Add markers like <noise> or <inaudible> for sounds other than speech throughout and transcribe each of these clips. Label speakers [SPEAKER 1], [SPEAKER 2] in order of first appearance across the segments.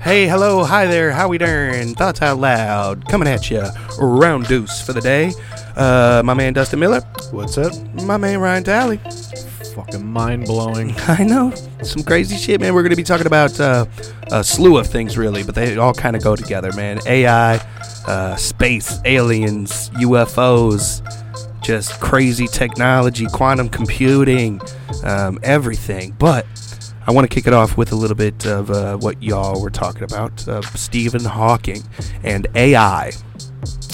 [SPEAKER 1] Hey, hello, hi there, how we darn? Thoughts out loud, coming at you. Round deuce for the day. Uh, my man Dustin Miller,
[SPEAKER 2] What's up?
[SPEAKER 1] my man Ryan Talley.
[SPEAKER 2] Fucking mind blowing.
[SPEAKER 1] <laughs> I know some crazy shit, man. We're gonna be talking about uh, a slew of things, really, but they all kind of go together, man. AI, uh, space, aliens, UFOs, just crazy technology, quantum computing, um, everything. But I want to kick it off with a little bit of uh, what y'all were talking about, uh, Stephen Hawking and AI.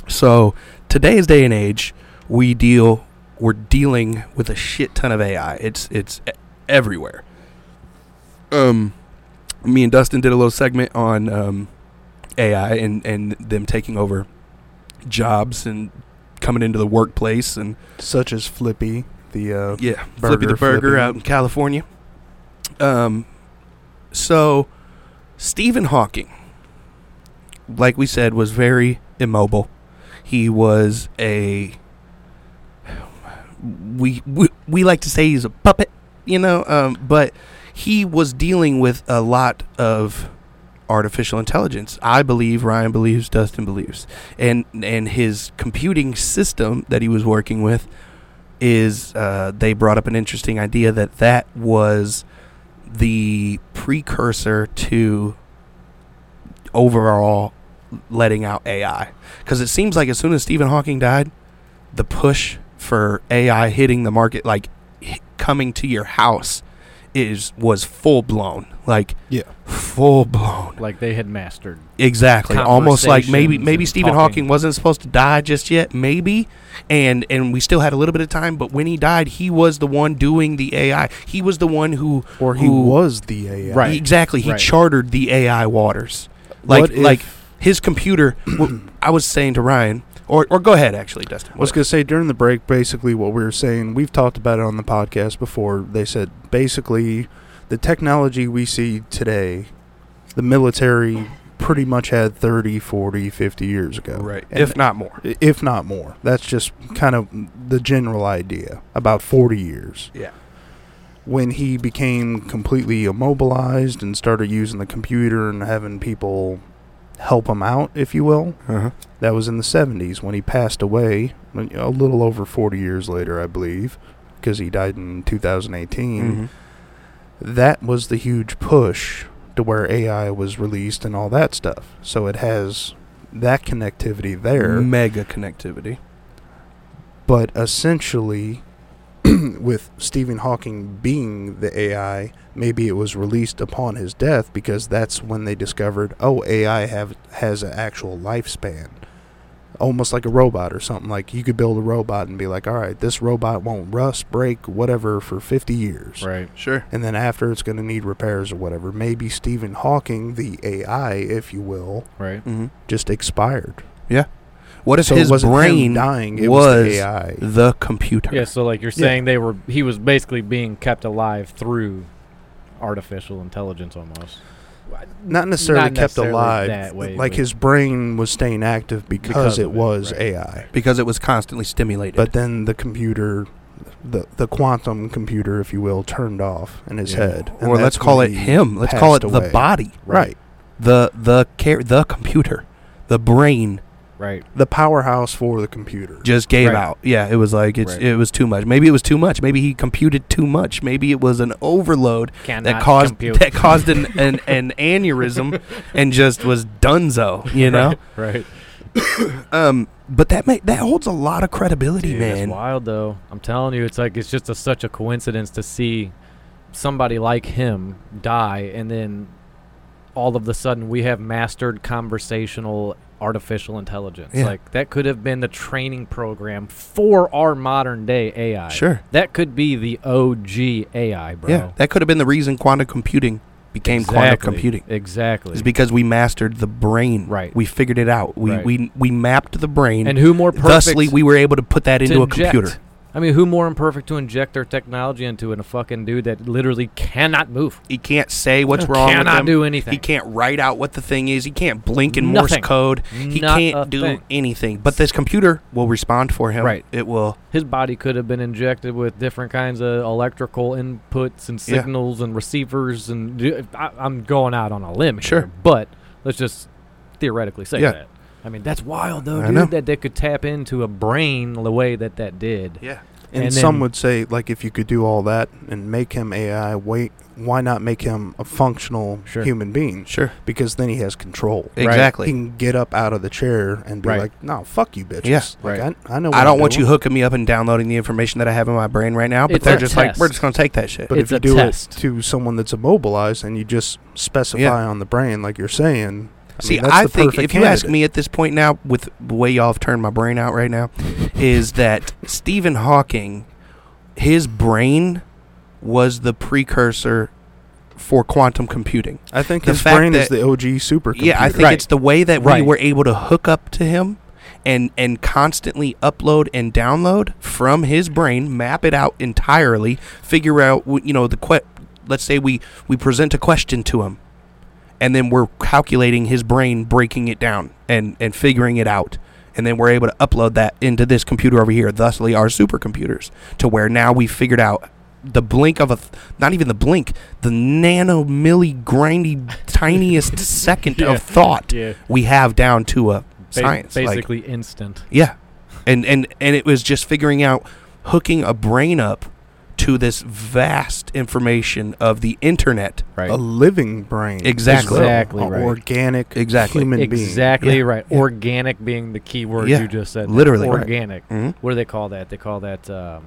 [SPEAKER 1] So today's day and age, we deal we're dealing with a shit ton of AI. It's it's e- everywhere. Um, me and Dustin did a little segment on um, AI and and them taking over jobs and coming into the workplace and
[SPEAKER 2] Such as Flippy, the uh,
[SPEAKER 1] yeah,
[SPEAKER 2] Burger
[SPEAKER 1] Flippy the Burger
[SPEAKER 2] flipping.
[SPEAKER 1] out in California. Um, so Stephen Hawking, like we said, was very immobile. He was a we we, we like to say he's a puppet, you know, um, but he was dealing with a lot of artificial intelligence. I believe Ryan believes, Dustin believes, and and his computing system that he was working with is uh, they brought up an interesting idea that that was the precursor to overall letting out AI. Because it seems like as soon as Stephen Hawking died, the push for AI hitting the market, like h- coming to your house, is was full blown. Like
[SPEAKER 2] Yeah.
[SPEAKER 1] full blown.
[SPEAKER 3] like they had mastered.
[SPEAKER 1] Exactly. Almost like maybe
[SPEAKER 3] conversations
[SPEAKER 1] maybe
[SPEAKER 3] and
[SPEAKER 1] Stephen
[SPEAKER 3] talking.
[SPEAKER 1] Hawking wasn't supposed to die just yet, maybe. And and we still had a little bit of time, but when he died, he was the one doing the AI. He was the one who
[SPEAKER 2] or he
[SPEAKER 1] who-
[SPEAKER 2] was the AI.
[SPEAKER 3] Right.
[SPEAKER 1] exactly, he
[SPEAKER 3] right.
[SPEAKER 1] chartered the AI waters. Like
[SPEAKER 2] What if-
[SPEAKER 1] like his
[SPEAKER 2] <clears throat>
[SPEAKER 1] computer w- I was saying to Ryan or or go ahead actually, Dustin.
[SPEAKER 2] I was going to say during the break, basically what we were saying, we've talked about it on the podcast before. They said basically the technology we see today, the military pretty much had 30, 40, 50 years ago.
[SPEAKER 1] right.
[SPEAKER 2] And
[SPEAKER 1] If not more.
[SPEAKER 2] i- if not more. That's just kind of the general idea. About 40 years.
[SPEAKER 1] Yeah.
[SPEAKER 2] When he became completely immobilized and started using the computer and having people help him out, if you will,
[SPEAKER 1] Uh-huh.
[SPEAKER 2] that was in the 70s when he passed away, when- a little over 40 years later, I believe, because he died in 2018
[SPEAKER 1] Mm-hmm.
[SPEAKER 2] that was the huge push to where AI was released and all that stuff. So it has that connectivity there.
[SPEAKER 1] Mega connectivity.
[SPEAKER 2] But essentially, <clears throat> with Stephen Hawking being the AI, maybe it was released upon his death because that's when they discovered, oh, AI have has an actual lifespan, almost like a robot or something. Like you could build a robot and be like, all right, this robot won't rust, break, whatever, for 50 years
[SPEAKER 3] Right.
[SPEAKER 1] Sure.
[SPEAKER 2] and then after it's going to need repairs or whatever. Maybe Stephen Hawking, the AI, if you will,
[SPEAKER 3] Right.
[SPEAKER 1] Mm-hmm.
[SPEAKER 2] just expired.
[SPEAKER 1] What if
[SPEAKER 2] so
[SPEAKER 1] his
[SPEAKER 2] it wasn't him
[SPEAKER 1] brain
[SPEAKER 2] dying, it was,
[SPEAKER 1] was
[SPEAKER 2] the AI.
[SPEAKER 1] the computer?
[SPEAKER 3] Yeah. So like you're
[SPEAKER 2] Yeah.
[SPEAKER 3] saying, they were he was basically being kept alive through artificial intelligence almost.
[SPEAKER 2] Not necessarily
[SPEAKER 3] not
[SPEAKER 2] kept
[SPEAKER 3] necessarily
[SPEAKER 2] alive.
[SPEAKER 3] that way,
[SPEAKER 2] like
[SPEAKER 3] but-
[SPEAKER 2] his brain was staying active because,
[SPEAKER 3] Because
[SPEAKER 2] it,
[SPEAKER 3] of it,
[SPEAKER 2] was
[SPEAKER 3] right.
[SPEAKER 2] AI.
[SPEAKER 1] Because it was constantly stimulated.
[SPEAKER 2] But then the computer, the the quantum computer, if you will, turned off in his
[SPEAKER 3] Yeah.
[SPEAKER 2] head. and
[SPEAKER 1] or let's
[SPEAKER 2] that's
[SPEAKER 1] call it
[SPEAKER 2] when he-
[SPEAKER 1] him. Let's call it
[SPEAKER 2] passed
[SPEAKER 1] the
[SPEAKER 2] away.
[SPEAKER 1] body,
[SPEAKER 2] Right.
[SPEAKER 1] the the car- the computer, the brain
[SPEAKER 3] Right.
[SPEAKER 2] The powerhouse for the computer.
[SPEAKER 1] just gave
[SPEAKER 3] Right.
[SPEAKER 1] out. Yeah, it was like it's
[SPEAKER 3] Right.
[SPEAKER 1] it was too much. Maybe it was too much. Maybe he computed too much. Maybe it was an overload
[SPEAKER 3] Cannot
[SPEAKER 1] that caused
[SPEAKER 3] compute.
[SPEAKER 1] that caused an,
[SPEAKER 3] <laughs>
[SPEAKER 1] an an aneurysm and just was dunzo. You know.
[SPEAKER 3] Right.
[SPEAKER 1] Um. But that ma- that holds a lot of credibility,
[SPEAKER 3] Dude, It's
[SPEAKER 1] man.
[SPEAKER 3] wild though. I'm telling you, it's like it's just a, such a coincidence to see somebody like him die, and then all of the sudden we have mastered conversational artificial intelligence.
[SPEAKER 1] Yeah.
[SPEAKER 3] Like that could have been the training program for our modern day AI.
[SPEAKER 1] Sure.
[SPEAKER 3] That could be the OG AI, bro.
[SPEAKER 1] Yeah. That could have been the reason quantum computing became quantum
[SPEAKER 3] Exactly.
[SPEAKER 1] computing. Is
[SPEAKER 3] Exactly.
[SPEAKER 1] because we mastered the brain.
[SPEAKER 3] Right.
[SPEAKER 1] We figured it out. We
[SPEAKER 3] Right.
[SPEAKER 1] we, we mapped the brain.
[SPEAKER 3] and who more perfect
[SPEAKER 1] Thusly, we were able to put that
[SPEAKER 3] to
[SPEAKER 1] into a
[SPEAKER 3] inject-
[SPEAKER 1] computer.
[SPEAKER 3] I mean, who more imperfect to inject their technology into than a fucking dude that literally cannot move,
[SPEAKER 1] He can't say what's
[SPEAKER 3] He
[SPEAKER 1] wrong.
[SPEAKER 3] cannot
[SPEAKER 1] with him.
[SPEAKER 3] do anything.
[SPEAKER 1] He can't write out what the thing is. He can't blink in Morse
[SPEAKER 3] Nothing.
[SPEAKER 1] code. He
[SPEAKER 3] Not a
[SPEAKER 1] can't do
[SPEAKER 3] thing.
[SPEAKER 1] anything. But this computer will respond for him.
[SPEAKER 3] Right.
[SPEAKER 1] It will.
[SPEAKER 3] his body could have been injected with different kinds of electrical inputs and
[SPEAKER 1] Yeah.
[SPEAKER 3] signals and receivers and d- I, am going out on a limb
[SPEAKER 1] Sure.
[SPEAKER 3] here, but Let's just theoretically say
[SPEAKER 2] Yeah.
[SPEAKER 3] that. I mean, that's wild though,
[SPEAKER 2] I
[SPEAKER 3] dude.
[SPEAKER 2] know.
[SPEAKER 3] That they could tap into a brain the way that that did.
[SPEAKER 1] Yeah.
[SPEAKER 2] And,
[SPEAKER 3] And
[SPEAKER 2] some
[SPEAKER 3] then-
[SPEAKER 2] would say, like, if you could do all that and make him AI, wait, why not make him a functional
[SPEAKER 3] Sure.
[SPEAKER 2] human being?
[SPEAKER 1] Sure.
[SPEAKER 2] Because then he has control. He
[SPEAKER 1] Exactly.
[SPEAKER 2] can get up out of the chair and be
[SPEAKER 3] Right.
[SPEAKER 2] like, "No, fuck you, bitches."
[SPEAKER 1] Yeah.
[SPEAKER 2] Like,
[SPEAKER 3] Right.
[SPEAKER 2] I, I know. What
[SPEAKER 1] I don't
[SPEAKER 2] I'm
[SPEAKER 1] want you
[SPEAKER 2] doing,
[SPEAKER 1] hooking me up and downloading the information that I have in my brain right now, but
[SPEAKER 3] It's
[SPEAKER 1] they're
[SPEAKER 3] a
[SPEAKER 1] just like,
[SPEAKER 3] test.
[SPEAKER 1] we're just going to take that shit.
[SPEAKER 2] But
[SPEAKER 3] It's
[SPEAKER 2] if you
[SPEAKER 3] a
[SPEAKER 2] do
[SPEAKER 3] test.
[SPEAKER 2] it to someone that's immobilized and you just specify
[SPEAKER 1] Yeah.
[SPEAKER 2] on the brain, like you're saying, I
[SPEAKER 1] See,
[SPEAKER 2] mean, that's
[SPEAKER 1] I
[SPEAKER 2] the
[SPEAKER 1] think if
[SPEAKER 2] perfect
[SPEAKER 1] you ask
[SPEAKER 2] candidate.
[SPEAKER 1] me at this point now, with the way y'all have turned my brain out right
[SPEAKER 2] <laughs>
[SPEAKER 1] now, is that Stephen Hawking, his brain was the precursor for quantum computing.
[SPEAKER 2] I think
[SPEAKER 1] the
[SPEAKER 2] his
[SPEAKER 1] fact
[SPEAKER 2] brain is
[SPEAKER 1] that-
[SPEAKER 2] the OG super.
[SPEAKER 1] Yeah, I think
[SPEAKER 3] Right.
[SPEAKER 1] it's the way that
[SPEAKER 3] Right.
[SPEAKER 1] we were able to hook up to him and and constantly upload and download from his brain, map it out entirely, figure out wh- you know the que- let's say we we present a question to him and then we're calculating his brain breaking it down and and figuring it out. And then we're able to upload that into this computer over here, thusly our supercomputers, to where now we figured out the blink of a, th- not even the blink, the nano milli grindy tiniest second
[SPEAKER 3] Yeah.
[SPEAKER 1] of thought
[SPEAKER 3] Yeah.
[SPEAKER 1] we have down to a science. like-
[SPEAKER 3] Basically instant.
[SPEAKER 1] yeah, and and and it was just figuring out hooking a brain up to this vast information of the internet.
[SPEAKER 3] Right.
[SPEAKER 2] a living brain, as
[SPEAKER 1] Exactly.
[SPEAKER 2] well,
[SPEAKER 3] Exactly
[SPEAKER 2] a
[SPEAKER 3] right.
[SPEAKER 2] organic,
[SPEAKER 1] Exactly.
[SPEAKER 2] human being.
[SPEAKER 3] Exactly
[SPEAKER 1] Yeah,
[SPEAKER 3] right.
[SPEAKER 1] yeah.
[SPEAKER 3] Organic being the key word
[SPEAKER 1] Yeah,
[SPEAKER 3] you just said.
[SPEAKER 1] literally, right.
[SPEAKER 3] organic.
[SPEAKER 1] Mhm.
[SPEAKER 3] What do they call that? They call that um,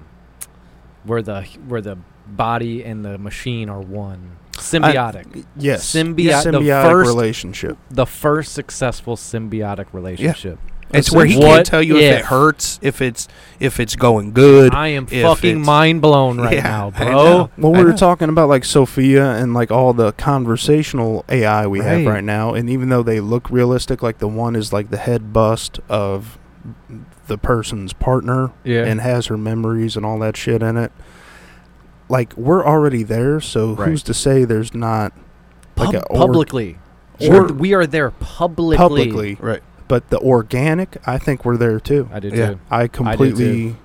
[SPEAKER 3] where the where the body and the machine are one. Symbiotic.
[SPEAKER 2] Yes,
[SPEAKER 3] Symbio-
[SPEAKER 2] Yes,
[SPEAKER 3] the
[SPEAKER 2] symbiotic
[SPEAKER 3] first-
[SPEAKER 2] relationship.
[SPEAKER 3] the first successful symbiotic relationship.
[SPEAKER 1] It's where he can't
[SPEAKER 3] What
[SPEAKER 1] tell you if
[SPEAKER 3] if?
[SPEAKER 1] it hurts, if it's if it's going good.
[SPEAKER 3] I am
[SPEAKER 1] If
[SPEAKER 3] fucking
[SPEAKER 1] it's-
[SPEAKER 3] mind blown right
[SPEAKER 1] Yeah,
[SPEAKER 3] now,
[SPEAKER 1] I
[SPEAKER 3] bro.
[SPEAKER 1] know.
[SPEAKER 2] Well,
[SPEAKER 1] I
[SPEAKER 2] we were
[SPEAKER 1] know.
[SPEAKER 2] talking about like Sophia and like all the conversational AI we have
[SPEAKER 1] Right.
[SPEAKER 2] right now, and even though they look realistic, like the one is like the head bust of the person's partner
[SPEAKER 3] Yeah.
[SPEAKER 2] and has her memories and all that shit in it. Like we're already there, so
[SPEAKER 3] Right.
[SPEAKER 2] who's to say there's not like
[SPEAKER 3] Pub-
[SPEAKER 2] a org-
[SPEAKER 3] publicly.
[SPEAKER 2] Sure.
[SPEAKER 3] Or we are there publicly.
[SPEAKER 2] publicly,
[SPEAKER 1] Right.
[SPEAKER 2] but the organic, I think we're there too.
[SPEAKER 3] I do
[SPEAKER 1] Yeah.
[SPEAKER 3] too.
[SPEAKER 2] I
[SPEAKER 3] do too.
[SPEAKER 2] completely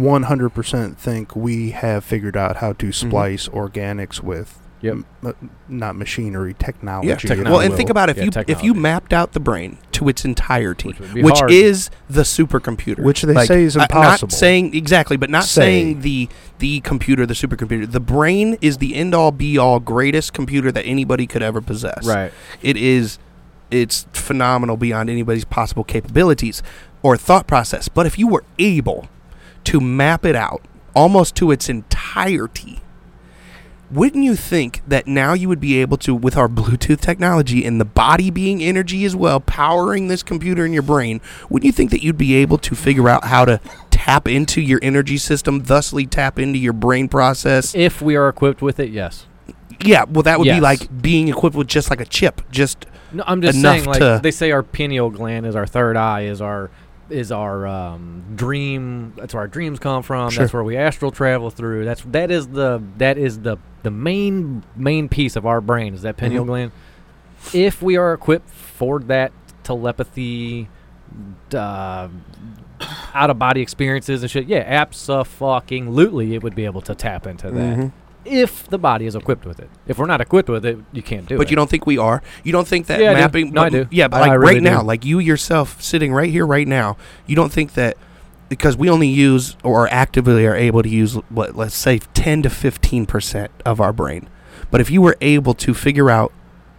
[SPEAKER 2] 100% think we have figured out how to
[SPEAKER 1] Mm-hmm.
[SPEAKER 2] splice organics with
[SPEAKER 3] Yep.
[SPEAKER 2] m- m- not machinery, technology.
[SPEAKER 1] Yeah,
[SPEAKER 2] if you
[SPEAKER 1] Well, and
[SPEAKER 2] will.
[SPEAKER 1] think about if
[SPEAKER 3] Yeah,
[SPEAKER 1] you if you
[SPEAKER 3] technology.
[SPEAKER 1] mapped out the brain to its entirety, which,
[SPEAKER 3] Which would be hard.
[SPEAKER 1] is the supercomputer,
[SPEAKER 2] Which they say is
[SPEAKER 1] uh,
[SPEAKER 2] impossible.
[SPEAKER 1] not saying exactly, but not
[SPEAKER 2] Say.
[SPEAKER 1] saying the the computer, the supercomputer. The brain is the end all be all greatest computer that anybody could ever possess.
[SPEAKER 3] Right.
[SPEAKER 1] It is it's phenomenal beyond anybody's possible capabilities or thought process. But if you were able to map it out almost to its entirety, wouldn't you think that now you would be able to, with our Bluetooth technology and the body being energy as well, powering this computer in your brain, wouldn't you think that you'd be able to figure out how to tap into your energy system, thusly tap into your brain process?
[SPEAKER 3] If we are equipped with it, yes.
[SPEAKER 1] yeah, well, that would
[SPEAKER 3] Yes.
[SPEAKER 1] be like being equipped with just like a chip, just
[SPEAKER 3] No, I'm just
[SPEAKER 1] Enough
[SPEAKER 3] saying, like
[SPEAKER 1] to-
[SPEAKER 3] they say, our pineal gland is our third eye, is our is our um, dream. That's where our dreams come from.
[SPEAKER 1] Sure.
[SPEAKER 3] That's where we astral travel through. That's that is the that is the the main main piece of our brain is that pineal
[SPEAKER 1] Mhm.
[SPEAKER 3] gland. If we are equipped for that telepathy, uh, out of body experiences and shit, yeah, absolutely, it would be able to tap into
[SPEAKER 1] Mm-hmm.
[SPEAKER 3] that. If the body is equipped with it. If we're not equipped with it, you can't do it.
[SPEAKER 1] but you don't think we are. You don't think that
[SPEAKER 3] Yeah, I do.
[SPEAKER 1] mapping.
[SPEAKER 3] No, I
[SPEAKER 1] but-
[SPEAKER 3] do.
[SPEAKER 1] Yeah, but
[SPEAKER 3] I-
[SPEAKER 1] like
[SPEAKER 3] I really
[SPEAKER 1] right now,
[SPEAKER 3] do.
[SPEAKER 1] like you yourself sitting right here, right now, you don't think that because we only use or actively are able to use what let's say ten to fifteen percent of our brain. But if you were able to figure out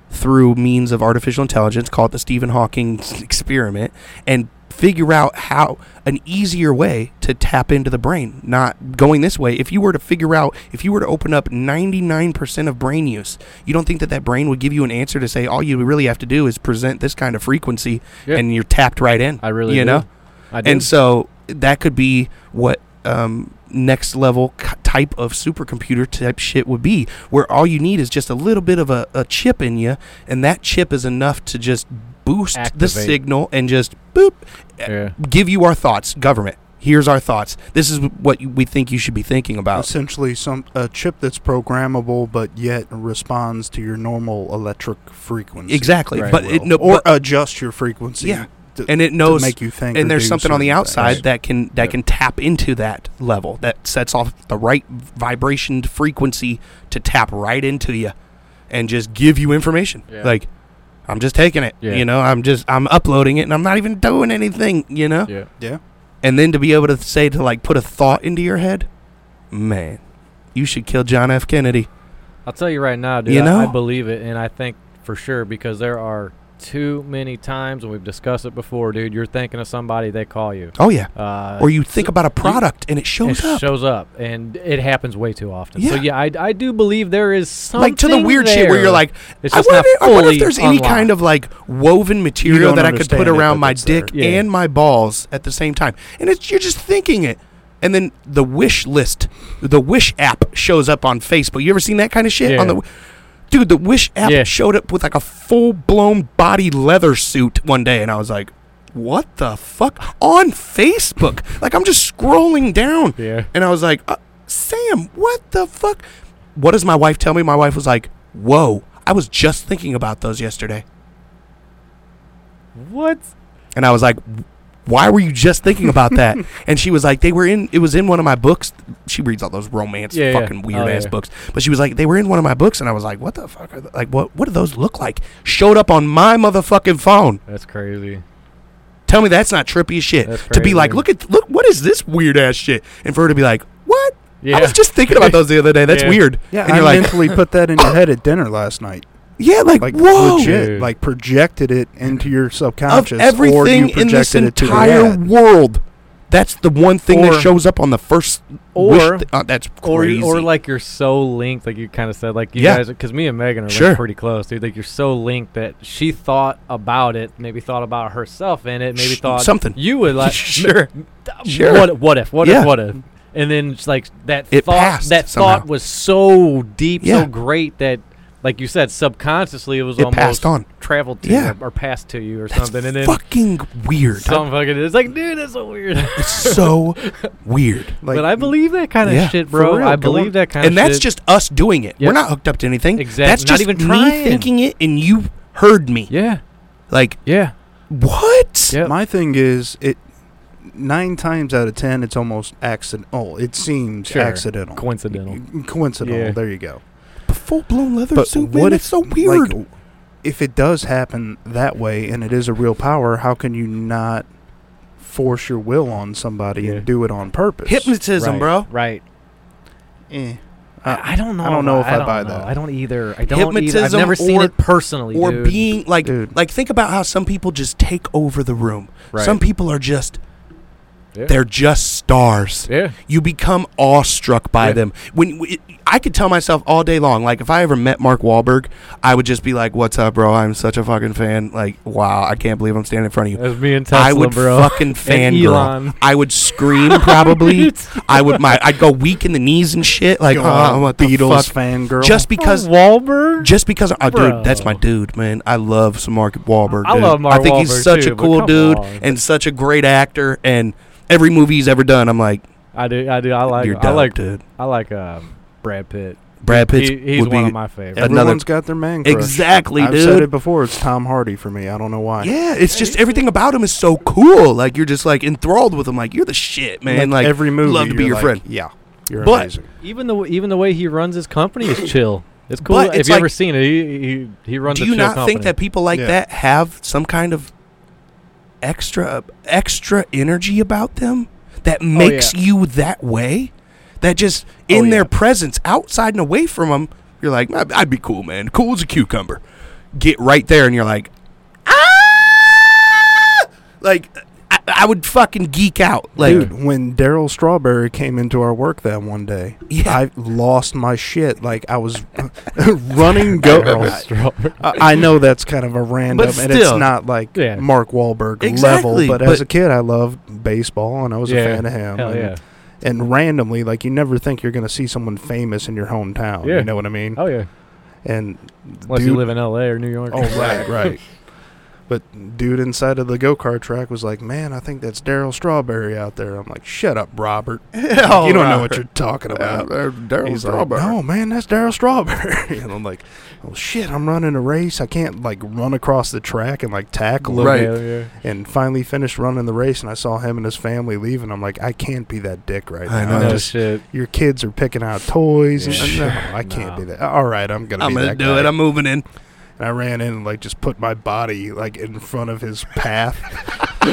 [SPEAKER 1] through means of artificial intelligence, call it the Stephen Hawking <laughs> experiment, and figure out how an easier way to tap into the brain, not going this way. If you were to figure out, if you were to open up 99% of brain use, you don't think that that brain would give you an answer to say all you really have to do is present this kind of frequency
[SPEAKER 3] Yeah.
[SPEAKER 1] and you're tapped right in.
[SPEAKER 3] I really
[SPEAKER 1] you
[SPEAKER 3] do.
[SPEAKER 1] know?
[SPEAKER 3] I do.
[SPEAKER 1] And so that could be what um, next level c- type of supercomputer type shit would be, where all you need is just a little bit of a, a chip in you, and that chip is enough to just boost the
[SPEAKER 3] Activate.
[SPEAKER 1] signal and just boop,
[SPEAKER 3] yeah.
[SPEAKER 1] give you our thoughts, government. Here's our thoughts. This is what you- we think you should be thinking about.
[SPEAKER 2] essentially some a chip that's programmable but yet responds to your normal electric frequency.
[SPEAKER 1] Exactly,
[SPEAKER 3] Right.
[SPEAKER 1] but it, no,
[SPEAKER 2] or
[SPEAKER 1] but-
[SPEAKER 2] adjust your frequency.
[SPEAKER 1] Yeah.
[SPEAKER 2] To,
[SPEAKER 1] and it knows
[SPEAKER 2] to make you think. or
[SPEAKER 1] and there's
[SPEAKER 2] do
[SPEAKER 1] something on the
[SPEAKER 2] certain
[SPEAKER 1] outside
[SPEAKER 2] things.
[SPEAKER 1] that can that
[SPEAKER 3] Yep.
[SPEAKER 1] can tap into that level that sets off the right vibration frequency to tap right into you and just give you information
[SPEAKER 3] Yeah.
[SPEAKER 1] like I'm just taking it.
[SPEAKER 3] Yeah.
[SPEAKER 1] You know, I'm just I'm uploading it and I'm not even doing anything, you know?
[SPEAKER 3] Yeah.
[SPEAKER 1] And then to be able to say to like put a thought into your head, man, you should kill John F. Kennedy.
[SPEAKER 3] I'll tell you right now, dude.
[SPEAKER 1] You
[SPEAKER 3] I- I,
[SPEAKER 1] know?
[SPEAKER 3] believe it, and I think for sure because there are too many times, and we've discussed it before, dude. You're thinking of somebody, they call you,
[SPEAKER 1] Oh yeah.
[SPEAKER 3] uh,
[SPEAKER 1] Or you think about a product and it shows
[SPEAKER 3] it
[SPEAKER 1] up.
[SPEAKER 3] shows up, and it happens way too often. So
[SPEAKER 1] Yeah.
[SPEAKER 3] yeah, I, I do believe there is something
[SPEAKER 1] like to the weird shit where
[SPEAKER 3] there.
[SPEAKER 1] you're like,
[SPEAKER 3] it's
[SPEAKER 1] I
[SPEAKER 3] just
[SPEAKER 1] wonder,
[SPEAKER 3] not
[SPEAKER 1] I wonder
[SPEAKER 3] fully
[SPEAKER 1] if there's any kind of like woven material
[SPEAKER 2] don't
[SPEAKER 1] that I could put
[SPEAKER 2] understand it,
[SPEAKER 1] around
[SPEAKER 2] but
[SPEAKER 1] my
[SPEAKER 2] it's there.
[SPEAKER 1] dick
[SPEAKER 3] Yeah.
[SPEAKER 1] and my balls at the same time, and it's you're just thinking it, and then the wish list, the wish app shows up on Facebook. You ever seen that kind of shit on
[SPEAKER 3] Yeah.
[SPEAKER 1] the? Dude, the Wish app
[SPEAKER 3] Yeah.
[SPEAKER 1] showed up with like a full blown body leather suit one day, and I was like, what the fuck? On Facebook. like, I'm just scrolling down.
[SPEAKER 3] Yeah.
[SPEAKER 1] And I was like, uh, Sam, what the fuck? What does my wife tell me? My wife was like, whoa, I was just thinking about those yesterday.
[SPEAKER 3] what?
[SPEAKER 1] And I was like, why were you just thinking about
[SPEAKER 3] <laughs>
[SPEAKER 1] that? and she was like, they were in, it was in one of my books. She reads all those romance
[SPEAKER 3] Yeah, yeah.
[SPEAKER 1] fucking weird
[SPEAKER 3] Oh,
[SPEAKER 1] ass
[SPEAKER 3] yeah.
[SPEAKER 1] books. But she was like, they were in one of my books. And I was like, what the fuck? Are th- like, what, what do those look like? Showed up on my motherfucking phone.
[SPEAKER 3] That's crazy.
[SPEAKER 1] Tell me that's not trippy as shit.
[SPEAKER 3] That's
[SPEAKER 1] to be like,
[SPEAKER 3] crazy.
[SPEAKER 1] look at, look, what is this weird ass shit? And for her to be like, what?
[SPEAKER 3] Yeah.
[SPEAKER 1] I was just thinking about those the other day. That's
[SPEAKER 3] <laughs> Yeah.
[SPEAKER 1] weird.
[SPEAKER 2] Yeah,
[SPEAKER 1] And
[SPEAKER 2] I
[SPEAKER 1] you're like-
[SPEAKER 2] mentally put that in your head at dinner last night.
[SPEAKER 1] Yeah, like,
[SPEAKER 2] Like
[SPEAKER 1] whoa.
[SPEAKER 2] legit,
[SPEAKER 3] Dude.
[SPEAKER 2] like projected it into your
[SPEAKER 1] Of
[SPEAKER 2] subconscious, or you
[SPEAKER 1] everything
[SPEAKER 2] projected
[SPEAKER 1] in this
[SPEAKER 2] it to the
[SPEAKER 1] entire
[SPEAKER 2] ad.
[SPEAKER 1] world, that's the one thing
[SPEAKER 3] Or-
[SPEAKER 1] that shows up on the first. wish
[SPEAKER 3] or-
[SPEAKER 1] thi- uh, that's
[SPEAKER 3] or
[SPEAKER 1] crazy.
[SPEAKER 3] or like you're so linked, like you kind of said, like you
[SPEAKER 1] Yeah.
[SPEAKER 3] guys, because me and Megan are
[SPEAKER 1] Sure.
[SPEAKER 3] like pretty close, dude. Like you're so linked that she thought about it, maybe thought about herself in it, maybe
[SPEAKER 1] Sh-
[SPEAKER 3] thought
[SPEAKER 1] something.
[SPEAKER 3] You would
[SPEAKER 1] <laughs>
[SPEAKER 3] like,
[SPEAKER 1] sure, Sure.
[SPEAKER 3] sure. What what if? What
[SPEAKER 1] Yeah.
[SPEAKER 3] if? What if? And then it's like that
[SPEAKER 1] It
[SPEAKER 3] thought
[SPEAKER 1] passed
[SPEAKER 3] that
[SPEAKER 1] somehow.
[SPEAKER 3] thought was so deep,
[SPEAKER 1] Yeah.
[SPEAKER 3] so great that, like you said, subconsciously it was
[SPEAKER 1] it
[SPEAKER 3] almost
[SPEAKER 1] passed on.
[SPEAKER 3] traveled to
[SPEAKER 1] Yeah.
[SPEAKER 3] you or, or passed to you or
[SPEAKER 1] That's
[SPEAKER 3] something, and then
[SPEAKER 1] fucking weird.
[SPEAKER 3] some fucking it's like, dude, that's so
[SPEAKER 1] <laughs>
[SPEAKER 3] weird.
[SPEAKER 1] It's so weird.
[SPEAKER 3] <laughs>
[SPEAKER 2] Like,
[SPEAKER 3] but I believe that kind of
[SPEAKER 1] Yeah.
[SPEAKER 3] shit,
[SPEAKER 2] For
[SPEAKER 3] bro.
[SPEAKER 2] real,
[SPEAKER 3] I
[SPEAKER 2] go on.
[SPEAKER 3] believe that kind of
[SPEAKER 1] and
[SPEAKER 3] shit.
[SPEAKER 1] that's just us doing it. We're
[SPEAKER 3] Yep.
[SPEAKER 1] not hooked up to anything.
[SPEAKER 3] Exact-
[SPEAKER 1] That's
[SPEAKER 3] not
[SPEAKER 1] just
[SPEAKER 3] even
[SPEAKER 1] me
[SPEAKER 3] trying.
[SPEAKER 1] thinking it, and you heard me.
[SPEAKER 3] yeah,
[SPEAKER 1] Like
[SPEAKER 3] yeah,
[SPEAKER 1] what?
[SPEAKER 3] yeah.
[SPEAKER 2] my thing is it. Nine times out of ten, it's almost accidental. It seems
[SPEAKER 3] Sure.
[SPEAKER 2] accidental,
[SPEAKER 3] coincidental.
[SPEAKER 2] coincidental.
[SPEAKER 3] Yeah.
[SPEAKER 2] There you go.
[SPEAKER 1] Full blown leather
[SPEAKER 2] But
[SPEAKER 1] suit.
[SPEAKER 2] what
[SPEAKER 1] man,
[SPEAKER 2] if-
[SPEAKER 1] that's so
[SPEAKER 2] like,
[SPEAKER 1] weird?
[SPEAKER 2] w- if it does happen that way and it is a real power, how can you not force your will on somebody
[SPEAKER 3] Yeah.
[SPEAKER 2] and do it on purpose?
[SPEAKER 1] Hypnotism,
[SPEAKER 3] Right,
[SPEAKER 1] bro.
[SPEAKER 3] Right.
[SPEAKER 2] Eh. Uh,
[SPEAKER 3] I I don't know.
[SPEAKER 2] I don't know if I
[SPEAKER 3] don't
[SPEAKER 2] buy
[SPEAKER 3] know.
[SPEAKER 2] that.
[SPEAKER 3] I don't either. I don't either. I've
[SPEAKER 1] Hypnotism
[SPEAKER 3] never seen
[SPEAKER 1] or-
[SPEAKER 3] it personally.
[SPEAKER 1] or
[SPEAKER 3] dude.
[SPEAKER 1] being like
[SPEAKER 2] Dude.
[SPEAKER 1] like think about how some people just take over the room.
[SPEAKER 3] Right.
[SPEAKER 1] Some people are just
[SPEAKER 3] Yeah.
[SPEAKER 1] they're just stars.
[SPEAKER 3] Yeah.
[SPEAKER 1] You become awestruck by
[SPEAKER 3] Yeah.
[SPEAKER 1] them. When w- it- I could tell myself all day long, like if I ever met Mark Wahlberg, I would just be like, "What's up, bro? I'm such a fucking fan. Like, wow, I can't believe I'm standing in front of you."
[SPEAKER 3] As me and Tesla,
[SPEAKER 1] I would
[SPEAKER 3] bro. <laughs>
[SPEAKER 1] fucking <laughs> fangirl.
[SPEAKER 3] Elon.
[SPEAKER 1] I would
[SPEAKER 3] <laughs>
[SPEAKER 1] scream probably. I would my I'd go weak in the knees and shit. Like,
[SPEAKER 2] Go
[SPEAKER 1] oh,
[SPEAKER 2] on,
[SPEAKER 1] what the
[SPEAKER 2] Beatles
[SPEAKER 1] fuck?
[SPEAKER 2] fangirl.
[SPEAKER 1] Just because
[SPEAKER 3] <laughs> Wahlberg.
[SPEAKER 1] just because, oh, dude, that's my
[SPEAKER 3] Bro.
[SPEAKER 1] dude, man. I love some Mark Wahlberg.
[SPEAKER 3] I
[SPEAKER 1] dude.
[SPEAKER 3] love Mark
[SPEAKER 1] I think he's
[SPEAKER 3] Wahlberg,
[SPEAKER 1] such
[SPEAKER 3] too,
[SPEAKER 1] a
[SPEAKER 3] but
[SPEAKER 1] cool
[SPEAKER 3] come
[SPEAKER 1] dude
[SPEAKER 3] on.
[SPEAKER 1] and such a great actor. And every movie he's ever done, I'm like,
[SPEAKER 3] I do. I do. I like.
[SPEAKER 1] you're
[SPEAKER 3] I
[SPEAKER 1] dope,
[SPEAKER 3] like.
[SPEAKER 1] dude.
[SPEAKER 3] I like. Um, Brad Pitt.
[SPEAKER 1] Brad Pitt
[SPEAKER 3] He, he's
[SPEAKER 1] would
[SPEAKER 3] one
[SPEAKER 1] be
[SPEAKER 3] of my favorites.
[SPEAKER 1] another-
[SPEAKER 2] everyone's got their man crush.
[SPEAKER 1] exactly,
[SPEAKER 2] I've said it
[SPEAKER 1] dude.
[SPEAKER 2] before. It's Tom Hardy for me. I don't know why.
[SPEAKER 1] Yeah, it's just everything about him is so cool. Like you're just like enthralled with him. Like you're the shit, man. Like,
[SPEAKER 2] every movie,
[SPEAKER 1] love to be
[SPEAKER 2] you're
[SPEAKER 1] your
[SPEAKER 2] like,
[SPEAKER 1] friend.
[SPEAKER 2] Yeah, you're
[SPEAKER 1] But-
[SPEAKER 2] amazing.
[SPEAKER 3] even the w- even the way he runs his
[SPEAKER 1] <laughs>
[SPEAKER 3] company is chill. It's cool.
[SPEAKER 1] But
[SPEAKER 3] if
[SPEAKER 1] it's
[SPEAKER 3] you
[SPEAKER 1] like-
[SPEAKER 3] ever seen it, he he, he runs.
[SPEAKER 1] do
[SPEAKER 3] a
[SPEAKER 1] you
[SPEAKER 3] chill
[SPEAKER 1] not
[SPEAKER 3] company.
[SPEAKER 1] think that people like
[SPEAKER 2] Yeah.
[SPEAKER 1] that have some kind of extra extra energy about them
[SPEAKER 2] Oh,
[SPEAKER 1] that makes you that way that just in
[SPEAKER 3] yeah.
[SPEAKER 1] their presence outside and away from them you're like "I'd- i'd be cool man cool as a cucumber get right there and you're like ah! like I, I would fucking geek out like
[SPEAKER 2] <laughs> Dude, when Daryl Strawberry came into our work that one day,
[SPEAKER 1] Yeah.
[SPEAKER 2] I lost my shit. Like I was <laughs>
[SPEAKER 3] <laughs>
[SPEAKER 2] running go.
[SPEAKER 3] Earl
[SPEAKER 2] I,
[SPEAKER 3] Strawberg.
[SPEAKER 2] I know that's kind of a random, and it's
[SPEAKER 1] still.
[SPEAKER 2] not like
[SPEAKER 3] Yeah.
[SPEAKER 2] Mark Wahlberg
[SPEAKER 1] Exactly,
[SPEAKER 2] level. But,
[SPEAKER 1] but-
[SPEAKER 2] as a kid, I loved baseball, and I was
[SPEAKER 3] Yeah.
[SPEAKER 2] a fan of him.
[SPEAKER 3] Hell
[SPEAKER 2] and,
[SPEAKER 3] yeah.
[SPEAKER 2] and randomly, like you never think you're gonna see someone famous in your hometown.
[SPEAKER 3] Yeah.
[SPEAKER 2] You know what I mean?
[SPEAKER 3] Oh yeah.
[SPEAKER 2] And
[SPEAKER 3] Unless you
[SPEAKER 2] dude-
[SPEAKER 3] live in L.A. or New York.
[SPEAKER 2] Oh right, right. But dude inside of the go kart track was like, "Man, I think that's Daryl Strawberry out there." I'm like, "Shut up, Robert! you don't know what you're talking about."
[SPEAKER 1] daryl
[SPEAKER 2] He's like, "No, man, that's Daryl Strawberry." <laughs> and I'm like, "Oh shit, I'm running a race. I can't like run across the track and like tackle him."
[SPEAKER 1] Right.
[SPEAKER 3] Yeah, yeah.
[SPEAKER 2] And finally finished running the race, and I saw him and his family leave, and I'm like, "I can't be that dick right
[SPEAKER 1] I
[SPEAKER 2] now."
[SPEAKER 1] know.
[SPEAKER 3] No
[SPEAKER 2] Just-
[SPEAKER 3] shit.
[SPEAKER 2] your kids are picking out toys.
[SPEAKER 3] Yeah.
[SPEAKER 2] And, no, I can't
[SPEAKER 3] Nah.
[SPEAKER 2] be that. All right, I'm gonna.
[SPEAKER 1] i'm
[SPEAKER 2] be
[SPEAKER 1] gonna
[SPEAKER 2] that
[SPEAKER 1] do
[SPEAKER 2] guy.
[SPEAKER 1] it i'm moving in
[SPEAKER 2] And I ran in and like just put my body like in front of his path. <laughs>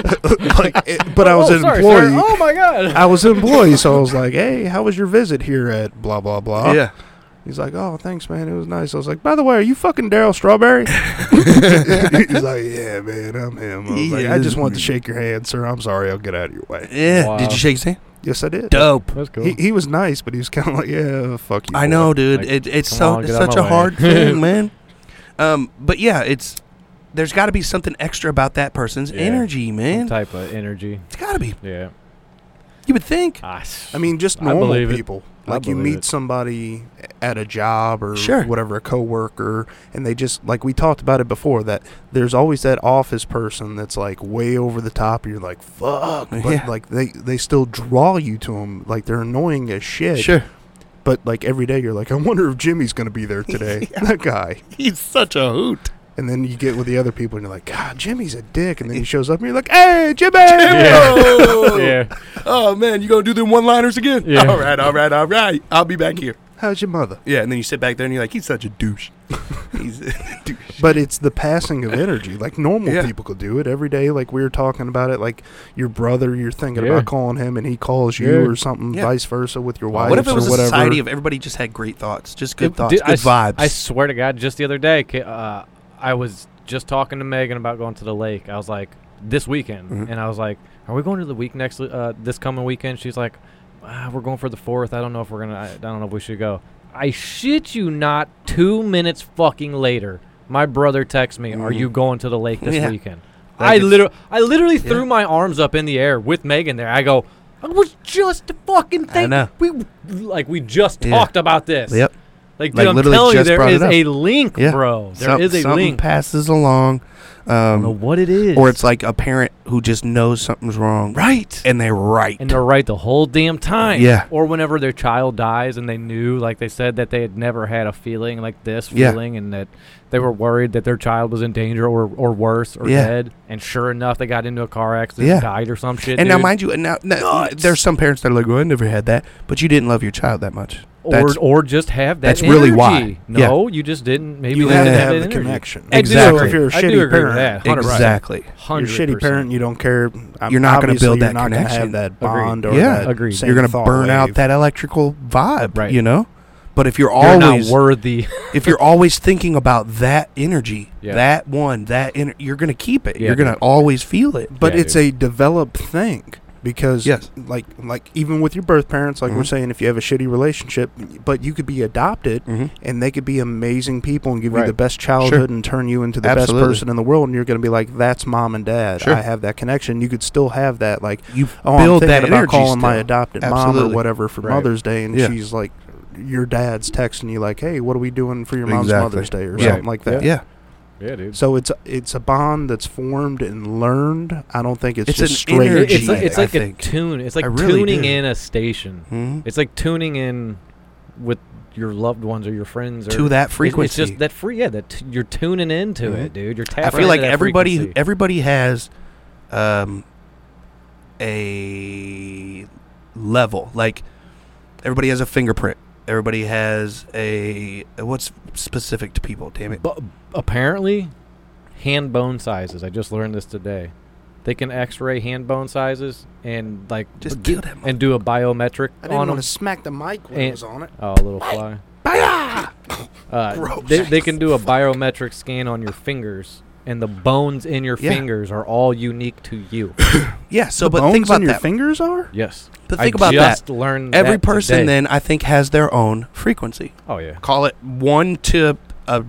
[SPEAKER 2] like, it, but I was
[SPEAKER 3] oh,
[SPEAKER 2] an
[SPEAKER 3] sorry, sir.
[SPEAKER 2] employee.
[SPEAKER 3] Oh my god.
[SPEAKER 2] I was an employee, so I was like, "Hey, how was your visit here at blah blah blah?"
[SPEAKER 1] yeah.
[SPEAKER 2] He's like, "Oh, thanks, man. It was nice." I was like, "By the way, are you fucking Daryl
[SPEAKER 1] <laughs>
[SPEAKER 2] Strawberry?" <laughs> He's like, "Yeah, man, I'm him." I, was like, I just wanted to shake your hand, sir. I'm sorry. I'll get out of your way.
[SPEAKER 1] Yeah.
[SPEAKER 3] Wow.
[SPEAKER 1] Did you shake his hand?
[SPEAKER 2] Yes, I did.
[SPEAKER 1] Dope.
[SPEAKER 3] That's cool.
[SPEAKER 2] He, he was nice, but he was kind of like, "Yeah, fuck you."
[SPEAKER 1] I
[SPEAKER 2] boy."
[SPEAKER 1] know, dude.
[SPEAKER 3] Like,
[SPEAKER 1] it, it's
[SPEAKER 3] come
[SPEAKER 1] so
[SPEAKER 3] on,
[SPEAKER 1] it's
[SPEAKER 3] get out
[SPEAKER 1] such
[SPEAKER 3] my
[SPEAKER 1] a
[SPEAKER 3] way.
[SPEAKER 1] hard <laughs> thing, man. Um, but yeah, it's there's got to be something extra about that person's
[SPEAKER 3] Yeah.
[SPEAKER 1] energy,
[SPEAKER 3] Some
[SPEAKER 1] man.
[SPEAKER 3] type of energy.
[SPEAKER 1] It's got to be.
[SPEAKER 3] Yeah.
[SPEAKER 1] You would think.
[SPEAKER 3] I
[SPEAKER 2] I mean, just
[SPEAKER 3] I
[SPEAKER 2] normal
[SPEAKER 3] believe it.
[SPEAKER 2] people.
[SPEAKER 3] I
[SPEAKER 2] Like you
[SPEAKER 3] believe
[SPEAKER 2] meet
[SPEAKER 3] it.
[SPEAKER 2] somebody at a job or
[SPEAKER 1] Sure.
[SPEAKER 2] whatever, a coworker, and they just like we talked about it before that there's always that office person that's like way over the top. You're like, fuck, but
[SPEAKER 1] Yeah.
[SPEAKER 2] like they they still draw you to them. Like they're annoying as shit. But like every day, you're like, I wonder if Jimmy's gonna be there
[SPEAKER 3] <laughs>
[SPEAKER 2] today. That guy.
[SPEAKER 1] <laughs> He's such a hoot.
[SPEAKER 2] And then you get with the other people, and you're like, God, Jimmy's a dick. And then he shows up, and you're like, Hey, Jimmy.
[SPEAKER 1] <laughs> Oh!
[SPEAKER 3] yeah.
[SPEAKER 1] Oh man, you gonna do them one-liners again?
[SPEAKER 3] Yeah.
[SPEAKER 1] All right, all right, all right. I'll be back here.
[SPEAKER 2] How's your mother?
[SPEAKER 1] Yeah, and then you sit back there and you're like, he's such a <laughs> douche. he's a douche.
[SPEAKER 2] But it's the passing of energy. Like normal
[SPEAKER 1] Yeah.
[SPEAKER 2] people could do it every day. Like we were talking about it. Like your brother, you're thinking
[SPEAKER 3] Yeah.
[SPEAKER 2] about calling him, and he calls you,
[SPEAKER 3] Yeah.
[SPEAKER 2] or something,
[SPEAKER 1] Yeah.
[SPEAKER 2] vice versa, with your wife
[SPEAKER 1] What if it
[SPEAKER 2] or
[SPEAKER 1] was a
[SPEAKER 2] whatever.
[SPEAKER 1] society of everybody just had great thoughts, just good
[SPEAKER 3] Dude,
[SPEAKER 1] thoughts,
[SPEAKER 3] dude,
[SPEAKER 1] good
[SPEAKER 3] I, s-
[SPEAKER 1] vibes?
[SPEAKER 3] I swear to God, just the other day, ca- uh, I was just talking to Megan about going to the lake. I was like, this weekend,
[SPEAKER 1] Mhm.
[SPEAKER 3] and I was like, are we going to the week next? Uh, this coming weekend? She's like, ah, we're going for the fourth. I don't know if we're gonna. I, I don't know if we should go. I shit you not. Two minutes fucking later, my brother texts me, "Are
[SPEAKER 1] Mhm.
[SPEAKER 3] you going to the lake this
[SPEAKER 1] Yeah.
[SPEAKER 3] weekend?"
[SPEAKER 1] Like
[SPEAKER 3] I
[SPEAKER 1] it's-
[SPEAKER 3] literally, I literally
[SPEAKER 1] Yeah.
[SPEAKER 3] threw my arms up in the air with Megan there. I go. I was just fucking
[SPEAKER 1] I
[SPEAKER 3] thinking.
[SPEAKER 1] know.
[SPEAKER 3] We like we just
[SPEAKER 1] Yeah.
[SPEAKER 3] talked about this.
[SPEAKER 1] Yep.
[SPEAKER 3] Like, dude,
[SPEAKER 1] Like,
[SPEAKER 3] I'm
[SPEAKER 1] literally
[SPEAKER 3] telling you,
[SPEAKER 1] just
[SPEAKER 3] there
[SPEAKER 1] brought it
[SPEAKER 3] is
[SPEAKER 1] up.
[SPEAKER 3] a link,
[SPEAKER 1] Yeah.
[SPEAKER 3] bro. There
[SPEAKER 1] Some-
[SPEAKER 3] is a
[SPEAKER 1] something
[SPEAKER 3] link.
[SPEAKER 1] passes along.
[SPEAKER 3] I don't know
[SPEAKER 1] Um,
[SPEAKER 3] what it is.
[SPEAKER 1] or it's like a parent who just knows something's wrong, right? And they're right.
[SPEAKER 3] and they're right the whole damn time.
[SPEAKER 1] Yeah.
[SPEAKER 3] Or whenever their child dies and they knew, like they said, that they had never had a feeling like this
[SPEAKER 1] Yeah.
[SPEAKER 3] feeling, and that they were worried that their child was in danger or or worse or
[SPEAKER 1] Yeah.
[SPEAKER 3] dead. And sure enough, they got into a car accident,
[SPEAKER 1] Yeah.
[SPEAKER 3] and died or some shit.
[SPEAKER 1] And now,
[SPEAKER 3] dude.
[SPEAKER 1] mind you, and now, now there's some parents that are like, "Well, I never had that," but you didn't love your child that much.
[SPEAKER 3] or
[SPEAKER 1] that's-
[SPEAKER 3] or just have that.
[SPEAKER 1] that's really why.
[SPEAKER 3] energy.
[SPEAKER 1] Yeah.
[SPEAKER 3] No, you just didn't. Maybe
[SPEAKER 2] you
[SPEAKER 3] they
[SPEAKER 2] have to
[SPEAKER 3] didn't
[SPEAKER 2] have
[SPEAKER 3] that
[SPEAKER 2] the
[SPEAKER 3] energy.
[SPEAKER 2] connection.
[SPEAKER 3] I do
[SPEAKER 1] Exactly.
[SPEAKER 3] agree.
[SPEAKER 2] If you're a
[SPEAKER 3] I
[SPEAKER 2] shitty
[SPEAKER 3] do agree
[SPEAKER 2] parent,
[SPEAKER 3] with that. 100%.
[SPEAKER 1] Exactly.
[SPEAKER 2] You're a shitty
[SPEAKER 3] 100%.
[SPEAKER 2] parent. You don't care. I'm
[SPEAKER 1] You're not gonna
[SPEAKER 2] obviously
[SPEAKER 1] build
[SPEAKER 2] you're
[SPEAKER 1] that
[SPEAKER 2] not gonna
[SPEAKER 1] connection.
[SPEAKER 2] have that
[SPEAKER 3] Agreed.
[SPEAKER 2] bond or
[SPEAKER 1] Yeah.
[SPEAKER 2] that
[SPEAKER 3] Agreed.
[SPEAKER 2] same
[SPEAKER 1] You're gonna
[SPEAKER 2] thought
[SPEAKER 1] burn out
[SPEAKER 2] wave.
[SPEAKER 1] that electrical vibe,
[SPEAKER 3] Right.
[SPEAKER 1] you know. But if you're,
[SPEAKER 3] You're
[SPEAKER 1] always
[SPEAKER 3] not worthy.
[SPEAKER 1] if you're always thinking about that energy,
[SPEAKER 3] Yeah.
[SPEAKER 1] that one, that ener- you're gonna keep it.
[SPEAKER 3] Yeah,
[SPEAKER 1] you're gonna
[SPEAKER 3] dude.
[SPEAKER 1] always feel it.
[SPEAKER 2] but
[SPEAKER 3] Yeah,
[SPEAKER 2] it's a developed thing because
[SPEAKER 1] Yes.
[SPEAKER 2] like like even with your birth parents like we're
[SPEAKER 1] Mhm.
[SPEAKER 2] saying if you have a shitty relationship but you could be adopted
[SPEAKER 1] Mm-hmm.
[SPEAKER 2] and they could be amazing people and give you the
[SPEAKER 3] Right.
[SPEAKER 2] best childhood and turn you into the
[SPEAKER 1] Absolutely.
[SPEAKER 2] best person in the world and you're going to be like that's mom and dad
[SPEAKER 1] Sure.
[SPEAKER 2] i have that connection you could still have that like
[SPEAKER 1] You
[SPEAKER 2] oh
[SPEAKER 1] build
[SPEAKER 2] i'm thinking
[SPEAKER 1] that
[SPEAKER 2] about
[SPEAKER 1] energy
[SPEAKER 2] calling my
[SPEAKER 1] still.
[SPEAKER 2] adopted mom
[SPEAKER 1] Absolutely.
[SPEAKER 2] or whatever for
[SPEAKER 3] Right.
[SPEAKER 2] mother's day and
[SPEAKER 1] Yeah.
[SPEAKER 2] she's like your dad's texting you like hey what are we doing for your mom's
[SPEAKER 1] Exactly.
[SPEAKER 2] mother's day or
[SPEAKER 1] Right.
[SPEAKER 2] something like that
[SPEAKER 1] yeah,
[SPEAKER 3] yeah, dude.
[SPEAKER 2] so it's it's a bond that's formed and learned. I don't think it's,
[SPEAKER 1] It's
[SPEAKER 2] just
[SPEAKER 1] an
[SPEAKER 2] straight.
[SPEAKER 1] energy
[SPEAKER 3] It's like, it's
[SPEAKER 1] I
[SPEAKER 3] like a
[SPEAKER 1] think.
[SPEAKER 3] tune. It's like
[SPEAKER 1] I really
[SPEAKER 3] tuning
[SPEAKER 1] do.
[SPEAKER 3] in a station.
[SPEAKER 1] hmm
[SPEAKER 3] It's like tuning in with your loved ones or your friends. Or
[SPEAKER 1] to that
[SPEAKER 3] It-
[SPEAKER 1] frequency.
[SPEAKER 3] It's just that free. Yeah, that t- you're tuning into
[SPEAKER 1] Mhm.
[SPEAKER 3] it, dude. You're
[SPEAKER 1] I
[SPEAKER 3] tapping.
[SPEAKER 1] feel like
[SPEAKER 3] into that
[SPEAKER 1] everybody
[SPEAKER 3] frequency.
[SPEAKER 1] everybody has um a level. Like everybody has a fingerprint. Everybody has a what's specific to people, damn it.
[SPEAKER 3] But apparently, hand bone sizes. I just learned this today. They can X-ray hand bone sizes and like
[SPEAKER 1] Just
[SPEAKER 3] do,
[SPEAKER 1] kill that
[SPEAKER 3] and do a biometric
[SPEAKER 2] I
[SPEAKER 3] on
[SPEAKER 2] didn't
[SPEAKER 3] them.
[SPEAKER 2] want to smack the mic when
[SPEAKER 3] And-
[SPEAKER 2] it was on it.
[SPEAKER 3] Oh, a little fly. Uh, they,
[SPEAKER 1] <laughs>
[SPEAKER 3] they can do a biometric scan on your fingers, and the bones in your
[SPEAKER 1] Yeah.
[SPEAKER 3] fingers are all unique to you.
[SPEAKER 1] Yeah, so
[SPEAKER 2] The
[SPEAKER 1] but
[SPEAKER 2] bones
[SPEAKER 1] think
[SPEAKER 2] on
[SPEAKER 1] about
[SPEAKER 2] your
[SPEAKER 1] that.
[SPEAKER 2] fingers are.
[SPEAKER 3] yes.
[SPEAKER 1] <laughs> But think
[SPEAKER 3] I
[SPEAKER 1] about that.
[SPEAKER 3] just learned
[SPEAKER 1] Every
[SPEAKER 3] that
[SPEAKER 1] person
[SPEAKER 3] today.
[SPEAKER 1] then I think has their own frequency.
[SPEAKER 3] Oh yeah.
[SPEAKER 1] Call it 1 to a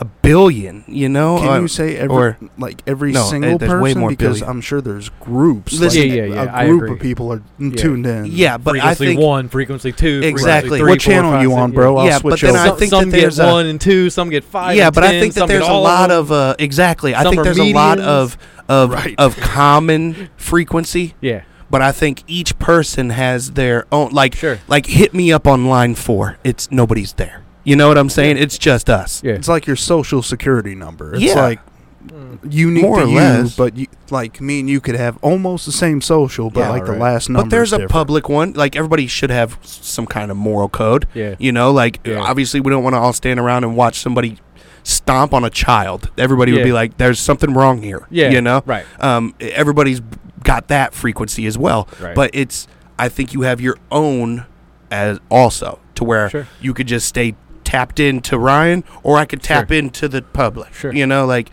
[SPEAKER 1] a billion, you know?
[SPEAKER 2] Can
[SPEAKER 1] Uh,
[SPEAKER 2] you say every
[SPEAKER 1] or-
[SPEAKER 2] like every
[SPEAKER 1] No,
[SPEAKER 2] single
[SPEAKER 1] there's way
[SPEAKER 2] person?
[SPEAKER 1] more
[SPEAKER 2] because
[SPEAKER 1] billion.
[SPEAKER 2] I'm sure there's groups.
[SPEAKER 1] Listen-
[SPEAKER 2] like,
[SPEAKER 3] Yeah, yeah, yeah, I
[SPEAKER 2] A group
[SPEAKER 3] agree.
[SPEAKER 2] of people are
[SPEAKER 3] Yeah.
[SPEAKER 2] tuned in.
[SPEAKER 1] yeah, but I
[SPEAKER 3] frequency
[SPEAKER 1] think
[SPEAKER 3] one, frequency two, frequency
[SPEAKER 1] Exactly.
[SPEAKER 3] three,
[SPEAKER 2] what
[SPEAKER 3] four,
[SPEAKER 2] channel
[SPEAKER 3] five,
[SPEAKER 2] you
[SPEAKER 3] six,
[SPEAKER 2] on,
[SPEAKER 3] yeah.
[SPEAKER 2] bro? I'll
[SPEAKER 1] Yeah,
[SPEAKER 2] switch
[SPEAKER 1] but then
[SPEAKER 2] over.
[SPEAKER 1] I-
[SPEAKER 3] Some,
[SPEAKER 1] think
[SPEAKER 3] some
[SPEAKER 1] that there's
[SPEAKER 3] get
[SPEAKER 1] a-
[SPEAKER 3] one and two, some get five.
[SPEAKER 1] yeah,
[SPEAKER 3] and
[SPEAKER 1] but I
[SPEAKER 3] 10,
[SPEAKER 1] think that
[SPEAKER 3] some get
[SPEAKER 1] there's a
[SPEAKER 3] all
[SPEAKER 1] lot
[SPEAKER 3] them.
[SPEAKER 1] of uh, exactly. I
[SPEAKER 3] Some
[SPEAKER 1] think
[SPEAKER 3] are
[SPEAKER 1] there's a lot
[SPEAKER 3] mediums.
[SPEAKER 1] of of
[SPEAKER 2] Right.
[SPEAKER 1] of common frequency,
[SPEAKER 3] Yeah,
[SPEAKER 1] but I think each person has their own. Like
[SPEAKER 3] sure.
[SPEAKER 1] like hit me up on line four. It's nobody's there. You know what I'm saying? It's just us.
[SPEAKER 3] Yeah,
[SPEAKER 2] It's like your social security number. It's
[SPEAKER 1] Yeah.
[SPEAKER 2] like
[SPEAKER 3] Mm.
[SPEAKER 2] unique
[SPEAKER 1] More
[SPEAKER 2] to
[SPEAKER 1] or
[SPEAKER 2] you,
[SPEAKER 1] less.
[SPEAKER 2] but you, like me and you could have almost the same social, but
[SPEAKER 1] Yeah,
[SPEAKER 2] like the
[SPEAKER 3] right.
[SPEAKER 2] last number.
[SPEAKER 1] But there's a
[SPEAKER 2] different.
[SPEAKER 1] public one. Like everybody should have s- some kind of moral code.
[SPEAKER 3] yeah.
[SPEAKER 1] You know, like
[SPEAKER 3] Yeah.
[SPEAKER 1] obviously we don't want to all stand around and watch somebody stomp on a child, everybody would
[SPEAKER 3] Yeah.
[SPEAKER 1] be like, "There's something wrong here."
[SPEAKER 3] Yeah,
[SPEAKER 1] you know,
[SPEAKER 3] right.
[SPEAKER 1] Um, everybody's got that frequency as well,
[SPEAKER 3] Right.
[SPEAKER 1] but it's I think you have your own as also to where
[SPEAKER 3] Sure.
[SPEAKER 1] you could just stay tapped into Ryan, or I could tap
[SPEAKER 3] Sure.
[SPEAKER 1] into the public.
[SPEAKER 3] Sure.
[SPEAKER 1] you know, like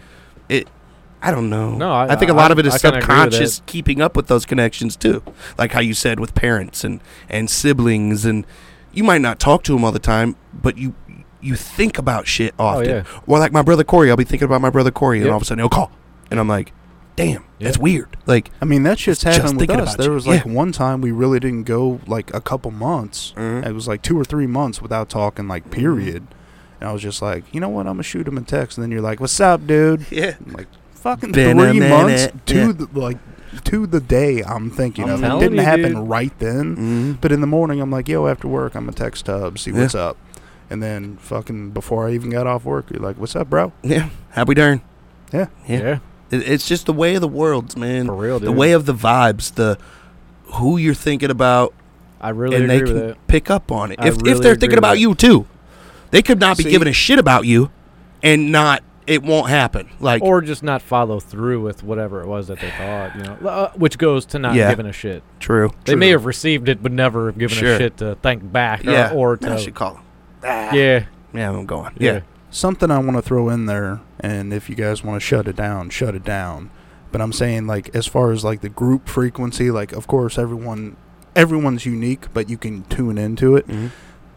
[SPEAKER 1] it. I don't know.
[SPEAKER 3] No, I-
[SPEAKER 1] think a
[SPEAKER 3] I-
[SPEAKER 1] lot of it is
[SPEAKER 3] I kinda agree with
[SPEAKER 1] subconscious keeping up with those connections too, like how you said with parents and and siblings, and you might not talk to them all the time, but you you think about shit often.
[SPEAKER 3] Oh, yeah.
[SPEAKER 1] Or like my brother Corey, I'll be thinking about my brother Corey, and
[SPEAKER 3] Yep.
[SPEAKER 1] all of a sudden he'll call, and I'm like, "Damn, that's
[SPEAKER 3] Yeah.
[SPEAKER 1] weird." Like,
[SPEAKER 2] I mean, that shit's
[SPEAKER 1] Just
[SPEAKER 2] happened with
[SPEAKER 1] thinking
[SPEAKER 2] us.
[SPEAKER 1] about
[SPEAKER 2] There
[SPEAKER 1] you.
[SPEAKER 2] was like
[SPEAKER 1] Yeah.
[SPEAKER 2] one time we really didn't go like a couple months.
[SPEAKER 1] Mm-hmm. uh,
[SPEAKER 2] It was like two or three months without talking, like period. And I was just like, you know what? I'm gonna shoot him a text, and then you're like, "What's up, dude?"
[SPEAKER 1] yeah,
[SPEAKER 2] I'm like fucking
[SPEAKER 1] Been a
[SPEAKER 2] three months
[SPEAKER 1] minute.
[SPEAKER 2] to
[SPEAKER 1] Yeah.
[SPEAKER 2] the like to the day. I'm thinking
[SPEAKER 3] I'm
[SPEAKER 2] of it
[SPEAKER 3] telling
[SPEAKER 2] didn't
[SPEAKER 3] you,
[SPEAKER 2] happen
[SPEAKER 3] dude.
[SPEAKER 2] right then,
[SPEAKER 1] mm-hmm.
[SPEAKER 2] but in the morning I'm like, "Yo, after work, I'm gonna text Tub, see
[SPEAKER 1] Yeah.
[SPEAKER 2] what's up." And then fucking before I even got off work, you're like, "What's up, bro?"
[SPEAKER 1] yeah, happy darn.
[SPEAKER 2] Yeah.
[SPEAKER 1] yeah. It, it's just the way of the worlds, man.
[SPEAKER 3] for real, dude.
[SPEAKER 1] the way of the vibes, the who you're thinking about,
[SPEAKER 3] I really
[SPEAKER 1] and they
[SPEAKER 3] agree with
[SPEAKER 1] can
[SPEAKER 3] it.
[SPEAKER 1] pick up on it.
[SPEAKER 3] I
[SPEAKER 1] If, if
[SPEAKER 3] really
[SPEAKER 1] they're
[SPEAKER 3] agree
[SPEAKER 1] thinking
[SPEAKER 3] with
[SPEAKER 1] about
[SPEAKER 3] that.
[SPEAKER 1] you too, they could not be
[SPEAKER 2] See?
[SPEAKER 1] giving a shit about you, and not it won't happen. Like
[SPEAKER 3] or just not follow through with whatever it was that they thought, you know, uh, which goes to not
[SPEAKER 1] Yeah.
[SPEAKER 3] giving a shit.
[SPEAKER 1] true.
[SPEAKER 3] They may have received it, but never have given
[SPEAKER 1] Sure.
[SPEAKER 3] a shit to think back or,
[SPEAKER 1] yeah,
[SPEAKER 3] or to.
[SPEAKER 1] I should call 'em. Ah,
[SPEAKER 3] yeah,
[SPEAKER 1] yeah, I'm going.
[SPEAKER 3] yeah,
[SPEAKER 1] Yeah,
[SPEAKER 2] Something I want to throw in there, and if you guys want to shut it down, shut it down. But I'm saying like as far as like the group frequency, like of course everyone everyone's unique, but you can tune into it.
[SPEAKER 1] Mhm.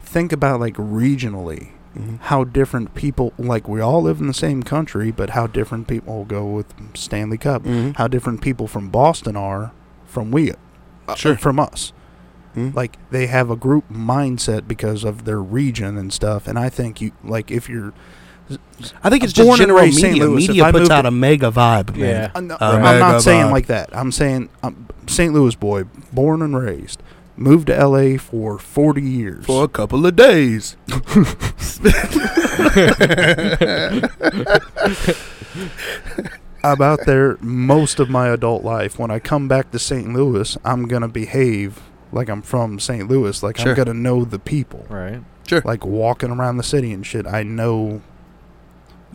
[SPEAKER 2] Think about like regionally.
[SPEAKER 1] Mhm.
[SPEAKER 2] how different people like we all live in the same country but how different people will go with stanley cup
[SPEAKER 1] Mhm.
[SPEAKER 2] how different people from boston are from we uh,
[SPEAKER 1] Sure.
[SPEAKER 2] from us
[SPEAKER 1] Mhm.
[SPEAKER 2] like they have a group mindset because of their region and stuff and i think you like if you're
[SPEAKER 1] I think it's
[SPEAKER 2] Born
[SPEAKER 1] just
[SPEAKER 2] and
[SPEAKER 1] general
[SPEAKER 2] raised St.
[SPEAKER 1] media.
[SPEAKER 2] Louis,
[SPEAKER 1] media
[SPEAKER 2] if I
[SPEAKER 1] puts
[SPEAKER 2] moved
[SPEAKER 1] out
[SPEAKER 2] to-
[SPEAKER 1] a mega vibe, man.
[SPEAKER 3] yeah.
[SPEAKER 2] uh, no,
[SPEAKER 1] Oh my
[SPEAKER 2] i'm not
[SPEAKER 1] God.
[SPEAKER 2] saying like that i'm saying i'm st louis boy born and raised moved to la for 40 years
[SPEAKER 1] for a couple of days.
[SPEAKER 2] <laughs> I'm out there most of my adult life. When I come back to St. Louis, I'm gonna behave like I'm from St. Louis. Like
[SPEAKER 1] Sure.
[SPEAKER 2] I'm gonna know the people.
[SPEAKER 3] Right.
[SPEAKER 2] Like walking around the city and shit, I know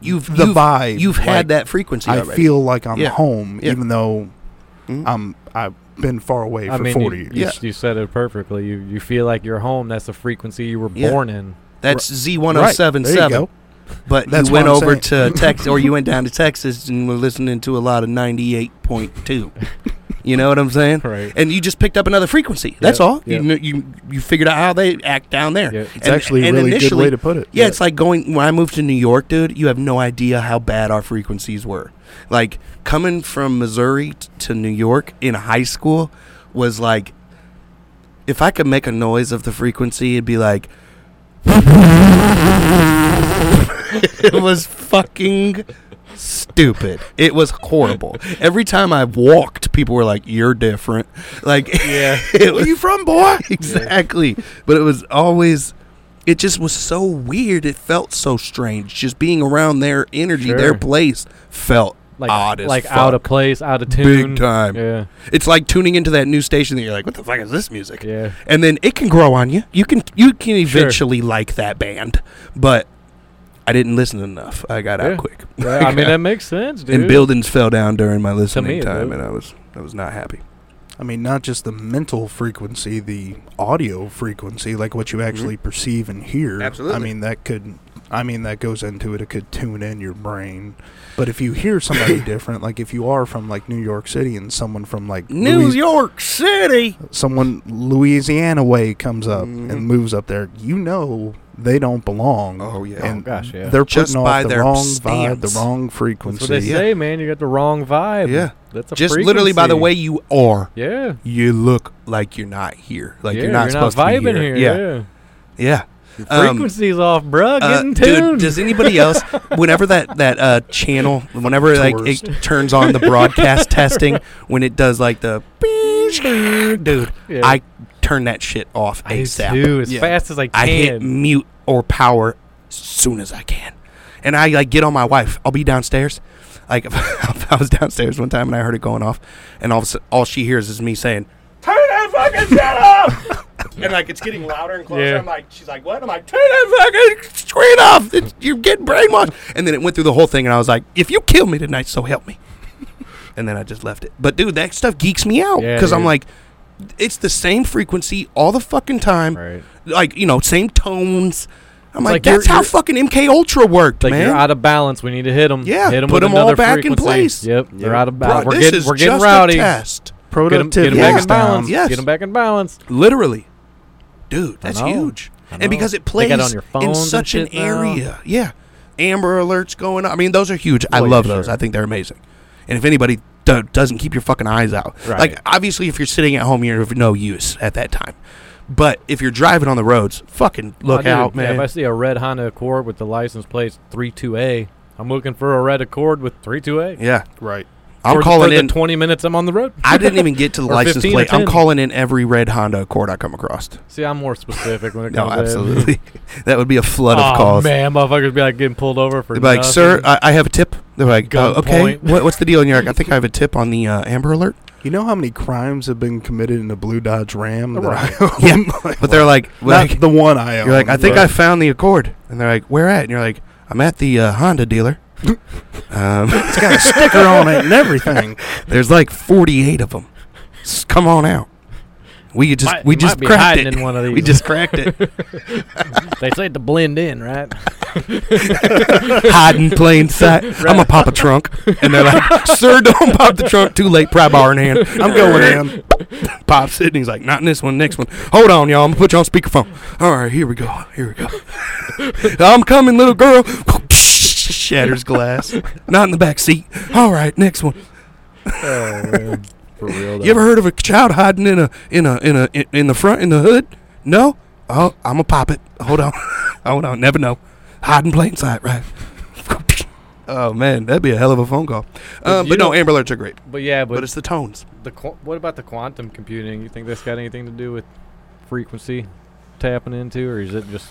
[SPEAKER 1] You've
[SPEAKER 2] the
[SPEAKER 1] you've,
[SPEAKER 2] vibe.
[SPEAKER 1] you've
[SPEAKER 2] Like,
[SPEAKER 1] had that frequency.
[SPEAKER 2] I
[SPEAKER 1] already.
[SPEAKER 2] feel like I'm
[SPEAKER 1] Yeah.
[SPEAKER 2] home,
[SPEAKER 1] Yeah.
[SPEAKER 2] even though
[SPEAKER 1] Mhm.
[SPEAKER 2] I'm I've been far away
[SPEAKER 3] I
[SPEAKER 2] for
[SPEAKER 3] mean, you,
[SPEAKER 2] 40
[SPEAKER 3] you,
[SPEAKER 2] years.
[SPEAKER 1] Yeah.
[SPEAKER 3] s- you said it perfectly. You you feel like you're home. That's the frequency you were
[SPEAKER 1] Yeah.
[SPEAKER 3] born in.
[SPEAKER 1] That's Z one oh
[SPEAKER 2] Right,
[SPEAKER 1] seven
[SPEAKER 2] there you
[SPEAKER 1] seven.
[SPEAKER 2] go.
[SPEAKER 1] But
[SPEAKER 2] That's
[SPEAKER 1] you went
[SPEAKER 2] what I'm
[SPEAKER 1] over to Texas, or you went down to Texas and were listening to a lot of 98.2. you know what I'm saying?
[SPEAKER 3] Right.
[SPEAKER 1] And you just picked up another frequency. That's
[SPEAKER 3] Yeah,
[SPEAKER 1] all.
[SPEAKER 3] yeah.
[SPEAKER 1] You kn- you you figured out how they act down there.
[SPEAKER 3] Yeah.
[SPEAKER 2] It's actually a really good way to put it.
[SPEAKER 1] Yeah, it's like going when I moved to New York, dude. You have no idea how bad our frequencies were. Like coming from Missouri t- to New York in high school was like, if I could make a noise of the frequency, it'd be like, <laughs> it was fucking stupid. It was horrible. Every time I walked, people were like, "You're different." Like, <laughs>
[SPEAKER 3] Yeah. <laughs>
[SPEAKER 1] it
[SPEAKER 2] Where
[SPEAKER 1] was
[SPEAKER 2] you from, boy?
[SPEAKER 1] <laughs> exactly. But it was always, it just was so weird. It felt so strange. Just being around their energy, their
[SPEAKER 3] Sure.
[SPEAKER 1] place felt
[SPEAKER 3] Like
[SPEAKER 1] odd as
[SPEAKER 3] like
[SPEAKER 1] fuck.
[SPEAKER 3] out of place, out of tune.
[SPEAKER 1] big time.
[SPEAKER 3] Yeah.
[SPEAKER 1] It's like tuning into that new station that you're like, what the fuck is this music?
[SPEAKER 3] Yeah.
[SPEAKER 1] And then it can grow on you. You can you can
[SPEAKER 3] Sure.
[SPEAKER 1] eventually like that band, but I didn't listen enough. <laughs> I got
[SPEAKER 3] Yeah.
[SPEAKER 1] out quick.
[SPEAKER 3] Yeah, I mean, that makes sense, dude.
[SPEAKER 1] and buildings fell down during my listening
[SPEAKER 3] me it
[SPEAKER 1] time,
[SPEAKER 3] did.
[SPEAKER 1] and I was I was not happy.
[SPEAKER 2] I mean, not just the mental frequency, the audio frequency, like what you actually perceive and hear. I
[SPEAKER 1] Absolutely.
[SPEAKER 2] mean, that could, I mean, that goes into it. It could tune in your brain. But if you
[SPEAKER 1] <laughs>
[SPEAKER 2] hear somebody different, like if you are from like New York City and someone from like
[SPEAKER 1] New
[SPEAKER 2] Louis-
[SPEAKER 1] York City.
[SPEAKER 2] someone Louisiana way comes up
[SPEAKER 1] Mhm.
[SPEAKER 2] and moves up there, you know they don't belong.
[SPEAKER 1] Oh, yeah.
[SPEAKER 2] and
[SPEAKER 3] Oh, gosh, yeah.
[SPEAKER 2] They're
[SPEAKER 1] Just
[SPEAKER 2] putting
[SPEAKER 1] by
[SPEAKER 2] off the
[SPEAKER 1] their
[SPEAKER 2] wrong vibe,
[SPEAKER 1] stance.
[SPEAKER 2] the wrong
[SPEAKER 3] That's
[SPEAKER 2] frequency.
[SPEAKER 3] what they
[SPEAKER 1] yeah.
[SPEAKER 3] say, man. You got the wrong vibe.
[SPEAKER 1] Yeah.
[SPEAKER 3] That's a
[SPEAKER 1] Just literally by the
[SPEAKER 3] frequency.
[SPEAKER 1] way you are.
[SPEAKER 3] Yeah.
[SPEAKER 1] you look like you're not here. Like
[SPEAKER 3] yeah,
[SPEAKER 1] you're not supposed
[SPEAKER 3] vibing
[SPEAKER 1] to be here.
[SPEAKER 3] here.
[SPEAKER 1] Yeah,
[SPEAKER 3] Yeah.
[SPEAKER 1] yeah. Um,
[SPEAKER 3] Frequency's off, bruh. Get
[SPEAKER 1] uh,
[SPEAKER 3] in tune.
[SPEAKER 1] dude, does anybody
[SPEAKER 3] <laughs>
[SPEAKER 1] else? Whenever that that uh, channel, whenever like
[SPEAKER 2] Tours.
[SPEAKER 1] it turns on
[SPEAKER 3] <laughs>
[SPEAKER 1] the broadcast testing, when it does like the, <laughs> dude,
[SPEAKER 3] Yeah.
[SPEAKER 1] I turn that shit off
[SPEAKER 3] I
[SPEAKER 1] ASAP.
[SPEAKER 3] do as
[SPEAKER 2] Yeah.
[SPEAKER 3] fast as I
[SPEAKER 1] I hit
[SPEAKER 3] can.
[SPEAKER 1] mute or power soon as I can. And I like get on my wife. I'll be downstairs. Like <laughs> I was downstairs one time and I heard it going off, <laughs> and all of a sudden, all she hears is me saying, "Turn that fucking shit off."
[SPEAKER 4] And like it's getting louder and closer.
[SPEAKER 3] Yeah.
[SPEAKER 4] I'm like, she's like, what? I'm like,
[SPEAKER 1] Turn that fucking screen off. It's, you're getting brainwashed. And then it went through the whole thing, and I was like, if you kill me tonight, so help me. <laughs> and then I just left it. But dude, that stuff geeks me out
[SPEAKER 3] Yeah,
[SPEAKER 1] because I'm
[SPEAKER 3] dude.
[SPEAKER 1] like, it's the same frequency all the fucking time.
[SPEAKER 3] Right.
[SPEAKER 1] Like you know, same tones. I'm like,
[SPEAKER 3] like you're-
[SPEAKER 1] that's how
[SPEAKER 3] you're-
[SPEAKER 1] fucking MK Ultra worked,
[SPEAKER 3] Like
[SPEAKER 1] man.
[SPEAKER 3] you're out of balance. We need to hit them.
[SPEAKER 1] Yeah,
[SPEAKER 3] Hit them
[SPEAKER 1] put
[SPEAKER 3] with
[SPEAKER 1] 'em all
[SPEAKER 3] another
[SPEAKER 1] back in
[SPEAKER 3] frequency.
[SPEAKER 1] place.
[SPEAKER 3] Yep. They're out of
[SPEAKER 1] Bro,
[SPEAKER 3] balance. we're
[SPEAKER 1] this
[SPEAKER 3] getting
[SPEAKER 1] is
[SPEAKER 3] we're getting
[SPEAKER 1] just a
[SPEAKER 3] rowdy.
[SPEAKER 1] test.
[SPEAKER 3] Get 'em- Get
[SPEAKER 2] Productivity.
[SPEAKER 3] 'em back
[SPEAKER 1] Yeah.
[SPEAKER 3] in balance.
[SPEAKER 1] Yes.
[SPEAKER 3] Get them back in balance.
[SPEAKER 1] Literally. Dude, that's
[SPEAKER 3] know.
[SPEAKER 1] huge.
[SPEAKER 3] I
[SPEAKER 1] And because
[SPEAKER 3] know.
[SPEAKER 1] it
[SPEAKER 3] They
[SPEAKER 1] plays
[SPEAKER 3] got it on your
[SPEAKER 1] in
[SPEAKER 3] phones and
[SPEAKER 1] such an
[SPEAKER 3] shit now.
[SPEAKER 1] area. Yeah. Amber alerts going on. I mean, those are huge. I
[SPEAKER 3] Oh, yeah,
[SPEAKER 1] love those.
[SPEAKER 3] sure.
[SPEAKER 1] I think they're amazing. And if anybody do- doesn't keep your fucking eyes out,
[SPEAKER 3] Right.
[SPEAKER 1] like obviously if you're sitting at home, you're of no use at that time. But if you're driving on the roads, fucking
[SPEAKER 3] Oh,
[SPEAKER 1] look
[SPEAKER 3] dude,
[SPEAKER 1] out,
[SPEAKER 3] yeah,
[SPEAKER 1] man.
[SPEAKER 3] if I see a red Honda Accord with the license plates 32A, I'm looking for a red Accord with 32A.
[SPEAKER 1] yeah.
[SPEAKER 2] Right.
[SPEAKER 1] I'm
[SPEAKER 3] for,
[SPEAKER 1] calling
[SPEAKER 3] for
[SPEAKER 1] in.
[SPEAKER 3] The 20 minutes I'm on the road.
[SPEAKER 1] I
[SPEAKER 3] <laughs>
[SPEAKER 1] didn't even get to the
[SPEAKER 3] Or
[SPEAKER 1] license
[SPEAKER 3] 15 or
[SPEAKER 1] plate. I'm
[SPEAKER 3] 10.
[SPEAKER 1] calling in every red Honda Accord I come across.
[SPEAKER 3] See, I'm more specific when it
[SPEAKER 1] e- No,
[SPEAKER 3] comes to
[SPEAKER 1] absolutely. <laughs> that would be a flood of
[SPEAKER 3] oh,
[SPEAKER 1] calls.
[SPEAKER 3] man, motherfuckers be like getting pulled over for
[SPEAKER 1] They'd be like, sir, I, I have a tip. They're like, uh, okay,
[SPEAKER 3] Gunpoint.
[SPEAKER 1] what, what's the deal? And you're like, I think I have a tip on the uh, Amber Alert.
[SPEAKER 2] You know how many crimes have been committed in the blue Dodge Ram that
[SPEAKER 3] Right.
[SPEAKER 2] I own? <laughs>
[SPEAKER 1] Yeah,
[SPEAKER 2] Like,
[SPEAKER 1] But they're like,
[SPEAKER 2] not
[SPEAKER 1] like-
[SPEAKER 2] the one I own.
[SPEAKER 1] you're like, I think
[SPEAKER 2] but-
[SPEAKER 1] I found the Accord. And they're like, where at? And you're like, I'm at the uh, Honda
[SPEAKER 3] <laughs>
[SPEAKER 1] dealer. um,
[SPEAKER 2] it's got a sticker on it and everything.
[SPEAKER 1] there's like 48 of them. come on out. We could just
[SPEAKER 3] Might-
[SPEAKER 1] we
[SPEAKER 3] might
[SPEAKER 1] just
[SPEAKER 3] be
[SPEAKER 1] cracked
[SPEAKER 3] hiding
[SPEAKER 1] it.
[SPEAKER 3] in one of
[SPEAKER 1] We
[SPEAKER 3] these.
[SPEAKER 1] just cracked it.
[SPEAKER 3] <laughs> they say to blend in, right?
[SPEAKER 1] <laughs> Hiding plain sight. I'm gonna pop a trunk,
[SPEAKER 3] <laughs>
[SPEAKER 1] and they're like, "Sir, don't pop the trunk. Too late. Pry bar in hand. I'm going
[SPEAKER 3] <laughs>
[SPEAKER 1] in." Pops it, and he's like, "Not in this one. Next one. Hold on, y'all. I'm gonna put you on speakerphone. All right, here we go. Here we go.
[SPEAKER 3] <laughs>
[SPEAKER 1] I'm coming, little girl." <laughs> Shatters glass. Not in the back seat. All right, next one.
[SPEAKER 3] oh, man. For real.
[SPEAKER 1] You ever heard of a child hiding in a in a in a in, the front in the hood? No. Oh, I'm gonna pop it. Hold on. <laughs> Hold on. Never know. Hide in plain sight, right? <laughs> oh man, that'd be a hell of a phone call.
[SPEAKER 3] But
[SPEAKER 1] Um,
[SPEAKER 3] you
[SPEAKER 1] but no,
[SPEAKER 3] don't-
[SPEAKER 1] Amber Alerts are great.
[SPEAKER 3] But yeah,
[SPEAKER 1] But,
[SPEAKER 3] but,
[SPEAKER 1] it's the tones.
[SPEAKER 3] the qu- what about the quantum computing? You think that's got anything to do with frequency tapping into, or is it just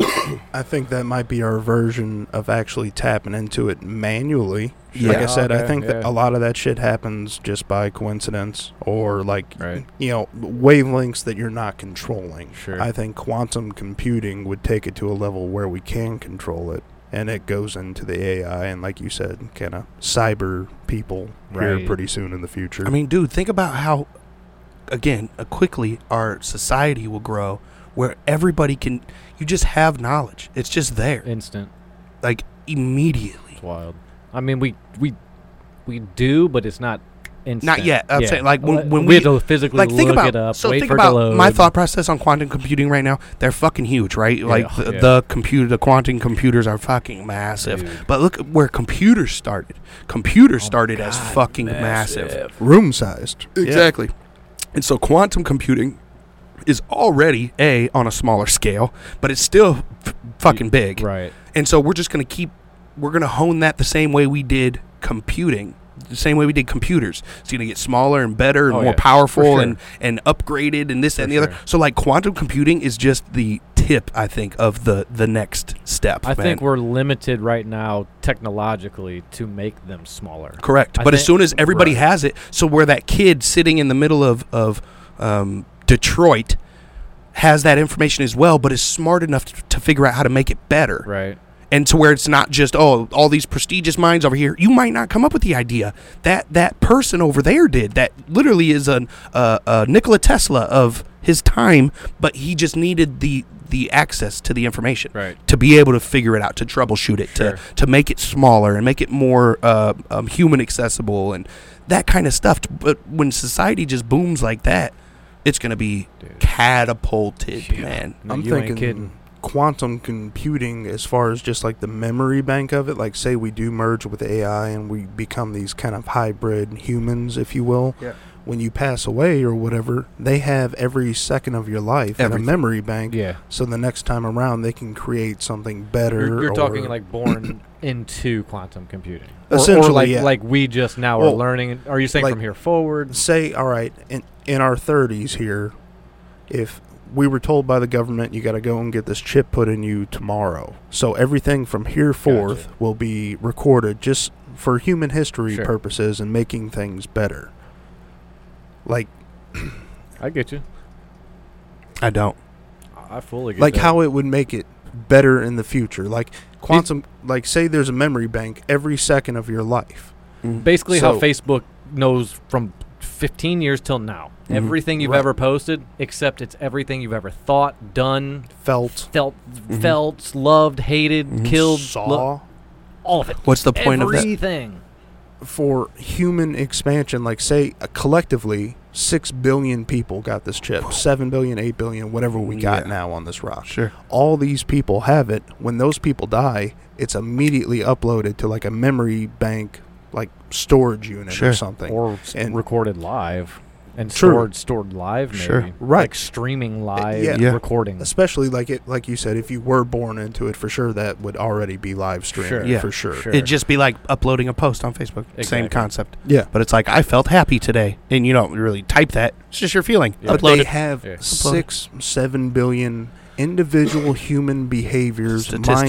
[SPEAKER 2] <laughs> I think that might be our version of actually tapping into it manually. Like
[SPEAKER 1] Yeah.
[SPEAKER 2] I said, I
[SPEAKER 3] Okay,
[SPEAKER 2] think that
[SPEAKER 3] yeah.
[SPEAKER 2] a lot of that shit happens just by coincidence or like
[SPEAKER 3] Right.
[SPEAKER 2] you know wavelengths that you're not controlling.
[SPEAKER 3] Sure.
[SPEAKER 2] I think quantum computing would take it to a level where we can control it, and it goes into the AI and, like you said, kind of cyber people
[SPEAKER 3] Right.
[SPEAKER 2] here pretty soon in the future.
[SPEAKER 1] I mean, dude, think about how again uh, quickly our society will grow, where everybody can. You just have knowledge. It's just there,
[SPEAKER 3] instant?
[SPEAKER 1] like immediately.
[SPEAKER 3] It's wild. I mean, we we we do, but it's not instant.
[SPEAKER 1] yet. I'm saying, like, when-
[SPEAKER 3] Well,
[SPEAKER 1] when
[SPEAKER 3] we,
[SPEAKER 1] we-
[SPEAKER 3] have to physically
[SPEAKER 1] like
[SPEAKER 3] look
[SPEAKER 1] think about
[SPEAKER 3] it up,
[SPEAKER 1] so
[SPEAKER 3] wait
[SPEAKER 1] think
[SPEAKER 3] for it to
[SPEAKER 1] about
[SPEAKER 3] load.
[SPEAKER 1] my thought process on quantum computing right now. They're fucking huge, right? Like
[SPEAKER 3] Yeah.
[SPEAKER 1] the,
[SPEAKER 3] Yeah.
[SPEAKER 1] the computer, the quantum computers are fucking massive.
[SPEAKER 3] Dude. Oh
[SPEAKER 1] But look at where computers started. Computers started as
[SPEAKER 3] God,
[SPEAKER 1] fucking massive.
[SPEAKER 2] room sized.
[SPEAKER 1] Exactly. And so quantum computing is already a on a smaller scale, but it's still f- fucking big.
[SPEAKER 3] Right.
[SPEAKER 1] And so we're just going to keep, we're going to hone that the same way we did computing, the same way we did computers. It's going to get smaller and better and
[SPEAKER 3] Oh,
[SPEAKER 1] more
[SPEAKER 3] yeah, for
[SPEAKER 1] powerful
[SPEAKER 3] sure.
[SPEAKER 1] and, and upgraded and this that, and the
[SPEAKER 3] For
[SPEAKER 1] other.
[SPEAKER 3] sure.
[SPEAKER 1] So like quantum computing is just the tip, I think, of the the next step.
[SPEAKER 3] I think
[SPEAKER 1] man.
[SPEAKER 3] we're limited right now technologically to make them smaller.
[SPEAKER 1] correct.
[SPEAKER 3] I
[SPEAKER 1] but as
[SPEAKER 3] think-
[SPEAKER 1] soon as everybody
[SPEAKER 3] right.
[SPEAKER 1] has it, so where that kid sitting in the middle of of um, Detroit has that information as well, but is smart enough to, to figure out how to make it better.
[SPEAKER 3] Right.
[SPEAKER 1] and to where it's not just oh all these prestigious minds over here you might not come up with the idea that that person over there did that literally is an uh, uh, nikola tesla of his time but he just needed the the access to the information
[SPEAKER 3] Right.
[SPEAKER 1] to be able to figure it out to troubleshoot it
[SPEAKER 3] Sure.
[SPEAKER 1] to to make it smaller and make it more uh, um, human accessible and that kind of stuff but when society just booms like that it's going to be
[SPEAKER 3] Dude.
[SPEAKER 1] catapulted
[SPEAKER 3] Yeah.
[SPEAKER 1] man
[SPEAKER 3] No,
[SPEAKER 2] I'm
[SPEAKER 3] you ain't
[SPEAKER 2] thinking
[SPEAKER 3] kidding.
[SPEAKER 2] quantum computing as far as just like the memory bank of it. Like, say we do merge with AI and we become these kind of hybrid humans, if you will.
[SPEAKER 1] Yeah.
[SPEAKER 2] When you pass away or whatever, they have every second of your life
[SPEAKER 1] Everything.
[SPEAKER 2] in a memory bank.
[SPEAKER 3] Yeah.
[SPEAKER 2] So the next time around, they can create something better.
[SPEAKER 3] You're, you're talking
[SPEAKER 2] or-
[SPEAKER 3] like born <coughs> into quantum
[SPEAKER 2] <coughs>
[SPEAKER 3] computing. or,
[SPEAKER 2] Essentially,
[SPEAKER 3] or like
[SPEAKER 2] yeah.
[SPEAKER 3] like we just now are
[SPEAKER 2] Well,
[SPEAKER 3] learning. Are you saying
[SPEAKER 2] like-
[SPEAKER 3] from here forward?
[SPEAKER 2] say, all right, in, in our 30s here, if we were told by the government you got to go and get this chip put in you tomorrow, so everything from here forth will be recorded just for human history
[SPEAKER 3] Sure.
[SPEAKER 2] purposes and making things better. Like
[SPEAKER 3] I get you.
[SPEAKER 1] I don't.
[SPEAKER 3] I fully get
[SPEAKER 2] like
[SPEAKER 3] that.
[SPEAKER 2] how it would make it better in the future like quantum like say there's a memory bank every second of your life
[SPEAKER 3] basically how
[SPEAKER 2] So-
[SPEAKER 3] Facebook knows from 15 years till now.
[SPEAKER 1] Mhm.
[SPEAKER 3] Everything you've
[SPEAKER 2] Mm-hmm. Right.
[SPEAKER 3] ever posted, except it's everything you've ever thought, done,
[SPEAKER 2] felt
[SPEAKER 3] felt, felt, loved, hated,
[SPEAKER 1] Mhm.
[SPEAKER 3] killed, lo-
[SPEAKER 2] Mm-hmm. saw
[SPEAKER 3] all of it.
[SPEAKER 1] What's the point of that?
[SPEAKER 3] Everything.
[SPEAKER 2] for human expansion like say uh, collectively 6 billion people got this chip 7 billion 8 billion whatever we got
[SPEAKER 1] Yeah.
[SPEAKER 2] now on this rock
[SPEAKER 1] Sure.
[SPEAKER 2] all these people have it when those people die it's immediately uploaded to like a memory bank like storage unit
[SPEAKER 1] Sure.
[SPEAKER 2] or something
[SPEAKER 3] or s-
[SPEAKER 2] And-
[SPEAKER 3] recorded live and
[SPEAKER 2] True.
[SPEAKER 3] stored stored live maybe
[SPEAKER 1] Sure. Uh,
[SPEAKER 2] Right.
[SPEAKER 3] like streaming live
[SPEAKER 2] yeah.
[SPEAKER 1] Yeah.
[SPEAKER 3] recording
[SPEAKER 2] especially like it like you said if you were born into it for sure that would already be live streamed
[SPEAKER 3] Sure.
[SPEAKER 1] Yeah.
[SPEAKER 2] for sure,
[SPEAKER 1] It'd just be like uploading a post on Facebook. Same
[SPEAKER 3] Exactly.
[SPEAKER 1] concept.
[SPEAKER 2] yeah
[SPEAKER 1] But it's like I felt happy today, and you don't really type that. It's just your feeling.
[SPEAKER 3] Yeah.
[SPEAKER 2] but
[SPEAKER 1] Upload
[SPEAKER 2] they
[SPEAKER 1] it.
[SPEAKER 2] have
[SPEAKER 3] Yeah.
[SPEAKER 2] six seven billion individual human behaviors
[SPEAKER 1] Statistics to it,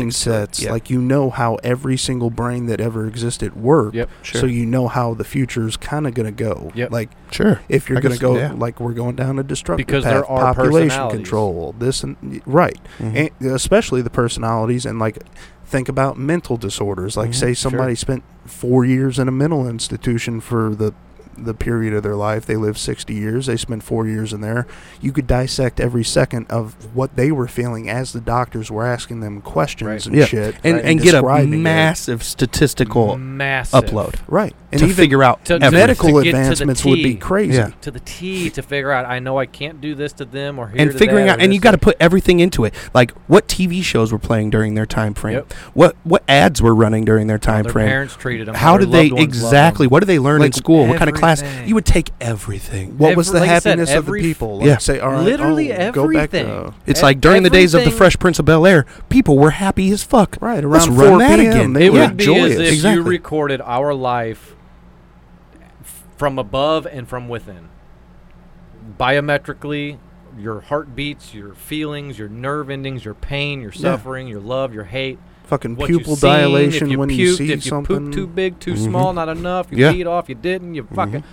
[SPEAKER 2] mindsets
[SPEAKER 1] yeah.
[SPEAKER 2] like you know how every single brain that ever existed worked
[SPEAKER 3] yep
[SPEAKER 1] Sure.
[SPEAKER 2] so you know how the future's kind of gonna go
[SPEAKER 3] Yep.
[SPEAKER 2] like
[SPEAKER 1] sure.
[SPEAKER 2] if you're
[SPEAKER 1] I
[SPEAKER 2] going to
[SPEAKER 1] guess-
[SPEAKER 2] go
[SPEAKER 1] yeah.
[SPEAKER 2] like we're going down a destructive
[SPEAKER 3] Because
[SPEAKER 2] path,
[SPEAKER 3] there are
[SPEAKER 2] population
[SPEAKER 3] personalities.
[SPEAKER 2] control, this and right,
[SPEAKER 1] Mm-hmm.
[SPEAKER 2] and especially the personalities and like think about mental disorders. Like
[SPEAKER 1] Mhm,
[SPEAKER 3] Mm-hmm,
[SPEAKER 2] say somebody spent four years in a mental institution for the the period of their life they lived 60 years they spent four years in there you could dissect every second of what they were feeling as the doctors were asking them questions
[SPEAKER 3] Right.
[SPEAKER 2] and
[SPEAKER 1] Yeah.
[SPEAKER 2] shit
[SPEAKER 1] and
[SPEAKER 2] right,
[SPEAKER 1] and get a
[SPEAKER 2] describing it.
[SPEAKER 1] massive statistical
[SPEAKER 3] massive
[SPEAKER 1] upload
[SPEAKER 2] right and
[SPEAKER 1] to
[SPEAKER 2] even
[SPEAKER 1] figure out
[SPEAKER 3] Mm-hmm. To- to-
[SPEAKER 1] everything.
[SPEAKER 2] medical
[SPEAKER 3] To get to the
[SPEAKER 2] advancements would be
[SPEAKER 3] T.
[SPEAKER 2] crazy
[SPEAKER 1] Yeah.
[SPEAKER 3] to the T to figure out I know I can't do this to them or here
[SPEAKER 1] and
[SPEAKER 3] to
[SPEAKER 1] figuring
[SPEAKER 3] that or
[SPEAKER 1] out and
[SPEAKER 3] this
[SPEAKER 1] you got to
[SPEAKER 3] to-
[SPEAKER 1] put everything into it like what tv shows were playing during their time frame
[SPEAKER 3] Yep.
[SPEAKER 1] what what ads were running during their
[SPEAKER 3] how
[SPEAKER 1] time
[SPEAKER 3] their
[SPEAKER 1] frame
[SPEAKER 3] parents treated them
[SPEAKER 1] how did they exactly what did they learn in
[SPEAKER 2] Like
[SPEAKER 1] school what kind of class
[SPEAKER 3] everything.
[SPEAKER 1] you would take everything
[SPEAKER 2] What was the
[SPEAKER 3] Every- like I said,
[SPEAKER 2] happiness of
[SPEAKER 3] every
[SPEAKER 2] the
[SPEAKER 3] f-
[SPEAKER 2] people?
[SPEAKER 1] Yeah.
[SPEAKER 2] say, all right,
[SPEAKER 3] Literally
[SPEAKER 2] oh, go back to-
[SPEAKER 3] everything.
[SPEAKER 1] it's
[SPEAKER 3] E-
[SPEAKER 1] like during the days of the
[SPEAKER 3] everything-
[SPEAKER 1] Fresh Prince of Bel Air, people were happy as fuck.
[SPEAKER 2] right
[SPEAKER 1] Let's
[SPEAKER 2] around
[SPEAKER 1] run
[SPEAKER 2] 4
[SPEAKER 1] that
[SPEAKER 2] p.m.
[SPEAKER 1] again.
[SPEAKER 2] They
[SPEAKER 1] It
[SPEAKER 2] were
[SPEAKER 1] Yeah.
[SPEAKER 3] would be
[SPEAKER 2] joyous.
[SPEAKER 3] as if
[SPEAKER 1] Exactly.
[SPEAKER 3] you recorded our life f- from above and from within biometrically your heartbeats your feelings your nerve endings your pain your
[SPEAKER 2] Yeah.
[SPEAKER 3] suffering your love your hate
[SPEAKER 2] Fucking
[SPEAKER 3] what
[SPEAKER 2] pupil
[SPEAKER 3] you seen,
[SPEAKER 2] dilation
[SPEAKER 3] if you
[SPEAKER 2] when
[SPEAKER 3] puked,
[SPEAKER 2] you see
[SPEAKER 3] if you
[SPEAKER 2] something. Mm-hmm.
[SPEAKER 3] pooped too big, too
[SPEAKER 1] Mhm.
[SPEAKER 3] small, not enough, you
[SPEAKER 1] Yeah.
[SPEAKER 3] peed off, you didn't, you fucking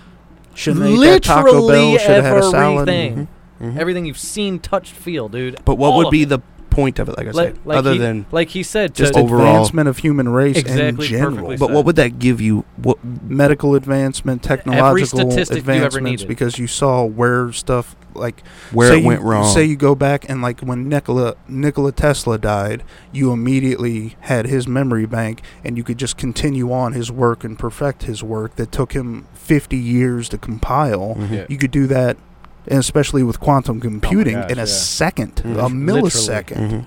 [SPEAKER 2] Shouldn't have ate that Taco Bell.
[SPEAKER 3] literally
[SPEAKER 2] Should have had a salad.
[SPEAKER 3] everything,
[SPEAKER 1] Mhm.
[SPEAKER 3] everything you've seen, touched, feel, dude.
[SPEAKER 1] But what
[SPEAKER 3] All
[SPEAKER 1] would
[SPEAKER 3] of
[SPEAKER 1] be
[SPEAKER 3] it.
[SPEAKER 1] the point of it? Like I
[SPEAKER 3] like,
[SPEAKER 1] said,
[SPEAKER 3] like
[SPEAKER 1] other
[SPEAKER 3] he,
[SPEAKER 1] than
[SPEAKER 3] like he said,
[SPEAKER 1] just
[SPEAKER 3] to,
[SPEAKER 1] over- overall-
[SPEAKER 2] advancement of human race
[SPEAKER 3] Exactly,
[SPEAKER 2] in general.
[SPEAKER 3] perfectly
[SPEAKER 1] but what would that give you? What
[SPEAKER 2] Medical advancement, technological
[SPEAKER 3] statistic you ever
[SPEAKER 2] advancements,
[SPEAKER 3] needed.
[SPEAKER 2] because you saw where stuff like
[SPEAKER 1] where
[SPEAKER 2] say
[SPEAKER 1] it went
[SPEAKER 2] you,
[SPEAKER 1] wrong?
[SPEAKER 2] Say you go back and like when Nikola Nikola Tesla died, you immediately had his memory bank, and you could just continue on his work and perfect his work that took him 50 years to compile.
[SPEAKER 1] Mhm.
[SPEAKER 3] Yeah.
[SPEAKER 2] You could do that, and especially with quantum computing,
[SPEAKER 3] Oh gosh,
[SPEAKER 2] in a
[SPEAKER 3] yeah.
[SPEAKER 2] second, a
[SPEAKER 1] Mhm.
[SPEAKER 2] millisecond.
[SPEAKER 3] Mm-hmm.
[SPEAKER 1] Mhm.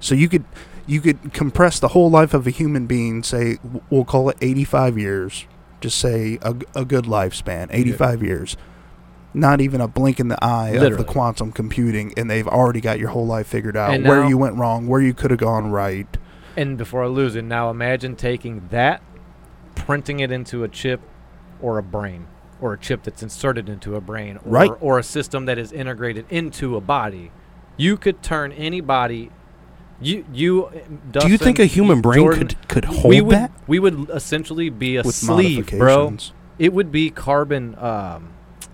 [SPEAKER 2] So you could you could compress the whole life of a human being. Say w- we'll call it 85 years. Just say a, g- a good lifespan, 85 years. Not even a blink in the eye of
[SPEAKER 3] Literally.
[SPEAKER 2] the quantum computing, and they've already got your whole life figured out.
[SPEAKER 3] And
[SPEAKER 2] where
[SPEAKER 3] now-
[SPEAKER 2] you went wrong, where you could have gone right.
[SPEAKER 3] And before I lose it, now imagine taking that, printing it into a chip or a brain or a chip that's inserted into a brain or,
[SPEAKER 2] Right.
[SPEAKER 3] or a system that is integrated into a body. You could turn any body. You, you,
[SPEAKER 1] Do you
[SPEAKER 3] Dustin,
[SPEAKER 1] think a human brain
[SPEAKER 3] Jordan,
[SPEAKER 1] could could hold
[SPEAKER 3] we would,
[SPEAKER 1] that?
[SPEAKER 3] We would essentially be a
[SPEAKER 2] With
[SPEAKER 3] sleeve, bro.
[SPEAKER 2] modifications.
[SPEAKER 3] It would be carbon. Um,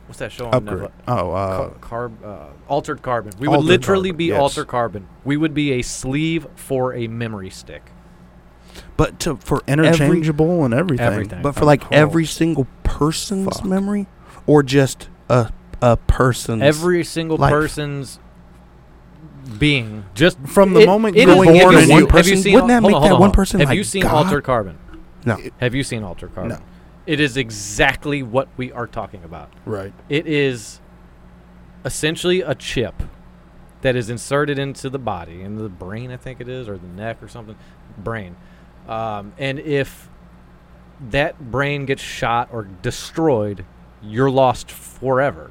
[SPEAKER 3] what's that show on
[SPEAKER 2] Upgrade.
[SPEAKER 3] Netflix?
[SPEAKER 2] Oh, uh,
[SPEAKER 3] Car- carb, uh, altered carbon. We would
[SPEAKER 2] Altered
[SPEAKER 3] literally
[SPEAKER 2] carbon,
[SPEAKER 3] be
[SPEAKER 2] yes.
[SPEAKER 3] altered carbon. We would be a sleeve for a memory stick.
[SPEAKER 1] But to for every
[SPEAKER 2] interchangeable and everything.
[SPEAKER 3] everything.
[SPEAKER 1] But for
[SPEAKER 2] I'm
[SPEAKER 1] like
[SPEAKER 2] cold.
[SPEAKER 1] every single person's
[SPEAKER 2] Fuck.
[SPEAKER 1] memory, or just a a person's
[SPEAKER 3] Every single
[SPEAKER 1] life.
[SPEAKER 3] person's being just
[SPEAKER 2] From the
[SPEAKER 3] it-
[SPEAKER 2] moment
[SPEAKER 3] it
[SPEAKER 2] you're
[SPEAKER 3] is-
[SPEAKER 2] born
[SPEAKER 3] have you
[SPEAKER 2] into
[SPEAKER 3] seen-
[SPEAKER 2] one
[SPEAKER 3] have you
[SPEAKER 1] person,
[SPEAKER 3] seen
[SPEAKER 1] wouldn't that
[SPEAKER 3] hold on,
[SPEAKER 1] make
[SPEAKER 3] hold
[SPEAKER 1] that one
[SPEAKER 3] on, hold on.
[SPEAKER 1] person
[SPEAKER 3] Have
[SPEAKER 1] like
[SPEAKER 3] you seen
[SPEAKER 1] God?
[SPEAKER 3] altered carbon?
[SPEAKER 1] No.
[SPEAKER 3] Have you seen altered carbon?
[SPEAKER 2] No.
[SPEAKER 3] It is exactly what we are talking about.
[SPEAKER 2] Right.
[SPEAKER 3] It is essentially a chip that is inserted into the body, into the brain, I think it is, or the neck or something. Brain. Um, and if that brain gets shot or destroyed, you're lost forever.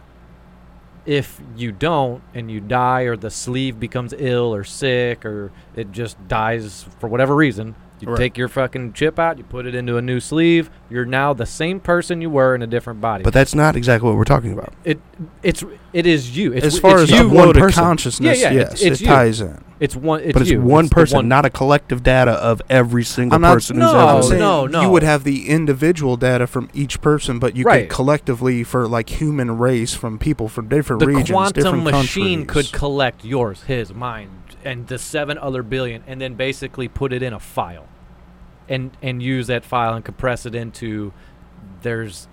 [SPEAKER 3] If you don't and you die, or the sleeve becomes ill or sick, or it just dies for whatever reason, You
[SPEAKER 1] Right.
[SPEAKER 3] take your fucking chip out, you put it into a new sleeve. You're now the same person you were in a different body.
[SPEAKER 1] But that's not exactly what we're talking about.
[SPEAKER 3] it it's it is you. It's,
[SPEAKER 2] as far
[SPEAKER 3] it's
[SPEAKER 2] as
[SPEAKER 3] you,
[SPEAKER 1] one
[SPEAKER 2] upload of
[SPEAKER 1] person.
[SPEAKER 2] consciousness,
[SPEAKER 3] Yeah, yeah,
[SPEAKER 2] yes,
[SPEAKER 3] it's- it's
[SPEAKER 2] it
[SPEAKER 3] you.
[SPEAKER 2] ties in.
[SPEAKER 3] it's one. It's
[SPEAKER 1] but it's
[SPEAKER 3] you.
[SPEAKER 1] one
[SPEAKER 3] the
[SPEAKER 1] person,
[SPEAKER 3] one-
[SPEAKER 1] not a collective data of every single
[SPEAKER 2] I'm not-
[SPEAKER 1] person who's
[SPEAKER 3] No,
[SPEAKER 1] ever.
[SPEAKER 2] I'm saying
[SPEAKER 3] no, no.
[SPEAKER 2] You would have the individual data from each person, but you
[SPEAKER 3] Right.
[SPEAKER 2] could collectively for like human race from people from different
[SPEAKER 3] the
[SPEAKER 2] regions,
[SPEAKER 3] quantum
[SPEAKER 2] different
[SPEAKER 3] machine
[SPEAKER 2] countries.
[SPEAKER 3] could collect yours, his, mine, and the seven other billion, and then basically put it in a file, and and use that file and compress it into there's,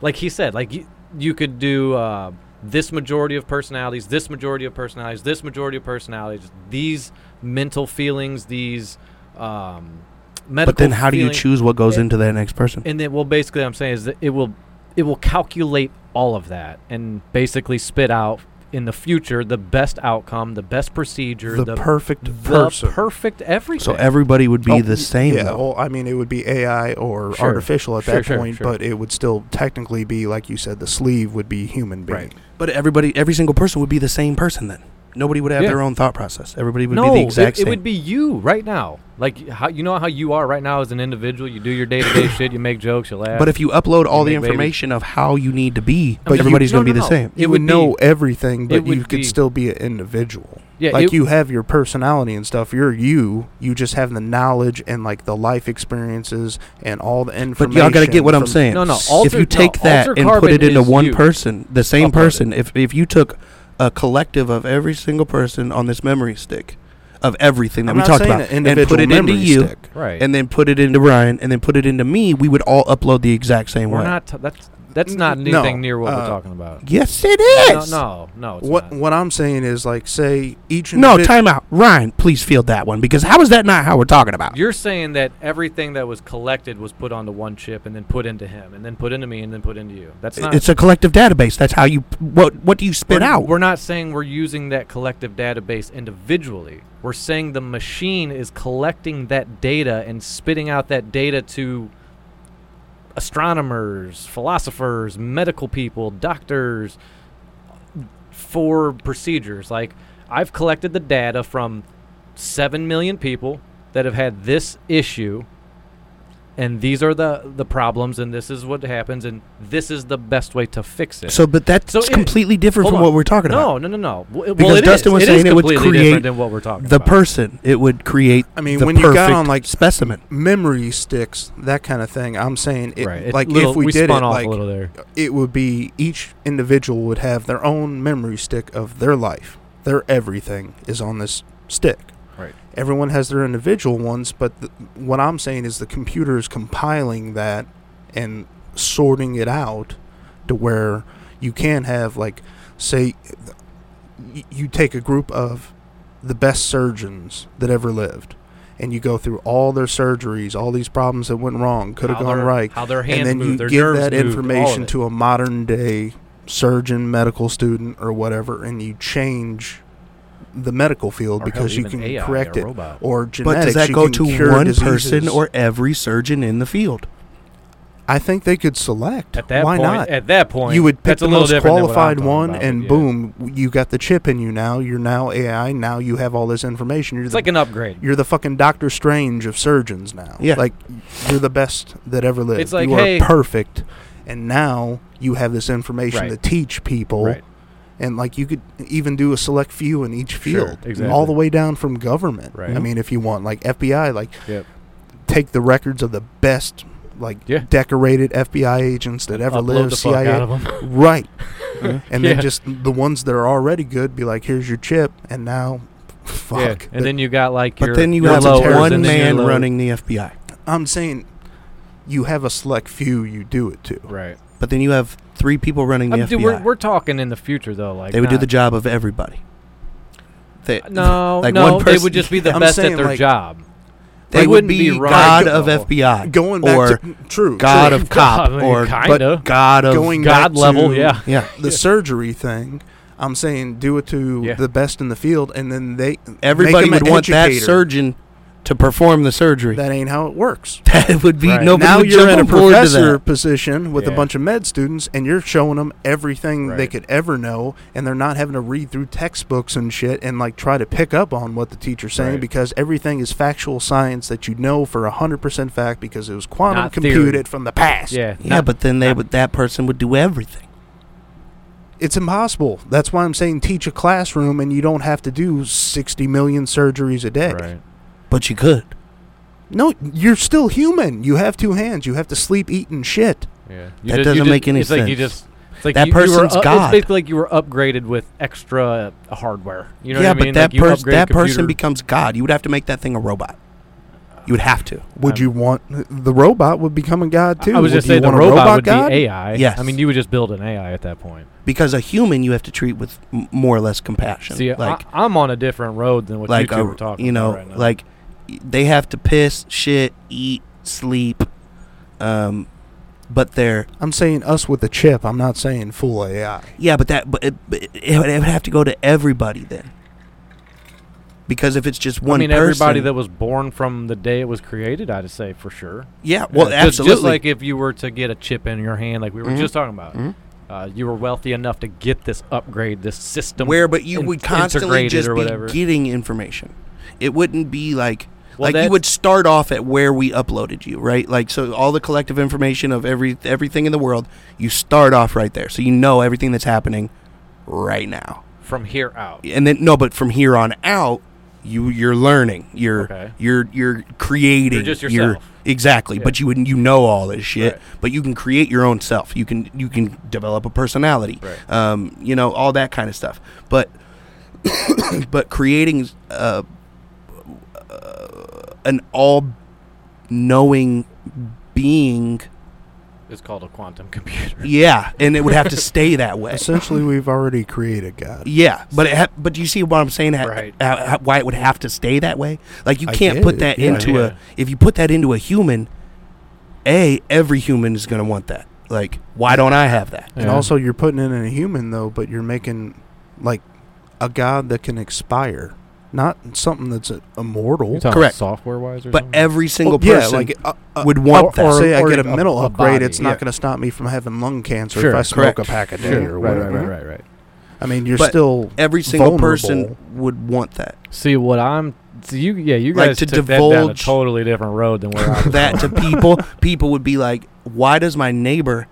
[SPEAKER 3] like he said, like you, you could do uh, this majority of personalities, this majority of personalities, this majority of personalities, these mental feelings, these um, medical.
[SPEAKER 1] But then how do you
[SPEAKER 3] feelings,
[SPEAKER 1] choose what goes
[SPEAKER 3] it-
[SPEAKER 1] into that next person?
[SPEAKER 3] and then, well, basically, I'm saying is that it will, it will calculate all of that and basically spit out in the future the best outcome, the best procedure,
[SPEAKER 2] the,
[SPEAKER 3] the,
[SPEAKER 2] perfect
[SPEAKER 3] the
[SPEAKER 2] person.
[SPEAKER 3] perfect everything.
[SPEAKER 1] so everybody would be
[SPEAKER 2] Oh,
[SPEAKER 1] the same.
[SPEAKER 2] Yeah,
[SPEAKER 1] though.
[SPEAKER 2] well, I mean, it would be AI or
[SPEAKER 3] Sure.
[SPEAKER 2] artificial at
[SPEAKER 3] Sure,
[SPEAKER 2] that
[SPEAKER 3] sure,
[SPEAKER 2] point,
[SPEAKER 3] sure.
[SPEAKER 2] but it would still technically be, like you said, the sleeve would be human being.
[SPEAKER 3] Right.
[SPEAKER 1] But everybody, every single person would be the same person then. Nobody would have
[SPEAKER 3] Yeah.
[SPEAKER 1] their own thought process. Everybody would
[SPEAKER 3] no,
[SPEAKER 1] be the exact
[SPEAKER 3] it, it
[SPEAKER 1] same.
[SPEAKER 3] would be you right now. Like how you know how you are right now as an individual. You do your day
[SPEAKER 1] <coughs>
[SPEAKER 3] to day shit. You make jokes. You laugh.
[SPEAKER 1] but if you upload all the
[SPEAKER 3] make babies.
[SPEAKER 1] information of how you need to be,
[SPEAKER 3] But you-
[SPEAKER 1] everybody's
[SPEAKER 3] no,
[SPEAKER 1] going to
[SPEAKER 3] no,
[SPEAKER 1] be the
[SPEAKER 3] no.
[SPEAKER 1] same.
[SPEAKER 2] You
[SPEAKER 3] It
[SPEAKER 2] would
[SPEAKER 3] would
[SPEAKER 2] know
[SPEAKER 3] be-
[SPEAKER 2] everything, but
[SPEAKER 3] would
[SPEAKER 2] you could
[SPEAKER 3] be-
[SPEAKER 2] still be an individual.
[SPEAKER 3] yeah,
[SPEAKER 2] like
[SPEAKER 3] it-
[SPEAKER 2] you have your personality and stuff. You're you. You just have the knowledge and like the life experiences and all the information.
[SPEAKER 1] But y'all got to get what I'm
[SPEAKER 2] from-
[SPEAKER 1] saying.
[SPEAKER 3] No, no.
[SPEAKER 1] if
[SPEAKER 3] Altered-
[SPEAKER 1] you take
[SPEAKER 3] no,
[SPEAKER 1] that
[SPEAKER 3] altered
[SPEAKER 1] and put
[SPEAKER 3] carbon
[SPEAKER 1] it into
[SPEAKER 3] is
[SPEAKER 1] one
[SPEAKER 3] you.
[SPEAKER 1] person, the same
[SPEAKER 3] Uploaded.
[SPEAKER 1] person, if, if you took a collective of every single person on this memory stick of everything that
[SPEAKER 2] I'm
[SPEAKER 1] we
[SPEAKER 2] not
[SPEAKER 1] talked
[SPEAKER 2] saying
[SPEAKER 1] about
[SPEAKER 2] an
[SPEAKER 1] and put
[SPEAKER 2] individual
[SPEAKER 1] it into
[SPEAKER 2] memory
[SPEAKER 1] you
[SPEAKER 2] stick.
[SPEAKER 3] right,
[SPEAKER 1] and then put it into Ryan and then put it into me, we would all upload the exact same
[SPEAKER 3] we're
[SPEAKER 1] way.
[SPEAKER 3] not. T- that's that's not
[SPEAKER 2] No,
[SPEAKER 3] anything near what
[SPEAKER 2] uh,
[SPEAKER 3] we're talking about.
[SPEAKER 1] yes, it is.
[SPEAKER 3] No, no, no. It's
[SPEAKER 2] What
[SPEAKER 3] not.
[SPEAKER 2] what I'm saying is like say each
[SPEAKER 1] No,
[SPEAKER 2] individ-
[SPEAKER 1] time out. Ryan, please field that one because how is that not how we're talking about?
[SPEAKER 3] You're saying that everything that was collected was put onto one chip and then put into him and then put into me and then put into you. That's not.
[SPEAKER 1] it's a collective database. That's how you what what do you spit
[SPEAKER 3] we're,
[SPEAKER 1] out?
[SPEAKER 3] We're not saying we're using that collective database individually. We're saying the machine is collecting that data and spitting out that data to astronomers, philosophers, medical people, doctors for procedures. Like I've collected the data from 7 million people that have had this issue and these are the the problems and this is what happens and this is the best way to fix it.
[SPEAKER 1] so, but that's
[SPEAKER 3] So it-
[SPEAKER 1] completely different
[SPEAKER 3] Hold
[SPEAKER 1] from
[SPEAKER 3] on.
[SPEAKER 1] what we're talking
[SPEAKER 3] No,
[SPEAKER 1] about.
[SPEAKER 3] no, no, no. W- Well,
[SPEAKER 1] Because
[SPEAKER 3] it
[SPEAKER 1] Dustin
[SPEAKER 3] is.
[SPEAKER 1] was
[SPEAKER 3] It
[SPEAKER 1] saying
[SPEAKER 3] is
[SPEAKER 1] it would
[SPEAKER 3] completely
[SPEAKER 1] create
[SPEAKER 3] different than what we're talking
[SPEAKER 1] The
[SPEAKER 3] about.
[SPEAKER 1] person it would create.
[SPEAKER 2] I mean,
[SPEAKER 1] the
[SPEAKER 2] when you got
[SPEAKER 1] perfect
[SPEAKER 2] on, like,
[SPEAKER 1] specimen,
[SPEAKER 2] memory sticks, that kind of thing. I'm saying it
[SPEAKER 3] right? It-
[SPEAKER 2] like
[SPEAKER 3] little-
[SPEAKER 2] if we, did
[SPEAKER 3] spun
[SPEAKER 2] it
[SPEAKER 3] off
[SPEAKER 2] like
[SPEAKER 3] a little there.
[SPEAKER 2] it would be each individual would have their own memory stick of their life. Their everything is on this stick.
[SPEAKER 3] Right.
[SPEAKER 2] Everyone has their individual ones, but th- what I'm saying is the computer is compiling that and sorting it out to where you can have like say y- you take a group of the best surgeons that ever lived and you go through all their surgeries, all these problems that went wrong, could have
[SPEAKER 3] How
[SPEAKER 2] gone
[SPEAKER 3] their-
[SPEAKER 2] right
[SPEAKER 3] How their hands
[SPEAKER 2] and then
[SPEAKER 3] move,
[SPEAKER 2] you
[SPEAKER 3] their
[SPEAKER 2] give
[SPEAKER 3] nerves
[SPEAKER 2] that
[SPEAKER 3] move, all of
[SPEAKER 2] information
[SPEAKER 3] it.
[SPEAKER 2] to a modern day surgeon, medical student, or whatever, and you change the medical field
[SPEAKER 3] Or
[SPEAKER 2] because
[SPEAKER 3] hell,
[SPEAKER 2] you
[SPEAKER 3] even
[SPEAKER 2] can
[SPEAKER 3] AI
[SPEAKER 2] correct
[SPEAKER 3] or
[SPEAKER 2] it.
[SPEAKER 3] robot.
[SPEAKER 2] Or
[SPEAKER 1] but
[SPEAKER 2] genetics,
[SPEAKER 1] does that
[SPEAKER 2] you
[SPEAKER 1] go
[SPEAKER 2] can
[SPEAKER 1] to
[SPEAKER 2] cure
[SPEAKER 1] one
[SPEAKER 2] diseases.
[SPEAKER 1] person or every surgeon in the field?
[SPEAKER 2] I think they could select.
[SPEAKER 3] At that
[SPEAKER 2] Why
[SPEAKER 3] point,
[SPEAKER 2] not?
[SPEAKER 3] At that point,
[SPEAKER 2] you would pick
[SPEAKER 3] that's
[SPEAKER 2] the
[SPEAKER 3] a little
[SPEAKER 2] most
[SPEAKER 3] different than what I'm
[SPEAKER 2] qualified
[SPEAKER 3] talking
[SPEAKER 2] one,
[SPEAKER 3] about,
[SPEAKER 2] and
[SPEAKER 3] yeah.
[SPEAKER 2] boom, you got the chip in you now. You're now AI. Now you have all this information. You're
[SPEAKER 3] It's
[SPEAKER 2] the,
[SPEAKER 3] like an upgrade.
[SPEAKER 2] you're the fucking Doctor Strange of surgeons now.
[SPEAKER 1] Yeah.
[SPEAKER 2] Like you're the best that ever lived.
[SPEAKER 3] It's like,
[SPEAKER 2] you are
[SPEAKER 3] hey-
[SPEAKER 2] perfect. And now you have this information
[SPEAKER 3] Right.
[SPEAKER 2] to teach people.
[SPEAKER 3] Right.
[SPEAKER 2] And like you could even do a select few in each
[SPEAKER 3] Sure,
[SPEAKER 2] field.
[SPEAKER 3] exactly.
[SPEAKER 2] All the way down from government.
[SPEAKER 3] Right.
[SPEAKER 2] I mean if you want like FBI like
[SPEAKER 3] Yep.
[SPEAKER 2] take the records of the best like
[SPEAKER 3] Yeah.
[SPEAKER 2] decorated FBI agents that ever
[SPEAKER 3] Upload
[SPEAKER 2] lived
[SPEAKER 3] the fuck
[SPEAKER 2] CIA
[SPEAKER 3] out of 'em. <laughs>
[SPEAKER 2] Right.
[SPEAKER 1] Yeah.
[SPEAKER 2] And
[SPEAKER 3] Yeah.
[SPEAKER 2] then just the ones that are already good be like, here's your chip. And now, <laughs> fuck.
[SPEAKER 3] Yeah.
[SPEAKER 2] That-
[SPEAKER 3] And then you got like
[SPEAKER 1] But
[SPEAKER 3] your
[SPEAKER 1] then you
[SPEAKER 3] your
[SPEAKER 1] have
[SPEAKER 2] a
[SPEAKER 3] lowers,
[SPEAKER 1] one
[SPEAKER 3] and then your
[SPEAKER 1] man
[SPEAKER 3] lows.
[SPEAKER 1] running the FBI.
[SPEAKER 2] I'm saying you have a select few you do it to.
[SPEAKER 3] Right.
[SPEAKER 1] But then you have three people running the
[SPEAKER 3] I'm-
[SPEAKER 1] FBI.
[SPEAKER 3] dude, we're, we're talking in the future though. Like
[SPEAKER 1] they would do
[SPEAKER 3] not-
[SPEAKER 1] the job of everybody. They,
[SPEAKER 3] No,
[SPEAKER 1] like
[SPEAKER 3] no,
[SPEAKER 1] one
[SPEAKER 3] they
[SPEAKER 1] person-
[SPEAKER 3] would just be the
[SPEAKER 2] I'm
[SPEAKER 3] best
[SPEAKER 2] saying,
[SPEAKER 3] at their
[SPEAKER 2] like,
[SPEAKER 3] job.
[SPEAKER 1] they
[SPEAKER 3] They
[SPEAKER 1] would
[SPEAKER 3] wouldn't be
[SPEAKER 1] be
[SPEAKER 3] running
[SPEAKER 1] God
[SPEAKER 3] the
[SPEAKER 1] of
[SPEAKER 3] level.
[SPEAKER 1] FBI,
[SPEAKER 2] Going back
[SPEAKER 1] or
[SPEAKER 2] to true.
[SPEAKER 1] God
[SPEAKER 2] true.
[SPEAKER 3] <laughs>
[SPEAKER 1] of cop,
[SPEAKER 3] I mean,
[SPEAKER 1] or
[SPEAKER 3] kinda.
[SPEAKER 1] but God of
[SPEAKER 2] Going
[SPEAKER 3] God
[SPEAKER 2] back
[SPEAKER 3] level,
[SPEAKER 2] to
[SPEAKER 3] yeah.
[SPEAKER 1] yeah.
[SPEAKER 2] The surgery thing. I'm saying do it to
[SPEAKER 3] Yeah.
[SPEAKER 2] the best in the field, and then they make
[SPEAKER 1] Everybody
[SPEAKER 2] them
[SPEAKER 1] would
[SPEAKER 2] an
[SPEAKER 1] want that
[SPEAKER 2] educator.
[SPEAKER 1] surgeon to perform the surgery. <laughs> That,
[SPEAKER 2] That ain't how it works.
[SPEAKER 1] would be
[SPEAKER 3] Right.
[SPEAKER 1] nobody
[SPEAKER 2] now
[SPEAKER 1] would
[SPEAKER 2] you're
[SPEAKER 1] jump
[SPEAKER 2] in a
[SPEAKER 1] aboard to
[SPEAKER 2] professor
[SPEAKER 1] that.
[SPEAKER 2] position with a
[SPEAKER 3] Yeah.
[SPEAKER 2] bunch of med students, and you're showing them everything they
[SPEAKER 3] Right.
[SPEAKER 2] could ever know, and they're not having to read through textbooks and shit and like try to pick up on what the teacher's saying
[SPEAKER 3] Right.
[SPEAKER 2] because everything is factual science that you know for hundred percent fact because it was quantum
[SPEAKER 3] Not theory.
[SPEAKER 2] computed from the past.
[SPEAKER 3] Yeah.
[SPEAKER 1] Yeah, but then they would that person would do everything.
[SPEAKER 2] It's impossible. That's why I'm saying teach a classroom, and you don't have to do sixty million surgeries a day.
[SPEAKER 3] Right.
[SPEAKER 1] But you could.
[SPEAKER 2] No, you're still human. You have two hands. You have to sleep, eat, and shit.
[SPEAKER 3] Yeah.
[SPEAKER 1] That doesn't make any
[SPEAKER 3] it's Like you
[SPEAKER 1] sense.
[SPEAKER 3] just. It's like
[SPEAKER 1] That
[SPEAKER 3] you, you were
[SPEAKER 1] person's
[SPEAKER 3] u-
[SPEAKER 1] God.
[SPEAKER 3] It's basically like you were upgraded with extra uh, hardware. You know
[SPEAKER 1] yeah,
[SPEAKER 3] what I mean?
[SPEAKER 1] but that
[SPEAKER 3] like you
[SPEAKER 1] person
[SPEAKER 3] upgrade
[SPEAKER 1] that
[SPEAKER 3] a computer.
[SPEAKER 1] person becomes God. You would have to make that thing a robot. You would have to.
[SPEAKER 2] Would
[SPEAKER 3] Um,
[SPEAKER 2] you want the robot would become a god too?
[SPEAKER 3] I was
[SPEAKER 2] Would
[SPEAKER 3] just
[SPEAKER 2] you
[SPEAKER 3] saying the
[SPEAKER 2] want a
[SPEAKER 3] robot,
[SPEAKER 2] robot
[SPEAKER 3] would
[SPEAKER 2] god?
[SPEAKER 3] be AI.
[SPEAKER 1] Yes.
[SPEAKER 3] I mean, you would just build an AI at that point.
[SPEAKER 1] Because a human you have to treat with m- more or less compassion.
[SPEAKER 3] See,
[SPEAKER 1] like
[SPEAKER 3] I, I'm on a different road than what
[SPEAKER 1] like
[SPEAKER 3] you two
[SPEAKER 1] a,
[SPEAKER 3] were talking
[SPEAKER 1] you know,
[SPEAKER 3] about right now.
[SPEAKER 1] like y- they have to piss, shit, eat, sleep um but they're
[SPEAKER 2] I'm saying us with a chip. I'm not saying full
[SPEAKER 3] <laughs>
[SPEAKER 2] AI.
[SPEAKER 1] Yeah, but that but it, but it, it would have to go to everybody then. Because if it's just one
[SPEAKER 3] I mean,
[SPEAKER 1] person,
[SPEAKER 3] everybody that was born from the day it was created, I'd say for sure.
[SPEAKER 1] yeah, well,
[SPEAKER 3] Yeah, just-
[SPEAKER 1] absolutely,
[SPEAKER 3] Just like if you were to get a chip in your hand, like we were
[SPEAKER 1] Mhm.
[SPEAKER 3] just talking about,
[SPEAKER 1] Mhm.
[SPEAKER 3] uh, you were wealthy enough to get this upgrade, this system.
[SPEAKER 1] where but you
[SPEAKER 3] in-
[SPEAKER 1] would constantly
[SPEAKER 3] integrated
[SPEAKER 1] just
[SPEAKER 3] or
[SPEAKER 1] be
[SPEAKER 3] whatever.
[SPEAKER 1] getting information. It wouldn't be like
[SPEAKER 3] Well,
[SPEAKER 1] like you
[SPEAKER 3] that's-
[SPEAKER 1] would start off at where we uploaded you, right? Like so all the collective information of every everything in the world, you start off right there. So you know everything that's happening right now.
[SPEAKER 3] from here out.
[SPEAKER 1] And then no, but from here on out, you you're learning. You're
[SPEAKER 3] Okay.
[SPEAKER 1] you're you're creating
[SPEAKER 3] You're just
[SPEAKER 1] your-
[SPEAKER 3] yourself.
[SPEAKER 1] Exactly,
[SPEAKER 3] Yeah.
[SPEAKER 1] but you would you know all this shit,
[SPEAKER 3] Right.
[SPEAKER 1] but you can create your own self. You can you can develop a personality,
[SPEAKER 3] Right.
[SPEAKER 1] um, you know all that kind of stuff. But <coughs> but creating uh, uh, an all knowing being,
[SPEAKER 3] It's called a quantum computer.
[SPEAKER 1] yeah, and it would have to stay that
[SPEAKER 3] <laughs>
[SPEAKER 1] way.
[SPEAKER 2] Essentially, we've already created God.
[SPEAKER 1] Yeah, but it ha- but do you see what I'm saying? Ha-
[SPEAKER 3] Right.
[SPEAKER 1] ha- ha- why it would have to stay that way? Like you
[SPEAKER 2] I
[SPEAKER 1] can't
[SPEAKER 2] get
[SPEAKER 1] put
[SPEAKER 2] it,
[SPEAKER 1] that
[SPEAKER 2] yeah.
[SPEAKER 1] into
[SPEAKER 3] Yeah.
[SPEAKER 1] a if you put that into a human, a every human is gonna want that. Like why don't I have that?
[SPEAKER 2] And also, you're putting it in a human though, but you're making like a god that can expire, not something that's uh, immortal.
[SPEAKER 1] correct.
[SPEAKER 3] Software wise, or
[SPEAKER 1] But every single
[SPEAKER 2] Well, yeah,
[SPEAKER 1] person
[SPEAKER 2] like uh, uh,
[SPEAKER 1] would want
[SPEAKER 2] or,
[SPEAKER 1] that.
[SPEAKER 2] say I
[SPEAKER 3] or
[SPEAKER 2] get a,
[SPEAKER 3] a-
[SPEAKER 2] mental
[SPEAKER 3] a
[SPEAKER 2] upgrade,
[SPEAKER 3] body,
[SPEAKER 2] it's not
[SPEAKER 3] yeah.
[SPEAKER 2] going to stop me from having lung cancer
[SPEAKER 3] Sure,
[SPEAKER 2] if I smoke
[SPEAKER 1] correct.
[SPEAKER 2] a pack a day
[SPEAKER 3] sure.
[SPEAKER 2] or
[SPEAKER 3] right,
[SPEAKER 2] whatever.
[SPEAKER 3] right, right, right, right.
[SPEAKER 2] I mean, you're
[SPEAKER 1] But
[SPEAKER 2] still
[SPEAKER 1] every single
[SPEAKER 2] vulnerable.
[SPEAKER 1] person would want that.
[SPEAKER 3] See what I'm. So you, yeah, you
[SPEAKER 1] Like,
[SPEAKER 3] guys
[SPEAKER 1] to
[SPEAKER 3] took that down a
[SPEAKER 1] divulge-
[SPEAKER 3] totally different road
[SPEAKER 1] <laughs>
[SPEAKER 3] than where I was.
[SPEAKER 1] That to
[SPEAKER 2] <laughs>
[SPEAKER 1] people, people would be like, why does my neighbor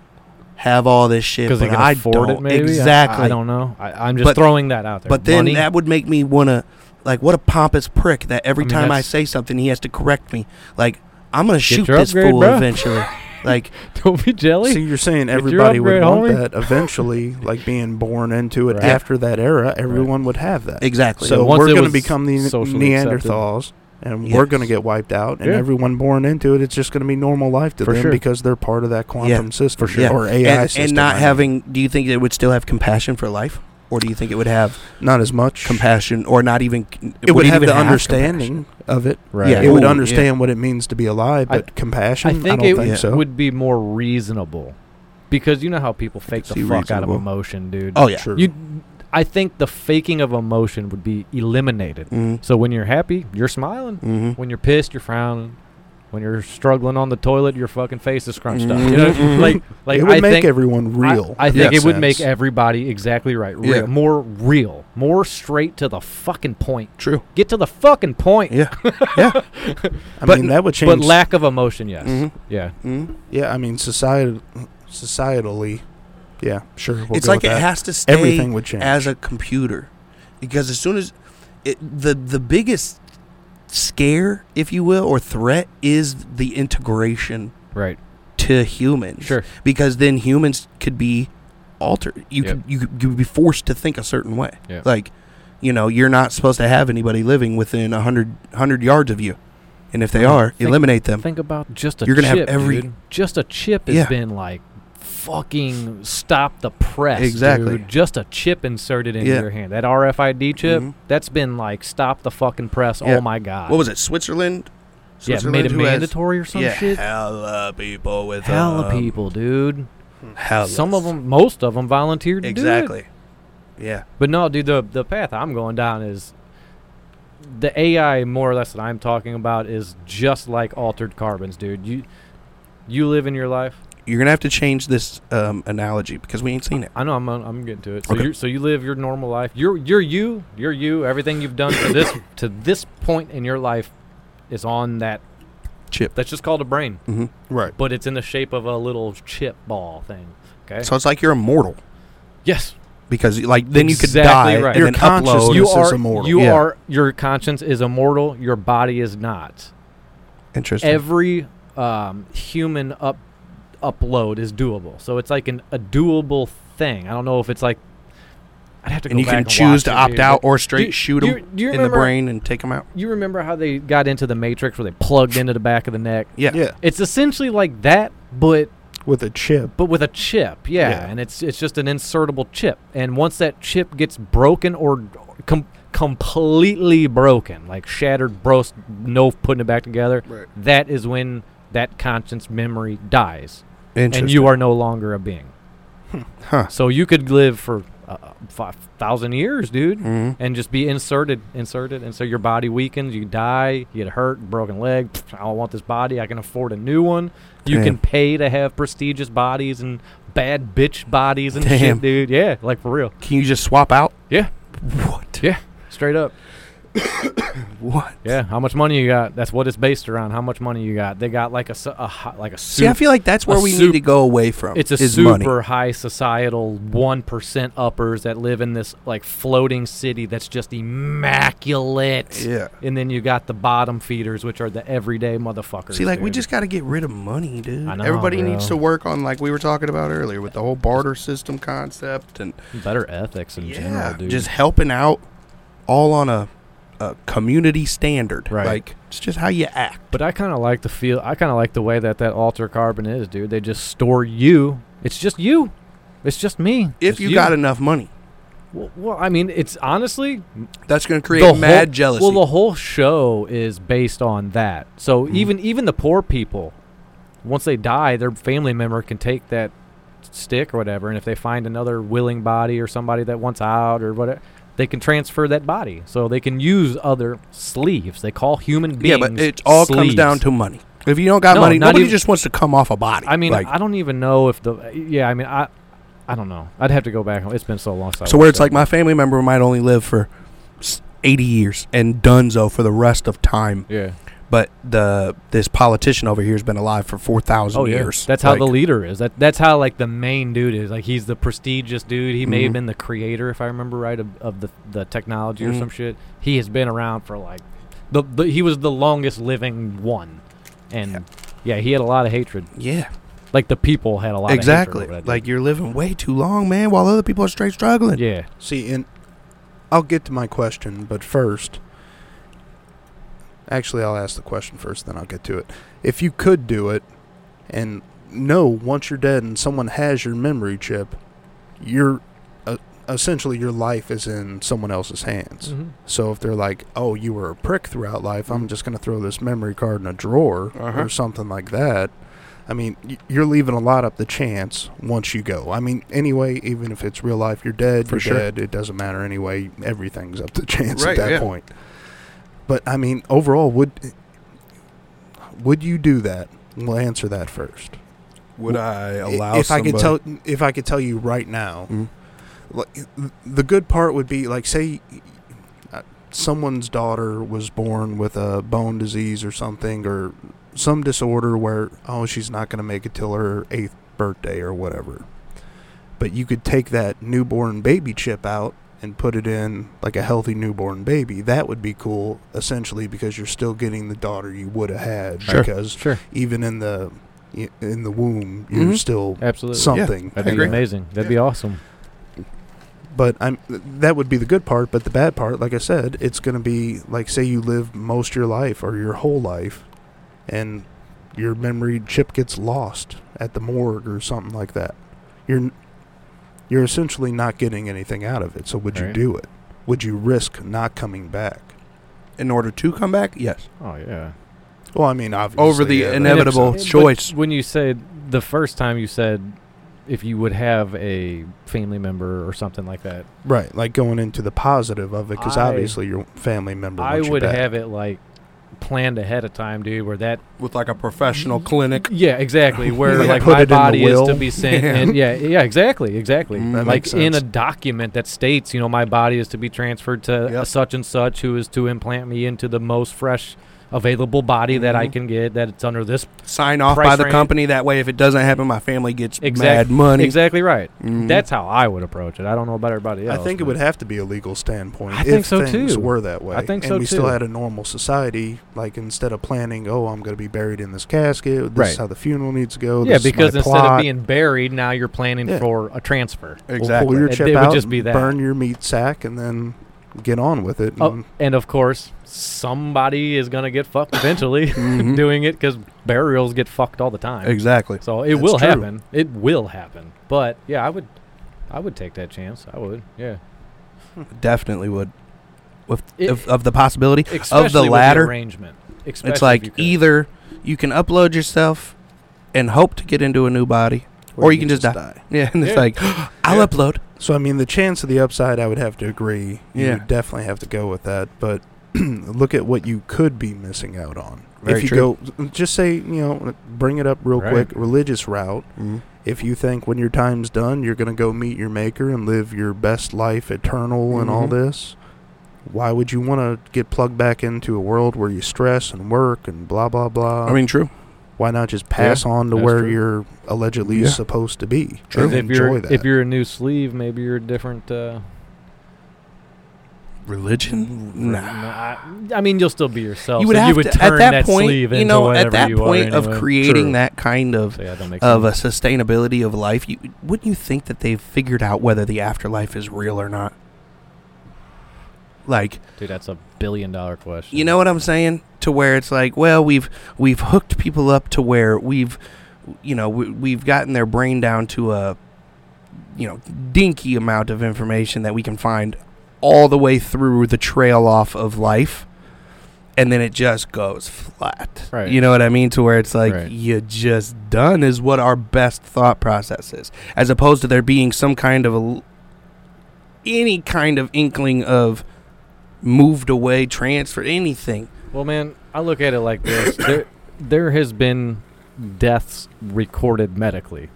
[SPEAKER 1] have all this shit?
[SPEAKER 3] Because they
[SPEAKER 1] but
[SPEAKER 3] can
[SPEAKER 1] I
[SPEAKER 3] afford
[SPEAKER 1] don't
[SPEAKER 3] it, maybe. I-
[SPEAKER 1] exactly.
[SPEAKER 3] I, don't know. I, I'm just
[SPEAKER 1] But-
[SPEAKER 3] throwing that out there.
[SPEAKER 1] But then
[SPEAKER 3] Money,
[SPEAKER 1] that would make me want to, like, what a pompous prick that every
[SPEAKER 3] I mean,
[SPEAKER 1] time I
[SPEAKER 3] that's-
[SPEAKER 1] say something, he has to correct me. Like, I'm going to shoot
[SPEAKER 3] your
[SPEAKER 1] this
[SPEAKER 3] upgrade,
[SPEAKER 1] fool
[SPEAKER 3] bruh. <laughs>
[SPEAKER 1] eventually. like,
[SPEAKER 3] <laughs> don't be jelly.
[SPEAKER 2] So you're saying
[SPEAKER 3] your
[SPEAKER 2] everybody would
[SPEAKER 3] upgrade,
[SPEAKER 2] want
[SPEAKER 3] homie. <laughs>
[SPEAKER 2] that eventually, like being born into it
[SPEAKER 3] Right.
[SPEAKER 2] after that era, everyone would have that.
[SPEAKER 1] exactly.
[SPEAKER 2] So
[SPEAKER 3] Yeah, once
[SPEAKER 2] we're
[SPEAKER 3] it
[SPEAKER 2] going to
[SPEAKER 3] was
[SPEAKER 2] become the
[SPEAKER 3] socially accepted.
[SPEAKER 2] Neanderthals, and we're
[SPEAKER 1] Yes.
[SPEAKER 2] going to get wiped out, and
[SPEAKER 3] Yeah.
[SPEAKER 2] everyone born into it, it's just going to be normal life to
[SPEAKER 3] For
[SPEAKER 2] them
[SPEAKER 3] sure.
[SPEAKER 2] because they're part of that quantum system
[SPEAKER 1] sure. Yeah.
[SPEAKER 2] or AI
[SPEAKER 1] and,
[SPEAKER 2] system.
[SPEAKER 1] and
[SPEAKER 2] I
[SPEAKER 1] not
[SPEAKER 2] mean.
[SPEAKER 1] having, do you think it would still have compassion for life? Or do you think it would have
[SPEAKER 2] not as much.
[SPEAKER 1] compassion or not even.
[SPEAKER 2] it would have
[SPEAKER 1] even
[SPEAKER 2] the
[SPEAKER 1] compassion?
[SPEAKER 2] understanding of it.
[SPEAKER 3] right.
[SPEAKER 1] yeah,
[SPEAKER 2] It would
[SPEAKER 1] Ooh,
[SPEAKER 2] understand what it means to be alive,
[SPEAKER 3] I-
[SPEAKER 2] but compassion.
[SPEAKER 3] I think
[SPEAKER 2] don't
[SPEAKER 3] it
[SPEAKER 2] think
[SPEAKER 1] yeah.
[SPEAKER 2] so.
[SPEAKER 3] would be more reasonable because you know how people fake the
[SPEAKER 1] see
[SPEAKER 3] fuck out of
[SPEAKER 1] reasonable.
[SPEAKER 3] emotion, dude.
[SPEAKER 1] Oh, yeah.
[SPEAKER 2] True.
[SPEAKER 3] You, I think the faking of emotion would be eliminated.
[SPEAKER 1] Mm
[SPEAKER 3] So when you're happy, you're smiling.
[SPEAKER 1] hmm.
[SPEAKER 3] When you're pissed, you're frowning. When you're struggling on the toilet, your fucking face is scrunched up.
[SPEAKER 1] Mhm.
[SPEAKER 3] You know,
[SPEAKER 1] Mhm.
[SPEAKER 3] like, like
[SPEAKER 2] it would
[SPEAKER 3] I
[SPEAKER 2] make
[SPEAKER 3] think,
[SPEAKER 2] everyone
[SPEAKER 3] I-
[SPEAKER 2] real.
[SPEAKER 3] I,
[SPEAKER 2] in
[SPEAKER 3] think
[SPEAKER 2] a
[SPEAKER 3] it would make
[SPEAKER 2] sense.
[SPEAKER 3] everybody exactly right. Real,
[SPEAKER 1] Yeah.
[SPEAKER 3] more real, more straight to the fucking point.
[SPEAKER 1] True.
[SPEAKER 3] Get to the fucking point.
[SPEAKER 1] Yeah.
[SPEAKER 2] I
[SPEAKER 1] but-
[SPEAKER 2] mean, that would change.
[SPEAKER 3] e- But lack of emotion, yes.
[SPEAKER 1] Mhm.
[SPEAKER 3] Yeah.
[SPEAKER 1] Mhm.
[SPEAKER 2] yeah, I mean, society, societally, yeah, sure. We'll
[SPEAKER 1] it's
[SPEAKER 2] go
[SPEAKER 1] like
[SPEAKER 2] with
[SPEAKER 1] it
[SPEAKER 2] that.
[SPEAKER 1] has to stay.
[SPEAKER 2] everything would change.
[SPEAKER 1] as a computer because as soon as it, the the biggest scare if you will or threat is the integration
[SPEAKER 3] Right.
[SPEAKER 1] to humans
[SPEAKER 3] Sure.
[SPEAKER 1] because then humans could be altered you
[SPEAKER 3] Yep.
[SPEAKER 1] could you, could- you would be forced to think a certain way
[SPEAKER 3] Yeah.
[SPEAKER 1] like you know you're not supposed to have anybody living within 100 100 yards of you and if they
[SPEAKER 3] Right.
[SPEAKER 1] are
[SPEAKER 3] Think-
[SPEAKER 1] eliminate them
[SPEAKER 3] Think about just a
[SPEAKER 1] You're gonna have
[SPEAKER 3] chip,
[SPEAKER 1] every-
[SPEAKER 3] dude. Just a chip has
[SPEAKER 1] Yeah.
[SPEAKER 3] been like fucking stop the press.
[SPEAKER 1] Exactly.
[SPEAKER 3] dude. Just a chip inserted into
[SPEAKER 1] Yeah.
[SPEAKER 3] your hand. That RFID chip,
[SPEAKER 1] Mhm.
[SPEAKER 3] that's been like stop the fucking press.
[SPEAKER 1] Yeah.
[SPEAKER 3] Oh my god.
[SPEAKER 1] what was it switzerland
[SPEAKER 3] yeah, made it
[SPEAKER 1] who has-
[SPEAKER 3] mandatory or some
[SPEAKER 1] yeah,
[SPEAKER 3] shit.
[SPEAKER 1] hella people with
[SPEAKER 3] Hella
[SPEAKER 1] um,
[SPEAKER 3] people, dude.
[SPEAKER 1] hella.
[SPEAKER 3] Some of them, most of them volunteered to do it.
[SPEAKER 1] exactly yeah
[SPEAKER 3] But no, dude, the the path I'm going down is the AI more or less that I'm talking about is just like altered carbons, dude. You you live in your life.
[SPEAKER 1] You're gonna have to change this um, analogy because we ain't seen it.
[SPEAKER 3] I know I'm on, I'm getting to it. So
[SPEAKER 1] Okay.
[SPEAKER 3] you so you live your normal life. You're you're you. You're you. Everything you've done
[SPEAKER 1] <coughs>
[SPEAKER 3] to this to this point in your life is on that
[SPEAKER 1] Chip.
[SPEAKER 3] that's just called a brain,
[SPEAKER 1] Mm-hmm.
[SPEAKER 2] Right.
[SPEAKER 3] but it's in the shape of a little chip ball thing. Okay.
[SPEAKER 1] So it's like you're immortal
[SPEAKER 3] yes,
[SPEAKER 1] because like then you could
[SPEAKER 3] Exactly
[SPEAKER 1] die
[SPEAKER 3] right.
[SPEAKER 1] and
[SPEAKER 2] Your
[SPEAKER 1] then upload
[SPEAKER 2] consciousness-
[SPEAKER 3] you
[SPEAKER 2] is
[SPEAKER 3] are
[SPEAKER 2] immortal.
[SPEAKER 3] you
[SPEAKER 1] Yeah.
[SPEAKER 3] are your conscience is immortal. Your body is not.
[SPEAKER 1] Interesting.
[SPEAKER 3] Every um, human up upload is doable. So it's like an, a doable thing. I don't know if it's like I'd have to go
[SPEAKER 1] and you
[SPEAKER 3] back
[SPEAKER 1] can
[SPEAKER 3] and
[SPEAKER 1] choose
[SPEAKER 3] watch
[SPEAKER 1] to
[SPEAKER 3] it,
[SPEAKER 1] opt
[SPEAKER 3] dude,
[SPEAKER 1] out
[SPEAKER 3] but-
[SPEAKER 1] or straight
[SPEAKER 3] do-
[SPEAKER 1] shoot
[SPEAKER 3] do you-
[SPEAKER 1] them
[SPEAKER 3] do you
[SPEAKER 1] in the
[SPEAKER 3] remember-
[SPEAKER 1] brain and take them out.
[SPEAKER 3] You remember how they got into the Matrix where they plugged into the back of the neck?
[SPEAKER 1] Yeah.
[SPEAKER 2] Yeah.
[SPEAKER 3] It's essentially like that, but
[SPEAKER 2] With a chip.
[SPEAKER 3] but with a chip, yeah.
[SPEAKER 2] Yeah.
[SPEAKER 3] And it's it's just an insertable chip. And once that chip gets broken or com- completely broken, like shattered, brost, no putting it back together,
[SPEAKER 2] Right.
[SPEAKER 3] that is when that conscience memory dies,
[SPEAKER 1] Interesting.
[SPEAKER 3] and you are no longer a being.
[SPEAKER 1] Huh.
[SPEAKER 3] So you could live for uh, five thousand years, dude
[SPEAKER 1] Mhm.
[SPEAKER 3] and just be inserted, inserted, and so your body weakens. You die, you get hurt, broken leg. I don't want this body. I can afford a new one. You
[SPEAKER 1] Damn.
[SPEAKER 3] can pay to have prestigious bodies and bad bitch bodies and
[SPEAKER 1] Damn.
[SPEAKER 3] shit, dude. Yeah, like for real.
[SPEAKER 1] Can you just swap out?
[SPEAKER 3] Yeah.
[SPEAKER 1] What?
[SPEAKER 3] Yeah. Straight up.
[SPEAKER 1] What?
[SPEAKER 3] Yeah. How much money you got? That's what it's based around. How much money you got? They got like a, su- a hi- like a
[SPEAKER 1] See, I
[SPEAKER 3] super.
[SPEAKER 1] feel like that's where
[SPEAKER 3] A
[SPEAKER 1] we need
[SPEAKER 3] sup-
[SPEAKER 1] to go away from.
[SPEAKER 3] It's a
[SPEAKER 1] is
[SPEAKER 3] super
[SPEAKER 1] money.
[SPEAKER 3] high societal one percent uppers that live in this like floating city that's just immaculate.
[SPEAKER 1] Yeah.
[SPEAKER 3] and then you got the bottom feeders, which are the everyday motherfuckers.
[SPEAKER 1] See, like we
[SPEAKER 3] dude.
[SPEAKER 1] just got to get rid of money, dude.
[SPEAKER 3] I know,
[SPEAKER 1] Everybody
[SPEAKER 3] bro.
[SPEAKER 1] needs to work on like we were talking about earlier with the whole barter system concept and
[SPEAKER 3] better ethics in general, dude.
[SPEAKER 1] just helping out all on a, a community standard.
[SPEAKER 3] Right.
[SPEAKER 1] Like it's just how you act.
[SPEAKER 3] but I kind of like the feel. I kind of like the way that that alter carbon is, dude. They just store you. It's just you. It's just me.
[SPEAKER 1] If
[SPEAKER 3] It's
[SPEAKER 1] you, got enough money,
[SPEAKER 3] well, well, I mean, it's honestly
[SPEAKER 1] that's going to create
[SPEAKER 3] the whole-
[SPEAKER 1] mad jealousy.
[SPEAKER 3] Well, the whole show is based on that. So
[SPEAKER 1] Mhm.
[SPEAKER 3] even even the poor people, once they die, their family member can take that stick or whatever, and if they find another willing body or somebody that wants out or whatever, they can transfer that body. So they can use other sleeves. They call human beings.
[SPEAKER 1] yeah, but it all comes
[SPEAKER 3] sleeves.
[SPEAKER 1] down to money. If you don't got
[SPEAKER 3] No,
[SPEAKER 1] money,
[SPEAKER 3] not
[SPEAKER 1] nobody
[SPEAKER 3] even-
[SPEAKER 1] just wants to come off a body.
[SPEAKER 3] I mean,
[SPEAKER 1] Like,
[SPEAKER 3] I don't even know if the. Yeah, I mean, I. I don't know. I'd have to go back. It's been so long. Since I
[SPEAKER 1] so where
[SPEAKER 3] watched
[SPEAKER 1] it's like
[SPEAKER 3] that.
[SPEAKER 1] my family member might only live for s- 80 years and Dunzo for the rest of time,
[SPEAKER 3] Yeah.
[SPEAKER 1] but the this politician over here has been alive for 4,000
[SPEAKER 3] Oh, yeah.
[SPEAKER 1] years.
[SPEAKER 3] That's how the
[SPEAKER 1] Like,
[SPEAKER 3] leader is. That that's how like the main dude is. Like he's the prestigious dude. He may
[SPEAKER 1] Mhm.
[SPEAKER 3] have been the creator, if I remember right, of, of the the technology
[SPEAKER 1] Mhm.
[SPEAKER 3] or some shit. He has been around for like the, the he was the longest living one, and
[SPEAKER 1] Yeah.
[SPEAKER 3] yeah. he had a lot of hatred.
[SPEAKER 1] yeah,
[SPEAKER 3] Like the people had a lot
[SPEAKER 1] exactly.
[SPEAKER 3] of hatred.
[SPEAKER 1] Like you're living way too long, man, while other people are straight struggling.
[SPEAKER 3] yeah,
[SPEAKER 2] See, and I'll get to my question, but first, actually, I'll ask the question first, then I'll get to it. If you could do it, and know once you're dead and someone has your memory chip, you're uh, essentially your life is in someone else's hands.
[SPEAKER 3] Mm. Mm-hmm.
[SPEAKER 2] So if they're like, "Oh, you were a prick throughout life," I'm just going to throw this memory card in a drawer
[SPEAKER 1] Uh-huh.
[SPEAKER 2] or something like that. I mean, y- you're leaving a lot up to chance once you go. I mean, anyway, even if it's real life, you're dead.
[SPEAKER 1] For
[SPEAKER 2] you're
[SPEAKER 1] sure.
[SPEAKER 2] dead. It doesn't matter anyway. Everything's up to <laughs> chance
[SPEAKER 1] Right,
[SPEAKER 2] at that
[SPEAKER 1] yeah.
[SPEAKER 2] point. But I mean, overall, would would you do that? We'll answer that first.
[SPEAKER 1] Would I allow
[SPEAKER 2] if I
[SPEAKER 1] somebody-
[SPEAKER 2] could tell if I could tell you right now,
[SPEAKER 1] Mm.
[SPEAKER 2] like, the good part would be like say uh, someone's daughter was born with a bone disease or something or some disorder where oh she's not going to make it till her eighth birthday or whatever. But you could take that newborn baby chip out and put it in like a healthy newborn baby. That would be cool, essentially, because you're still getting the daughter you would have had.
[SPEAKER 1] Sure.
[SPEAKER 2] Because
[SPEAKER 3] sure,
[SPEAKER 2] even in the in the womb, you're
[SPEAKER 1] Mhm.
[SPEAKER 2] still
[SPEAKER 3] absolutely.
[SPEAKER 2] something.
[SPEAKER 1] I
[SPEAKER 3] That'd be
[SPEAKER 1] agree.
[SPEAKER 3] amazing. That'd be awesome.
[SPEAKER 2] But I'm that would be the good part. But the bad part, like I said, it's going to be like say you live most of your life or your whole life, and your memory chip gets lost at the morgue or something like that. You're n- you're essentially not getting anything out of it. So would you
[SPEAKER 3] Right.
[SPEAKER 2] do it? Would you risk not coming back?
[SPEAKER 1] in order to come back? Yes.
[SPEAKER 3] Oh yeah.
[SPEAKER 2] Well, I mean, obviously uh,
[SPEAKER 1] Over the
[SPEAKER 2] yeah, that-
[SPEAKER 1] inevitable
[SPEAKER 3] And it's-
[SPEAKER 1] choice.
[SPEAKER 3] but When you said the first time you said if you would have a family member or something like that.
[SPEAKER 2] Right, like going into the positive of it because
[SPEAKER 3] I-
[SPEAKER 2] obviously your family member.
[SPEAKER 3] I
[SPEAKER 2] wants you
[SPEAKER 3] would
[SPEAKER 2] back.
[SPEAKER 3] have it like planned ahead of time, dude, where that
[SPEAKER 1] with like a professional
[SPEAKER 3] Mm-hmm.
[SPEAKER 1] clinic.
[SPEAKER 3] <laughs> Yeah, <laughs> exactly. Where
[SPEAKER 2] Like,
[SPEAKER 3] like,
[SPEAKER 2] put it
[SPEAKER 3] my
[SPEAKER 2] in the
[SPEAKER 3] body is to <laughs>
[SPEAKER 2] will.
[SPEAKER 3] be sent
[SPEAKER 1] Yeah.
[SPEAKER 3] in. Yeah, yeah, exactly, exactly.
[SPEAKER 1] Mm, that
[SPEAKER 3] like
[SPEAKER 2] makes
[SPEAKER 3] in a
[SPEAKER 2] sense.
[SPEAKER 3] document that states, you know, my body is to be transferred to
[SPEAKER 1] Yep.
[SPEAKER 3] such and such, who is to implant me into the most fresh available body that I
[SPEAKER 2] Mm-hmm.
[SPEAKER 1] Mhm.
[SPEAKER 3] can get. That it's under this.
[SPEAKER 1] Sign off
[SPEAKER 3] Price
[SPEAKER 1] by the
[SPEAKER 3] range.
[SPEAKER 1] company. That way, if it doesn't happen, my family gets mad
[SPEAKER 3] Exact-
[SPEAKER 1] money.
[SPEAKER 3] Exactly right.
[SPEAKER 1] Mm.
[SPEAKER 3] That's how I would approach it. I don't know about everybody
[SPEAKER 2] Mm-hmm. I
[SPEAKER 3] else.
[SPEAKER 2] think it
[SPEAKER 3] but-
[SPEAKER 2] would have to be a legal standpoint.
[SPEAKER 3] I
[SPEAKER 2] if
[SPEAKER 3] think so,
[SPEAKER 2] things
[SPEAKER 3] too.
[SPEAKER 2] were that way,
[SPEAKER 3] I think
[SPEAKER 2] and
[SPEAKER 3] so,
[SPEAKER 2] we still
[SPEAKER 3] too.
[SPEAKER 2] had a normal society, like instead of planning, oh, I'm going to be buried in this casket. This is
[SPEAKER 3] Right.
[SPEAKER 2] how the funeral needs to go.
[SPEAKER 3] Yeah,
[SPEAKER 2] this is my
[SPEAKER 3] because instead
[SPEAKER 2] plot.
[SPEAKER 3] of being buried, now you're planning
[SPEAKER 2] Yeah.
[SPEAKER 3] for a transfer.
[SPEAKER 2] We'll pull your
[SPEAKER 3] It-
[SPEAKER 2] chip
[SPEAKER 3] it would
[SPEAKER 2] out,
[SPEAKER 3] just be that.
[SPEAKER 2] burn your meat sack, and then get on with it.
[SPEAKER 3] Oh,
[SPEAKER 2] and-
[SPEAKER 3] and of course, somebody is gonna get fucked eventually
[SPEAKER 1] Mhm.
[SPEAKER 3] doing it because burials get fucked all the time.
[SPEAKER 1] exactly.
[SPEAKER 3] So it
[SPEAKER 2] That's
[SPEAKER 3] will
[SPEAKER 2] true.
[SPEAKER 3] happen. It will happen. But yeah, I would, I would take that chance. I would. Yeah.
[SPEAKER 1] Definitely would. With
[SPEAKER 3] It-
[SPEAKER 1] of, of the possibility
[SPEAKER 3] Especially with
[SPEAKER 1] latter,
[SPEAKER 3] arrangement. Especially
[SPEAKER 1] it's
[SPEAKER 3] if
[SPEAKER 1] like
[SPEAKER 3] you could.
[SPEAKER 1] either you can upload yourself and hope to get into a new body, or, you can just die. <laughs> Yeah, and it's
[SPEAKER 3] Yeah. <clears throat>
[SPEAKER 1] like <gasps> I'll
[SPEAKER 3] Yeah.
[SPEAKER 1] upload.
[SPEAKER 2] So I mean, the chance of the upside, I would have to agree. You
[SPEAKER 1] Yeah.
[SPEAKER 2] would definitely have to go with that. But <clears throat> look at what you could be missing out on
[SPEAKER 1] Very
[SPEAKER 2] if you
[SPEAKER 1] true.
[SPEAKER 2] go. Just say you know, bring it up real
[SPEAKER 3] Right.
[SPEAKER 2] quick. Religious route.
[SPEAKER 1] Mm.
[SPEAKER 2] If you think when your time's done, you're gonna go meet your maker and live your best life, eternal, and all
[SPEAKER 1] Mhm.
[SPEAKER 3] Mm-hmm.
[SPEAKER 2] this. Why would you want to get plugged back into a world where you stress and work and blah blah blah?
[SPEAKER 1] I mean, true.
[SPEAKER 2] why not just pass on to
[SPEAKER 3] that's
[SPEAKER 2] where
[SPEAKER 3] true.
[SPEAKER 2] you're allegedly
[SPEAKER 1] Yeah.
[SPEAKER 2] supposed to be?
[SPEAKER 1] True.
[SPEAKER 2] and
[SPEAKER 3] If you're
[SPEAKER 2] enjoy that.
[SPEAKER 3] if you're a new sleeve, maybe you're a different. Uh,
[SPEAKER 1] Religion? Nah.
[SPEAKER 3] no, I, I mean, you'll still be yourself.
[SPEAKER 1] You would
[SPEAKER 3] Oh, so
[SPEAKER 1] have
[SPEAKER 3] you would
[SPEAKER 1] to
[SPEAKER 3] turn
[SPEAKER 1] at that, point.
[SPEAKER 3] sleeve
[SPEAKER 1] You
[SPEAKER 3] into
[SPEAKER 1] know,
[SPEAKER 3] whatever
[SPEAKER 1] at that
[SPEAKER 3] you
[SPEAKER 1] point
[SPEAKER 3] are
[SPEAKER 1] of
[SPEAKER 3] anyway.
[SPEAKER 1] creating
[SPEAKER 2] True.
[SPEAKER 1] that kind of
[SPEAKER 3] So yeah, that makes
[SPEAKER 1] of a
[SPEAKER 3] sense.
[SPEAKER 1] sustainability of life, you, wouldn't you think that they've figured out whether the afterlife is real or not? Like,
[SPEAKER 3] dude. That's a billion dollar question.
[SPEAKER 1] you know what I'm saying? To where it's like, well, we've we've hooked people up to where we've, you know, we, we've gotten their brain down to a, you know, dinky amount of information that we can find all the way through the trail off of life, and then it just goes flat.
[SPEAKER 3] Right.
[SPEAKER 1] You know what I mean? To where it's like
[SPEAKER 3] Right.
[SPEAKER 1] you just done is what our best thought process is, as opposed to there being some kind of a l- any kind of inkling of moved away, transferred, anything.
[SPEAKER 3] Well, man, I look at it like this: there, there has been deaths recorded medically,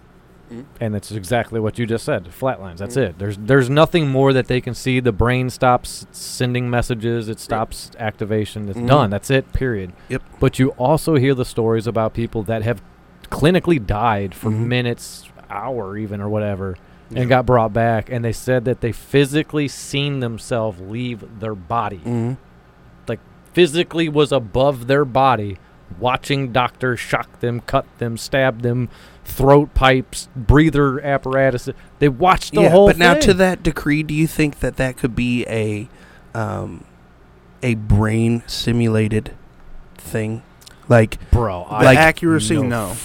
[SPEAKER 1] Mm.
[SPEAKER 3] and it's exactly what you just said. Flatlines. That's it. There's there's nothing more that they can see. The brain stops sending messages. It stops activation. It's
[SPEAKER 1] Mhm.
[SPEAKER 3] done. That's it. Period.
[SPEAKER 1] Yep.
[SPEAKER 3] But you also hear the stories about people that have clinically died for
[SPEAKER 1] Mhm.
[SPEAKER 3] minutes, hour even, or whatever and got brought back and they said that they physically seen themselves leave their body
[SPEAKER 2] Mm-hmm.
[SPEAKER 1] Mm.
[SPEAKER 3] physically was above their body, watching doctors shock them, cut them, stab them, throat pipes, breather apparatus. They watched the
[SPEAKER 1] yeah,
[SPEAKER 3] whole
[SPEAKER 1] but now
[SPEAKER 3] thing.
[SPEAKER 1] to that decree, do you think that that could be a, um, a brain simulated thing? Like
[SPEAKER 3] bro,
[SPEAKER 2] The
[SPEAKER 3] I
[SPEAKER 1] like-
[SPEAKER 2] accuracy,
[SPEAKER 3] no,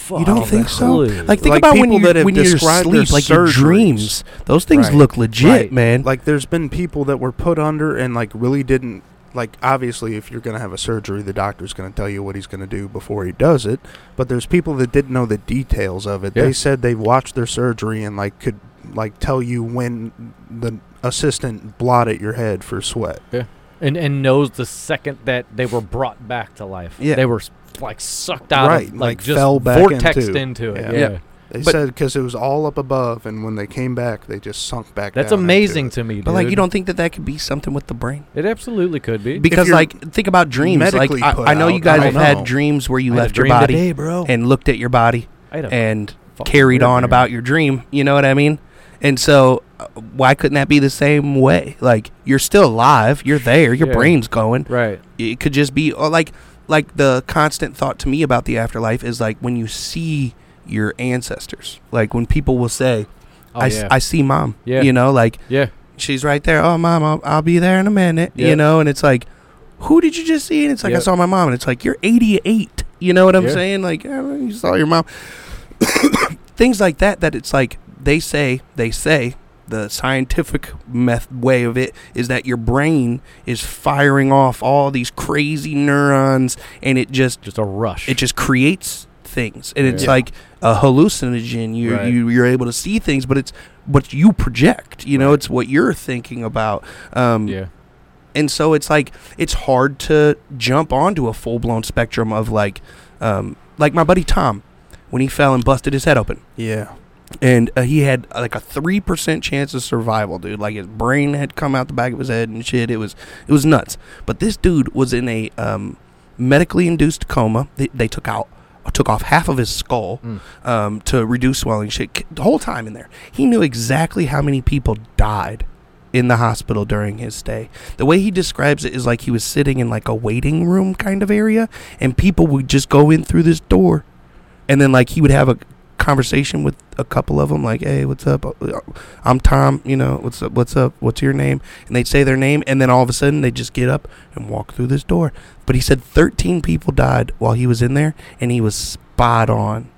[SPEAKER 2] no.
[SPEAKER 1] you don't
[SPEAKER 3] fucking
[SPEAKER 1] think so?
[SPEAKER 3] Oh, clue.
[SPEAKER 1] Like think
[SPEAKER 2] Like
[SPEAKER 1] about when
[SPEAKER 2] people
[SPEAKER 1] you
[SPEAKER 2] that have
[SPEAKER 1] when you're
[SPEAKER 2] described their
[SPEAKER 1] asleep, like your
[SPEAKER 2] surgeries.
[SPEAKER 1] dreams. Those things
[SPEAKER 3] Right.
[SPEAKER 1] look legit,
[SPEAKER 3] Right.
[SPEAKER 1] man.
[SPEAKER 2] like there's been people that were put under and like really didn't like obviously if you're going to have a surgery the doctor's going to tell you what he's going to do before he does it but there's people that didn't know the details of it
[SPEAKER 3] Yeah.
[SPEAKER 2] they said they watched their surgery and like could like tell you when the assistant blotted your head for sweat
[SPEAKER 3] and and knows the second that they were brought back to life.
[SPEAKER 1] Yeah.
[SPEAKER 3] they were s- like sucked out,
[SPEAKER 2] Right,
[SPEAKER 3] of,
[SPEAKER 2] like,
[SPEAKER 3] like, just
[SPEAKER 2] fell back
[SPEAKER 3] vortexed
[SPEAKER 2] into.
[SPEAKER 3] into,
[SPEAKER 2] Yeah.
[SPEAKER 3] it. Yeah,
[SPEAKER 1] Yeah.
[SPEAKER 2] they
[SPEAKER 1] But-
[SPEAKER 2] said 'cause said because it was all up above and when they came back they just sunk back
[SPEAKER 3] that's
[SPEAKER 2] down into
[SPEAKER 3] amazing
[SPEAKER 2] it.
[SPEAKER 3] to me. Dude.
[SPEAKER 1] but like you don't think that that could be something with the brain?
[SPEAKER 3] It absolutely could be.
[SPEAKER 1] Because
[SPEAKER 2] you're
[SPEAKER 1] like think about dreams. Like
[SPEAKER 2] medically
[SPEAKER 1] I,
[SPEAKER 2] put
[SPEAKER 1] I know
[SPEAKER 2] out,
[SPEAKER 1] you guys
[SPEAKER 2] I
[SPEAKER 1] have
[SPEAKER 2] don't know.
[SPEAKER 1] had dreams where you
[SPEAKER 3] I had a
[SPEAKER 1] left your
[SPEAKER 3] dream
[SPEAKER 1] body
[SPEAKER 3] today,
[SPEAKER 1] bro. and looked at your body
[SPEAKER 3] I had a
[SPEAKER 1] and
[SPEAKER 3] fucking
[SPEAKER 1] carried
[SPEAKER 3] weird
[SPEAKER 1] on
[SPEAKER 3] dream.
[SPEAKER 1] about your dream. You know what I mean? And so, uh, why couldn't that be the same way? Like, you're still alive. You're there. Your
[SPEAKER 3] Yeah.
[SPEAKER 1] brain's going.
[SPEAKER 3] right.
[SPEAKER 1] It could just be or like, like the constant thought to me about the afterlife is like when you see your ancestors. Like when people will say,
[SPEAKER 3] Oh,
[SPEAKER 1] I, s-
[SPEAKER 3] yeah.
[SPEAKER 1] "I see mom."
[SPEAKER 3] Yeah.
[SPEAKER 1] You know, like
[SPEAKER 3] yeah,
[SPEAKER 1] she's right there. Oh, mom, I'll, I'll be there in a minute.
[SPEAKER 3] Yeah.
[SPEAKER 1] You know, and it's like, who did you just see? And it's like, I
[SPEAKER 3] Yeah.
[SPEAKER 1] saw my mom. And it's like, you're 88. You know what I'm
[SPEAKER 3] Yeah.
[SPEAKER 1] saying? Like, "Oh, you saw your mom. <coughs> Things like that, that it's like, they say, they say, the scientific meth way of it is that your brain is firing off all these crazy neurons and it just
[SPEAKER 3] just a rush.
[SPEAKER 1] it just creates things, and it's
[SPEAKER 3] Yeah.
[SPEAKER 1] like a hallucinogen. You
[SPEAKER 5] Right.
[SPEAKER 1] you you're able to see things, but it's what you project. You know, it's what you're thinking about. Um,
[SPEAKER 3] Yeah.
[SPEAKER 1] and so it's like it's hard to jump onto a full blown spectrum of like, um, like my buddy Tom, when he fell and busted his head open
[SPEAKER 2] Yeah.
[SPEAKER 1] and uh, he had uh, like a three percent chance of survival, dude. Like his brain had come out the back of his head and shit. It was it was nuts. But this dude was in a um, medically induced coma. They, they took out took off half of his skull
[SPEAKER 3] Mm.
[SPEAKER 1] um, to reduce swelling. Shit, K- the whole time in there, he knew exactly how many people died in the hospital during his stay. The way he describes it is like he was sitting in like a waiting room kind of area, and people would just go in through this door, and then like he would have a conversation with a couple of them, like, "Hey, what's up? Uh, I'm Tom. You know, what's up? What's up? What's your name?" And they'd say their name, and then all of a sudden they would just get up and walk through this door. But he said 13 people died while he was in there, and he was spot on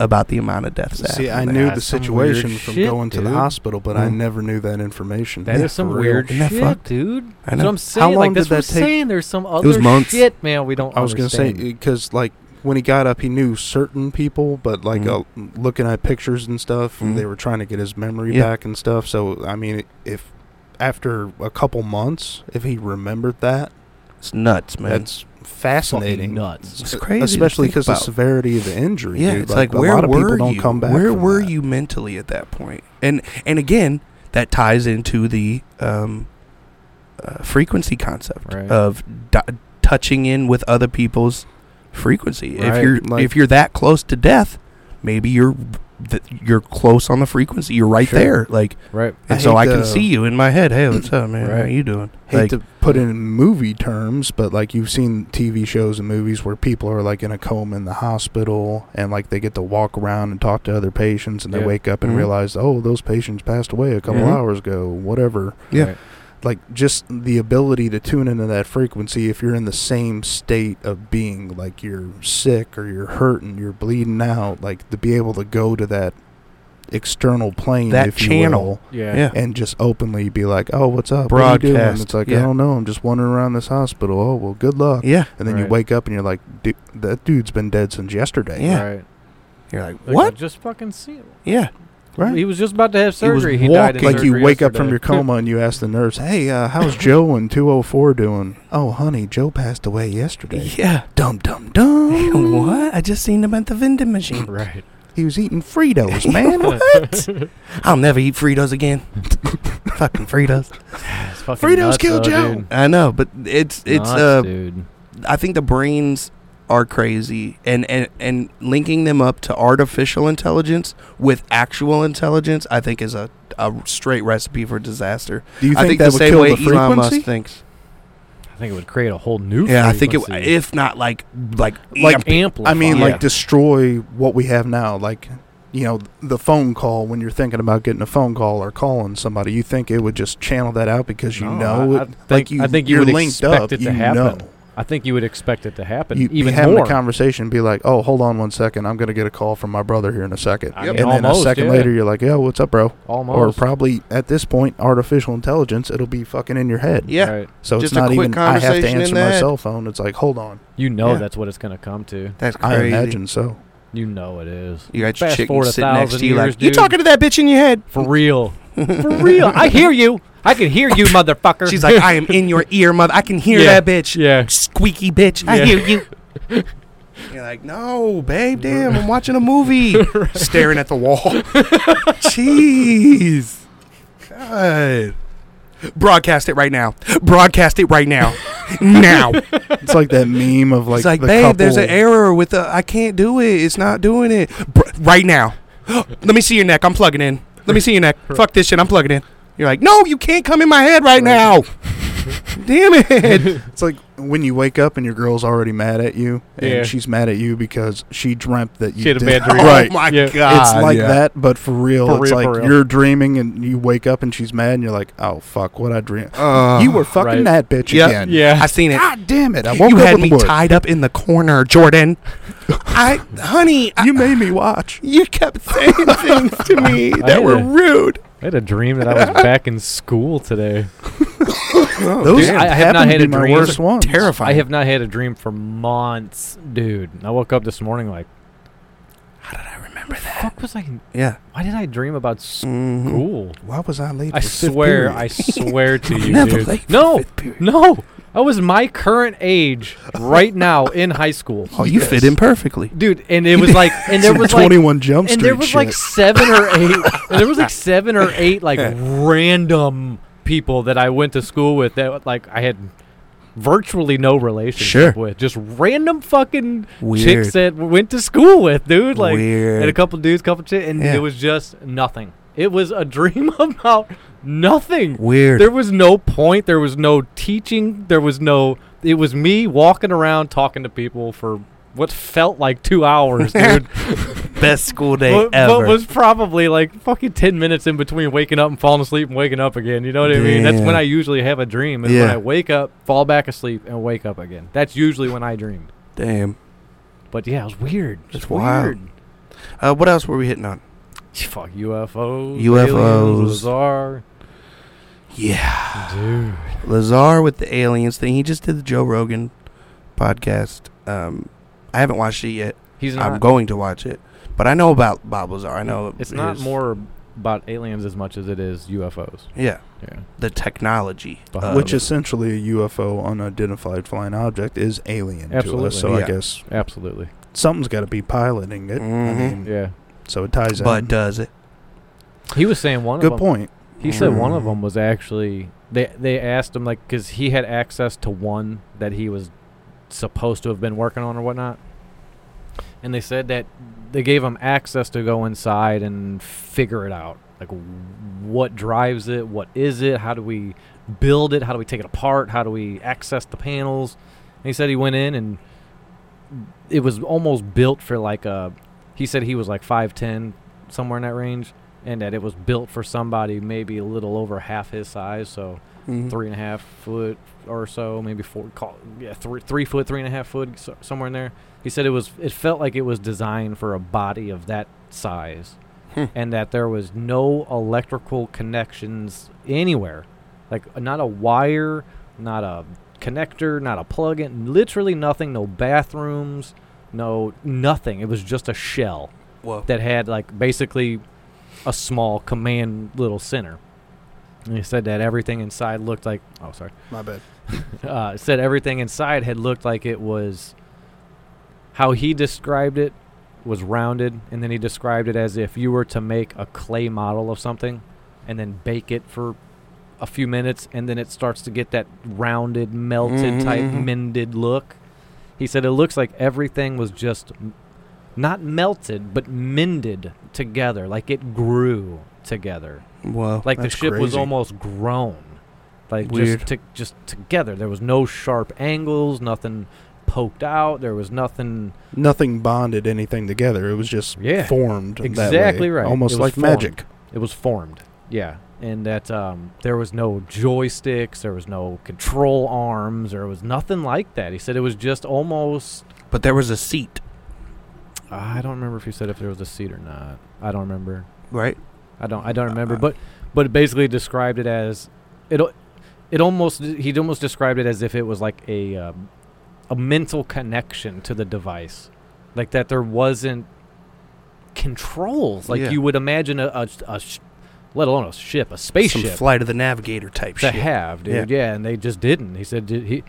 [SPEAKER 1] about the amount of deaths. that
[SPEAKER 2] See, I
[SPEAKER 1] happened there.
[SPEAKER 2] knew
[SPEAKER 3] That's
[SPEAKER 2] the
[SPEAKER 3] some
[SPEAKER 2] situation
[SPEAKER 3] weird
[SPEAKER 2] from
[SPEAKER 3] shit,
[SPEAKER 2] going to the
[SPEAKER 3] dude.
[SPEAKER 2] hospital, but I
[SPEAKER 1] Mhm.
[SPEAKER 2] never knew that information.
[SPEAKER 3] That is
[SPEAKER 1] Yeah,
[SPEAKER 3] some
[SPEAKER 2] for real.
[SPEAKER 3] weird
[SPEAKER 1] Isn't that
[SPEAKER 3] shit,
[SPEAKER 1] fucked?
[SPEAKER 3] dude.
[SPEAKER 1] I
[SPEAKER 3] That's what
[SPEAKER 1] know.
[SPEAKER 3] I'm saying.
[SPEAKER 2] long
[SPEAKER 3] like
[SPEAKER 2] did
[SPEAKER 3] that's what I'm
[SPEAKER 2] that take?
[SPEAKER 3] saying. There's some other
[SPEAKER 1] was months.
[SPEAKER 3] shit, man. We don't.
[SPEAKER 2] I was going to say,
[SPEAKER 3] understand.
[SPEAKER 2] because, like, when he got up, he knew certain people, but, like,
[SPEAKER 1] Mhm.
[SPEAKER 2] uh, looking at pictures and stuff,
[SPEAKER 1] Mhm.
[SPEAKER 2] they were trying to get his memory
[SPEAKER 1] Yeah.
[SPEAKER 2] back and stuff. So, I mean, if after a couple months, if he remembered that,
[SPEAKER 1] It's nuts, man.
[SPEAKER 2] that's fascinating.
[SPEAKER 3] nuts.
[SPEAKER 1] It's
[SPEAKER 2] E-
[SPEAKER 1] crazy to
[SPEAKER 2] Especially
[SPEAKER 1] think
[SPEAKER 2] because the
[SPEAKER 1] about.
[SPEAKER 2] severity of the injury.
[SPEAKER 1] yeah,
[SPEAKER 2] dude.
[SPEAKER 1] it's like,
[SPEAKER 2] a
[SPEAKER 1] where
[SPEAKER 2] lot of
[SPEAKER 1] were
[SPEAKER 2] people don't
[SPEAKER 1] you?
[SPEAKER 2] come back.
[SPEAKER 1] where
[SPEAKER 2] from
[SPEAKER 1] were
[SPEAKER 2] that.
[SPEAKER 1] you mentally at that point? And and again, that ties into the um, uh, frequency concept
[SPEAKER 3] Right.
[SPEAKER 1] of di- touching in with other people's frequency.
[SPEAKER 2] Right,
[SPEAKER 1] If you're
[SPEAKER 2] like-
[SPEAKER 1] if you're that close to death, maybe you're th- you're close on the frequency. You're right
[SPEAKER 2] Sure.
[SPEAKER 1] there, like,
[SPEAKER 3] Right.
[SPEAKER 1] and
[SPEAKER 2] I
[SPEAKER 1] so
[SPEAKER 2] hate
[SPEAKER 1] I can
[SPEAKER 2] the-
[SPEAKER 1] see you in my head. Hey, what's up, man? How
[SPEAKER 3] Right.
[SPEAKER 1] you doing?
[SPEAKER 2] Hate
[SPEAKER 1] like,
[SPEAKER 2] to put it in movie terms, but like you've seen TV shows and movies where people are like in a coma in the hospital and like they get to walk around and talk to other patients and they
[SPEAKER 3] Yeah.
[SPEAKER 2] wake up and
[SPEAKER 1] Mhm.
[SPEAKER 2] realize, oh, those patients passed away a couple
[SPEAKER 1] Mhm.
[SPEAKER 2] hours ago, whatever.
[SPEAKER 1] Yeah.
[SPEAKER 3] Right.
[SPEAKER 2] Like just the ability to tune into that frequency if you're in the same state of being, like you're sick or you're hurting, you're bleeding out, like to be able to go to that external plane,
[SPEAKER 1] That
[SPEAKER 2] if you
[SPEAKER 1] channel.
[SPEAKER 2] will,
[SPEAKER 3] Yeah.
[SPEAKER 1] yeah,
[SPEAKER 2] and just openly be like, "Oh, what's up? What are you doing?"
[SPEAKER 1] Broadcast,
[SPEAKER 2] It's like,
[SPEAKER 1] yeah.
[SPEAKER 2] "I don't know. I'm just wandering around this hospital." Oh, well, good luck.
[SPEAKER 1] yeah.
[SPEAKER 2] And then you
[SPEAKER 3] Right.
[SPEAKER 2] wake up and you're like, "Dude, that dude's been dead since yesterday."
[SPEAKER 1] Yeah.
[SPEAKER 3] Right.
[SPEAKER 1] You're like,
[SPEAKER 3] Like,
[SPEAKER 1] what?
[SPEAKER 3] I just fucking see. It.
[SPEAKER 1] Yeah,
[SPEAKER 2] Right.
[SPEAKER 3] He was just about to have
[SPEAKER 1] He was
[SPEAKER 3] surgery. He, died
[SPEAKER 1] walking.
[SPEAKER 3] in
[SPEAKER 2] Like you
[SPEAKER 3] surgery
[SPEAKER 2] wake up from
[SPEAKER 3] yesterday.
[SPEAKER 2] your coma and you ask the nurse, "Hey, uh,
[SPEAKER 1] <laughs>
[SPEAKER 2] how's Joe and 204 doing?" "Oh, honey, Joe passed
[SPEAKER 1] <laughs>
[SPEAKER 2] away yesterday."
[SPEAKER 1] yeah.
[SPEAKER 2] Dum dum <laughs>
[SPEAKER 1] <laughs>
[SPEAKER 2] dum.
[SPEAKER 1] what? I just seen him at the vending machine.
[SPEAKER 3] right.
[SPEAKER 2] He was
[SPEAKER 1] <laughs>
[SPEAKER 2] eating Fritos, <laughs> man.
[SPEAKER 1] what? I'll never eat Fritos
[SPEAKER 2] <laughs>
[SPEAKER 1] again. Fucking Fritos.
[SPEAKER 3] It's fucking
[SPEAKER 2] Fritos
[SPEAKER 3] nuts,
[SPEAKER 2] killed
[SPEAKER 3] though,
[SPEAKER 2] Joe.
[SPEAKER 3] Dude.
[SPEAKER 1] I know, but it's it's
[SPEAKER 3] nuts,
[SPEAKER 1] uh
[SPEAKER 3] dude.
[SPEAKER 1] I think the brains are crazy and and and linking them up to artificial intelligence with actual intelligence I think is a a straight recipe for disaster.
[SPEAKER 2] Do you think,
[SPEAKER 1] I think
[SPEAKER 2] that
[SPEAKER 1] the
[SPEAKER 2] would
[SPEAKER 1] same
[SPEAKER 2] kill
[SPEAKER 1] way
[SPEAKER 2] the frequency?
[SPEAKER 1] Elon Musk thinks.
[SPEAKER 3] I think it would create a whole new.
[SPEAKER 1] Yeah, I think it
[SPEAKER 3] frequency.
[SPEAKER 1] if not like like
[SPEAKER 2] Like,
[SPEAKER 1] amp-
[SPEAKER 3] amplified.
[SPEAKER 2] I mean,
[SPEAKER 1] Yeah.
[SPEAKER 2] like destroy what we have now. Like, you know, the phone call when you're thinking about getting a phone call or calling somebody, you think it would just channel that out because you
[SPEAKER 3] No,
[SPEAKER 2] know
[SPEAKER 3] I- I
[SPEAKER 2] it.
[SPEAKER 3] think-
[SPEAKER 2] like you,
[SPEAKER 3] I think you
[SPEAKER 2] are
[SPEAKER 3] would
[SPEAKER 2] linked
[SPEAKER 3] expect
[SPEAKER 2] up.
[SPEAKER 3] it to
[SPEAKER 2] you
[SPEAKER 3] happen.
[SPEAKER 2] know.
[SPEAKER 3] I think you would expect it to happen.
[SPEAKER 2] You,
[SPEAKER 3] even
[SPEAKER 2] you having
[SPEAKER 3] more.
[SPEAKER 2] a conversation, be like, "Oh, hold on one second. I'm going to get a call from my brother here in a second.
[SPEAKER 3] I Yep.
[SPEAKER 2] And
[SPEAKER 3] mean,
[SPEAKER 2] then a
[SPEAKER 3] almost,
[SPEAKER 2] second
[SPEAKER 3] yeah.
[SPEAKER 2] later, you're like, "Yo, what's up, bro?" Or
[SPEAKER 3] Almost.
[SPEAKER 2] probably at this point, artificial intelligence. It'll be fucking in your head.
[SPEAKER 1] yeah.
[SPEAKER 3] Right.
[SPEAKER 2] So it's
[SPEAKER 1] Just a
[SPEAKER 2] not
[SPEAKER 1] quick
[SPEAKER 2] even. I have
[SPEAKER 1] conversation
[SPEAKER 2] to
[SPEAKER 1] in
[SPEAKER 2] answer
[SPEAKER 1] the
[SPEAKER 2] my
[SPEAKER 1] head.
[SPEAKER 2] cell phone. It's like, hold on.
[SPEAKER 3] You know
[SPEAKER 1] Yeah.
[SPEAKER 3] that's what it's going to come to.
[SPEAKER 1] That's
[SPEAKER 2] I
[SPEAKER 1] crazy.
[SPEAKER 2] imagine so.
[SPEAKER 3] You know it is.
[SPEAKER 1] You got your
[SPEAKER 3] Fast
[SPEAKER 1] chicken
[SPEAKER 3] forward a
[SPEAKER 1] sitting next
[SPEAKER 3] thousand
[SPEAKER 1] to you
[SPEAKER 3] years,
[SPEAKER 1] like you
[SPEAKER 3] dude.
[SPEAKER 1] talking to that bitch in your head. <laughs>
[SPEAKER 3] For real. For real. I hear you. I can hear you, motherfucker.
[SPEAKER 1] <laughs> She's
[SPEAKER 3] <laughs>
[SPEAKER 1] like I am in your ear mother. I can hear
[SPEAKER 3] Yeah.
[SPEAKER 1] that bitch.
[SPEAKER 3] yeah.
[SPEAKER 1] squeaky bitch. I
[SPEAKER 3] Yeah.
[SPEAKER 1] hear you.
[SPEAKER 3] <laughs>
[SPEAKER 1] You're like, no, babe, damn, I'm watching a
[SPEAKER 3] <laughs>
[SPEAKER 1] movie. Staring at the wall. Jeez. God. Broadcast it right now. Broadcast it right
[SPEAKER 3] <laughs>
[SPEAKER 1] now. now.
[SPEAKER 2] It's like that meme of like
[SPEAKER 1] it's like,
[SPEAKER 2] the
[SPEAKER 1] babe, there's an
[SPEAKER 2] couple-
[SPEAKER 1] error with the, I can't do it. It's not doing it. Br- right now. <gasps> Let me see your neck. I'm plugging in. Let me see your neck.
[SPEAKER 2] <laughs>
[SPEAKER 1] Fuck this shit. I'm plugging in. You're like, no, you can't come in my head right
[SPEAKER 2] <laughs>
[SPEAKER 1] now. Damn it.
[SPEAKER 2] It's like when you wake up and your girl's already mad at you, and
[SPEAKER 3] Yeah.
[SPEAKER 2] she's mad at you because she dreamt that you
[SPEAKER 3] She had a
[SPEAKER 2] did- <laughs>
[SPEAKER 3] bad dream.
[SPEAKER 2] <laughs> right.
[SPEAKER 1] Oh my
[SPEAKER 3] Yeah.
[SPEAKER 1] God.
[SPEAKER 2] It's like
[SPEAKER 5] yeah.
[SPEAKER 2] that, but for real.
[SPEAKER 3] For
[SPEAKER 2] it's
[SPEAKER 3] real,
[SPEAKER 2] like
[SPEAKER 3] for real.
[SPEAKER 2] you're dreaming and you wake up and she's mad, and you're like, "Oh fuck, what I dream?
[SPEAKER 1] Uh,
[SPEAKER 2] you were fucking
[SPEAKER 3] right.
[SPEAKER 2] that bitch
[SPEAKER 1] Yep.
[SPEAKER 2] again."
[SPEAKER 3] Yeah.
[SPEAKER 1] I seen it.
[SPEAKER 2] God damn it! I woke
[SPEAKER 1] You
[SPEAKER 2] up
[SPEAKER 1] had
[SPEAKER 2] with
[SPEAKER 1] me
[SPEAKER 2] wood.
[SPEAKER 3] <laughs>
[SPEAKER 1] tied up in the corner, Jordan. I, honey, I,
[SPEAKER 2] You made me watch.
[SPEAKER 1] you kept saying
[SPEAKER 2] <laughs>
[SPEAKER 1] things to me
[SPEAKER 3] I
[SPEAKER 1] that
[SPEAKER 3] had
[SPEAKER 1] were
[SPEAKER 3] a-
[SPEAKER 1] rude.
[SPEAKER 3] I had a dream that I
[SPEAKER 1] <laughs>
[SPEAKER 3] was back in school today.
[SPEAKER 2] Those
[SPEAKER 3] Dude, I- I have
[SPEAKER 2] happen
[SPEAKER 3] not
[SPEAKER 2] to
[SPEAKER 3] had
[SPEAKER 2] be
[SPEAKER 3] a
[SPEAKER 2] my
[SPEAKER 3] dream.
[SPEAKER 2] worst ones.
[SPEAKER 1] Terrifying.
[SPEAKER 3] I have not had a dream for months, dude. I woke up this morning like,
[SPEAKER 1] How did I remember that?
[SPEAKER 3] Fuck was I?
[SPEAKER 1] Yeah.
[SPEAKER 3] Why did I dream about school?
[SPEAKER 2] Mm-hmm.
[SPEAKER 1] Mhm.
[SPEAKER 2] Why was I late?
[SPEAKER 3] I
[SPEAKER 2] for fifth
[SPEAKER 3] swear,
[SPEAKER 2] period?
[SPEAKER 3] I
[SPEAKER 1] <laughs>
[SPEAKER 3] swear to you,
[SPEAKER 1] Never
[SPEAKER 3] dude.
[SPEAKER 1] late for
[SPEAKER 3] No,
[SPEAKER 1] fifth period.
[SPEAKER 3] no, I was my current age right now in high school,
[SPEAKER 1] Oh, you fit in perfectly.
[SPEAKER 3] dude. And it was like, and there
[SPEAKER 2] Some
[SPEAKER 3] was like,
[SPEAKER 2] 21 Jump Street
[SPEAKER 3] and there was
[SPEAKER 2] shit.
[SPEAKER 3] like seven or eight. and there was
[SPEAKER 2] <laughs>
[SPEAKER 3] like seven or eight like random people that I went to school with that like I had virtually no relationship
[SPEAKER 1] Sure.
[SPEAKER 3] with. Just random fucking chicks
[SPEAKER 1] Weird.
[SPEAKER 3] that w- went to school with, dude. Like and a
[SPEAKER 1] Weird.
[SPEAKER 3] couple dudes, couple chicks, and
[SPEAKER 1] Yeah.
[SPEAKER 3] it was just nothing. It was a <laughs> dream about nothing.
[SPEAKER 1] Weird.
[SPEAKER 3] There was no point. There was no teaching. There was no. It was me walking around talking to people for what felt like two
[SPEAKER 1] <laughs>
[SPEAKER 3] hours, dude.
[SPEAKER 1] Best school day
[SPEAKER 3] what,
[SPEAKER 1] ever.
[SPEAKER 3] what was probably like fucking 10 minutes in between waking up and falling asleep and waking up again. You know what I mean? That's when
[SPEAKER 1] Damn.
[SPEAKER 3] I usually have a dream. Is when
[SPEAKER 1] Yeah.
[SPEAKER 3] I wake up, fall back asleep, and wake up again. That's usually when I dream.
[SPEAKER 1] Damn.
[SPEAKER 3] But yeah, it was weird.
[SPEAKER 1] That's
[SPEAKER 3] It's
[SPEAKER 1] wild.
[SPEAKER 3] weird. <laughs>
[SPEAKER 1] Uh, what else were we hitting on?
[SPEAKER 3] Fuck UFOs.
[SPEAKER 1] UFOs.
[SPEAKER 3] Aliens, bizarre.
[SPEAKER 1] Yeah.
[SPEAKER 3] Dude.
[SPEAKER 1] Lazar with the aliens thing. He just did the Joe Rogan podcast. Um, I haven't watched it yet.
[SPEAKER 3] He's not.
[SPEAKER 1] I'm going to watch it. But I know about Bob Lazar. I know
[SPEAKER 3] It's not
[SPEAKER 1] his-
[SPEAKER 3] more about aliens as much as it is UFOs.
[SPEAKER 1] Yeah.
[SPEAKER 3] Yeah.
[SPEAKER 1] The technology. uh,
[SPEAKER 3] Behind
[SPEAKER 2] which
[SPEAKER 3] it.
[SPEAKER 2] essentially a UFO, unidentified flying object, is alien to
[SPEAKER 3] Absolutely.
[SPEAKER 2] us. So
[SPEAKER 1] Yeah.
[SPEAKER 2] I guess
[SPEAKER 3] Absolutely.
[SPEAKER 2] something's got to be piloting it. I
[SPEAKER 1] Mhm.
[SPEAKER 2] mean,
[SPEAKER 3] Yeah.
[SPEAKER 2] so it ties in.
[SPEAKER 1] but
[SPEAKER 3] uh,
[SPEAKER 1] does it?
[SPEAKER 3] He was saying one
[SPEAKER 2] good
[SPEAKER 3] of them.
[SPEAKER 2] point.
[SPEAKER 3] He said one of
[SPEAKER 1] Mm.
[SPEAKER 3] them was actually they they asked him like because he had access to one that he was supposed to have been working on or whatnot, and they said that they gave him access to go inside and figure it out like what drives it, what is it, how do we build it, how do we take it apart, how do we access the panels. And he said he went in and it was almost built for like a. He said he was like five ten somewhere in that range and that it was built for somebody maybe a little over half his size, so
[SPEAKER 1] Mhm.
[SPEAKER 3] three and a half foot or so, maybe four, call, yeah, three, three foot, three and a half foot, so, somewhere in there. He said it was, it felt like it was designed for a body of that size,
[SPEAKER 1] Hmm.
[SPEAKER 3] and that there was no electrical connections anywhere, like not a wire, not a connector, not a plug-in, literally nothing, no bathrooms, no nothing. It was just a shell
[SPEAKER 1] Whoa.
[SPEAKER 3] that had like basically a small command little center. And he said that everything inside looked like oh sorry
[SPEAKER 2] My bad.
[SPEAKER 3] <laughs> uh, said everything inside had looked like it was how he described it was rounded and then he described it as if you were to make a clay model of something and then bake it for a few minutes and then it starts to get that rounded melted type
[SPEAKER 1] Mhm.
[SPEAKER 3] mended look he said it looks like everything was just m- not melted but mended together like it grew together
[SPEAKER 1] Whoa.
[SPEAKER 3] like the
[SPEAKER 2] That's
[SPEAKER 3] ship was
[SPEAKER 2] crazy.
[SPEAKER 3] almost grown like
[SPEAKER 1] Weird.
[SPEAKER 3] just to, just together there was no sharp angles nothing poked out there was nothing
[SPEAKER 2] Nothing bonded anything together. It was just
[SPEAKER 3] Yeah.
[SPEAKER 2] formed that
[SPEAKER 3] Exactly
[SPEAKER 2] way.
[SPEAKER 3] right. It
[SPEAKER 2] Almost
[SPEAKER 3] was
[SPEAKER 2] like
[SPEAKER 3] formed.
[SPEAKER 2] magic.
[SPEAKER 3] it was formed yeah and that um, there was no joysticks there was no control arms there was nothing like that he said it was just almost
[SPEAKER 1] but there was a seat,
[SPEAKER 3] i don't remember if he said if there was a seat or not i don't remember
[SPEAKER 1] right?
[SPEAKER 3] I don't I don't remember,
[SPEAKER 1] Uh,
[SPEAKER 3] but but it basically described it as it al- it almost he almost described it as if it was like a um, a mental connection to the device, like that there wasn't controls like
[SPEAKER 1] Yeah.
[SPEAKER 3] you would imagine a, a, a sh- let alone a ship a
[SPEAKER 1] Some
[SPEAKER 3] spaceship
[SPEAKER 1] flight of the navigator type
[SPEAKER 3] to
[SPEAKER 1] shit.
[SPEAKER 3] have,
[SPEAKER 1] Yeah.
[SPEAKER 3] dude. Yeah. and they just didn't. He said di- he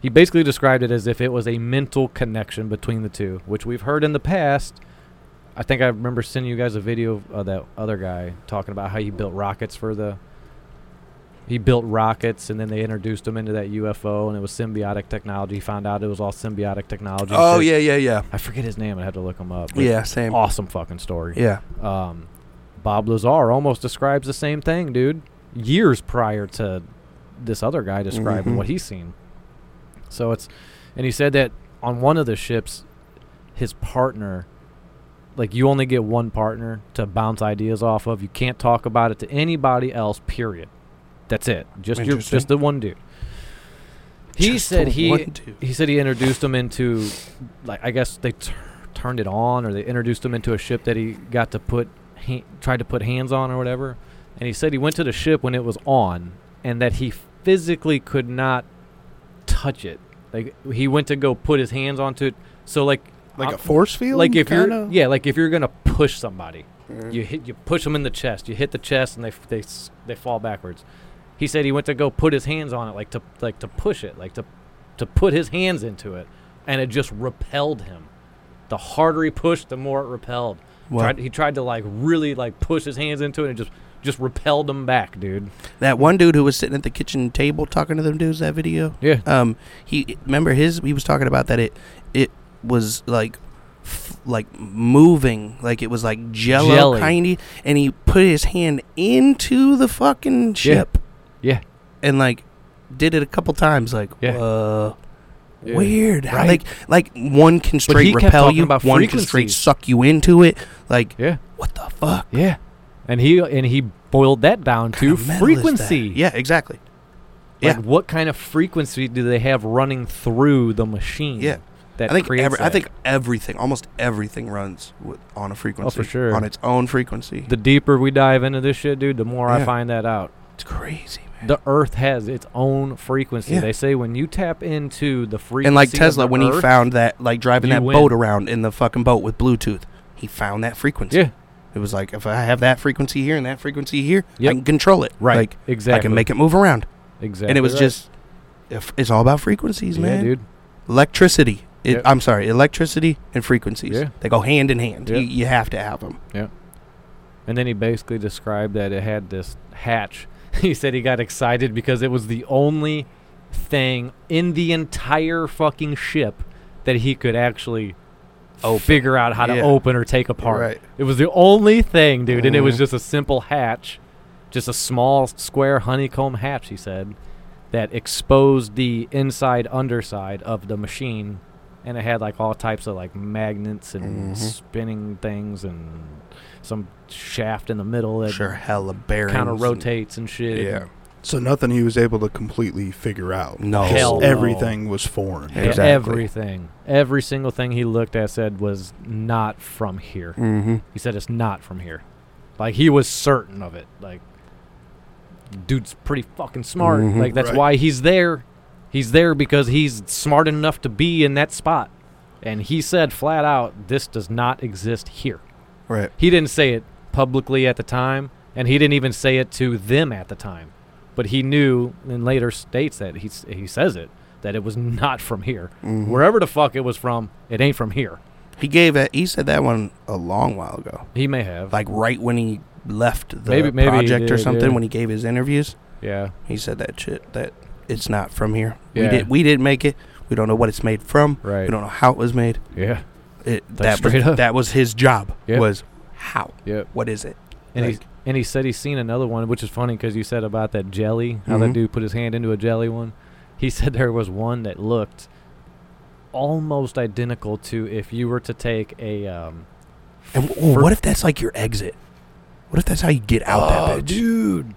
[SPEAKER 3] he basically described it as if it was a mental connection between the two, which we've heard in the past. I think I remember sending you guys a video of uh, that other guy talking about how he built rockets for the. He built rockets, and then they introduced him into that UFO, and it was symbiotic technology. He found out it was all symbiotic technology. and
[SPEAKER 1] oh
[SPEAKER 3] shit.
[SPEAKER 1] yeah, yeah, yeah,
[SPEAKER 3] I forget his name. I had to look him up. but
[SPEAKER 1] yeah. Same.
[SPEAKER 3] awesome fucking story.
[SPEAKER 1] Yeah.
[SPEAKER 3] Um, Bob Lazar almost describes the same thing, dude. Years prior to this other guy describing
[SPEAKER 1] Mhm.
[SPEAKER 3] what he's seen. So it's, and he said that on one of the ships, his partner, like you only get one partner to bounce ideas off of. You can't talk about it to anybody else. Period. That's it. Just your,
[SPEAKER 1] Interesting.
[SPEAKER 3] just the one dude. He
[SPEAKER 1] Just
[SPEAKER 3] said
[SPEAKER 1] the
[SPEAKER 3] he
[SPEAKER 1] one dude.
[SPEAKER 3] he said he introduced him into like I guess they tur turned it on or they introduced him into a ship that he got to put ha- tried to put hands on or whatever. And he said he went to the ship when it was on and that he physically could not touch it. Like he went to go put his hands onto it. So like
[SPEAKER 2] like
[SPEAKER 3] I'm-
[SPEAKER 2] a force field.
[SPEAKER 3] Uh, like if you're
[SPEAKER 2] kinda?
[SPEAKER 3] yeah, like if you're gonna push somebody,
[SPEAKER 2] Mhm.
[SPEAKER 3] you hit you push them in the chest. You hit the chest and they f- they s- they fall backwards. He said he went to go put his hands on it, like to like to push it, like to to put his hands into it, and it just repelled him. The harder he pushed, the more it repelled.
[SPEAKER 1] Wow.
[SPEAKER 3] Tried, he tried to like really like push his hands into it and it just just repelled him back, dude.
[SPEAKER 1] That one dude who was sitting at the kitchen table talking to them dudes that video.
[SPEAKER 3] Yeah.
[SPEAKER 1] Um, he remember his. He was talking about that it it was like f- like moving, like it was like jello
[SPEAKER 3] Jelly.
[SPEAKER 1] kindy, and he put his hand into the fucking ship.
[SPEAKER 3] Yeah.
[SPEAKER 1] And like did it a couple times. Like
[SPEAKER 3] Yeah.
[SPEAKER 1] uh,
[SPEAKER 3] Yeah.
[SPEAKER 1] weird. how-
[SPEAKER 3] Right.
[SPEAKER 1] Like like one can straight
[SPEAKER 3] he kept
[SPEAKER 1] repel
[SPEAKER 3] talking
[SPEAKER 1] you,
[SPEAKER 3] about
[SPEAKER 1] one can straight
[SPEAKER 3] frequencies.
[SPEAKER 1] suck you into it. Like
[SPEAKER 3] Yeah.
[SPEAKER 1] what the fuck?
[SPEAKER 3] Yeah. And he and he boiled that down
[SPEAKER 1] Kinda metal
[SPEAKER 3] to
[SPEAKER 1] is that?
[SPEAKER 3] frequency.
[SPEAKER 1] Yeah, exactly.
[SPEAKER 3] Like
[SPEAKER 1] Yeah.
[SPEAKER 3] what kind of frequency do they have running through the machine?
[SPEAKER 1] Yeah.
[SPEAKER 3] That
[SPEAKER 1] I think
[SPEAKER 3] creates
[SPEAKER 1] every, I
[SPEAKER 3] that?
[SPEAKER 1] think everything, almost everything, runs with, on a frequency.
[SPEAKER 3] Oh, sure.
[SPEAKER 1] on its own frequency.
[SPEAKER 3] the deeper we dive into this shit, dude, the more I
[SPEAKER 1] Yeah.
[SPEAKER 3] find that out.
[SPEAKER 1] it's crazy, man.
[SPEAKER 3] The Earth has its own frequency.
[SPEAKER 1] Yeah.
[SPEAKER 3] They say when you tap into the frequency
[SPEAKER 1] and like
[SPEAKER 3] of
[SPEAKER 1] Tesla,
[SPEAKER 3] the
[SPEAKER 1] when he
[SPEAKER 3] Earth-
[SPEAKER 1] found that, like driving
[SPEAKER 3] you
[SPEAKER 1] that
[SPEAKER 3] win.
[SPEAKER 1] boat around in the fucking boat with Bluetooth, he found that frequency.
[SPEAKER 3] yeah,
[SPEAKER 1] It was like if I have that frequency here and that frequency here,
[SPEAKER 3] Yep.
[SPEAKER 1] I can control it.
[SPEAKER 3] right,
[SPEAKER 1] Like
[SPEAKER 3] exactly.
[SPEAKER 1] I can make it move around.
[SPEAKER 3] exactly,
[SPEAKER 1] and it was
[SPEAKER 3] right.
[SPEAKER 1] just, if, it's all about frequencies,
[SPEAKER 3] yeah,
[SPEAKER 1] man.
[SPEAKER 3] dude.
[SPEAKER 1] Electricity. It,
[SPEAKER 3] Yep.
[SPEAKER 1] I'm sorry, electricity and frequencies.
[SPEAKER 3] Yeah.
[SPEAKER 1] They go hand in hand.
[SPEAKER 3] Yeah.
[SPEAKER 1] You, you have to have them.
[SPEAKER 3] And then he basically described that it had this hatch. <laughs> he said he got excited because it was the only thing in the entire fucking ship that he could actually
[SPEAKER 1] Open.
[SPEAKER 3] figure out how to
[SPEAKER 1] Yeah.
[SPEAKER 3] open or take apart.
[SPEAKER 1] Right.
[SPEAKER 3] It was the only thing, dude, and it was
[SPEAKER 1] Mhm.
[SPEAKER 3] just a simple hatch, just a small square honeycomb hatch, he said, that exposed the inside underside of the machine and it had like all types of like magnets and
[SPEAKER 1] Mhm.
[SPEAKER 3] spinning things and some shaft in the middle that
[SPEAKER 1] Sure, hella bearings.
[SPEAKER 3] kind of
[SPEAKER 1] and-
[SPEAKER 3] rotates and shit.
[SPEAKER 1] Yeah.
[SPEAKER 2] so nothing he was able to completely figure out.
[SPEAKER 1] No.
[SPEAKER 2] Just
[SPEAKER 3] Hell no.
[SPEAKER 2] everything was foreign.
[SPEAKER 3] Yeah,
[SPEAKER 1] Exactly.
[SPEAKER 3] Everything, every single thing he looked at said was not from here.
[SPEAKER 1] Mm-hmm.
[SPEAKER 3] He said it's not from here. Like he was certain of it. Like dude's pretty fucking smart.
[SPEAKER 1] Mhm.
[SPEAKER 3] Like that's
[SPEAKER 2] Right.
[SPEAKER 3] why he's there. He's there because he's smart enough to be in that spot. And he said flat out, this does not exist here.
[SPEAKER 1] Right.
[SPEAKER 3] He didn't say it publicly at the time, and he didn't even say it to them at the time. But he knew and later states that he, s- he says it that it was not from here.
[SPEAKER 1] Mhm.
[SPEAKER 3] Wherever the fuck it was from, it ain't from here.
[SPEAKER 1] He gave that. He said that one a long while ago,
[SPEAKER 3] He may have.
[SPEAKER 1] like right when he left the
[SPEAKER 3] Maybe- maybe he
[SPEAKER 1] project or
[SPEAKER 3] did,
[SPEAKER 1] something.
[SPEAKER 3] yeah.
[SPEAKER 1] When he gave his interviews,
[SPEAKER 3] yeah.
[SPEAKER 1] he said that shit. That it's not from here. We
[SPEAKER 3] Yeah.
[SPEAKER 1] did. We didn't make it. We don't know what it's made from.
[SPEAKER 3] Right.
[SPEAKER 1] We don't know how it was made.
[SPEAKER 3] Yeah.
[SPEAKER 1] It, that was,
[SPEAKER 3] straight up.
[SPEAKER 1] that was his job.
[SPEAKER 3] Yeah.
[SPEAKER 1] Was how.
[SPEAKER 3] Yeah.
[SPEAKER 1] What is it?
[SPEAKER 3] And he
[SPEAKER 1] Like-
[SPEAKER 3] and he said he's seen another one, which is funny because you said about that jelly, how
[SPEAKER 1] Mhm.
[SPEAKER 3] that dude put his hand into a jelly one. He <laughs> said there was one that looked almost identical to if you were to take a. Um,
[SPEAKER 1] And w- what if that's like your exit? What if that's how you get out
[SPEAKER 3] Oh,
[SPEAKER 1] that bitch?
[SPEAKER 3] dude!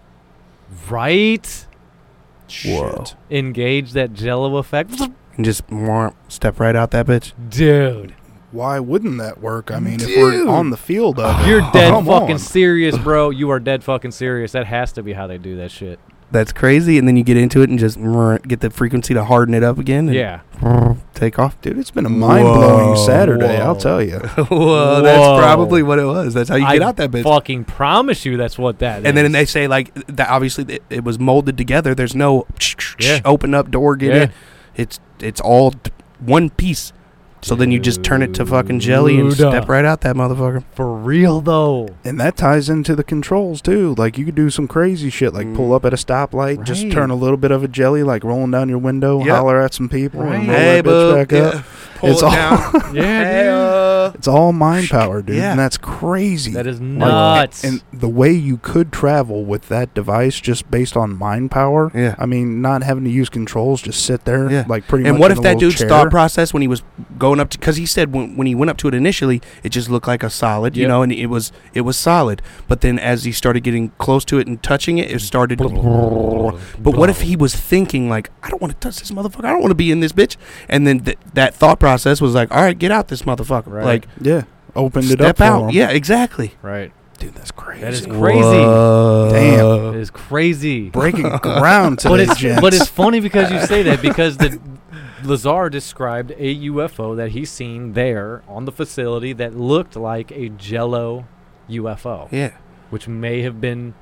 [SPEAKER 3] Right,
[SPEAKER 1] Whoa.
[SPEAKER 2] Shit.
[SPEAKER 3] engage that jello effect,
[SPEAKER 1] And just mwah, step right out that bitch.
[SPEAKER 3] dude.
[SPEAKER 2] Why wouldn't that work? I mean, if we're on the field of it,
[SPEAKER 3] You're
[SPEAKER 1] Oh,
[SPEAKER 3] dead
[SPEAKER 2] come
[SPEAKER 3] fucking
[SPEAKER 2] on.
[SPEAKER 3] serious, bro. You are dead fucking serious. That has to be how they do that shit.
[SPEAKER 1] That's crazy. And then you get into it and just mwah, get the frequency to harden it up again. And
[SPEAKER 3] Yeah,
[SPEAKER 1] mwah, take off. <laughs>
[SPEAKER 2] Dude, it's been a mind blowing
[SPEAKER 1] Whoa.
[SPEAKER 2] Saturday, I'll
[SPEAKER 3] Whoa.
[SPEAKER 2] tell you.
[SPEAKER 1] Whoa, that's
[SPEAKER 3] Whoa.
[SPEAKER 1] probably what it was. That's how you get
[SPEAKER 3] I
[SPEAKER 1] out that bitch.
[SPEAKER 3] fucking promise you that's what that
[SPEAKER 1] And then
[SPEAKER 3] is.
[SPEAKER 1] they say like that. Obviously, it, it was molded together. There's no
[SPEAKER 3] Yeah.
[SPEAKER 1] open up door, get
[SPEAKER 3] Yeah.
[SPEAKER 1] in. It's it's all t- one piece. So then you just turn it to fucking jelly and
[SPEAKER 3] Dude.
[SPEAKER 2] uh,
[SPEAKER 1] step right out that motherfucker.
[SPEAKER 3] for real though.
[SPEAKER 2] And that ties into the controls too. Like you could do some crazy shit, like
[SPEAKER 1] Mm.
[SPEAKER 2] pull up at a stoplight, just
[SPEAKER 1] Right.
[SPEAKER 2] turn a little bit of a jelly, like rolling down your window,
[SPEAKER 1] Yep.
[SPEAKER 2] holler at some people,
[SPEAKER 3] Right.
[SPEAKER 2] and roll
[SPEAKER 1] Hey,
[SPEAKER 2] that bitch
[SPEAKER 1] boo.
[SPEAKER 2] back
[SPEAKER 1] Yeah.
[SPEAKER 2] up.
[SPEAKER 1] Pull
[SPEAKER 2] It's
[SPEAKER 1] it <laughs>
[SPEAKER 2] all-
[SPEAKER 1] down. Hey,
[SPEAKER 3] Yeah,
[SPEAKER 1] uh,
[SPEAKER 2] It's all mind power, dude,
[SPEAKER 1] Yeah.
[SPEAKER 2] and that's crazy.
[SPEAKER 3] dude. that is
[SPEAKER 2] Like,
[SPEAKER 3] nuts.
[SPEAKER 2] and the way you could travel with that device, just based on mind power.
[SPEAKER 1] Yeah.
[SPEAKER 2] I mean, not having to use controls, just sit there,
[SPEAKER 1] Yeah.
[SPEAKER 2] like pretty.
[SPEAKER 1] And
[SPEAKER 2] much
[SPEAKER 1] what
[SPEAKER 2] in
[SPEAKER 1] if
[SPEAKER 2] a
[SPEAKER 1] that
[SPEAKER 2] little
[SPEAKER 1] dude's
[SPEAKER 2] chair.
[SPEAKER 1] thought process when he was going up to because he said when, when he went up to it initially, it just looked like a solid, you
[SPEAKER 3] Yep.
[SPEAKER 1] know, and it was it was solid. But then as he started getting close to it and touching it, it started.
[SPEAKER 2] <laughs>
[SPEAKER 1] to But what if he was thinking like, I don't want to touch this motherfucker. I don't want to be in this bitch. And then th- that thought process was like, all right, get out this motherfucker.
[SPEAKER 3] Right.
[SPEAKER 1] Like
[SPEAKER 2] Yeah, opened it up.
[SPEAKER 1] step
[SPEAKER 2] for
[SPEAKER 1] out.
[SPEAKER 2] 'em.
[SPEAKER 1] Yeah,
[SPEAKER 2] <laughs>
[SPEAKER 1] exactly.
[SPEAKER 3] Right.
[SPEAKER 2] dude, that's crazy.
[SPEAKER 3] That is crazy.
[SPEAKER 2] Damn.
[SPEAKER 1] Uh.
[SPEAKER 3] It is
[SPEAKER 1] <laughs>
[SPEAKER 3] crazy.
[SPEAKER 2] breaking ground today,
[SPEAKER 3] But it's
[SPEAKER 2] gents.
[SPEAKER 3] but it's funny because you say that because the Lazar described a UFO that he seen there on the facility that looked like a Jello UFO,
[SPEAKER 1] Yeah.
[SPEAKER 3] which may have been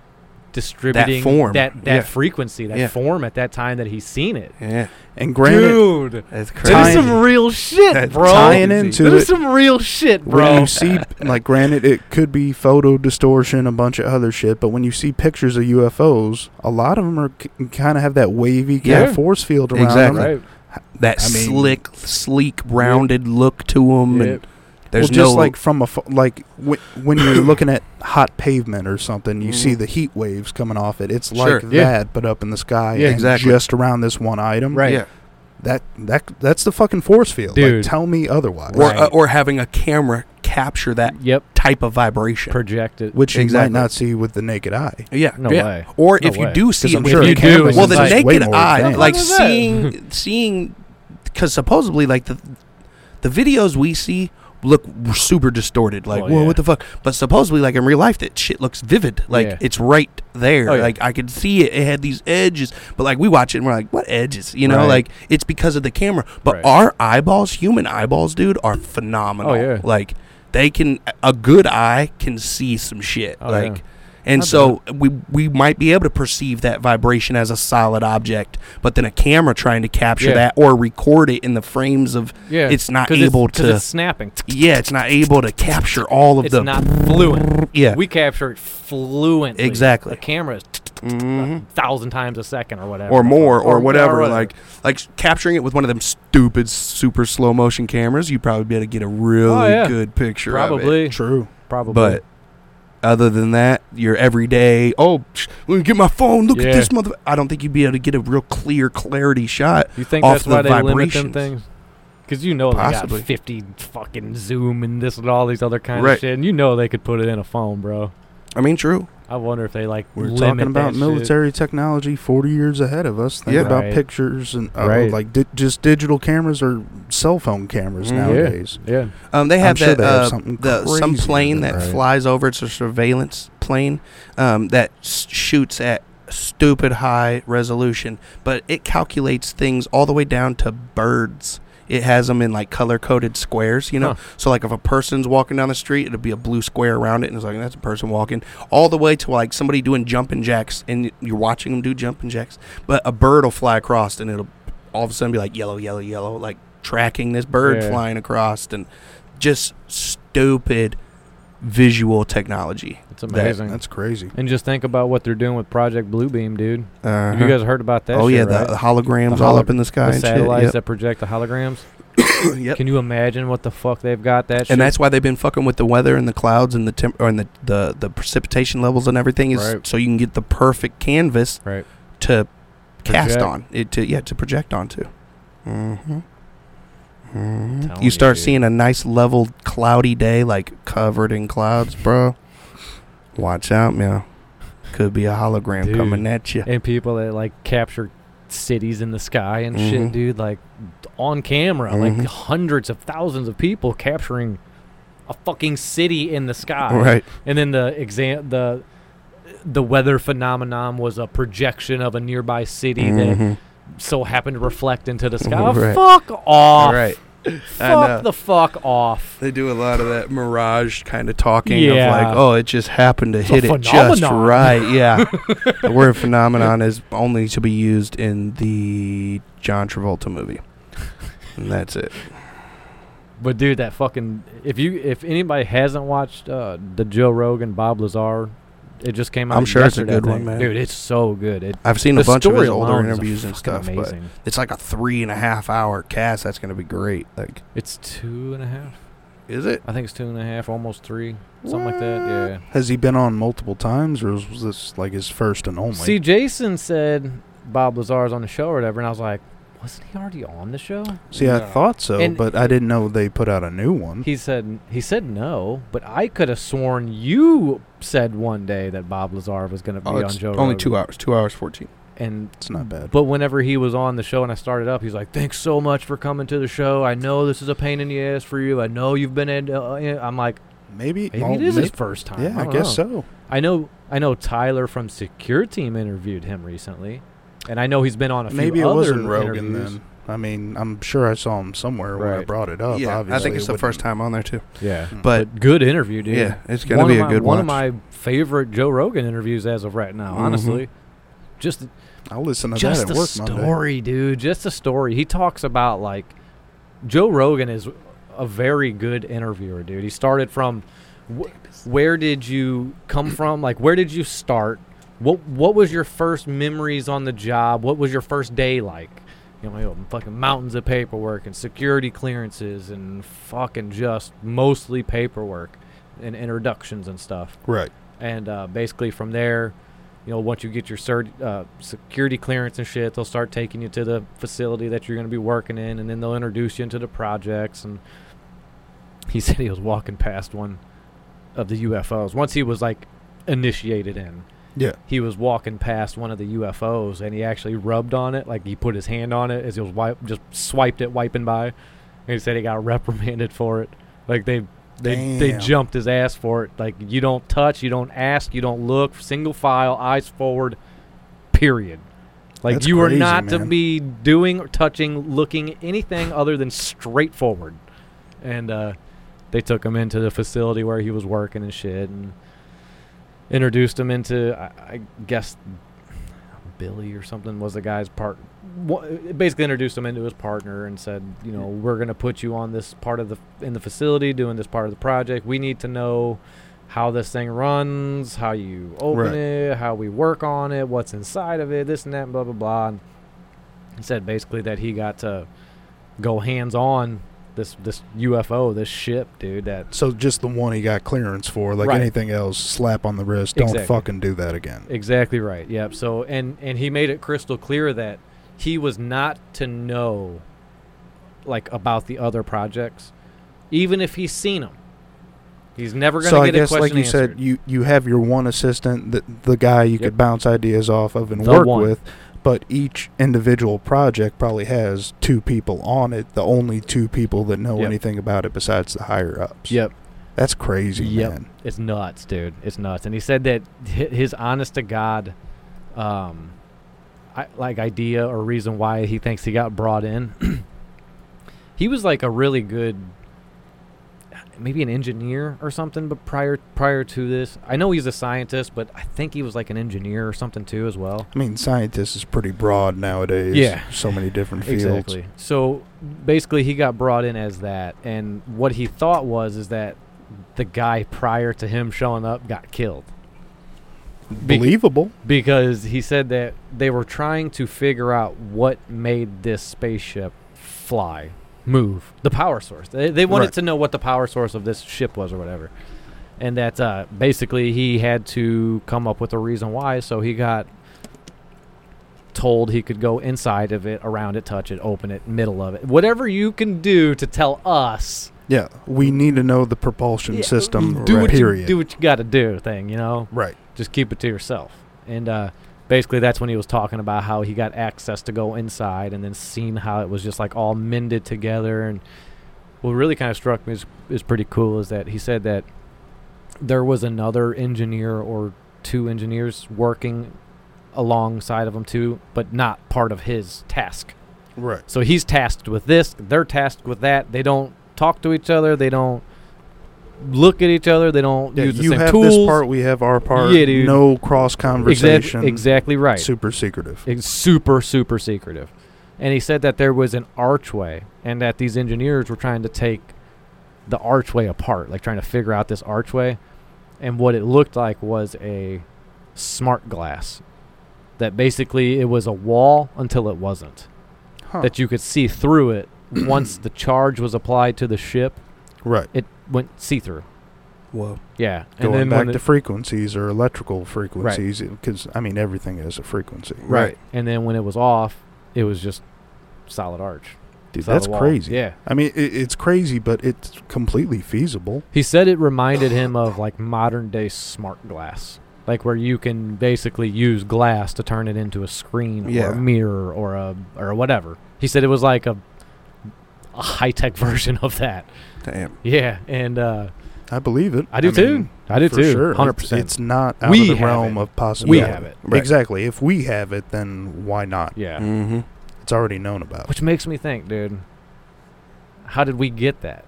[SPEAKER 3] distributing
[SPEAKER 1] form,
[SPEAKER 3] that, that
[SPEAKER 1] yeah.
[SPEAKER 3] frequency, that
[SPEAKER 1] Yeah.
[SPEAKER 3] form at that time that he seen it.
[SPEAKER 1] Yeah.
[SPEAKER 2] And granted,
[SPEAKER 3] Dude,
[SPEAKER 1] That's crazy.
[SPEAKER 3] that is
[SPEAKER 2] Tying-
[SPEAKER 3] some real shit,
[SPEAKER 1] That's
[SPEAKER 3] bro.
[SPEAKER 2] tying
[SPEAKER 1] That
[SPEAKER 2] into
[SPEAKER 3] That is
[SPEAKER 2] it,
[SPEAKER 3] some real shit,
[SPEAKER 2] when
[SPEAKER 3] bro.
[SPEAKER 2] you see like granted it could be photo distortion a bunch of other shit but when you see pictures of ufos a lot of them are c- kind of have that wavy kind
[SPEAKER 1] Yeah.
[SPEAKER 2] of force field around
[SPEAKER 1] Exactly.
[SPEAKER 2] them
[SPEAKER 3] Right.
[SPEAKER 1] that
[SPEAKER 2] I mean-
[SPEAKER 1] slick, sleek, rounded look to them.
[SPEAKER 3] Yeah.
[SPEAKER 1] And there's
[SPEAKER 2] well,
[SPEAKER 1] no
[SPEAKER 2] just like from a fo- like w-
[SPEAKER 1] <coughs>
[SPEAKER 2] when you're looking at hot pavement or something you see
[SPEAKER 1] Mhm.
[SPEAKER 2] the heat waves coming off it it's
[SPEAKER 1] Sure.
[SPEAKER 2] like
[SPEAKER 3] Yeah.
[SPEAKER 2] that but up in the sky
[SPEAKER 1] Yeah,
[SPEAKER 2] and
[SPEAKER 1] exactly.
[SPEAKER 2] just around this one item
[SPEAKER 3] Right.
[SPEAKER 1] Yeah.
[SPEAKER 2] that that that's the fucking force field
[SPEAKER 3] Dude.
[SPEAKER 2] like tell me otherwise
[SPEAKER 1] Or,
[SPEAKER 3] Right.
[SPEAKER 1] uh, or having a camera capture that
[SPEAKER 3] Yep.
[SPEAKER 1] type of vibration.
[SPEAKER 3] Projected.
[SPEAKER 2] which you
[SPEAKER 1] Exactly.
[SPEAKER 2] might not see with the naked eye
[SPEAKER 1] yeah.
[SPEAKER 3] No
[SPEAKER 1] yeah.
[SPEAKER 3] way.
[SPEAKER 1] Or
[SPEAKER 3] No
[SPEAKER 1] if you
[SPEAKER 3] way.
[SPEAKER 1] do see
[SPEAKER 2] 'Cause
[SPEAKER 1] it,
[SPEAKER 2] I'm
[SPEAKER 1] with
[SPEAKER 2] sure
[SPEAKER 1] your
[SPEAKER 3] you
[SPEAKER 2] the
[SPEAKER 3] do-
[SPEAKER 2] cameras
[SPEAKER 1] well,
[SPEAKER 2] is
[SPEAKER 1] the
[SPEAKER 2] like way
[SPEAKER 1] naked
[SPEAKER 2] more
[SPEAKER 1] eye,
[SPEAKER 2] advanced.
[SPEAKER 1] like
[SPEAKER 3] What was that?
[SPEAKER 1] seeing, seeing, because supposedly, like the the videos we see look super distorted. Like,
[SPEAKER 3] Oh,
[SPEAKER 1] whoa,
[SPEAKER 3] yeah.
[SPEAKER 1] what the fuck? But supposedly, like in real life, that shit looks vivid. Like
[SPEAKER 3] Yeah.
[SPEAKER 1] it's right there.
[SPEAKER 3] Oh, yeah.
[SPEAKER 1] Like I could see it. It had these edges, but like we watch it and we're like, what edges? You know,
[SPEAKER 3] Right.
[SPEAKER 1] like it's because of the camera. But
[SPEAKER 3] Right.
[SPEAKER 1] our eyeballs, human eyeballs, dude, are phenomenal.
[SPEAKER 3] Oh, yeah.
[SPEAKER 1] Like they can a good eye can see some shit.
[SPEAKER 3] Oh,
[SPEAKER 1] like.
[SPEAKER 3] yeah.
[SPEAKER 1] And
[SPEAKER 3] I
[SPEAKER 1] so we we might be able to perceive that vibration as a solid object, but then a camera trying to capture
[SPEAKER 3] Yeah.
[SPEAKER 1] that or record it in the frames of
[SPEAKER 3] Yeah.
[SPEAKER 1] it's not
[SPEAKER 3] 'Cause it's-
[SPEAKER 1] able
[SPEAKER 3] 'cause
[SPEAKER 1] to-
[SPEAKER 3] It's snapping.
[SPEAKER 1] yeah, it's not able to capture all of
[SPEAKER 3] It's
[SPEAKER 1] the
[SPEAKER 3] not fluent.
[SPEAKER 1] yeah
[SPEAKER 3] We capture it fluently.
[SPEAKER 1] Exactly.
[SPEAKER 3] The camera is
[SPEAKER 1] Mhm.
[SPEAKER 3] a thousand times a second or whatever.
[SPEAKER 1] or more or whatever
[SPEAKER 3] whatever.
[SPEAKER 1] like like capturing it with one of them stupid super slow motion cameras, you'd probably be able to get a really
[SPEAKER 3] Oh, yeah.
[SPEAKER 1] good picture of it.
[SPEAKER 3] probably.
[SPEAKER 2] true
[SPEAKER 3] Probably.
[SPEAKER 1] But other than that, your everyday oh psh, let me get my phone look
[SPEAKER 3] Yeah.
[SPEAKER 1] at this mother. I don't think you'd be able to get a real clear clarity shot.
[SPEAKER 3] you think
[SPEAKER 1] off
[SPEAKER 3] that's why
[SPEAKER 1] the
[SPEAKER 3] they limit them
[SPEAKER 1] vibrations.
[SPEAKER 3] things? Because you know
[SPEAKER 1] Possibly.
[SPEAKER 3] they got 50 fucking Zoom and this and all these other kinds
[SPEAKER 1] Right.
[SPEAKER 3] of shit. And you know they could put it in a phone, bro.
[SPEAKER 1] I mean, true.
[SPEAKER 3] I wonder if they like
[SPEAKER 2] We're
[SPEAKER 3] limit
[SPEAKER 2] talking about
[SPEAKER 3] that shit.
[SPEAKER 2] military technology 40 years ahead of us. Think
[SPEAKER 1] Yeah.
[SPEAKER 2] about
[SPEAKER 3] Right.
[SPEAKER 2] pictures and uh,
[SPEAKER 3] Right.
[SPEAKER 2] like di- just digital cameras or cell phone cameras
[SPEAKER 1] Mm. Yeah.
[SPEAKER 2] nowadays.
[SPEAKER 3] Yeah.
[SPEAKER 1] Um, they
[SPEAKER 2] I'm
[SPEAKER 1] have
[SPEAKER 2] sure
[SPEAKER 1] that
[SPEAKER 2] they have
[SPEAKER 1] uh,
[SPEAKER 2] something
[SPEAKER 1] the some
[SPEAKER 2] crazy
[SPEAKER 1] plane
[SPEAKER 2] in
[SPEAKER 1] that
[SPEAKER 2] there, right?
[SPEAKER 1] flies over. It's a surveillance plane um, that s- shoots at stupid high resolution, but it calculates things all the way down to birds. It has them in like color coded squares, you know.
[SPEAKER 3] Huh.
[SPEAKER 1] So like if a person's walking down the street, it'll be a blue square around it, and it's like that's a person walking. All the way to like somebody doing jumping jacks, and you're watching them do jumping jacks, but a bird will fly across, and it'll all of a sudden be like yellow, yellow, yellow, like tracking this bird
[SPEAKER 3] Yeah.
[SPEAKER 1] flying across, and just stupid visual technology.
[SPEAKER 3] It's amazing.
[SPEAKER 2] That's crazy.
[SPEAKER 3] and just think about what they're doing with Project Bluebeam, dude.
[SPEAKER 1] uh
[SPEAKER 2] Uh-huh.
[SPEAKER 3] Have you guys heard about that?
[SPEAKER 1] oh
[SPEAKER 3] shit,
[SPEAKER 1] yeah,
[SPEAKER 3] right?
[SPEAKER 1] the holograms
[SPEAKER 3] The
[SPEAKER 1] all
[SPEAKER 3] holo-
[SPEAKER 1] up in the sky
[SPEAKER 3] the
[SPEAKER 1] and shit.
[SPEAKER 3] satellites
[SPEAKER 1] Yep.
[SPEAKER 3] that project the holograms.
[SPEAKER 1] <coughs> Yep.
[SPEAKER 3] Can you imagine what the fuck they've got? That shit?
[SPEAKER 1] And that's why they've been fucking with the weather and the clouds and the temp or and the, the, the precipitation levels and everything is
[SPEAKER 3] Right.
[SPEAKER 1] so you can get the perfect canvas
[SPEAKER 3] Right.
[SPEAKER 1] to cast
[SPEAKER 3] Project.
[SPEAKER 1] on it to yeah to project onto. Mm-hmm.
[SPEAKER 3] telling
[SPEAKER 1] You
[SPEAKER 3] you,
[SPEAKER 1] start
[SPEAKER 3] dude.
[SPEAKER 1] seeing a nice level cloudy day like covered in clouds, bro. Watch out, man. Could be a hologram
[SPEAKER 3] Dude.
[SPEAKER 1] coming at you.
[SPEAKER 3] and people that like capture cities in the sky and
[SPEAKER 1] Mhm.
[SPEAKER 3] shit, dude. Like on camera,
[SPEAKER 1] Mhm.
[SPEAKER 3] like hundreds of thousands of people capturing a fucking city in the sky.
[SPEAKER 1] Right.
[SPEAKER 3] And then the exam the the weather phenomenon was a projection of a nearby city that
[SPEAKER 1] Mhm.
[SPEAKER 3] so happened to reflect into the sky.
[SPEAKER 1] <laughs> Right.
[SPEAKER 3] Fuck off.
[SPEAKER 1] Right. know.
[SPEAKER 3] Fuck the fuck off.
[SPEAKER 1] They do a lot of that mirage kind of talking
[SPEAKER 3] Yeah.
[SPEAKER 1] of like, oh, it just happened to
[SPEAKER 3] a
[SPEAKER 1] hit it just
[SPEAKER 3] phenomenon.
[SPEAKER 1] right.
[SPEAKER 3] <laughs>
[SPEAKER 1] Yeah. the word phenomenon is only to be used in the John Travolta movie. And that's it.
[SPEAKER 3] But dude, that fucking if you if anybody hasn't watched uh, the Joe Rogan Bob Lazar, it just came out.
[SPEAKER 1] I'm sure it's a
[SPEAKER 3] yesterday, I
[SPEAKER 1] good one,
[SPEAKER 3] think.
[SPEAKER 1] man.
[SPEAKER 3] Dude, it's so good. It,
[SPEAKER 1] I've seen
[SPEAKER 3] the
[SPEAKER 1] a bunch of
[SPEAKER 3] story
[SPEAKER 1] his older
[SPEAKER 3] alone is
[SPEAKER 1] interviews and
[SPEAKER 3] fucking
[SPEAKER 1] stuff, but
[SPEAKER 3] amazing.
[SPEAKER 1] it's like a three and a half hour cast. That's going to be great. Like,
[SPEAKER 3] it's two and a half.
[SPEAKER 1] is it?
[SPEAKER 3] I think it's two and a half, almost three, something like that. Yeah.
[SPEAKER 2] Has he been on multiple times or was this like his first
[SPEAKER 1] Oh
[SPEAKER 2] and only?
[SPEAKER 3] See, Jason said Bob Lazar's on the show or whatever, and I was like, wasn't he already on the show?
[SPEAKER 2] See,
[SPEAKER 4] No.
[SPEAKER 2] I thought so,
[SPEAKER 3] And-
[SPEAKER 2] but I didn't know they put out a new one.
[SPEAKER 3] He said he said no, but I could have sworn you said one day that Bob Lazar was going to be on Oh, Joe.
[SPEAKER 1] Oh, only
[SPEAKER 3] Rogan.
[SPEAKER 1] two hours. Two hours, 14.
[SPEAKER 3] and
[SPEAKER 2] It's not bad.
[SPEAKER 3] But whenever he was on the show and I started up, he's like, "Thanks so much for coming to the show. I know this is a pain in the ass for you. I know you've been in." Uh, in-" I'm like,
[SPEAKER 2] Maybe,
[SPEAKER 3] maybe
[SPEAKER 2] oh,
[SPEAKER 3] it is
[SPEAKER 2] may-
[SPEAKER 3] his first time.
[SPEAKER 2] Yeah, I,
[SPEAKER 3] don't
[SPEAKER 2] guess
[SPEAKER 3] know.
[SPEAKER 2] so.
[SPEAKER 3] I know, I know Tyler from Secure Team interviewed him recently, and I know he's been on a few
[SPEAKER 2] Maybe it
[SPEAKER 3] other
[SPEAKER 2] wasn't Rogan
[SPEAKER 3] interviews.
[SPEAKER 2] then. I mean, I'm sure I saw him somewhere when I
[SPEAKER 3] Right.
[SPEAKER 2] brought it up.
[SPEAKER 1] yeah, I
[SPEAKER 2] obviously.
[SPEAKER 1] think it's
[SPEAKER 2] It
[SPEAKER 1] the
[SPEAKER 2] wouldn't-
[SPEAKER 1] first time on there too.
[SPEAKER 2] Hmm.
[SPEAKER 3] Yeah.
[SPEAKER 1] But
[SPEAKER 3] good interview, dude.
[SPEAKER 1] yeah, it's gonna
[SPEAKER 3] One
[SPEAKER 1] be
[SPEAKER 3] of
[SPEAKER 1] a
[SPEAKER 3] my-
[SPEAKER 1] good
[SPEAKER 3] one
[SPEAKER 1] watch.
[SPEAKER 3] of my favorite Joe Rogan interviews as of right now.
[SPEAKER 1] Mhm.
[SPEAKER 2] Mm-hmm.
[SPEAKER 3] Honestly, just
[SPEAKER 2] I'll listen to
[SPEAKER 3] just
[SPEAKER 2] that
[SPEAKER 3] a
[SPEAKER 2] at work Monday.
[SPEAKER 3] story, dude. Just a story. He talks about like Joe Rogan is a very good interviewer, dude. He started from wh- where did you come from? Like where did you start? What what was your first memories on the job? What was your first day like? You know, fucking mountains of paperwork and security clearances and fucking just mostly paperwork and introductions and stuff
[SPEAKER 2] Right.
[SPEAKER 3] and uh, basically from there, you know, once you get your cert, uh, security clearance and shit, they'll start taking you to the facility that you're going to be working in, and then they'll introduce you into the projects. And he <laughs> said he was walking past one of the UFOs. Once he was like initiated in,
[SPEAKER 2] Yeah.
[SPEAKER 3] he was walking past one of the UFOs, and he actually rubbed on it, like he put his hand on it as he was wipe, just swiped it wiping by. And he said he got <laughs> reprimanded for it. Like they they, they
[SPEAKER 2] Damn.
[SPEAKER 3] jumped his ass for it. Like you don't touch, you don't ask, you don't look. Single file, eyes forward. Period. Like
[SPEAKER 2] That's
[SPEAKER 3] you are
[SPEAKER 2] crazy,
[SPEAKER 3] not to
[SPEAKER 2] man.
[SPEAKER 3] be doing, or touching, looking anything other than straight forward. And uh, they took him into the facility where he was working and shit, and introduced him into I, I guess Billy or something was the guy's part. wha- Basically, introduced him into his partner and said, you know, we're gonna put you on this part of the in the facility, doing this part of the project. We need to know how this thing runs, how you open
[SPEAKER 2] Right.
[SPEAKER 3] it, how we work on it, what's inside of it, this and that, and blah blah blah. And he said basically that he got to go hands on this this UFO, this ship, dude. That
[SPEAKER 2] So just the one he got clearance for, like
[SPEAKER 3] Right.
[SPEAKER 2] anything else, slap on the wrist. Don't
[SPEAKER 3] Exactly.
[SPEAKER 2] fucking do that again.
[SPEAKER 3] Exactly right. Yep. So and and he made it crystal clear that he was not to know like about the other projects, even if he's seen them. He's never going to
[SPEAKER 2] So I
[SPEAKER 3] get
[SPEAKER 2] guess,
[SPEAKER 3] a
[SPEAKER 2] like
[SPEAKER 3] question
[SPEAKER 2] you
[SPEAKER 3] answered.
[SPEAKER 2] said, you you have your one assistant, the, the guy you could
[SPEAKER 3] Yep.
[SPEAKER 2] bounce ideas off of and
[SPEAKER 3] The
[SPEAKER 2] work
[SPEAKER 3] one.
[SPEAKER 2] with, but each individual project probably has two people on it. The only two people that know
[SPEAKER 3] Yep.
[SPEAKER 2] anything about it besides the higher ups.
[SPEAKER 3] yep.
[SPEAKER 2] That's crazy,
[SPEAKER 3] Yep.
[SPEAKER 2] man.
[SPEAKER 3] It's nuts, dude. It's nuts. And he said that hi- his honest to God, um, I, like idea or reason why he thinks he got brought in. <clears throat> he was like a really good, maybe an engineer or something. But prior prior to this, I know he's a scientist, but I think he was like an engineer or something too as well.
[SPEAKER 2] I mean, scientist is pretty broad nowadays.
[SPEAKER 3] Yeah.
[SPEAKER 2] So many different fields.
[SPEAKER 3] Exactly. So basically, he got brought in as that, and what he thought was is that the guy prior to him showing up got killed. Be-
[SPEAKER 2] Believable.
[SPEAKER 3] because he said that they were trying to figure out what made this spaceship fly, move, the power source. They, they wanted
[SPEAKER 2] Right.
[SPEAKER 3] to know what the power source of this ship was or whatever. And that uh, basically he had to come up with a reason why, so he got told he could go inside of it, around it, touch it, open it, middle of it. Whatever you can do to tell us
[SPEAKER 2] Yeah. We need to know the propulsion
[SPEAKER 3] Yeah,
[SPEAKER 2] system.
[SPEAKER 3] do what
[SPEAKER 2] period.
[SPEAKER 3] you do what you got to do thing, you know?
[SPEAKER 2] Right.
[SPEAKER 3] just keep it to yourself. And uh, basically, that's when he was talking about how he got access to go inside and then seeing how it was just like all mended together. And what really kind of struck me is, is pretty cool is that he said that there was another engineer or two engineers working alongside of him too, but not part of his task.
[SPEAKER 2] Right.
[SPEAKER 3] So he's tasked with this, they're tasked with that. They don't talk to each other, they don't look at each other, they don't
[SPEAKER 2] Yeah,
[SPEAKER 3] use the
[SPEAKER 2] you
[SPEAKER 3] same
[SPEAKER 2] have
[SPEAKER 3] tools.
[SPEAKER 2] this part, we have our part.
[SPEAKER 3] Yeah, dude.
[SPEAKER 2] No cross
[SPEAKER 3] Exact-
[SPEAKER 2] conversation.
[SPEAKER 3] exactly right.
[SPEAKER 2] Super secretive.
[SPEAKER 3] It's super, super secretive. And he said that there was an archway and that these engineers were trying to take the archway apart, like trying to figure out this archway. And what it looked like was a smart glass that basically it was a wall until it wasn't,
[SPEAKER 2] Huh.
[SPEAKER 3] that you could see through
[SPEAKER 2] <clears throat>
[SPEAKER 3] it once the charge was applied to the ship.
[SPEAKER 2] right.
[SPEAKER 3] It went see through.
[SPEAKER 1] Whoa.
[SPEAKER 3] Yeah. and
[SPEAKER 2] Going
[SPEAKER 3] then
[SPEAKER 2] back
[SPEAKER 3] when
[SPEAKER 2] to
[SPEAKER 3] it-
[SPEAKER 2] frequencies or electrical frequencies, because I mean everything has a frequency.
[SPEAKER 1] Right.
[SPEAKER 3] and then when it was off, it was just solid arch.
[SPEAKER 2] Dude,
[SPEAKER 3] solid
[SPEAKER 2] that's
[SPEAKER 3] wall.
[SPEAKER 2] crazy.
[SPEAKER 3] Yeah.
[SPEAKER 2] I mean, it, it's crazy, but it's completely feasible.
[SPEAKER 3] He said it reminded him of like modern day smart glass, like where you can basically use glass to turn it into a screen or
[SPEAKER 1] Yeah.
[SPEAKER 3] a mirror or a or whatever. He said it was like a a high tech <laughs> version of that.
[SPEAKER 1] Damn.
[SPEAKER 3] Yeah, and uh,
[SPEAKER 2] I believe it.
[SPEAKER 3] I do too.
[SPEAKER 2] mean,
[SPEAKER 3] I do
[SPEAKER 2] for
[SPEAKER 3] too.
[SPEAKER 2] sure.
[SPEAKER 3] Hundred
[SPEAKER 2] It's-
[SPEAKER 3] percent.
[SPEAKER 2] It's not out
[SPEAKER 3] We
[SPEAKER 2] of the
[SPEAKER 3] have
[SPEAKER 2] realm
[SPEAKER 3] it.
[SPEAKER 2] of possibility.
[SPEAKER 3] We have it.
[SPEAKER 1] Right.
[SPEAKER 4] Mm.
[SPEAKER 2] Exactly. If we have it, then why not?
[SPEAKER 3] Yeah.
[SPEAKER 1] Mm-hmm.
[SPEAKER 2] It's already known about.
[SPEAKER 3] Which makes me think, dude, how did we get that?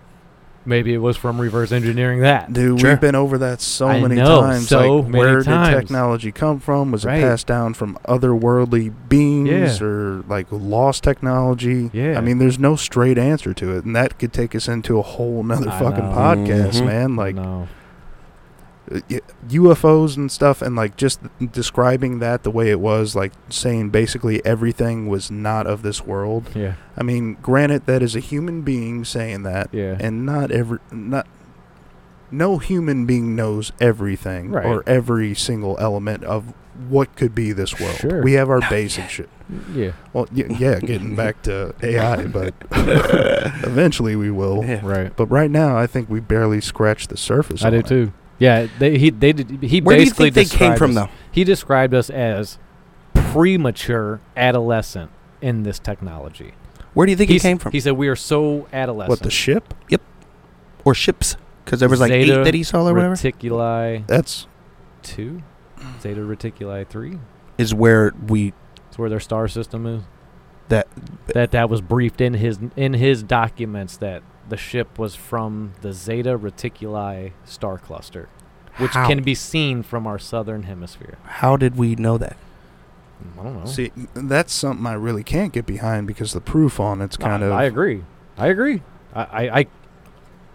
[SPEAKER 3] Maybe it was from reverse engineering that.
[SPEAKER 2] Dude,
[SPEAKER 1] Sure.
[SPEAKER 2] we've been over that so
[SPEAKER 3] I
[SPEAKER 2] many
[SPEAKER 3] know,
[SPEAKER 2] times.
[SPEAKER 3] so
[SPEAKER 2] like,
[SPEAKER 3] many
[SPEAKER 2] where
[SPEAKER 3] times.
[SPEAKER 2] did technology come from? Was
[SPEAKER 3] Right.
[SPEAKER 2] it passed down from otherworldly beings or like lost technology?
[SPEAKER 3] Yeah.
[SPEAKER 2] I mean, there's no straight answer to it, and that could take us into a whole nother
[SPEAKER 3] I
[SPEAKER 2] fucking
[SPEAKER 3] know. Mm-hmm.
[SPEAKER 2] podcast,
[SPEAKER 1] Mhm.
[SPEAKER 2] man. Like
[SPEAKER 3] no.
[SPEAKER 2] uh, y- UFOs and stuff, and like just describing that the way it was, like saying basically everything was not of this world.
[SPEAKER 3] Yeah.
[SPEAKER 2] I mean, granted, that is a human being saying that,
[SPEAKER 3] Yeah.
[SPEAKER 2] and not every not no human being knows everything
[SPEAKER 3] Right.
[SPEAKER 2] or every single element of what could be this world.
[SPEAKER 3] Sure.
[SPEAKER 2] We have our basic shit.
[SPEAKER 3] yeah.
[SPEAKER 2] Well, y- yeah, getting back to
[SPEAKER 1] <laughs>
[SPEAKER 2] AI, but <laughs> eventually we will.
[SPEAKER 1] Yeah.
[SPEAKER 3] Right.
[SPEAKER 2] But right now, I think we barely scratched the surface.
[SPEAKER 3] I
[SPEAKER 2] on
[SPEAKER 3] do
[SPEAKER 2] it.
[SPEAKER 3] too. Yeah, they he they did, he
[SPEAKER 1] Where do you
[SPEAKER 3] basically
[SPEAKER 1] think they came
[SPEAKER 3] described
[SPEAKER 1] from,
[SPEAKER 3] us-
[SPEAKER 1] though?
[SPEAKER 3] He described us as premature adolescent in this technology.
[SPEAKER 1] Where do you think
[SPEAKER 3] he
[SPEAKER 1] it came from?
[SPEAKER 3] He said we are so adolescent.
[SPEAKER 2] What the ship?
[SPEAKER 1] Or ships? Because there was like
[SPEAKER 3] Zeta
[SPEAKER 1] eight that he saw or whatever.
[SPEAKER 3] Reticuli
[SPEAKER 2] That's
[SPEAKER 3] two, Zeta Reticuli three.
[SPEAKER 1] Is where we
[SPEAKER 3] It's where their star system is.
[SPEAKER 1] That-
[SPEAKER 3] that that was briefed in his in his documents that the ship was from the Zeta Reticuli star cluster, which
[SPEAKER 1] How?
[SPEAKER 3] can be seen from our southern hemisphere. Mm,
[SPEAKER 1] how did we know that?
[SPEAKER 3] I don't know.
[SPEAKER 2] see, that's something I really can't get behind because the proof on it's kind
[SPEAKER 3] I,
[SPEAKER 2] of.
[SPEAKER 3] I agree. I agree. I, I, I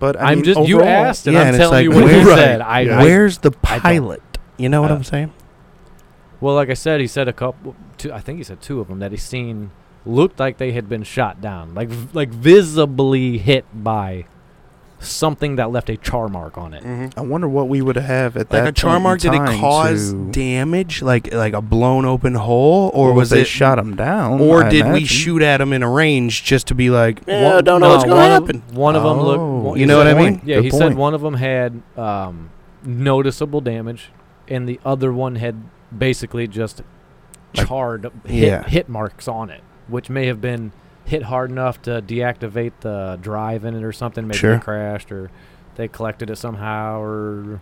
[SPEAKER 2] But I
[SPEAKER 3] I'm
[SPEAKER 2] mean,
[SPEAKER 3] just you
[SPEAKER 2] overall-
[SPEAKER 3] asked and
[SPEAKER 1] yeah,
[SPEAKER 3] I'm
[SPEAKER 1] and it's
[SPEAKER 3] telling you
[SPEAKER 1] like,
[SPEAKER 3] what he
[SPEAKER 2] where-
[SPEAKER 3] said.
[SPEAKER 2] right,
[SPEAKER 3] I,
[SPEAKER 2] yeah.
[SPEAKER 3] I-
[SPEAKER 1] Where's the
[SPEAKER 3] I don't-
[SPEAKER 1] pilot? You know what
[SPEAKER 3] Uh,
[SPEAKER 1] I'm saying?
[SPEAKER 3] well, like I said, he said a couple. Two, I think he said two of them that he's seen looked like they had been shot down, like v- like visibly hit by something that left a char mark on it.
[SPEAKER 1] Mm-hmm.
[SPEAKER 2] I wonder what we would have at
[SPEAKER 1] Like
[SPEAKER 2] that
[SPEAKER 1] a char
[SPEAKER 2] point in
[SPEAKER 1] mark, did it
[SPEAKER 2] time
[SPEAKER 1] cause
[SPEAKER 2] to-
[SPEAKER 1] damage? Like like a blown open hole, or
[SPEAKER 2] Well,
[SPEAKER 1] was
[SPEAKER 2] they
[SPEAKER 1] it?
[SPEAKER 2] shot him down?
[SPEAKER 1] or
[SPEAKER 2] I
[SPEAKER 1] did we
[SPEAKER 2] imagine.
[SPEAKER 1] shoot at him in a range just to be like,
[SPEAKER 4] Yeah,
[SPEAKER 1] "Eh,
[SPEAKER 4] don't know what's
[SPEAKER 3] No,
[SPEAKER 4] gonna
[SPEAKER 3] one of-
[SPEAKER 4] happen.
[SPEAKER 3] One of them looked.
[SPEAKER 2] Oh,
[SPEAKER 3] one-
[SPEAKER 1] You
[SPEAKER 3] he
[SPEAKER 1] know what
[SPEAKER 3] said
[SPEAKER 1] I
[SPEAKER 3] one-
[SPEAKER 1] mean?
[SPEAKER 3] Yeah,
[SPEAKER 2] Good
[SPEAKER 3] he said
[SPEAKER 2] point.
[SPEAKER 3] one of them had um, noticeable damage, and the other one had basically just
[SPEAKER 1] Like-
[SPEAKER 3] charred hit,
[SPEAKER 1] Yeah.
[SPEAKER 3] hit marks on it, which may have been hit hard enough to deactivate the drive in it or something. Maybe
[SPEAKER 1] Sure.
[SPEAKER 3] it crashed, or they collected it somehow, or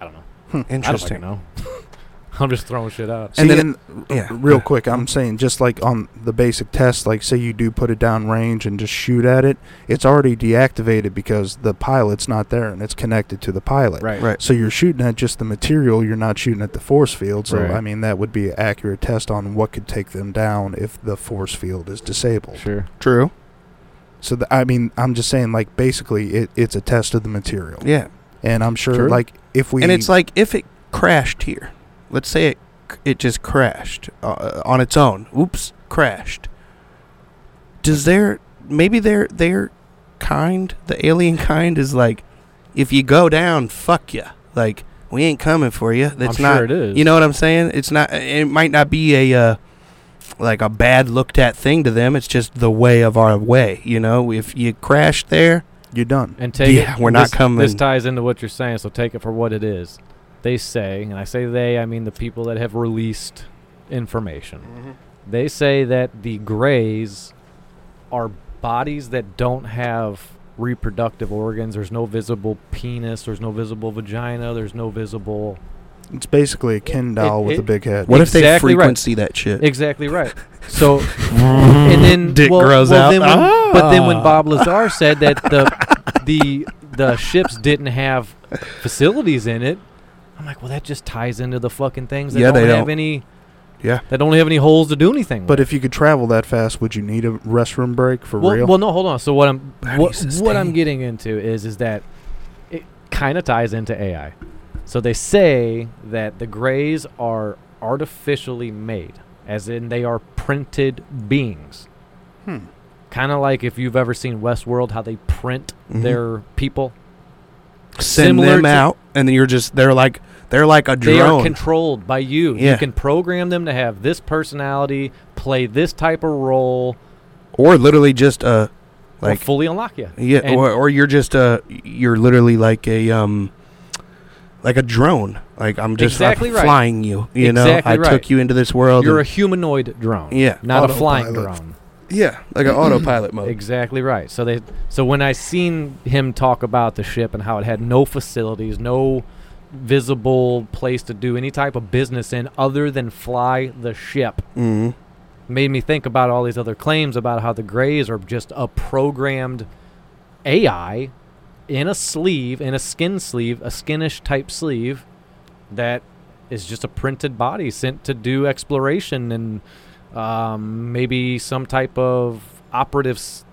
[SPEAKER 3] I don't know. I don't fucking
[SPEAKER 1] interesting."
[SPEAKER 3] know. <laughs> I'm just throwing shit out.
[SPEAKER 2] See,
[SPEAKER 1] And
[SPEAKER 2] and
[SPEAKER 1] then
[SPEAKER 2] then,
[SPEAKER 1] yeah.
[SPEAKER 2] real quick, I'm saying just like on the basic test, like say you do put it down range and just shoot at it, it's already deactivated because the pilot's not there and it's connected to the pilot.
[SPEAKER 3] Right.
[SPEAKER 1] Right.
[SPEAKER 2] So you're shooting at just the material, you're not shooting at the force field. So
[SPEAKER 3] Right.
[SPEAKER 2] I mean that would be an accurate test on what could take them down if the force field is disabled.
[SPEAKER 3] Sure.
[SPEAKER 1] True.
[SPEAKER 2] So th- I mean I'm just saying like basically it, it's a test of the material.
[SPEAKER 1] Yeah.
[SPEAKER 2] And I'm sure
[SPEAKER 1] True.
[SPEAKER 2] like if we
[SPEAKER 1] and it's like if it crashed here, let's say it it just crashed uh, on its own. Oops, crashed. Does their maybe their their kind, the alien <laughs> kind, is like, if you go down, fuck you. Like we ain't coming for you. That's
[SPEAKER 3] I'm
[SPEAKER 1] not.
[SPEAKER 3] sure it is.
[SPEAKER 1] You know what I'm saying? It's not. It might not be a uh, like a bad looked at thing to them. It's just the way of our way. You know, if you crash there,
[SPEAKER 2] you're done.
[SPEAKER 3] And take
[SPEAKER 1] Yeah,
[SPEAKER 3] it-
[SPEAKER 1] we're not
[SPEAKER 3] this- This
[SPEAKER 1] coming.
[SPEAKER 3] ties into what you're saying, so take it for what it is. They say, and I say they, I mean the people that have released information.
[SPEAKER 1] Mm-hmm.
[SPEAKER 3] They say that the grays are bodies that don't have reproductive organs. There's no visible penis. There's no visible vagina. There's
[SPEAKER 1] <laughs>
[SPEAKER 3] no visible.
[SPEAKER 2] It's basically a Ken doll with
[SPEAKER 3] it-
[SPEAKER 2] a big head.
[SPEAKER 1] what if they
[SPEAKER 3] Exactly right.
[SPEAKER 1] frequency that shit?
[SPEAKER 3] Exactly right. So, and then
[SPEAKER 1] Dick
[SPEAKER 3] well,
[SPEAKER 1] grows
[SPEAKER 3] well,
[SPEAKER 1] out.
[SPEAKER 3] Then when, But then when
[SPEAKER 1] Ah.
[SPEAKER 3] Bob Lazar said
[SPEAKER 1] <laughs>
[SPEAKER 3] that the the the ships didn't have facilities in it, I'm like, well, that just ties into the fucking things that
[SPEAKER 1] Yeah,
[SPEAKER 3] don't
[SPEAKER 1] they
[SPEAKER 3] have
[SPEAKER 1] don't.
[SPEAKER 3] any.
[SPEAKER 2] Yeah.
[SPEAKER 3] That don't have any holes to do anything.
[SPEAKER 2] But
[SPEAKER 3] with.
[SPEAKER 2] if you could travel that fast, would you need a restroom break for
[SPEAKER 3] well,
[SPEAKER 2] real?
[SPEAKER 3] well, no, hold on. So what I'm
[SPEAKER 1] How do you
[SPEAKER 3] what, what I'm
[SPEAKER 1] sustain?
[SPEAKER 3] getting into is is that it kind of ties into AI. So they say that the grays are artificially made, as in they are printed beings.
[SPEAKER 2] Hmm.
[SPEAKER 3] Kind of like if you've ever seen Westworld, how they print
[SPEAKER 1] Mhm.
[SPEAKER 3] their people.
[SPEAKER 1] send
[SPEAKER 3] Similar
[SPEAKER 1] them
[SPEAKER 3] to-
[SPEAKER 1] out, and then you're just they're like they're like a
[SPEAKER 3] They are
[SPEAKER 1] drone.
[SPEAKER 3] controlled by you. You
[SPEAKER 1] Yeah.
[SPEAKER 3] can program them to have this personality, play this type of role,
[SPEAKER 1] or literally just a
[SPEAKER 3] or
[SPEAKER 1] like
[SPEAKER 3] fully unlock you.
[SPEAKER 1] yeah,
[SPEAKER 3] and-
[SPEAKER 1] or or you're just a you're literally like a um like a drone. Like I'm just like,
[SPEAKER 3] Exactly right.
[SPEAKER 1] flying you. You
[SPEAKER 3] Exactly
[SPEAKER 1] know, I
[SPEAKER 3] right.
[SPEAKER 1] took you into this world.
[SPEAKER 3] You're a
[SPEAKER 1] and-
[SPEAKER 3] humanoid drone,
[SPEAKER 1] yeah,
[SPEAKER 3] not a flying
[SPEAKER 2] Autopilot.
[SPEAKER 3] drone.
[SPEAKER 1] yeah, like an
[SPEAKER 3] <clears throat>
[SPEAKER 1] autopilot mode.
[SPEAKER 3] Exactly right. So they so when I seen him talk about the ship and how it had no facilities, no visible place to do any type of business in other than fly the ship.
[SPEAKER 1] Mm-hmm.
[SPEAKER 3] made me think about all these other claims about how the Greys are just a programmed AI in a sleeve, in a skin sleeve, a skinish type sleeve that is just a printed body sent to do exploration and um, maybe some type of operative, s-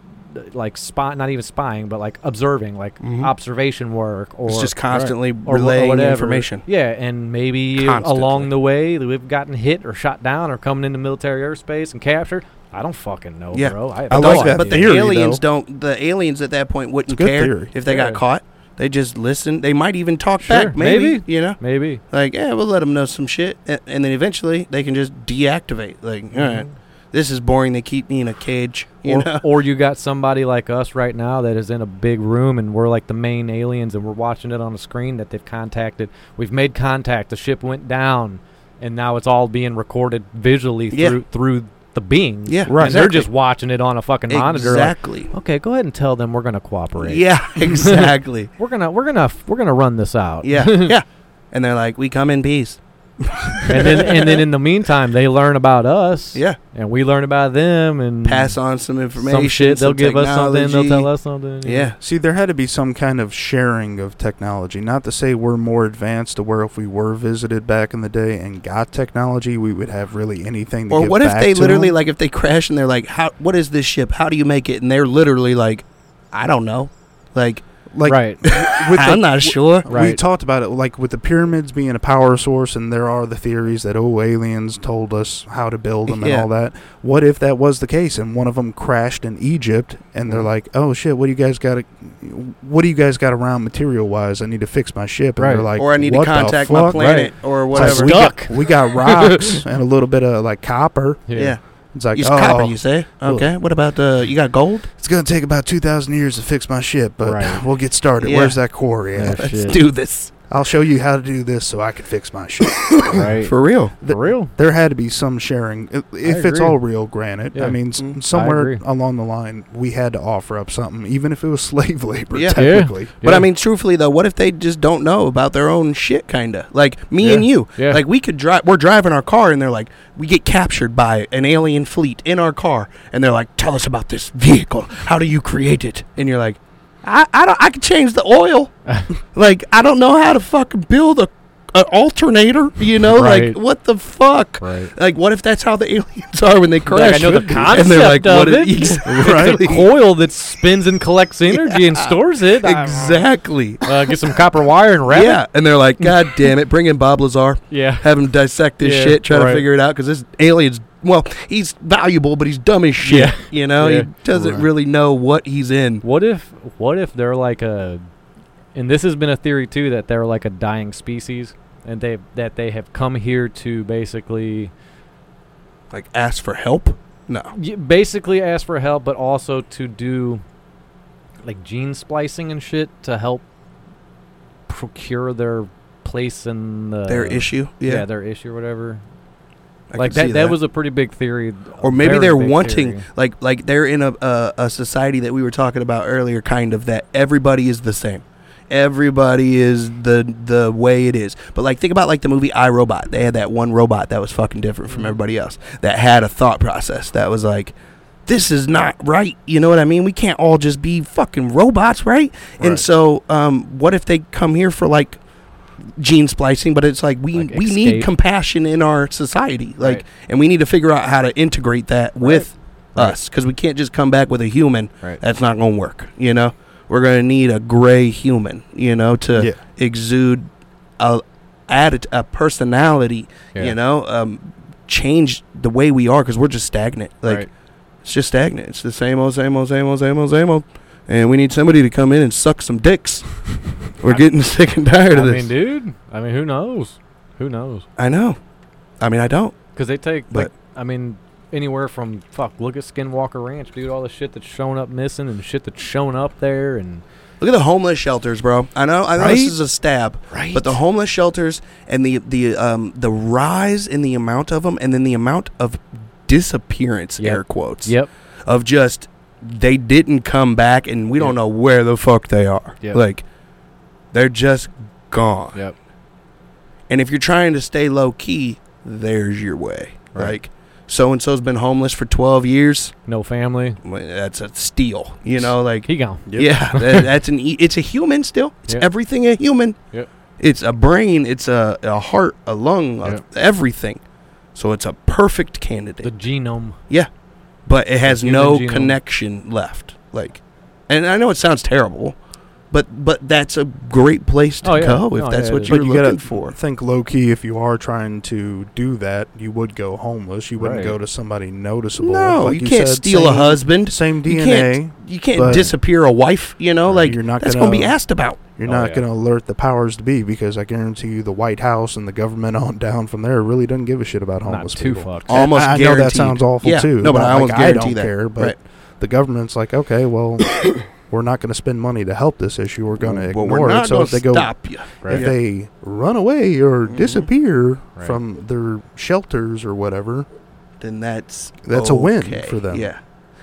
[SPEAKER 3] like spy, not even spying, but like observing, like
[SPEAKER 1] Mhm.
[SPEAKER 3] observation work or
[SPEAKER 1] it's just constantly
[SPEAKER 3] or wha-
[SPEAKER 1] relaying
[SPEAKER 3] whatever.
[SPEAKER 1] information.
[SPEAKER 3] Yeah, and maybe
[SPEAKER 1] Constantly.
[SPEAKER 3] along the way we've gotten hit or shot down or coming into military airspace and captured. I don't fucking know,
[SPEAKER 1] Yeah.
[SPEAKER 3] bro. I, have
[SPEAKER 2] I
[SPEAKER 3] no
[SPEAKER 1] Those-
[SPEAKER 2] like that
[SPEAKER 1] but
[SPEAKER 2] theory,
[SPEAKER 1] the aliens don't. The aliens at that point wouldn't
[SPEAKER 2] It's a good
[SPEAKER 1] care
[SPEAKER 2] theory.
[SPEAKER 1] if they got
[SPEAKER 3] Yeah.
[SPEAKER 1] caught. They just listen. They might even talk
[SPEAKER 3] Sure,
[SPEAKER 1] back. Maybe,
[SPEAKER 3] maybe.
[SPEAKER 1] you know,
[SPEAKER 3] Maybe.
[SPEAKER 1] like yeah, we'll let them know some shit, and, and then eventually they can just deactivate. Like, all right, this is boring. They keep me in a cage. You
[SPEAKER 3] Mm-hmm. or,
[SPEAKER 1] know,
[SPEAKER 3] or you got somebody like us right now that is in a big room and we're like the main aliens and we're watching it on a screen that they've contacted. We've made contact. The ship went down, and now it's all being recorded visually
[SPEAKER 1] Yeah.
[SPEAKER 3] through through the beings.
[SPEAKER 1] yeah,
[SPEAKER 2] Right.
[SPEAKER 3] And they're
[SPEAKER 1] exactly.
[SPEAKER 3] just watching it on a fucking <laughs> monitor. Like,
[SPEAKER 1] exactly.
[SPEAKER 3] okay, go ahead and tell them we're gonna cooperate. <laughs>
[SPEAKER 1] yeah, exactly.
[SPEAKER 3] We're gonna we're gonna we're gonna run this out. <laughs>
[SPEAKER 1] yeah, yeah. And they're like, we come in peace.
[SPEAKER 3] and then and then in the meantime they learn about us
[SPEAKER 1] Yeah,
[SPEAKER 3] and we learn about them and
[SPEAKER 1] pass on some information.
[SPEAKER 3] Mm-hmm. some shit they'll
[SPEAKER 1] some
[SPEAKER 3] give us something they'll
[SPEAKER 1] technology.
[SPEAKER 3] tell us something
[SPEAKER 1] Yeah,
[SPEAKER 2] See, there had to be some kind of sharing of technology. Not to say we're more advanced to where if we were visited back in the day and got technology, we would have really anything to
[SPEAKER 1] Or
[SPEAKER 2] give
[SPEAKER 1] what if
[SPEAKER 2] back
[SPEAKER 1] they
[SPEAKER 2] to
[SPEAKER 1] literally
[SPEAKER 2] 'em.
[SPEAKER 1] like if they crash and they're like, "How? What is this ship? How do you make it?" And they're literally like, "I don't know." Like,
[SPEAKER 2] like
[SPEAKER 3] right
[SPEAKER 2] <laughs> with the-
[SPEAKER 1] I'm not sure.
[SPEAKER 2] We
[SPEAKER 3] Right.
[SPEAKER 2] talked about it, like with the pyramids being a power source, and there are the theories that oh, aliens told us how to build them and
[SPEAKER 1] Yeah.
[SPEAKER 2] all that. What if that was the case, and one of them crashed in Egypt, and
[SPEAKER 1] Mm.
[SPEAKER 2] they're like, oh shit, what do you guys got? What do you guys got around material wise? I need to fix my ship, and
[SPEAKER 3] Right.
[SPEAKER 2] they're like,
[SPEAKER 1] or I need to
[SPEAKER 2] what the
[SPEAKER 1] contact my
[SPEAKER 2] fuck?
[SPEAKER 1] planet or
[SPEAKER 2] It's like,
[SPEAKER 1] whatever.
[SPEAKER 2] we got,
[SPEAKER 3] Stuck.
[SPEAKER 2] we got
[SPEAKER 1] <laughs>
[SPEAKER 2] rocks and a little bit of like copper.
[SPEAKER 1] yeah, <coughs>
[SPEAKER 2] It's like,
[SPEAKER 1] use
[SPEAKER 2] oh,
[SPEAKER 1] copper. You say
[SPEAKER 2] Well-
[SPEAKER 1] okay? What about the? You got gold? <laughs>
[SPEAKER 2] it's gonna take about two thousand years to fix my ship, but
[SPEAKER 3] Right.
[SPEAKER 2] we'll get started.
[SPEAKER 1] Yeah.
[SPEAKER 2] Where's that quarry?
[SPEAKER 3] Yeah,
[SPEAKER 2] at?
[SPEAKER 1] Let's
[SPEAKER 3] shit.
[SPEAKER 1] do this
[SPEAKER 2] I'll show you how to do this so I can fix my ship.
[SPEAKER 3] right for,
[SPEAKER 1] for real.
[SPEAKER 2] the-
[SPEAKER 3] real
[SPEAKER 2] there had to be some sharing I- if
[SPEAKER 3] agree.
[SPEAKER 2] it's all real granted
[SPEAKER 3] Yeah.
[SPEAKER 2] i mean s-
[SPEAKER 1] Mm.
[SPEAKER 2] somewhere
[SPEAKER 3] Mm-hmm. agree.
[SPEAKER 2] along the line we had to offer up something even if it was <laughs> slave labor
[SPEAKER 1] Yeah. Yeah.
[SPEAKER 2] technically
[SPEAKER 1] But I mean, truthfully though, what if they just don't know about their own shit? Kinda like me and
[SPEAKER 3] Yeah.
[SPEAKER 1] you.
[SPEAKER 3] Yeah.
[SPEAKER 1] Like we could drive. We're driving our car, and they're like, we get captured by an alien fleet in our car, and they're like, tell us about this vehicle. How do you create it? And you're like, I, I don't. I can change the oil.
[SPEAKER 3] <laughs>
[SPEAKER 1] like I don't know how to fucking build a, a alternator. You know,
[SPEAKER 3] Right.
[SPEAKER 1] like what the fuck.
[SPEAKER 3] right
[SPEAKER 1] Like what if that's how the <laughs> aliens are when they
[SPEAKER 3] I
[SPEAKER 1] crash?
[SPEAKER 3] know the
[SPEAKER 1] and they're like,
[SPEAKER 3] concept of
[SPEAKER 1] what
[SPEAKER 3] it.
[SPEAKER 1] is-
[SPEAKER 3] it's a
[SPEAKER 1] <laughs> Exactly.
[SPEAKER 3] coil that spins and collects energy and
[SPEAKER 1] <laughs>
[SPEAKER 3] stores it I-
[SPEAKER 1] exactly.
[SPEAKER 3] uh, get some copper wire and wrap
[SPEAKER 1] Yeah, and they're like, God damn it, bring in Bob Lazar,
[SPEAKER 3] it yeah
[SPEAKER 1] have him dissect this
[SPEAKER 3] Yeah,
[SPEAKER 1] shit, try to
[SPEAKER 3] right.
[SPEAKER 1] figure it out, because this alien's, well, he's valuable, but he's dumb as shit.
[SPEAKER 3] Yeah.
[SPEAKER 1] You know,
[SPEAKER 3] Yeah.
[SPEAKER 1] he doesn't
[SPEAKER 2] Right.
[SPEAKER 1] really know what he's in.
[SPEAKER 3] What if what if they're like a and this has been a theory too that they're like a dying species and they that they have come here to basically
[SPEAKER 1] Like, ask for help? No.
[SPEAKER 3] y- basically ask for help but also to do like gene splicing and shit to help procure their place in the
[SPEAKER 1] Their issue?
[SPEAKER 3] Uh, yeah,
[SPEAKER 1] Yeah.
[SPEAKER 3] their issue or whatever
[SPEAKER 1] I
[SPEAKER 3] like
[SPEAKER 1] can
[SPEAKER 3] that,
[SPEAKER 1] see
[SPEAKER 3] that was a pretty big theory
[SPEAKER 1] Or maybe
[SPEAKER 3] very
[SPEAKER 1] they're
[SPEAKER 3] big
[SPEAKER 1] wanting,
[SPEAKER 3] theory.
[SPEAKER 1] like, like they're in a, a, a society that we were talking about earlier, kind of, that everybody is the same. Everybody is the the way it is. But like think about like the movie iRobot. They had that one robot that was fucking different from
[SPEAKER 3] Mhm.
[SPEAKER 1] everybody else. That had a thought process that was like this is not right. You know what I mean? We can't all just be fucking robots, right? And
[SPEAKER 2] Right.
[SPEAKER 1] so um what if they come here for like gene splicing, but it's like we
[SPEAKER 3] Like
[SPEAKER 1] we need
[SPEAKER 3] escape.
[SPEAKER 1] compassion in our society. Like
[SPEAKER 3] Right.
[SPEAKER 1] and we need to figure out how to integrate that with
[SPEAKER 3] Right.
[SPEAKER 1] us cuz we can't just come back with a human
[SPEAKER 3] right
[SPEAKER 1] that's not going to work. You know, we're going to need a gray human. You know, to
[SPEAKER 2] Yeah.
[SPEAKER 1] exude a added a personality.
[SPEAKER 3] yeah.
[SPEAKER 1] You know, um, change the way we are because we're just stagnant. Like
[SPEAKER 3] right.
[SPEAKER 1] it's just stagnant. It's the same old, same old, same old, same old, same old. And we need somebody to come in and suck some
[SPEAKER 3] <laughs>
[SPEAKER 1] dicks. we're getting sick and tired of
[SPEAKER 3] I
[SPEAKER 1] this.
[SPEAKER 3] mean dude I mean who knows who knows
[SPEAKER 1] I know. I mean, I don't.
[SPEAKER 3] Because they take,
[SPEAKER 1] But-
[SPEAKER 3] like, I mean, anywhere from fuck. Look at Skinwalker Ranch, dude. All the shit that's shown up missing and shit that's shown up there, and
[SPEAKER 1] Look at the homeless shelters, bro. I know. I know
[SPEAKER 3] Right?
[SPEAKER 1] this is a stab,
[SPEAKER 3] right.
[SPEAKER 1] But the homeless shelters and the the um the rise in the amount of them, and then the amount of disappearance,
[SPEAKER 3] Yep.
[SPEAKER 1] air quotes,
[SPEAKER 3] yep,
[SPEAKER 1] of just they didn't come back, and we
[SPEAKER 3] Yep.
[SPEAKER 1] don't know where the fuck they are.
[SPEAKER 3] Yep.
[SPEAKER 1] Like they're just gone.
[SPEAKER 3] yep,
[SPEAKER 1] And if you're trying to stay low key, there's your way.
[SPEAKER 3] Right.
[SPEAKER 1] Like so and so's been homeless for 12 years.
[SPEAKER 3] No family.
[SPEAKER 1] Well, That's a steal, you know. Like,
[SPEAKER 3] He gone. <laughs>
[SPEAKER 1] yeah, that, that's an. e- It's a human still. It's
[SPEAKER 3] Yep.
[SPEAKER 1] everything a human.
[SPEAKER 3] Yep.
[SPEAKER 1] It's a brain. It's a, a heart, a lung, a-
[SPEAKER 3] Yep.
[SPEAKER 1] everything. So it's a perfect candidate,
[SPEAKER 3] The genome.
[SPEAKER 1] but it has
[SPEAKER 3] human
[SPEAKER 1] no
[SPEAKER 3] genome.
[SPEAKER 1] connection left. Like, and I know it sounds terrible, but but that's a great place to
[SPEAKER 3] Oh, yeah.
[SPEAKER 1] go if
[SPEAKER 3] No,
[SPEAKER 1] that's
[SPEAKER 3] yeah,
[SPEAKER 1] what
[SPEAKER 3] it
[SPEAKER 1] you're
[SPEAKER 2] But you
[SPEAKER 1] looking
[SPEAKER 2] gotta
[SPEAKER 1] for.
[SPEAKER 2] think low key. If you are trying to do that, you would go homeless. You wouldn't
[SPEAKER 3] Right.
[SPEAKER 2] go to somebody noticeable.
[SPEAKER 1] No,
[SPEAKER 2] Like
[SPEAKER 1] you, can't
[SPEAKER 2] said,
[SPEAKER 1] steal a
[SPEAKER 2] same-
[SPEAKER 1] husband.
[SPEAKER 2] Same
[SPEAKER 1] You
[SPEAKER 2] DNA.
[SPEAKER 1] can't- You can't
[SPEAKER 2] but-
[SPEAKER 1] disappear a wife. You know, like
[SPEAKER 2] You're not
[SPEAKER 1] that's going to be
[SPEAKER 2] gonna-
[SPEAKER 1] asked about.
[SPEAKER 2] You're
[SPEAKER 3] Oh,
[SPEAKER 2] not
[SPEAKER 3] yeah.
[SPEAKER 2] going to alert the powers to be because I guarantee you the White House and the government <laughs> on down from there really doesn't give a shit about
[SPEAKER 3] Not
[SPEAKER 2] homeless
[SPEAKER 3] too
[SPEAKER 2] people.
[SPEAKER 3] fucked.
[SPEAKER 1] Oh, Almost
[SPEAKER 2] I, I know that
[SPEAKER 1] guaranteed.
[SPEAKER 2] sounds awful
[SPEAKER 1] Yeah.
[SPEAKER 2] too.
[SPEAKER 1] No, but I
[SPEAKER 2] like,
[SPEAKER 1] almost
[SPEAKER 2] I
[SPEAKER 1] guarantee
[SPEAKER 2] don't
[SPEAKER 1] that.
[SPEAKER 2] care. But
[SPEAKER 1] Right.
[SPEAKER 2] the government's like, okay, well, <coughs> we're not going to spend money to help this issue. We're going to
[SPEAKER 1] Well,
[SPEAKER 2] ignore
[SPEAKER 1] we're
[SPEAKER 2] it.
[SPEAKER 1] not
[SPEAKER 2] So
[SPEAKER 1] going
[SPEAKER 2] if
[SPEAKER 1] to
[SPEAKER 2] they go,
[SPEAKER 1] stop you.
[SPEAKER 3] Right.
[SPEAKER 2] if they run away or
[SPEAKER 1] Mhm.
[SPEAKER 2] disappear
[SPEAKER 3] Right.
[SPEAKER 2] from their shelters or whatever,
[SPEAKER 1] then that's
[SPEAKER 2] That's a win
[SPEAKER 1] okay.
[SPEAKER 2] for them.
[SPEAKER 1] Yeah,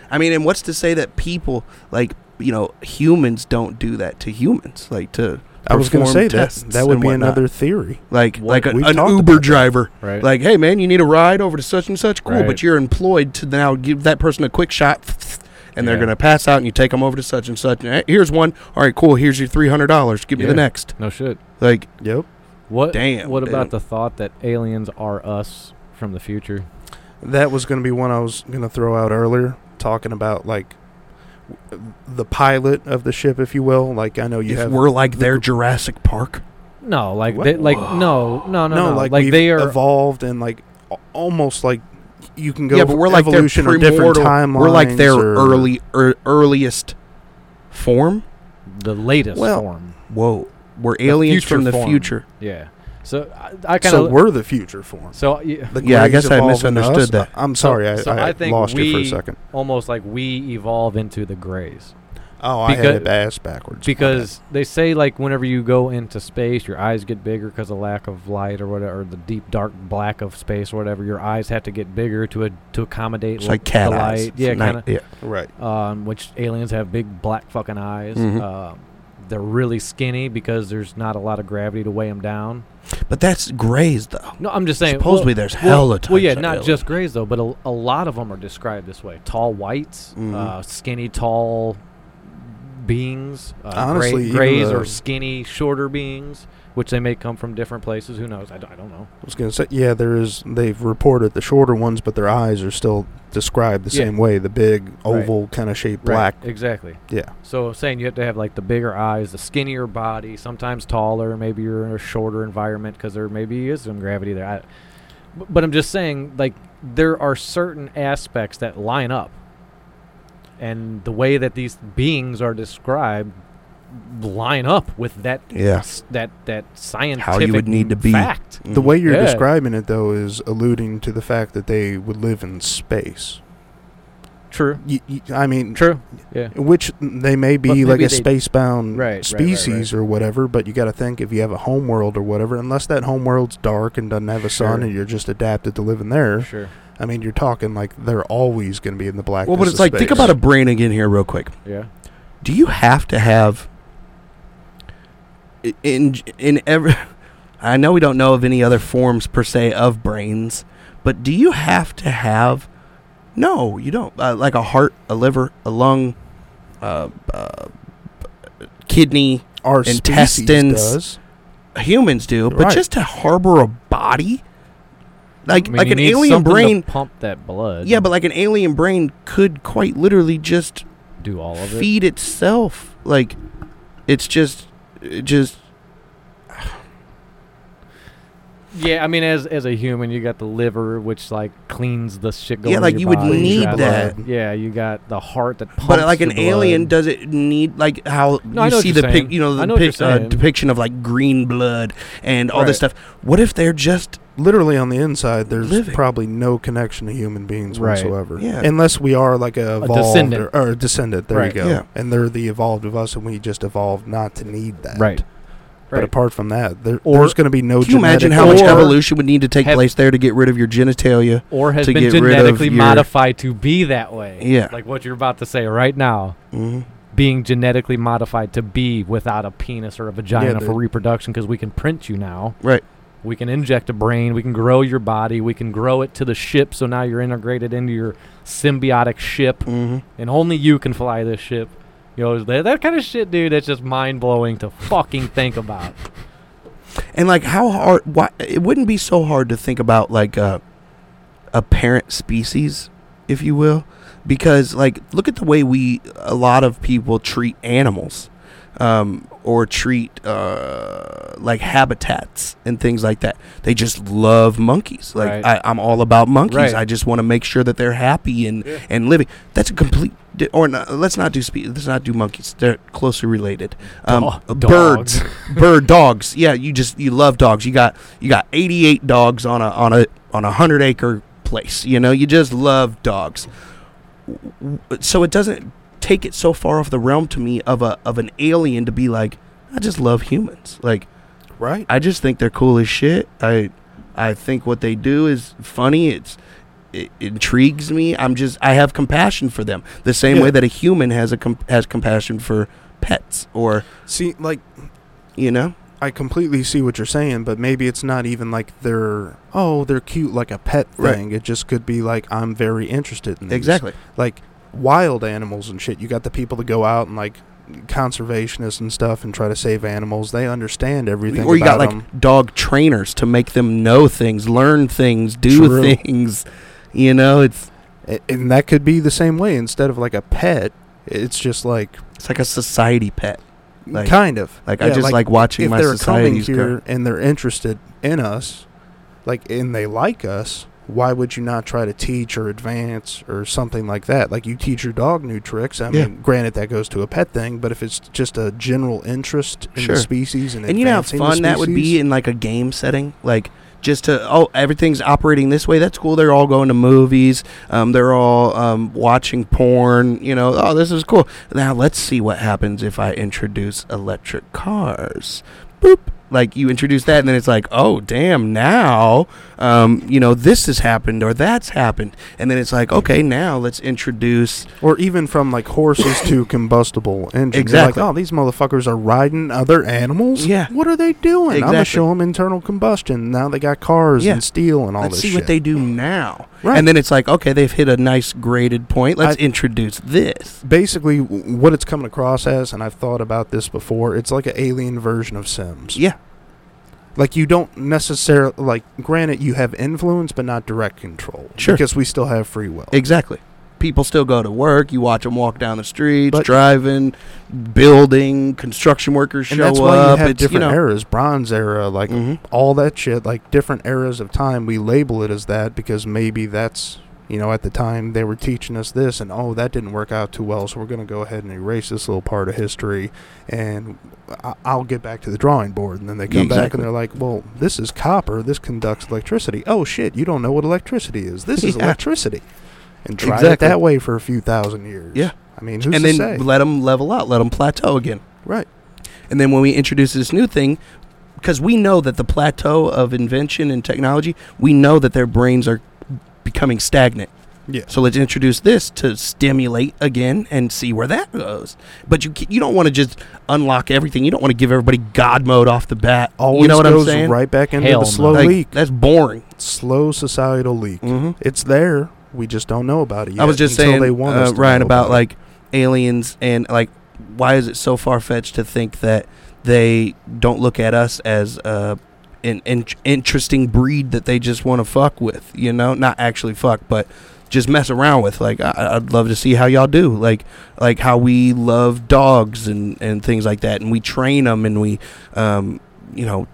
[SPEAKER 1] I mean, and what's to say that people like you know humans don't do that to humans? Like to
[SPEAKER 2] I was going to
[SPEAKER 1] perform
[SPEAKER 2] say
[SPEAKER 1] tests
[SPEAKER 2] that that would
[SPEAKER 1] and
[SPEAKER 2] be
[SPEAKER 1] whatnot.
[SPEAKER 2] another theory.
[SPEAKER 1] like
[SPEAKER 2] What
[SPEAKER 1] like a,
[SPEAKER 2] we've
[SPEAKER 1] an
[SPEAKER 2] talked
[SPEAKER 1] Uber
[SPEAKER 2] about.
[SPEAKER 1] driver.
[SPEAKER 3] Right.
[SPEAKER 1] Like, hey man, you need a ride over to such and such. Cool, but
[SPEAKER 3] Right.
[SPEAKER 1] you're employed to now give that person a quick shot. And they're
[SPEAKER 3] Yeah.
[SPEAKER 1] gonna pass out, and you take them over to such and such. Eh, Here's one. All right, cool. Here's your three hundred dollars. Give me the
[SPEAKER 3] Yeah.
[SPEAKER 1] next.
[SPEAKER 3] no shit.
[SPEAKER 1] Like,
[SPEAKER 2] Yep.
[SPEAKER 3] What?
[SPEAKER 1] Damn,
[SPEAKER 3] What about
[SPEAKER 1] dude.
[SPEAKER 3] the thought that aliens are us from the future?
[SPEAKER 2] That was going to be one I was going to throw out earlier, talking about like w- the pilot of the ship, if you will. Like I know you
[SPEAKER 1] if
[SPEAKER 2] have
[SPEAKER 1] we're like their Jurassic Park,
[SPEAKER 3] No, like
[SPEAKER 2] What?
[SPEAKER 3] they, like no, no, no, no,
[SPEAKER 2] no, like, we've
[SPEAKER 3] they are.
[SPEAKER 2] evolved and like a- almost like you can go
[SPEAKER 1] yeah, but we're like their
[SPEAKER 2] evolution or different
[SPEAKER 1] primordial.
[SPEAKER 2] timelines.
[SPEAKER 1] We're like their
[SPEAKER 2] or-
[SPEAKER 1] early, er, earliest form.
[SPEAKER 3] the latest
[SPEAKER 1] Well-
[SPEAKER 3] form.
[SPEAKER 1] Whoa, we're aliens
[SPEAKER 3] future
[SPEAKER 1] from the
[SPEAKER 3] form.
[SPEAKER 1] future.
[SPEAKER 3] Yeah. So I, I kind
[SPEAKER 2] So
[SPEAKER 3] of
[SPEAKER 2] we're the future form.
[SPEAKER 3] so y-
[SPEAKER 2] The
[SPEAKER 1] Yeah, I
[SPEAKER 2] Greys
[SPEAKER 1] guess I
[SPEAKER 2] evolved into
[SPEAKER 1] misunderstood that.
[SPEAKER 2] us. I- I'm sorry, I,
[SPEAKER 3] so
[SPEAKER 2] I,
[SPEAKER 3] I think
[SPEAKER 2] lost you for a
[SPEAKER 3] we-
[SPEAKER 2] second.
[SPEAKER 3] almost like we evolve into the grays
[SPEAKER 2] Oh, I had
[SPEAKER 3] because-
[SPEAKER 2] it ass backwards. My bad.
[SPEAKER 3] because they say like whenever you go into space, your eyes get bigger because of lack of light or whatever, or the deep dark black of space or whatever. Your eyes have to get bigger to a, to accommodate
[SPEAKER 1] It's
[SPEAKER 3] l-
[SPEAKER 1] like cat
[SPEAKER 3] the
[SPEAKER 1] eyes.
[SPEAKER 3] light. Yeah,
[SPEAKER 1] It's night-
[SPEAKER 3] kind of.
[SPEAKER 1] yeah.
[SPEAKER 2] right,
[SPEAKER 3] um, which aliens have big black fucking eyes.
[SPEAKER 1] Mhm.
[SPEAKER 3] Um, they're really skinny because there's not a lot of gravity to weigh them down.
[SPEAKER 1] But that's grays though.
[SPEAKER 3] No, I'm just saying.
[SPEAKER 1] Supposedly
[SPEAKER 3] well,
[SPEAKER 1] there's
[SPEAKER 3] well,
[SPEAKER 1] hella types.
[SPEAKER 3] well, yeah,
[SPEAKER 1] of
[SPEAKER 3] not
[SPEAKER 1] aliens.
[SPEAKER 3] just grays though, but a, a lot of them are described this way: tall whites,
[SPEAKER 1] Mhm.
[SPEAKER 3] uh, skinny tall beings. Uh,
[SPEAKER 2] Honestly,
[SPEAKER 3] gray,
[SPEAKER 2] even
[SPEAKER 3] grays are
[SPEAKER 2] the-
[SPEAKER 3] skinny, shorter beings, which they may come from different places. Who knows? I, d- I don't know.
[SPEAKER 2] I was gonna say yeah. There is they've reported the shorter ones, but their eyes are still described the
[SPEAKER 3] Yeah.
[SPEAKER 2] same way. The big oval kind of shaped black.
[SPEAKER 3] Right, exactly.
[SPEAKER 2] Yeah,
[SPEAKER 3] So I'm saying you have to have like the bigger eyes, the skinnier body, sometimes taller. Maybe you're in a shorter environment because there maybe is some gravity there. I, b- but I'm just saying, like there are certain aspects that line up, and the way that these beings are described line up with that
[SPEAKER 1] Yeah.
[SPEAKER 3] s- that that scientific
[SPEAKER 1] would need to be.
[SPEAKER 3] fact.
[SPEAKER 2] the way you're
[SPEAKER 3] Yeah.
[SPEAKER 2] describing it though is alluding to the fact that they would live in space.
[SPEAKER 3] True.
[SPEAKER 2] Y- y- I mean,
[SPEAKER 3] True.
[SPEAKER 2] which they may be
[SPEAKER 3] But
[SPEAKER 2] like
[SPEAKER 3] maybe
[SPEAKER 2] a
[SPEAKER 3] they-
[SPEAKER 2] space-bound
[SPEAKER 3] Right, right, right,
[SPEAKER 2] species or whatever but you got to think if you have a home world or whatever unless that home world's dark and doesn't have a sun
[SPEAKER 3] Sure.
[SPEAKER 2] and you're just adapted to living there
[SPEAKER 3] Sure.
[SPEAKER 2] i mean you're talking like they're always going to be in the black
[SPEAKER 1] well, but it's like think about a brain again here, real quick.
[SPEAKER 3] Yeah.
[SPEAKER 1] Do you have to have i- in in every? I know we don't know of any other forms per se of brains, but do you have to have? No, you don't. Uh, like a heart, a liver, a lung, uh, uh, kidney.
[SPEAKER 2] our
[SPEAKER 1] intestines.
[SPEAKER 2] species does
[SPEAKER 1] humans do, but
[SPEAKER 2] Right.
[SPEAKER 1] just to harbor a body, like
[SPEAKER 3] I mean,
[SPEAKER 1] like
[SPEAKER 3] you
[SPEAKER 1] an
[SPEAKER 3] need
[SPEAKER 1] alien
[SPEAKER 3] something to
[SPEAKER 1] brain.
[SPEAKER 3] pump that blood.
[SPEAKER 1] Yeah, but like an alien brain could quite literally just
[SPEAKER 3] do all of it.
[SPEAKER 1] feed itself. Like it's just, it just
[SPEAKER 3] Yeah, I mean, as as a human, you got the liver, which like cleans the shit going.
[SPEAKER 1] Yeah,
[SPEAKER 3] in
[SPEAKER 1] like,
[SPEAKER 3] your
[SPEAKER 1] you would
[SPEAKER 3] body.
[SPEAKER 1] need
[SPEAKER 3] got
[SPEAKER 1] that.
[SPEAKER 3] the- yeah, you got the heart that pumps.
[SPEAKER 1] but like an
[SPEAKER 3] your blood.
[SPEAKER 1] alien, does it need like how
[SPEAKER 3] No, I know
[SPEAKER 1] you
[SPEAKER 3] what
[SPEAKER 1] see
[SPEAKER 3] you're
[SPEAKER 1] the pic,
[SPEAKER 3] saying.
[SPEAKER 1] you know the
[SPEAKER 3] I know what you're
[SPEAKER 1] pic, uh,
[SPEAKER 3] saying.
[SPEAKER 1] depiction of like green blood and all this
[SPEAKER 3] Right.
[SPEAKER 1] stuff? What if they're just
[SPEAKER 2] literally on the inside there's
[SPEAKER 1] Living.
[SPEAKER 2] probably no connection to human beings
[SPEAKER 3] Right.
[SPEAKER 2] whatsoever
[SPEAKER 1] Yeah.
[SPEAKER 2] unless we are like a, evolved
[SPEAKER 3] descendant.
[SPEAKER 2] or, or a descendant there
[SPEAKER 3] Right.
[SPEAKER 2] you go
[SPEAKER 1] Yeah.
[SPEAKER 2] and they're the evolved of us and we just evolved not to need that
[SPEAKER 3] right?
[SPEAKER 2] But
[SPEAKER 3] Right.
[SPEAKER 2] apart from that, there,
[SPEAKER 3] Or-
[SPEAKER 2] there's going to be no.
[SPEAKER 1] can you imagine
[SPEAKER 2] genetic
[SPEAKER 1] how much
[SPEAKER 3] Or-
[SPEAKER 2] code.
[SPEAKER 1] evolution would need to take
[SPEAKER 3] have-
[SPEAKER 1] place there to get rid of your genitalia?
[SPEAKER 3] Or has
[SPEAKER 1] to
[SPEAKER 3] been
[SPEAKER 1] get rid of
[SPEAKER 3] genetically
[SPEAKER 1] your-
[SPEAKER 3] modified to be that way.
[SPEAKER 1] Yeah.
[SPEAKER 3] like what you're about to say right now,
[SPEAKER 1] Mm-hmm.
[SPEAKER 3] being genetically modified to be without a penis or a vagina
[SPEAKER 2] Yeah,
[SPEAKER 3] for
[SPEAKER 2] the-
[SPEAKER 3] reproduction because we can print you now.
[SPEAKER 1] Right.
[SPEAKER 3] We can inject a brain. We can grow your body. We can grow it to the ship. So now you're integrated into your symbiotic ship,
[SPEAKER 1] Mm-hmm.
[SPEAKER 3] and only you can fly this ship. You know that, that kind of shit, dude. That's just mind blowing to fucking think about.
[SPEAKER 1] And like, how hard? Why it wouldn't be so hard to think about like a a parent species, if you will, because like, look at the way we a lot of people treat animals, um, or treat uh, like habitats and things like that. They just love monkeys. Like,
[SPEAKER 3] Right.
[SPEAKER 1] I, I'm all about monkeys.
[SPEAKER 3] Right.
[SPEAKER 1] I just want to make sure that they're happy and
[SPEAKER 4] Yeah.
[SPEAKER 1] and living. That's a complete. di- Or not, let's not do spe- let's not do monkeys. They're closely related. <laughs> Um,
[SPEAKER 3] Dog-
[SPEAKER 1] birds,
[SPEAKER 3] dogs.
[SPEAKER 1] bird dogs. Yeah, you just you love dogs. You got you got 88 dogs on a on a on a 100 acre place. You know, you just love dogs. W- w- So it doesn't take it so far off the realm to me of a of an alien to be like, I just love humans. Like
[SPEAKER 2] Right.
[SPEAKER 1] I just think they're cool as shit. I I think what they do is funny. It's it intrigues me. I'm just I have compassion for them. The same
[SPEAKER 2] Yeah.
[SPEAKER 1] way that a human has a comp- has compassion for pets or,
[SPEAKER 2] See, like
[SPEAKER 1] you know.
[SPEAKER 2] I completely see what you're saying, but maybe it's not even like they're oh they're cute like a pet
[SPEAKER 1] Right.
[SPEAKER 2] thing. It just could be like I'm very interested in these.
[SPEAKER 1] Exactly.
[SPEAKER 2] like wild animals and shit. You got the people that go out and like conservationists and stuff and try to save animals. They understand everything.
[SPEAKER 1] or you got
[SPEAKER 2] about
[SPEAKER 1] like
[SPEAKER 2] 'em.
[SPEAKER 1] dog trainers to make them know things, learn things, do
[SPEAKER 2] True.
[SPEAKER 1] things. You know, it's
[SPEAKER 2] A- and that could be the same way. Instead of like a pet, it's just like,
[SPEAKER 1] it's like a society pet. Like-
[SPEAKER 2] kind of
[SPEAKER 1] Like I
[SPEAKER 2] Yeah,
[SPEAKER 1] just like, watching
[SPEAKER 2] if
[SPEAKER 1] my
[SPEAKER 2] they're coming
[SPEAKER 1] society's
[SPEAKER 2] here
[SPEAKER 1] go.
[SPEAKER 2] and they're interested in us, like and they like us. Why would you not try to teach or advance or something like that? Like you teach your dog new tricks. I
[SPEAKER 1] Yeah.
[SPEAKER 2] mean, granted that goes to a pet thing, but if it's just a general interest in
[SPEAKER 1] Sure.
[SPEAKER 2] the species and,
[SPEAKER 1] And you know how
[SPEAKER 2] advancing the
[SPEAKER 1] fun that would
[SPEAKER 2] species-
[SPEAKER 1] be in like a game setting, like just to oh everything's operating this way. That's cool. They're all going to movies. Um, they're all um, watching porn. You know, oh this is cool. Now let's see what happens if I introduce electric cars. Boop. Like you introduce that, and then it's like, oh damn, now um, you know this has happened or that's happened, and then it's like, okay, now let's introduce
[SPEAKER 2] Or even from like horses
[SPEAKER 1] <coughs>
[SPEAKER 2] to combustible engines.
[SPEAKER 1] Exactly.
[SPEAKER 2] You're like, oh, these motherfuckers are riding other animals?
[SPEAKER 1] Yeah.
[SPEAKER 2] What are they doing? I'm going
[SPEAKER 1] Exactly.
[SPEAKER 2] to show them internal combustion. Now they got cars
[SPEAKER 1] Yeah.
[SPEAKER 2] and steel and all
[SPEAKER 1] let's
[SPEAKER 2] this
[SPEAKER 1] see
[SPEAKER 2] shit.
[SPEAKER 1] what they do now,
[SPEAKER 2] Right.
[SPEAKER 1] and then it's like, okay, they've hit a nice graded point. Let's
[SPEAKER 2] I-
[SPEAKER 1] introduce this.
[SPEAKER 2] Basically, w- what it's coming across as, and I've thought about this before, it's like an alien version of Sims.
[SPEAKER 1] Yeah.
[SPEAKER 2] Like, you don't necessarily, like, granted, you have influence, but not direct control.
[SPEAKER 1] Sure.
[SPEAKER 2] Because we still have free will.
[SPEAKER 1] Exactly. People still go to work. You watch them walk down the streets,
[SPEAKER 2] But-
[SPEAKER 1] driving, building, construction workers show
[SPEAKER 2] and that's
[SPEAKER 1] up.
[SPEAKER 2] why you have
[SPEAKER 1] it's,
[SPEAKER 2] different
[SPEAKER 1] know,
[SPEAKER 2] eras, Bronze era, like
[SPEAKER 1] Mhm.
[SPEAKER 2] all that shit, like different eras of time, we label it as that because maybe that's, you know, at the time they were teaching us this and, oh, that didn't work out too well, so we're going to go ahead and erase this little part of history and I- I'll get back to the drawing board. And then they come back
[SPEAKER 1] Exactly.
[SPEAKER 2] and they're like, well, this is copper, this conducts electricity. Oh, shit, you don't know what electricity is. This
[SPEAKER 1] <laughs>
[SPEAKER 2] is
[SPEAKER 1] Yeah.
[SPEAKER 2] electricity. And try it
[SPEAKER 1] Exactly.
[SPEAKER 2] that way for a few thousand years.
[SPEAKER 1] Yeah.
[SPEAKER 2] I mean, who's
[SPEAKER 1] and
[SPEAKER 2] to
[SPEAKER 1] then
[SPEAKER 2] say?
[SPEAKER 1] let them level out, let them plateau again.
[SPEAKER 2] Right.
[SPEAKER 1] And then when we introduce this new thing, because we know that the plateau of invention and technology, we know that their brains are becoming stagnant.
[SPEAKER 2] Yeah.
[SPEAKER 1] So let's introduce this to stimulate again and see where that goes. But you ca- you don't want to just unlock everything. You don't want to give everybody God mode off the bat.
[SPEAKER 2] Always
[SPEAKER 1] you know what
[SPEAKER 2] goes
[SPEAKER 1] I'm saying?
[SPEAKER 2] right back into
[SPEAKER 3] Hell
[SPEAKER 2] the
[SPEAKER 3] no.
[SPEAKER 2] slow
[SPEAKER 1] Like,
[SPEAKER 2] leak,
[SPEAKER 1] That's boring.
[SPEAKER 2] slow societal leak.
[SPEAKER 1] Mm-hmm.
[SPEAKER 2] It's there. We just don't know about it yet.
[SPEAKER 1] I was just
[SPEAKER 2] until
[SPEAKER 1] saying,
[SPEAKER 2] they want us
[SPEAKER 1] uh,
[SPEAKER 2] to
[SPEAKER 1] Ryan,
[SPEAKER 2] know
[SPEAKER 1] about
[SPEAKER 2] it.
[SPEAKER 1] like aliens and like why is it so far fetched to think that they don't look at us as uh, an in- interesting breed that they just want to fuck with? You know, not actually fuck, but just mess around with. Like, I- I'd love to see how y'all do. Like, like how we love dogs and and things like that, and we train them and we, um, you know,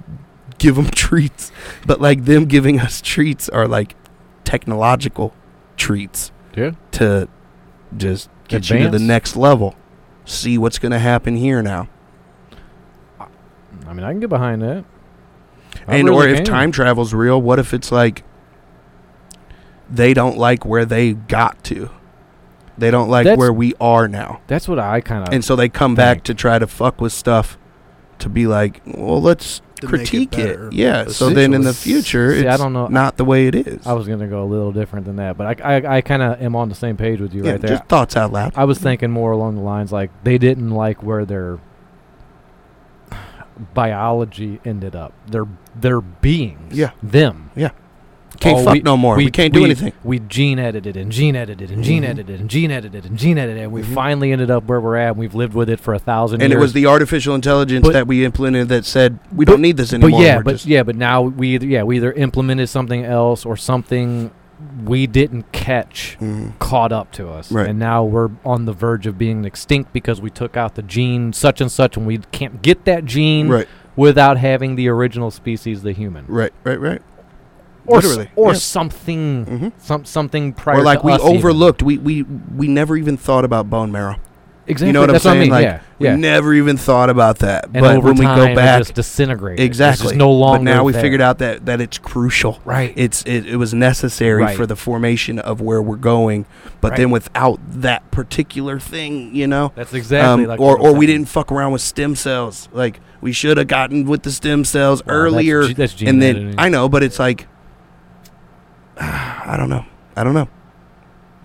[SPEAKER 1] give them <laughs> treats. But like them giving us treats are like technological treats
[SPEAKER 3] Yeah.
[SPEAKER 1] to just get you to the
[SPEAKER 3] Advance.
[SPEAKER 1] next level. See what's going to happen here now.
[SPEAKER 3] I mean, I can get behind that. I
[SPEAKER 1] and or
[SPEAKER 3] really
[SPEAKER 1] if
[SPEAKER 3] can.
[SPEAKER 1] time travel's real, what if it's like they don't like where they got to? They don't like
[SPEAKER 3] That's-
[SPEAKER 1] where we are now.
[SPEAKER 3] That's what I kind of.
[SPEAKER 1] And so they come back
[SPEAKER 3] Right.
[SPEAKER 1] to try to fuck with stuff to be like, well, let's
[SPEAKER 2] To make it
[SPEAKER 1] critique it.
[SPEAKER 2] better,
[SPEAKER 1] Yeah. So then in the
[SPEAKER 2] essentially.
[SPEAKER 1] future,
[SPEAKER 3] See,
[SPEAKER 1] it's
[SPEAKER 3] I don't know.
[SPEAKER 1] not the way it is.
[SPEAKER 3] I was gonna go a little different than that, but I I, I kind of am on the same page with you
[SPEAKER 1] yeah,
[SPEAKER 3] right there.
[SPEAKER 1] Just thoughts out loud.
[SPEAKER 3] I was thinking more along the lines like they didn't like where their biology ended up. Their their beings.
[SPEAKER 2] Yeah.
[SPEAKER 3] Them.
[SPEAKER 1] Can't
[SPEAKER 3] Oh,
[SPEAKER 1] fuck no more. We, can't do
[SPEAKER 3] we-
[SPEAKER 1] anything. Mm-hmm.
[SPEAKER 3] We gene edited and gene edited and gene
[SPEAKER 2] Mhm.
[SPEAKER 3] edited and gene edited and gene edited, and we
[SPEAKER 2] Mhm.
[SPEAKER 3] finally ended up where we're at. And we've lived with it for a thousand
[SPEAKER 1] And
[SPEAKER 3] years.
[SPEAKER 1] it was the artificial intelligence
[SPEAKER 3] But-
[SPEAKER 1] that we implemented that said we
[SPEAKER 3] but-
[SPEAKER 1] don't need this
[SPEAKER 3] but
[SPEAKER 1] anymore.
[SPEAKER 3] yeah,
[SPEAKER 1] We're
[SPEAKER 3] but
[SPEAKER 1] just-
[SPEAKER 3] yeah, but now we either, yeah we either implemented something else or something we didn't catch
[SPEAKER 2] Mm-hmm.
[SPEAKER 1] Mhm.
[SPEAKER 3] caught up to us,
[SPEAKER 1] Right.
[SPEAKER 3] and now we're on the verge of being extinct because we took out the gene such and such, and we can't get that gene
[SPEAKER 1] right,
[SPEAKER 3] without having the original species, the human,
[SPEAKER 1] right, right, right.
[SPEAKER 3] or s-
[SPEAKER 1] Literally,
[SPEAKER 3] or
[SPEAKER 1] yeah.
[SPEAKER 3] something
[SPEAKER 1] Mm-hmm.
[SPEAKER 3] some something prior
[SPEAKER 1] Or like
[SPEAKER 3] to
[SPEAKER 1] we
[SPEAKER 3] us even.
[SPEAKER 1] overlooked. We, we we never even thought about bone marrow.
[SPEAKER 3] exactly
[SPEAKER 1] what I'm
[SPEAKER 3] that's
[SPEAKER 1] saying?
[SPEAKER 3] I mean.
[SPEAKER 1] Like,
[SPEAKER 3] yeah
[SPEAKER 1] We
[SPEAKER 3] yeah
[SPEAKER 1] never even thought about that.
[SPEAKER 3] and
[SPEAKER 1] but
[SPEAKER 3] over
[SPEAKER 1] when we
[SPEAKER 3] time,
[SPEAKER 1] go
[SPEAKER 3] it
[SPEAKER 1] back,
[SPEAKER 3] just disintegrated It's just
[SPEAKER 1] exactly.
[SPEAKER 3] no longer
[SPEAKER 1] But now we
[SPEAKER 3] there.
[SPEAKER 1] figured out that that it's crucial.
[SPEAKER 3] right
[SPEAKER 1] It's it, it was necessary
[SPEAKER 3] Right.
[SPEAKER 1] for the formation of where we're going. But
[SPEAKER 3] Right.
[SPEAKER 1] then without that particular thing, you know,
[SPEAKER 3] that's exactly
[SPEAKER 1] Um,
[SPEAKER 3] like
[SPEAKER 1] or
[SPEAKER 3] what I'm
[SPEAKER 1] or we
[SPEAKER 3] saying.
[SPEAKER 1] didn't fuck around with stem cells. Like we should have gotten with the stem cells
[SPEAKER 3] Wow, that's
[SPEAKER 1] earlier.
[SPEAKER 3] ge- that's gene
[SPEAKER 1] and then
[SPEAKER 3] editing.
[SPEAKER 1] I know, but it's like <sighs> I don't know. I don't know.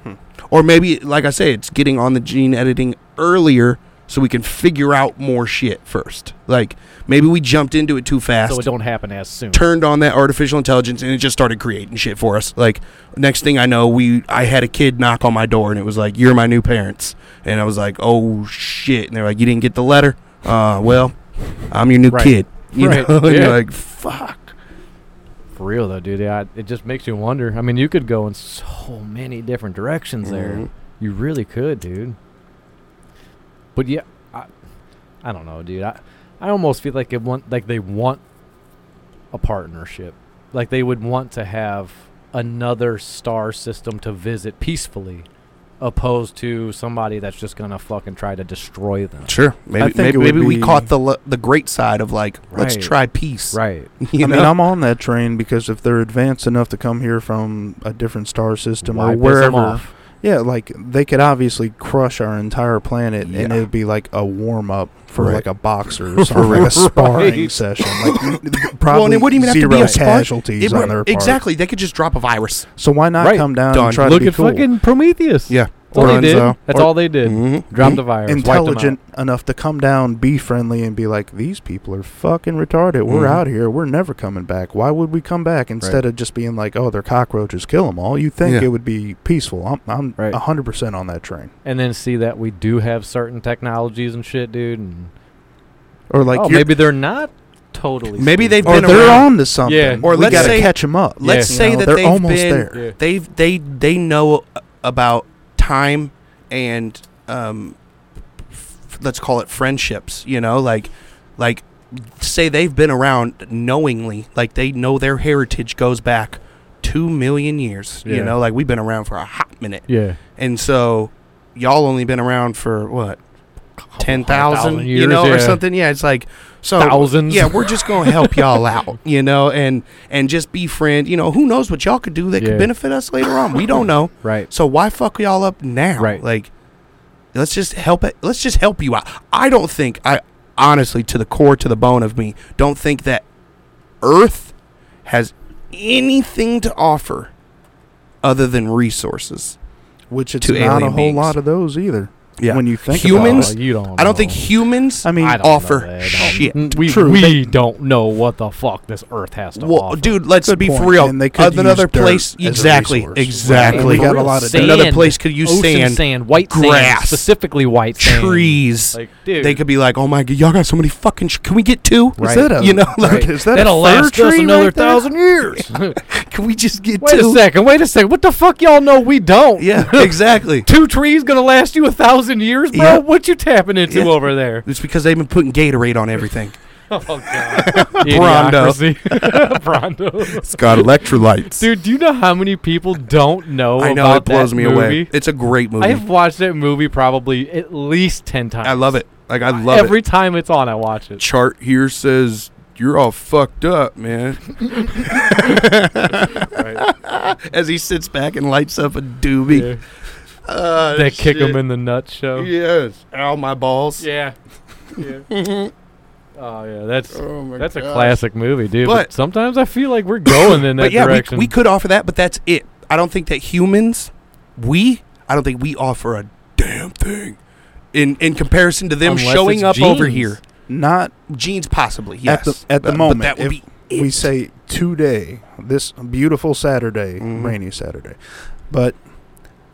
[SPEAKER 2] Hmm.
[SPEAKER 1] Or maybe, like I say, it's getting on the gene editing earlier so we can figure out more shit first. Like maybe we jumped into it too fast.
[SPEAKER 3] so it don't happen as soon
[SPEAKER 1] Turned on that artificial intelligence and it just started creating shit for us. Like next thing I know, we I had a kid knock on my door and it was like, "You're my new parents," and I was like, "Oh shit!" And they're like, "You didn't get the letter? Uh, well, I'm your new
[SPEAKER 3] Right.
[SPEAKER 1] kid." You
[SPEAKER 3] Right,
[SPEAKER 1] know, <laughs> and
[SPEAKER 3] yeah.
[SPEAKER 1] you're like, "Fuck."
[SPEAKER 3] For real though, dude, yeah, it just makes you wonder. I mean, you could go in so many different directions there.
[SPEAKER 1] Mhm.
[SPEAKER 3] You really could, dude. But yeah, I, I don't know, dude. I, I almost feel like it want like they want a partnership, like they would want to have another star system to visit peacefully, opposed to somebody that's just gonna fucking try to destroy them.
[SPEAKER 1] Sure, maybe
[SPEAKER 2] think
[SPEAKER 1] maybe,
[SPEAKER 2] it would
[SPEAKER 1] maybe we
[SPEAKER 2] be-
[SPEAKER 1] caught the le- the great side of like, let's
[SPEAKER 3] Right.
[SPEAKER 1] try peace.
[SPEAKER 3] Right.
[SPEAKER 1] You
[SPEAKER 2] I
[SPEAKER 1] know?
[SPEAKER 2] mean, I'm on that train because if they're advanced enough to come here from a different star system
[SPEAKER 3] Why piss
[SPEAKER 2] or
[SPEAKER 3] 'em
[SPEAKER 2] wherever,
[SPEAKER 3] off?
[SPEAKER 2] yeah, like they could obviously crush our entire planet, and
[SPEAKER 1] Yeah.
[SPEAKER 2] it'd be like a warm up for
[SPEAKER 1] Right.
[SPEAKER 2] like a boxer
[SPEAKER 1] <laughs>
[SPEAKER 2] or something, like a
[SPEAKER 1] Right.
[SPEAKER 2] sparring session. Like probably
[SPEAKER 1] it wouldn't even have to
[SPEAKER 2] zero
[SPEAKER 1] be a spar-
[SPEAKER 2] casualties
[SPEAKER 1] It
[SPEAKER 2] on
[SPEAKER 1] would-
[SPEAKER 2] their part.
[SPEAKER 1] exactly, they could just drop a virus.
[SPEAKER 2] So why not
[SPEAKER 3] Right.
[SPEAKER 2] come down
[SPEAKER 1] Done.
[SPEAKER 2] and try
[SPEAKER 3] Look
[SPEAKER 2] to be
[SPEAKER 3] at
[SPEAKER 2] cool?
[SPEAKER 3] fucking Prometheus.
[SPEAKER 1] Yeah.
[SPEAKER 3] That's all they did.
[SPEAKER 2] Lorenzo.
[SPEAKER 3] That's
[SPEAKER 2] Or-
[SPEAKER 3] all they did.
[SPEAKER 1] Mm-hmm.
[SPEAKER 3] Dropped the virus. wiped 'em out.
[SPEAKER 2] intelligent enough to come down, be friendly, and be like, "These people are fucking retarded. We're
[SPEAKER 1] Mhm.
[SPEAKER 2] out here. We're never coming back. Why would we come back?" Instead of just being like, "Oh, they're cockroaches. Kill them all." You think
[SPEAKER 1] Yeah.
[SPEAKER 2] it would be peaceful? I'm, I'm
[SPEAKER 3] Right.
[SPEAKER 2] hundred percent on that train.
[SPEAKER 3] and then see that we do have certain technologies and shit, dude. And
[SPEAKER 2] Or like,
[SPEAKER 3] oh,
[SPEAKER 2] you're-
[SPEAKER 3] maybe they're not totally.
[SPEAKER 1] Maybe
[SPEAKER 3] stupid.
[SPEAKER 1] they've
[SPEAKER 2] or
[SPEAKER 1] been
[SPEAKER 2] they're
[SPEAKER 1] around.
[SPEAKER 2] on to something.
[SPEAKER 3] Yeah.
[SPEAKER 2] Or
[SPEAKER 1] Or
[SPEAKER 2] we
[SPEAKER 1] let's
[SPEAKER 2] got to
[SPEAKER 1] say-
[SPEAKER 2] catch them up.
[SPEAKER 1] Let's
[SPEAKER 3] Yeah.
[SPEAKER 2] You
[SPEAKER 1] say
[SPEAKER 2] know,
[SPEAKER 1] that
[SPEAKER 2] they're
[SPEAKER 1] they've
[SPEAKER 2] almost
[SPEAKER 1] been-
[SPEAKER 2] there.
[SPEAKER 3] Yeah.
[SPEAKER 1] they've they they know about time and um f- let's call it friendships you know like like say they've been around knowingly like they know their heritage goes back 2 million years
[SPEAKER 3] Yeah.
[SPEAKER 1] you know like we've been around for a hot minute
[SPEAKER 3] yeah,
[SPEAKER 1] and so y'all only been around for what
[SPEAKER 3] Couple hundred
[SPEAKER 1] 10,000
[SPEAKER 3] thousand
[SPEAKER 1] you know
[SPEAKER 3] years,
[SPEAKER 1] or
[SPEAKER 3] yeah.
[SPEAKER 1] something yeah it's like so
[SPEAKER 3] Thousands.
[SPEAKER 1] yeah, we're just gonna help
[SPEAKER 3] <laughs>
[SPEAKER 1] y'all out, you know, and and just befriend. You know, who knows what y'all could do that
[SPEAKER 3] Yeah.
[SPEAKER 1] could benefit us later on? We don't know.
[SPEAKER 3] right.
[SPEAKER 1] So why fuck y'all up now?
[SPEAKER 3] Right.
[SPEAKER 1] Like, let's just help it. Let's just help you out. I don't think I honestly, to the core, to the bone of me, don't think that Earth has anything to offer other than resources.
[SPEAKER 2] Which it's
[SPEAKER 1] to
[SPEAKER 2] not a
[SPEAKER 1] alien
[SPEAKER 2] whole
[SPEAKER 1] beings.
[SPEAKER 2] lot of those either.
[SPEAKER 1] Yeah.
[SPEAKER 2] When you think
[SPEAKER 1] Humans-
[SPEAKER 2] About
[SPEAKER 3] Oh, you don't.
[SPEAKER 1] I don't think
[SPEAKER 3] know.
[SPEAKER 1] humans
[SPEAKER 2] I mean,
[SPEAKER 3] I don't
[SPEAKER 1] offer
[SPEAKER 3] know that.
[SPEAKER 1] shit.
[SPEAKER 3] Mm, We
[SPEAKER 2] True,
[SPEAKER 3] we
[SPEAKER 2] they-
[SPEAKER 3] don't know what the fuck this Earth has to
[SPEAKER 1] Well,
[SPEAKER 3] offer.
[SPEAKER 1] dude, let's
[SPEAKER 2] Good
[SPEAKER 1] be for
[SPEAKER 2] point.
[SPEAKER 1] real.
[SPEAKER 2] And they could
[SPEAKER 1] Other- Another
[SPEAKER 2] use dirt
[SPEAKER 1] place,
[SPEAKER 2] as a
[SPEAKER 1] exactly,
[SPEAKER 2] resource.
[SPEAKER 1] exactly.
[SPEAKER 2] And we got a
[SPEAKER 3] Real
[SPEAKER 2] lot of
[SPEAKER 3] sand.
[SPEAKER 2] dirt.
[SPEAKER 1] Another place could use
[SPEAKER 3] Ocean
[SPEAKER 1] sand,
[SPEAKER 3] white sand,
[SPEAKER 1] grass,
[SPEAKER 3] specifically white sand,
[SPEAKER 1] trees.
[SPEAKER 3] Like, dude,
[SPEAKER 1] they could be like, "Oh my god, y'all got so many fucking. Sh- can we get two?
[SPEAKER 2] Is that a
[SPEAKER 1] You know, like,
[SPEAKER 2] right. <laughs> is that a
[SPEAKER 3] that'll
[SPEAKER 2] fir
[SPEAKER 3] last us
[SPEAKER 2] tree
[SPEAKER 3] another
[SPEAKER 2] right there?
[SPEAKER 3] thousand years.
[SPEAKER 1] <laughs> <laughs>
[SPEAKER 3] <laughs>
[SPEAKER 1] Can we just get
[SPEAKER 3] wait a
[SPEAKER 1] two?
[SPEAKER 3] second. Wait a second. What the fuck, y'all know? We
[SPEAKER 1] <laughs>
[SPEAKER 3] don't.
[SPEAKER 1] Yeah, exactly.
[SPEAKER 3] Two trees gonna last you a thousand years, bro?
[SPEAKER 1] Yeah.
[SPEAKER 3] What you tapping into
[SPEAKER 1] Yeah.
[SPEAKER 3] over there?
[SPEAKER 1] It's because they've been putting Gatorade on everything.
[SPEAKER 3] <laughs> Oh god, Brondo,
[SPEAKER 1] <laughs>
[SPEAKER 3] Brondo,
[SPEAKER 1] It's got electrolytes.
[SPEAKER 3] <laughs> dude. Do you know how many people don't know?
[SPEAKER 1] I know
[SPEAKER 3] about
[SPEAKER 1] it blows
[SPEAKER 3] that
[SPEAKER 1] me
[SPEAKER 3] movie?
[SPEAKER 1] away. It's a great movie.
[SPEAKER 3] I have watched that movie probably at least ten times.
[SPEAKER 1] I love it. Like I love
[SPEAKER 3] Every
[SPEAKER 1] it.
[SPEAKER 3] time it's on, I watch it.
[SPEAKER 1] Chart here says you're all <laughs> fucked up, man. As he sits back and lights up a doobie.
[SPEAKER 3] Yeah.
[SPEAKER 1] Uh,
[SPEAKER 3] They kick
[SPEAKER 1] shit.
[SPEAKER 3] him in the nut
[SPEAKER 1] <laughs>
[SPEAKER 3] show.
[SPEAKER 1] Yes. Ow, my balls. <laughs>
[SPEAKER 3] Yeah. yeah. oh yeah, that's
[SPEAKER 1] Oh my
[SPEAKER 3] that's a
[SPEAKER 1] gosh.
[SPEAKER 3] classic movie, dude. But,
[SPEAKER 1] But-
[SPEAKER 3] sometimes I feel like we're going in that
[SPEAKER 1] But yeah, we,
[SPEAKER 3] direction.
[SPEAKER 1] we could offer that, but that's it. I don't think that humans, we, I don't think we offer a damn thing in in comparison to them
[SPEAKER 3] Unless
[SPEAKER 1] showing
[SPEAKER 3] it's
[SPEAKER 1] up over
[SPEAKER 3] genes.
[SPEAKER 1] here.
[SPEAKER 2] not
[SPEAKER 1] Genes, possibly.
[SPEAKER 2] At
[SPEAKER 1] Yes.
[SPEAKER 2] the- at the
[SPEAKER 1] but,
[SPEAKER 2] moment,
[SPEAKER 1] but that would
[SPEAKER 2] if
[SPEAKER 1] be
[SPEAKER 2] we
[SPEAKER 1] it.
[SPEAKER 2] say today, this beautiful Saturday,
[SPEAKER 1] Mhm.
[SPEAKER 2] rainy Saturday, but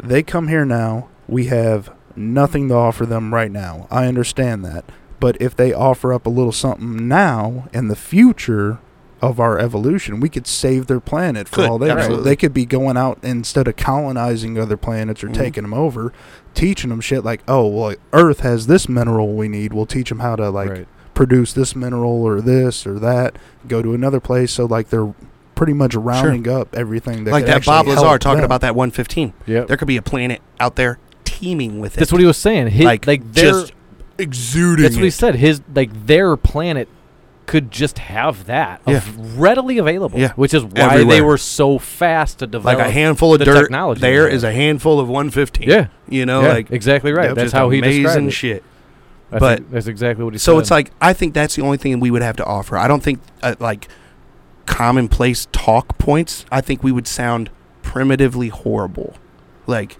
[SPEAKER 2] they come here now. We have nothing to offer them right now. I understand that, but if they offer up a little something now in the future of our evolution, we could save their planet for
[SPEAKER 1] Could,
[SPEAKER 2] all they know.
[SPEAKER 1] absolutely.
[SPEAKER 2] They could be going out instead of colonizing other planets or
[SPEAKER 1] Mhm.
[SPEAKER 2] taking them over, teaching them shit like, oh, well, Earth has this mineral we need. We'll teach them how to like
[SPEAKER 3] right.
[SPEAKER 2] produce this mineral or this or that, go to another place. So like they're pretty much rounding up everything. That
[SPEAKER 1] like
[SPEAKER 2] could
[SPEAKER 1] that Bob
[SPEAKER 2] actually help
[SPEAKER 1] Lazar talking
[SPEAKER 2] them.
[SPEAKER 1] about that 115.
[SPEAKER 3] Yep.
[SPEAKER 1] There could be a planet out there teeming with it.
[SPEAKER 3] That's what he was saying. His, like,
[SPEAKER 1] like,
[SPEAKER 3] their,
[SPEAKER 1] just exuding.
[SPEAKER 3] that's what he
[SPEAKER 1] it.
[SPEAKER 3] said. His like their planet could just have that
[SPEAKER 1] Yeah.
[SPEAKER 3] of readily available.
[SPEAKER 1] Yeah.
[SPEAKER 3] Which is why they
[SPEAKER 1] Everywhere.
[SPEAKER 3] were so fast to develop.
[SPEAKER 1] Like a handful of
[SPEAKER 3] the
[SPEAKER 1] dirt.
[SPEAKER 3] technology
[SPEAKER 1] There
[SPEAKER 3] in
[SPEAKER 1] is
[SPEAKER 3] there.
[SPEAKER 1] a handful of 115.
[SPEAKER 3] Yeah.
[SPEAKER 1] You know,
[SPEAKER 3] Yeah,
[SPEAKER 1] like
[SPEAKER 3] exactly right. That's
[SPEAKER 1] just
[SPEAKER 3] how he described
[SPEAKER 1] amazing
[SPEAKER 3] it.
[SPEAKER 1] shit.
[SPEAKER 3] I
[SPEAKER 1] but-
[SPEAKER 3] think that's exactly what he said.
[SPEAKER 1] So it's like I think that's the only thing we would have to offer. I don't think uh, like commonplace talk points. I think we would sound primitively horrible. Like,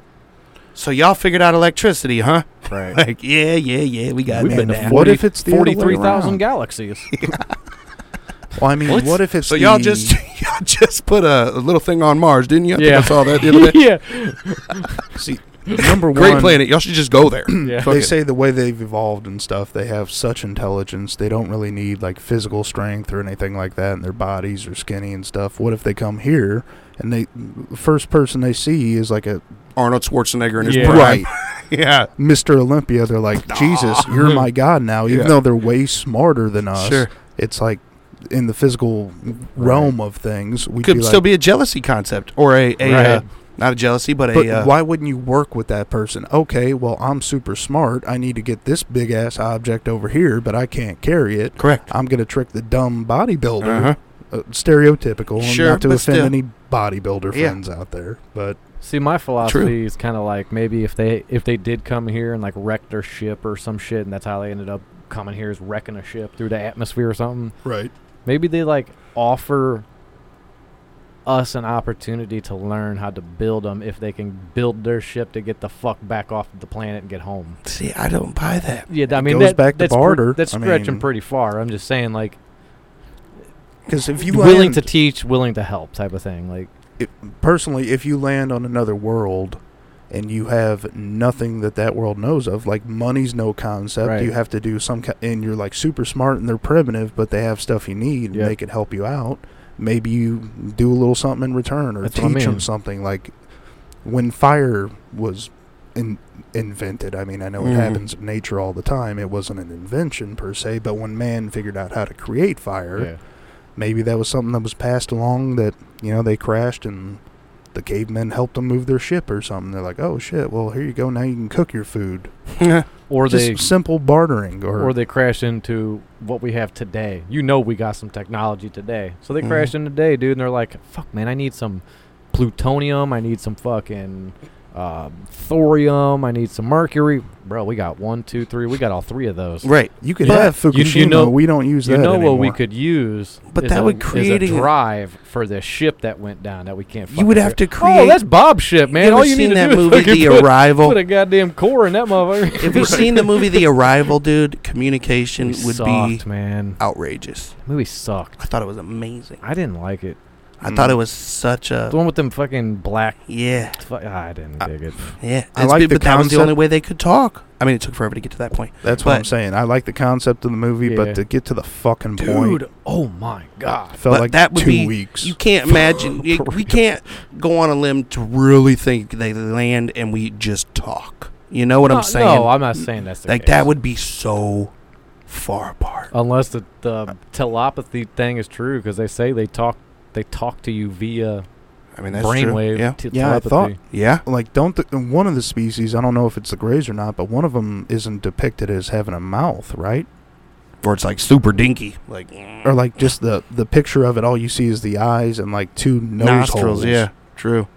[SPEAKER 1] so y'all figured out electricity, huh? <laughs>
[SPEAKER 3] right.
[SPEAKER 1] Like, yeah, yeah, yeah, we got
[SPEAKER 3] We've
[SPEAKER 1] that
[SPEAKER 3] been to
[SPEAKER 1] now.
[SPEAKER 2] What
[SPEAKER 3] 40
[SPEAKER 2] if it's the other way
[SPEAKER 3] forty-three thousand
[SPEAKER 2] around?
[SPEAKER 3] galaxies.
[SPEAKER 2] Well, I mean,
[SPEAKER 1] What?
[SPEAKER 2] what, if it's
[SPEAKER 1] So y'all
[SPEAKER 2] the-
[SPEAKER 1] just <laughs> y'all just put a, a little thing on Mars, didn't you? I
[SPEAKER 3] Yeah.
[SPEAKER 1] think I saw that the other
[SPEAKER 3] <laughs>
[SPEAKER 1] day.
[SPEAKER 3] <laughs> yeah.
[SPEAKER 2] see, <laughs> number
[SPEAKER 1] <laughs> Great
[SPEAKER 2] one?
[SPEAKER 1] planet. Y'all should just go there. <clears throat> <laughs>
[SPEAKER 3] Yeah.
[SPEAKER 1] Fuck
[SPEAKER 2] They
[SPEAKER 1] it.
[SPEAKER 2] say the way they've evolved and stuff, they have such intelligence. They don't really need like physical strength or anything like that, and their bodies are skinny and stuff. What if they come here and they first person they see is like a
[SPEAKER 1] Arnold Schwarzenegger in his
[SPEAKER 3] Yeah.
[SPEAKER 1] prime.
[SPEAKER 2] right
[SPEAKER 1] <laughs> Yeah.
[SPEAKER 2] Mr. Olympia, they're like, Jesus,
[SPEAKER 1] <laughs>
[SPEAKER 2] you're my God now. Even
[SPEAKER 1] Yeah.
[SPEAKER 2] though they're way smarter than us,
[SPEAKER 1] Sure.
[SPEAKER 2] it's like in the physical realm of things, we
[SPEAKER 1] Could
[SPEAKER 2] be
[SPEAKER 1] still
[SPEAKER 2] like,
[SPEAKER 1] be a jealousy concept or a, a uh,
[SPEAKER 3] Right.
[SPEAKER 1] not a jealousy, but a
[SPEAKER 2] but
[SPEAKER 1] uh,
[SPEAKER 2] why wouldn't you work with that person? Okay, well, I'm super smart. I need to get this big ass object over here, but I can't carry it.
[SPEAKER 1] correct.
[SPEAKER 2] I'm going to trick the dumb bodybuilder.
[SPEAKER 1] Uh-huh.
[SPEAKER 2] Uh, stereotypical, and
[SPEAKER 1] Sure,
[SPEAKER 2] not to
[SPEAKER 1] but
[SPEAKER 2] offend
[SPEAKER 1] still.
[SPEAKER 2] any bodybuilder
[SPEAKER 1] Yeah.
[SPEAKER 2] friends out there. But
[SPEAKER 3] See, my philosophy is kind of like maybe if they if they did come here and like wrecked their ship or some shit, and that's how they ended up coming here is wrecking a ship through the atmosphere or something.
[SPEAKER 1] <laughs>
[SPEAKER 2] right,
[SPEAKER 3] Maybe they like offer us an opportunity to learn how to build them if they can build their ship to get the fuck back off the planet and get home.
[SPEAKER 1] See, I don't buy that.
[SPEAKER 3] Yeah, I mean
[SPEAKER 2] goes
[SPEAKER 3] that,
[SPEAKER 2] back to
[SPEAKER 3] that's
[SPEAKER 2] barter.
[SPEAKER 3] that's
[SPEAKER 2] I
[SPEAKER 3] stretching
[SPEAKER 2] mean-
[SPEAKER 3] pretty far. I'm just saying like
[SPEAKER 2] because if you
[SPEAKER 3] willing
[SPEAKER 2] land-
[SPEAKER 3] to teach, willing to help type of thing. Like
[SPEAKER 2] if, personally, if you land on another world and you have nothing that that world knows of, like money's no concept,
[SPEAKER 3] Right.
[SPEAKER 2] you have to do some, ki- and you're like super smart and they're primitive, but they have stuff you need
[SPEAKER 3] Yep.
[SPEAKER 2] and they could help you out. Maybe you do a little something in return or
[SPEAKER 3] That's
[SPEAKER 2] teach
[SPEAKER 3] what I
[SPEAKER 2] 'em teach
[SPEAKER 3] mean.
[SPEAKER 2] them something. Like when fire was in, invented, I mean, I know it
[SPEAKER 1] Mhm.
[SPEAKER 3] Mm-hmm.
[SPEAKER 2] happens in nature all the time. It wasn't an invention per se, but when man figured out how to create fire, maybe that was something that was passed along that you know they crashed and the cavemen helped them move their ship or something. They're like, oh shit, well here you go, now you can cook your food.
[SPEAKER 3] or
[SPEAKER 2] Just
[SPEAKER 3] they
[SPEAKER 2] simple bartering or,
[SPEAKER 3] or they crash into what we have today. You know, we got some technology today. So they
[SPEAKER 1] Mhm.
[SPEAKER 3] crashed in today, dude, and they're like, fuck, man, I need some plutonium. I need some fucking uh, thorium. I need some mercury. Bro, we got one, two, three. We got all three of those.
[SPEAKER 1] Right.
[SPEAKER 2] you could
[SPEAKER 1] But
[SPEAKER 2] have
[SPEAKER 3] you- you
[SPEAKER 2] Fukushima.
[SPEAKER 3] know-
[SPEAKER 2] we don't use
[SPEAKER 3] You
[SPEAKER 2] that
[SPEAKER 3] know what we
[SPEAKER 2] anymore.
[SPEAKER 3] could use,
[SPEAKER 1] But
[SPEAKER 3] is
[SPEAKER 1] that
[SPEAKER 3] a,
[SPEAKER 1] would
[SPEAKER 3] is
[SPEAKER 1] create
[SPEAKER 3] a
[SPEAKER 1] a-
[SPEAKER 3] drive for the ship that went down that we can't.
[SPEAKER 1] You would
[SPEAKER 3] fucking
[SPEAKER 1] have
[SPEAKER 3] figure-
[SPEAKER 1] to create.
[SPEAKER 3] Oh, that's Bob ship, man!
[SPEAKER 1] You
[SPEAKER 3] All
[SPEAKER 1] ever
[SPEAKER 3] you
[SPEAKER 1] seen
[SPEAKER 3] need to
[SPEAKER 1] that
[SPEAKER 3] do
[SPEAKER 1] movie,
[SPEAKER 3] is fucking
[SPEAKER 1] The
[SPEAKER 3] put,
[SPEAKER 1] Arrival?
[SPEAKER 3] put a goddamn core in that motherfucker. <laughs>
[SPEAKER 1] If you've seen the movie The Arrival, dude, communication <laughs>
[SPEAKER 3] Movie
[SPEAKER 1] would
[SPEAKER 3] sucked,
[SPEAKER 1] be
[SPEAKER 3] man.
[SPEAKER 1] outrageous.
[SPEAKER 3] Movie sucked.
[SPEAKER 1] I thought it was amazing.
[SPEAKER 3] I didn't like it.
[SPEAKER 1] I
[SPEAKER 2] Mm.
[SPEAKER 1] thought it was such a
[SPEAKER 3] The one with them fucking black.
[SPEAKER 1] yeah,
[SPEAKER 3] Fu- ah, I didn't
[SPEAKER 2] I-
[SPEAKER 3] dig it.
[SPEAKER 1] yeah.
[SPEAKER 2] I
[SPEAKER 1] It's
[SPEAKER 2] like
[SPEAKER 1] been-
[SPEAKER 2] the
[SPEAKER 1] but that was the
[SPEAKER 2] concept.
[SPEAKER 1] only way they could talk. I mean, it took forever to get to that point,
[SPEAKER 2] That's what I'm
[SPEAKER 1] but-
[SPEAKER 2] saying. I like the concept of the movie,
[SPEAKER 3] Yeah.
[SPEAKER 2] but to get to the fucking point,
[SPEAKER 3] Dude, oh my god.
[SPEAKER 2] felt
[SPEAKER 1] but
[SPEAKER 2] like
[SPEAKER 1] that would
[SPEAKER 2] two
[SPEAKER 1] be-
[SPEAKER 2] weeks.
[SPEAKER 1] You
[SPEAKER 2] <laughs>
[SPEAKER 1] can't imagine. you- we can't go on a limb to really think they land and we just talk. You know what
[SPEAKER 3] Oh, No,
[SPEAKER 1] I'm saying?
[SPEAKER 3] No, I'm not saying that's the
[SPEAKER 1] like
[SPEAKER 3] case.
[SPEAKER 1] that would be so far apart.
[SPEAKER 3] unless the, the telepathy thing is true because they say they talk they talk to you via
[SPEAKER 1] I mean, that's true.
[SPEAKER 3] brainwave
[SPEAKER 1] Yeah,
[SPEAKER 3] te-
[SPEAKER 2] Yeah, I
[SPEAKER 3] telepathy.
[SPEAKER 2] thought-
[SPEAKER 1] yeah.
[SPEAKER 2] like don't th- one of the species i don't know if it's the grays or not but one of them isn't depicted as having a mouth right
[SPEAKER 1] Or it's like super dinky, like
[SPEAKER 2] or like just the the picture of it all you see is the eyes and like two nose
[SPEAKER 1] nostrils.
[SPEAKER 2] holes.
[SPEAKER 1] Yeah, true.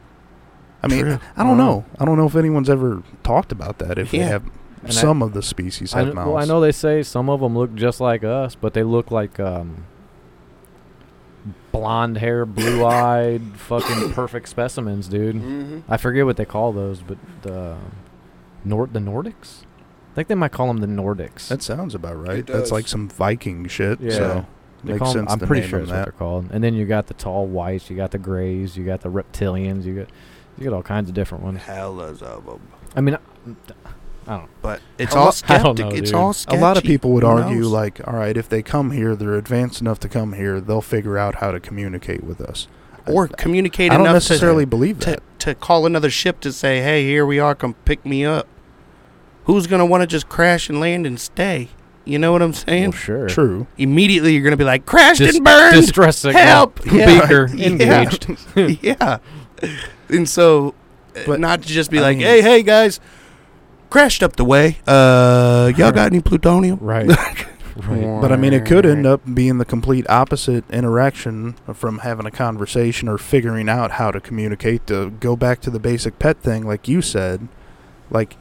[SPEAKER 2] I mean,
[SPEAKER 1] True.
[SPEAKER 2] I don't
[SPEAKER 3] Wow.
[SPEAKER 2] know. I don't know if anyone's ever talked about that. If
[SPEAKER 1] Yeah.
[SPEAKER 2] they have
[SPEAKER 3] Uh-huh. And I-
[SPEAKER 2] some of the species
[SPEAKER 3] I,
[SPEAKER 2] have
[SPEAKER 3] kn-
[SPEAKER 2] mouths.
[SPEAKER 3] well, I know they say some of them look just like us, but they look like um, blonde hair, blue
[SPEAKER 1] <coughs>
[SPEAKER 3] eyed, fucking perfect specimens, dude.
[SPEAKER 1] Mm-hmm.
[SPEAKER 3] I forget what they call those, but the Nord the Nordics. I think they might call them the Nordics.
[SPEAKER 2] That sounds about right.
[SPEAKER 5] It
[SPEAKER 2] That's
[SPEAKER 5] does.
[SPEAKER 2] like some Viking shit.
[SPEAKER 3] Yeah.
[SPEAKER 2] So
[SPEAKER 3] They
[SPEAKER 2] makes
[SPEAKER 3] call 'em-
[SPEAKER 2] sense.
[SPEAKER 3] I'm
[SPEAKER 2] to
[SPEAKER 3] pretty
[SPEAKER 2] name
[SPEAKER 3] sure
[SPEAKER 2] them
[SPEAKER 3] that's what
[SPEAKER 2] that.
[SPEAKER 3] they're called. And then you got the tall whites, you got the grays, you got the reptilians, you got you get all kinds of different ones.
[SPEAKER 1] Hellas of them.
[SPEAKER 3] I mean,
[SPEAKER 1] But it's
[SPEAKER 3] Hella-
[SPEAKER 1] all
[SPEAKER 3] I don't
[SPEAKER 1] skeptic.
[SPEAKER 3] know,
[SPEAKER 1] it's
[SPEAKER 3] dude.
[SPEAKER 1] all
[SPEAKER 2] A
[SPEAKER 1] sketchy.
[SPEAKER 2] lot of people would
[SPEAKER 1] Who
[SPEAKER 2] argue,
[SPEAKER 1] knows?
[SPEAKER 2] like, all right, if they come here, they're advanced enough to come here, they'll figure out how to communicate with us. I-
[SPEAKER 1] or communicate
[SPEAKER 2] I don't
[SPEAKER 1] enough
[SPEAKER 2] necessarily believe
[SPEAKER 1] to, to,
[SPEAKER 2] that.
[SPEAKER 1] to call another ship to say, "Hey, here we are. Come pick me up." Who's gonna want to just crash and land and stay? You know what I'm saying?
[SPEAKER 3] well, sure.
[SPEAKER 2] <laughs> True.
[SPEAKER 1] Immediately, you're gonna be like, "Crashed
[SPEAKER 3] Dis-
[SPEAKER 1] and burned."
[SPEAKER 3] Distress signal.
[SPEAKER 1] Help! Yeah.
[SPEAKER 3] Beaker
[SPEAKER 1] Yeah.
[SPEAKER 3] engaged.
[SPEAKER 1] <laughs> yeah. And so, uh,
[SPEAKER 2] But,
[SPEAKER 1] not to just be
[SPEAKER 2] I
[SPEAKER 1] like,
[SPEAKER 2] mean-
[SPEAKER 1] hey, hey, guys, crashed up the way. Uh, y'all all got any plutonium?
[SPEAKER 2] <laughs>
[SPEAKER 3] Right. right.
[SPEAKER 2] But I mean, it could end up being the complete opposite interaction from having a conversation or figuring out how to communicate. To go back to the basic pet thing, like you said, like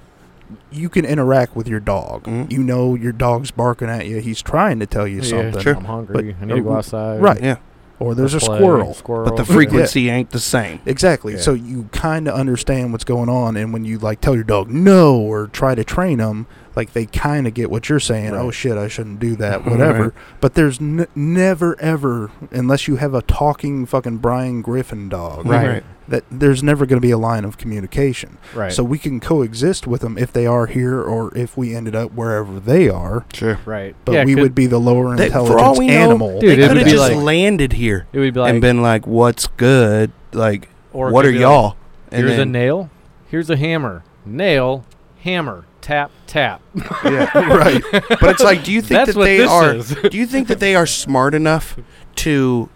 [SPEAKER 2] you can interact with your dog.
[SPEAKER 1] Mhm.
[SPEAKER 2] You know, your dog's barking at you. He's trying to tell you something.
[SPEAKER 1] sure.
[SPEAKER 3] I'm hungry. I need to
[SPEAKER 2] uh,
[SPEAKER 3] go outside.
[SPEAKER 2] Right.
[SPEAKER 1] Yeah. Mm-hmm.
[SPEAKER 2] Or there's a
[SPEAKER 3] Play.
[SPEAKER 2] squirrel.
[SPEAKER 3] Squirrel.
[SPEAKER 1] But the
[SPEAKER 3] yeah.
[SPEAKER 1] frequency ain't the same.
[SPEAKER 2] Exactly.
[SPEAKER 3] Yeah.
[SPEAKER 2] So you kind of understand what's going on, and when you like tell your dog no or try to train them, like they kind of get what you're saying.
[SPEAKER 3] Right.
[SPEAKER 2] Oh shit, I shouldn't
[SPEAKER 3] <laughs>
[SPEAKER 2] do that.
[SPEAKER 1] Right.
[SPEAKER 2] Whatever. But there's n- never ever, unless you have a talking fucking Brian Griffin dog,
[SPEAKER 3] Right.
[SPEAKER 2] that there's never going to be a line of communication.
[SPEAKER 3] <laughs> Right.
[SPEAKER 2] So we can coexist with them if they are here or if we ended up wherever they are.
[SPEAKER 1] Sure.
[SPEAKER 3] right.
[SPEAKER 2] But
[SPEAKER 3] yeah,
[SPEAKER 2] we
[SPEAKER 3] could-
[SPEAKER 2] would be the lower
[SPEAKER 1] That- for all
[SPEAKER 2] intelligence
[SPEAKER 1] we know-
[SPEAKER 2] animal.
[SPEAKER 3] Dude,
[SPEAKER 1] they
[SPEAKER 3] it'd
[SPEAKER 1] could have
[SPEAKER 3] be
[SPEAKER 1] just
[SPEAKER 3] like-
[SPEAKER 1] landed
[SPEAKER 3] <laughs>
[SPEAKER 1] here
[SPEAKER 3] It would be like.
[SPEAKER 1] and been like, what's good? Like,
[SPEAKER 3] or it
[SPEAKER 1] what
[SPEAKER 3] could
[SPEAKER 1] are
[SPEAKER 3] be like,
[SPEAKER 1] y'all? And
[SPEAKER 3] Here's a
[SPEAKER 1] then,
[SPEAKER 3] nail. Here's a hammer. Nail. Hammer. Tap. Tap.
[SPEAKER 1] yeah, right. But it's like, do you think
[SPEAKER 3] <laughs> That's
[SPEAKER 1] that
[SPEAKER 3] what
[SPEAKER 1] they
[SPEAKER 3] this
[SPEAKER 1] are?
[SPEAKER 3] is.
[SPEAKER 1] Do you think that they are smart enough to,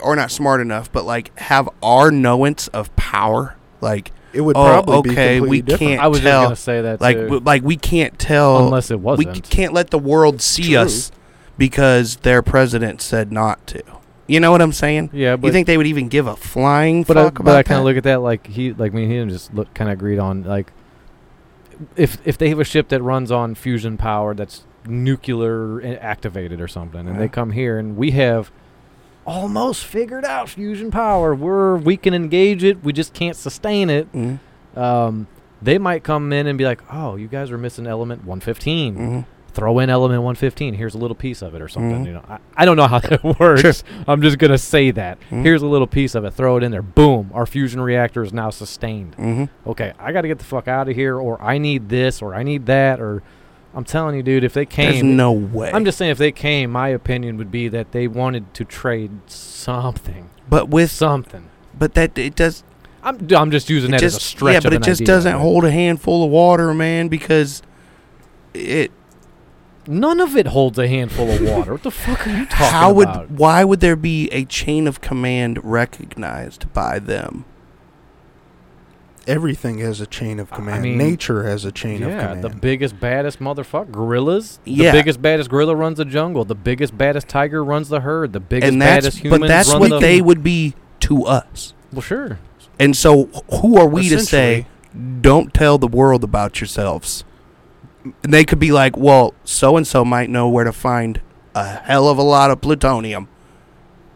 [SPEAKER 1] or not smart enough, but like have our knowance of power? Like,
[SPEAKER 2] It would
[SPEAKER 1] Oh,
[SPEAKER 2] probably be
[SPEAKER 1] okay,
[SPEAKER 2] completely
[SPEAKER 1] we
[SPEAKER 2] different.
[SPEAKER 1] can't
[SPEAKER 3] I was
[SPEAKER 1] tell.
[SPEAKER 3] just gonna say that
[SPEAKER 1] like,
[SPEAKER 3] too,
[SPEAKER 1] w- like we can't tell.
[SPEAKER 3] unless it
[SPEAKER 1] we
[SPEAKER 3] wasn't.
[SPEAKER 1] c- can't let the world see
[SPEAKER 2] True.
[SPEAKER 1] us because their president said not to. You know what I'm saying?
[SPEAKER 3] yeah, but
[SPEAKER 1] you think they would even give a flying
[SPEAKER 3] but I,
[SPEAKER 1] fuck
[SPEAKER 3] but
[SPEAKER 1] about
[SPEAKER 3] I kind
[SPEAKER 1] that?
[SPEAKER 3] of look at that like he like me and him just look kind of agreed on like if if they have a ship that runs on fusion power that's nuclear a- activated or something and
[SPEAKER 1] Yeah.
[SPEAKER 3] they come here and we have almost figured out fusion power we're we can engage it we just can't sustain it
[SPEAKER 1] Mhm,
[SPEAKER 3] um, they might come in and be like oh you guys are missing element 115
[SPEAKER 1] mhm.
[SPEAKER 3] throw in element 115 here's a little piece of it or something
[SPEAKER 1] Mhm.
[SPEAKER 3] you know I, I don't know how <laughs> that works i'm just gonna say that
[SPEAKER 1] Mhm.
[SPEAKER 3] here's a little piece of it throw it in there boom our fusion reactor is now sustained
[SPEAKER 1] hmm
[SPEAKER 3] okay i gotta get the fuck out of here or i need this or i need that or i'm telling you dude if they
[SPEAKER 1] There's
[SPEAKER 3] came
[SPEAKER 1] no way.
[SPEAKER 3] i'm just saying if they came my opinion would be that they wanted to trade something
[SPEAKER 1] but with
[SPEAKER 3] something
[SPEAKER 1] but that it does
[SPEAKER 3] i'm, d- I'm just using
[SPEAKER 1] it
[SPEAKER 3] that
[SPEAKER 1] just
[SPEAKER 3] as a stretch
[SPEAKER 1] yeah, but
[SPEAKER 3] of
[SPEAKER 1] it
[SPEAKER 3] an
[SPEAKER 1] just
[SPEAKER 3] idea,
[SPEAKER 1] doesn't
[SPEAKER 3] but
[SPEAKER 1] hold a handful of water, man, because it.
[SPEAKER 3] none of it holds a handful of water what the fuck are you talking
[SPEAKER 1] How would
[SPEAKER 3] about
[SPEAKER 1] why would there be a chain of command recognized by them?
[SPEAKER 2] Everything has a chain of
[SPEAKER 3] I
[SPEAKER 2] command.
[SPEAKER 3] mean,
[SPEAKER 2] Nature has a chain of
[SPEAKER 3] Yeah,
[SPEAKER 2] command.
[SPEAKER 3] the biggest baddest motherfucker gorillas.
[SPEAKER 1] Yeah.
[SPEAKER 3] the biggest baddest gorilla runs the jungle. The biggest baddest tiger runs the herd. The biggest
[SPEAKER 1] and that's
[SPEAKER 3] baddest human
[SPEAKER 1] but that's
[SPEAKER 3] run the.
[SPEAKER 1] what they would be to us.
[SPEAKER 3] well, sure.
[SPEAKER 1] And so who are we to say
[SPEAKER 2] Essentially-
[SPEAKER 1] don't tell the world about yourselves? And they could be like, well, so and so might know where to find a hell of a lot of plutonium.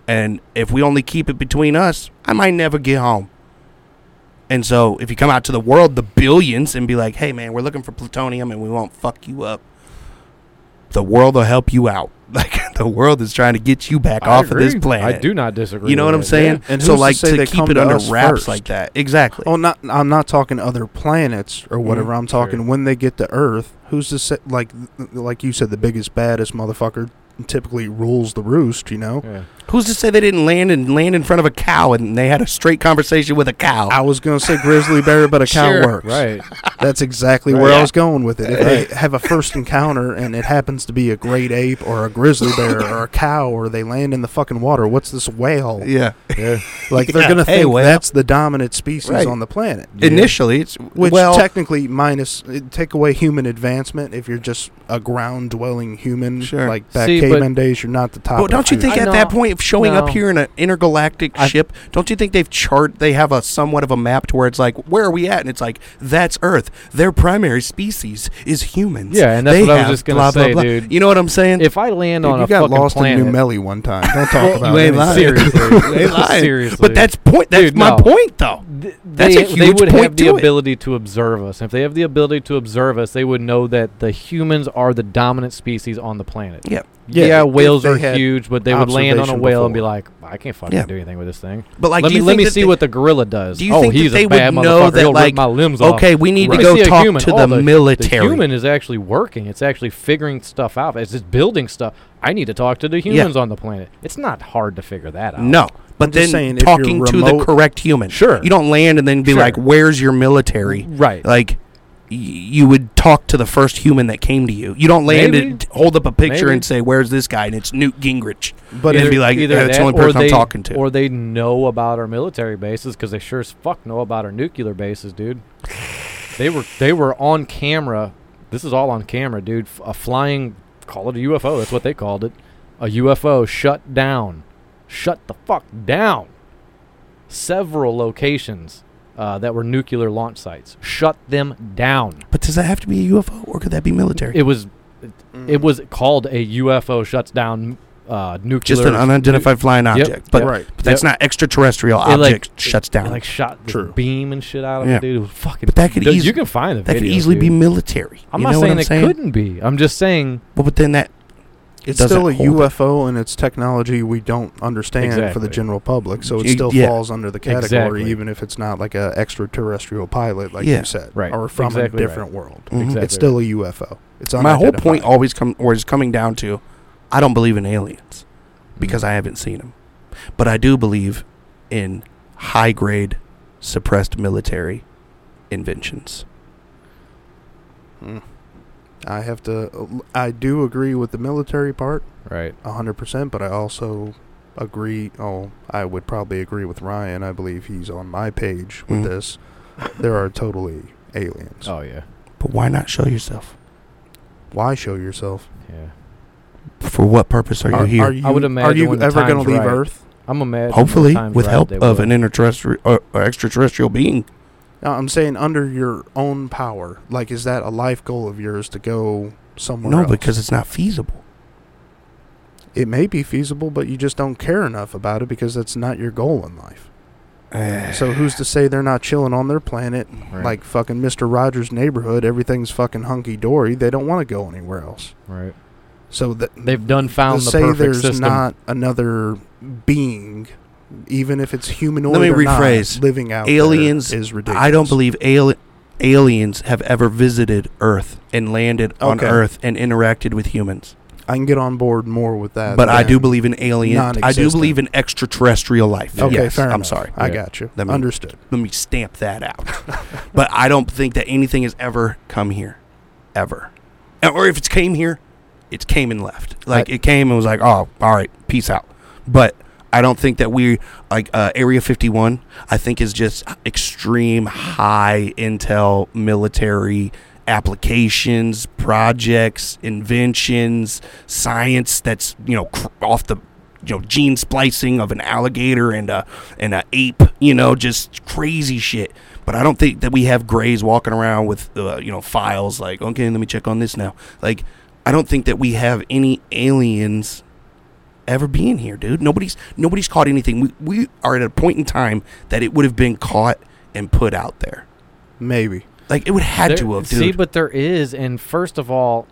[SPEAKER 1] And if we only keep it between us, I might never get home. And so if you come out to the world, the billions, and be like, hey, man, we're looking for plutonium and we won't fuck you up, the world will help you out. <laughs> Like, the world is trying to get you back
[SPEAKER 3] I
[SPEAKER 1] off of this
[SPEAKER 3] agree.
[SPEAKER 1] planet.
[SPEAKER 3] I do not disagree.
[SPEAKER 1] You know what
[SPEAKER 3] with
[SPEAKER 1] I'm
[SPEAKER 3] that.
[SPEAKER 1] saying?
[SPEAKER 2] And
[SPEAKER 1] so,
[SPEAKER 2] who's to
[SPEAKER 1] like,
[SPEAKER 2] say
[SPEAKER 1] to,
[SPEAKER 2] they
[SPEAKER 1] keep
[SPEAKER 2] come
[SPEAKER 1] it
[SPEAKER 2] to
[SPEAKER 1] under
[SPEAKER 2] us
[SPEAKER 1] wraps
[SPEAKER 2] first?
[SPEAKER 1] like that. Exactly.
[SPEAKER 2] Oh, not I'm not talking other planets or whatever. I'm talking
[SPEAKER 3] Sure.
[SPEAKER 2] when they get to Earth. Who's to say, like like you said, the biggest baddest motherfucker typically rules the roost. You know.
[SPEAKER 3] Yeah.
[SPEAKER 1] Who's to say they didn't land and land in front of a cow and they had a straight conversation with a cow?
[SPEAKER 2] I was gonna say grizzly bear, but a cow
[SPEAKER 1] Sure.
[SPEAKER 2] works.
[SPEAKER 3] Right.
[SPEAKER 2] That's exactly where
[SPEAKER 1] Right.
[SPEAKER 2] I was going with it. If they have a first encounter and it happens to be a great ape or a grizzly bear or a cow, or they land in the fucking water, what's this whale?
[SPEAKER 1] yeah.
[SPEAKER 2] Like they're
[SPEAKER 1] Yeah.
[SPEAKER 2] gonna
[SPEAKER 1] Hey,
[SPEAKER 2] think
[SPEAKER 1] whale.
[SPEAKER 2] that's the dominant species
[SPEAKER 1] Right.
[SPEAKER 2] on the planet.
[SPEAKER 1] Initially, it's
[SPEAKER 2] Which
[SPEAKER 1] well,
[SPEAKER 2] technically minus uh, take away human advancement if you're just a ground dwelling human
[SPEAKER 1] Sure.
[SPEAKER 2] like back
[SPEAKER 3] See, but-
[SPEAKER 2] caveman days you're not the top.
[SPEAKER 1] well,
[SPEAKER 2] of
[SPEAKER 1] don't you
[SPEAKER 2] food.
[SPEAKER 1] think
[SPEAKER 3] I
[SPEAKER 1] at that
[SPEAKER 3] know.
[SPEAKER 1] point of showing up
[SPEAKER 3] No.
[SPEAKER 1] here in an intergalactic
[SPEAKER 3] I-
[SPEAKER 1] ship, don't you think they've chart they have a somewhat of a map to where it's like where are we at and it's like that's Earth. Their primary species is humans.
[SPEAKER 3] Yeah, and that's
[SPEAKER 1] They
[SPEAKER 3] what I was
[SPEAKER 1] have
[SPEAKER 3] just gonna
[SPEAKER 1] blah, blah,
[SPEAKER 3] say,
[SPEAKER 1] blah.
[SPEAKER 3] dude.
[SPEAKER 1] You know what I'm saying?
[SPEAKER 3] If I land
[SPEAKER 2] Dude,
[SPEAKER 3] on
[SPEAKER 2] you
[SPEAKER 3] a
[SPEAKER 2] got
[SPEAKER 3] fucking
[SPEAKER 2] lost
[SPEAKER 3] planet,
[SPEAKER 2] in New Melli one time? Don't talk about
[SPEAKER 1] you
[SPEAKER 2] it.
[SPEAKER 1] ain't lying.
[SPEAKER 3] seriously,
[SPEAKER 1] <laughs> You ain't lying.
[SPEAKER 3] seriously.
[SPEAKER 1] But that's point that's
[SPEAKER 3] Dude,
[SPEAKER 1] my
[SPEAKER 3] no.
[SPEAKER 1] point though.
[SPEAKER 3] th-
[SPEAKER 1] That's
[SPEAKER 3] they,
[SPEAKER 1] a
[SPEAKER 3] they
[SPEAKER 1] huge
[SPEAKER 3] would
[SPEAKER 1] point
[SPEAKER 3] have the
[SPEAKER 1] to it.
[SPEAKER 3] ability to observe us. If they have the ability to observe us, they would know that the humans are the dominant species on the planet.
[SPEAKER 1] Yeah.
[SPEAKER 3] Yeah,
[SPEAKER 2] if
[SPEAKER 3] whales
[SPEAKER 2] they
[SPEAKER 3] are
[SPEAKER 2] had-
[SPEAKER 3] huge, but they would land on a
[SPEAKER 2] observation
[SPEAKER 3] whale and be
[SPEAKER 2] before.
[SPEAKER 3] like, "I can't fucking
[SPEAKER 1] Yeah.
[SPEAKER 3] do anything with this thing."
[SPEAKER 1] But like,
[SPEAKER 3] let
[SPEAKER 1] do
[SPEAKER 3] me
[SPEAKER 1] you
[SPEAKER 3] let
[SPEAKER 1] think
[SPEAKER 3] me
[SPEAKER 1] that
[SPEAKER 3] see
[SPEAKER 1] they-
[SPEAKER 3] what the gorilla does.
[SPEAKER 1] do you
[SPEAKER 3] oh,
[SPEAKER 1] think that
[SPEAKER 3] he's
[SPEAKER 1] they
[SPEAKER 3] a
[SPEAKER 1] would
[SPEAKER 3] bad
[SPEAKER 1] know
[SPEAKER 3] motherfucker.
[SPEAKER 1] that,
[SPEAKER 3] He'll
[SPEAKER 1] like,
[SPEAKER 3] rip my limbs off.
[SPEAKER 1] Okay, we need
[SPEAKER 3] Right.
[SPEAKER 1] to
[SPEAKER 3] You
[SPEAKER 1] go
[SPEAKER 3] see a
[SPEAKER 1] talk
[SPEAKER 3] human.
[SPEAKER 1] to
[SPEAKER 3] Oh,
[SPEAKER 1] the,
[SPEAKER 3] the- the
[SPEAKER 1] military.
[SPEAKER 3] The human is actually working. It's actually figuring stuff out. It's just building stuff. I need to talk to the humans on the planet. It's not hard to figure that out.
[SPEAKER 1] No, but then
[SPEAKER 2] just saying, if you're
[SPEAKER 1] talking to the
[SPEAKER 2] remote-
[SPEAKER 1] correct human.
[SPEAKER 3] Sure.
[SPEAKER 1] you don't land and then be
[SPEAKER 3] Sure.
[SPEAKER 1] like, "Where's your military?"
[SPEAKER 3] Right.
[SPEAKER 1] Like, y- you would talk to the first human that came to you. You don't land
[SPEAKER 3] Maybe.
[SPEAKER 1] and hold up a picture
[SPEAKER 3] Maybe.
[SPEAKER 1] and say, "Where's this guy?" And it's Newt Gingrich.
[SPEAKER 2] But
[SPEAKER 1] it'd
[SPEAKER 2] if-
[SPEAKER 1] be like,
[SPEAKER 3] either
[SPEAKER 1] yeah, that's the
[SPEAKER 3] that
[SPEAKER 1] only
[SPEAKER 3] or
[SPEAKER 1] person I'm
[SPEAKER 3] they-
[SPEAKER 1] talking to.
[SPEAKER 3] Or they know about our military bases because they sure as fuck know about our nuclear bases, dude. they were they were on camera. This is all on camera, dude. F- A flying call it a UFO. That's what they called it. A UFO shut down, shut the fuck down. Several locations uh, that were nuclear launch sites shut them down.
[SPEAKER 1] But does that have to be a UFO, or could that be military?
[SPEAKER 3] It was it was called a UFO shuts down uh, nuclear.
[SPEAKER 1] Just an unidentified flying
[SPEAKER 3] Yep.
[SPEAKER 1] object. But,
[SPEAKER 2] right.
[SPEAKER 1] but that's not extraterrestrial
[SPEAKER 3] It, like,
[SPEAKER 1] object. shuts
[SPEAKER 3] It,
[SPEAKER 1] down.
[SPEAKER 3] like shot
[SPEAKER 2] True.
[SPEAKER 3] the beam and shit out of
[SPEAKER 1] Yeah.
[SPEAKER 3] it, dude. It was fucking.
[SPEAKER 1] But that could
[SPEAKER 3] dude,
[SPEAKER 1] eas-
[SPEAKER 3] you can find the
[SPEAKER 1] that could
[SPEAKER 3] videos,
[SPEAKER 1] easily be
[SPEAKER 3] dude.
[SPEAKER 1] military.
[SPEAKER 3] I'm
[SPEAKER 1] you
[SPEAKER 3] not
[SPEAKER 1] know what
[SPEAKER 3] saying
[SPEAKER 1] I'm
[SPEAKER 3] it
[SPEAKER 1] saying?
[SPEAKER 3] couldn't be. I'm just saying.
[SPEAKER 1] Well, but then that
[SPEAKER 2] It's
[SPEAKER 1] doesn't
[SPEAKER 2] still a
[SPEAKER 1] hold up.
[SPEAKER 2] UFO and it's technology we don't understand for
[SPEAKER 3] Exactly.
[SPEAKER 2] the general public, so it
[SPEAKER 1] Y-
[SPEAKER 2] still
[SPEAKER 1] yeah.
[SPEAKER 2] falls under the category,
[SPEAKER 3] Exactly.
[SPEAKER 2] even if it's not like a extraterrestrial pilot, like
[SPEAKER 1] Yeah.
[SPEAKER 2] you said,
[SPEAKER 3] Right.
[SPEAKER 2] or from
[SPEAKER 3] Exactly
[SPEAKER 2] a
[SPEAKER 3] right.
[SPEAKER 2] different world.
[SPEAKER 1] Mhm.
[SPEAKER 3] Exactly.
[SPEAKER 2] It's still a UFO. It's
[SPEAKER 1] my whole point
[SPEAKER 2] unidentified.
[SPEAKER 1] always come or is coming down to I don't believe in aliens because
[SPEAKER 2] Mm.
[SPEAKER 1] I haven't seen them. But I do believe in high grade suppressed military inventions.
[SPEAKER 2] I have to. I do agree with the military part,
[SPEAKER 3] Right.
[SPEAKER 2] hundred percent, but I also agree. Oh, I would probably agree with Ryan. I believe he's on my page with
[SPEAKER 1] Mhm.
[SPEAKER 2] this. There are totally aliens.
[SPEAKER 3] Oh yeah.
[SPEAKER 1] But why not show yourself?
[SPEAKER 2] Why show yourself?
[SPEAKER 3] Yeah.
[SPEAKER 1] For what purpose are you here?
[SPEAKER 3] I would
[SPEAKER 2] Are
[SPEAKER 3] imagine
[SPEAKER 2] you
[SPEAKER 3] when the
[SPEAKER 2] ever gonna
[SPEAKER 3] time's
[SPEAKER 2] leave
[SPEAKER 3] right.
[SPEAKER 2] Earth?
[SPEAKER 3] I'm imagining. the
[SPEAKER 1] Hopefully,
[SPEAKER 3] time's
[SPEAKER 1] with
[SPEAKER 3] right,
[SPEAKER 1] help
[SPEAKER 3] they
[SPEAKER 1] of
[SPEAKER 3] will.
[SPEAKER 1] an interterrestrial or, or extraterrestrial being.
[SPEAKER 2] No, I'm saying under your own power. Like, is that a life goal of yours to go somewhere?
[SPEAKER 1] no,
[SPEAKER 2] else?
[SPEAKER 1] because it's not feasible.
[SPEAKER 2] it may be feasible, but you just don't care enough about it because that's not your goal in life.
[SPEAKER 1] Eh.
[SPEAKER 2] So who's to say they're not chilling on their planet,
[SPEAKER 3] Right.
[SPEAKER 2] like fucking Mister Rogers' neighborhood? Everything's fucking hunky dory. They don't want to go anywhere else.
[SPEAKER 3] Right.
[SPEAKER 2] So that
[SPEAKER 3] They've done
[SPEAKER 2] to
[SPEAKER 3] found the
[SPEAKER 2] say
[SPEAKER 3] perfect
[SPEAKER 2] there's
[SPEAKER 3] system.
[SPEAKER 2] not another being, even if it's humanoid.
[SPEAKER 1] Let me
[SPEAKER 2] or not,
[SPEAKER 1] rephrase.
[SPEAKER 2] living out there
[SPEAKER 1] Aliens-
[SPEAKER 2] is ridiculous.
[SPEAKER 1] I don't believe ali- aliens have ever visited Earth and landed on
[SPEAKER 2] Okay.
[SPEAKER 1] Earth and interacted with humans.
[SPEAKER 2] I can get on board more with that.
[SPEAKER 1] but I
[SPEAKER 2] than-
[SPEAKER 1] do believe in alien. I do
[SPEAKER 2] non-existent.
[SPEAKER 1] believe in extraterrestrial life.
[SPEAKER 2] Okay,
[SPEAKER 1] Yes,
[SPEAKER 2] fair
[SPEAKER 1] I'm
[SPEAKER 2] enough.
[SPEAKER 1] sorry.
[SPEAKER 2] I
[SPEAKER 3] Yeah.
[SPEAKER 2] got you.
[SPEAKER 1] Let me-
[SPEAKER 2] Understood.
[SPEAKER 1] Let me stamp that out. <laughs> but I don't think that anything has ever come here, ever, And- or if it's came here, it's came and left. Like
[SPEAKER 3] I-
[SPEAKER 1] it came and was like, oh, all right, peace out. But I don't think that we like uh, Area 51. I think is just extreme high intel military applications, projects, inventions, science that's you know cr- off the you know gene splicing of an alligator and a and a ape, you know, just crazy shit. But I don't think that we have grays walking around with uh, you know files like okay, let me check on this now. Like I don't think that we have any aliens ever being here, dude. Nobody's nobody's caught anything. We we are at a point in time that it would have been caught and put out there.
[SPEAKER 2] Maybe.
[SPEAKER 1] Like it would had
[SPEAKER 3] There-
[SPEAKER 1] to have, dude.
[SPEAKER 3] See, but there is, and first of all,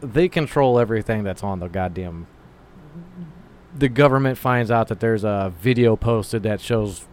[SPEAKER 3] they control everything that's on the goddamn. The government finds out that there's a video posted that shows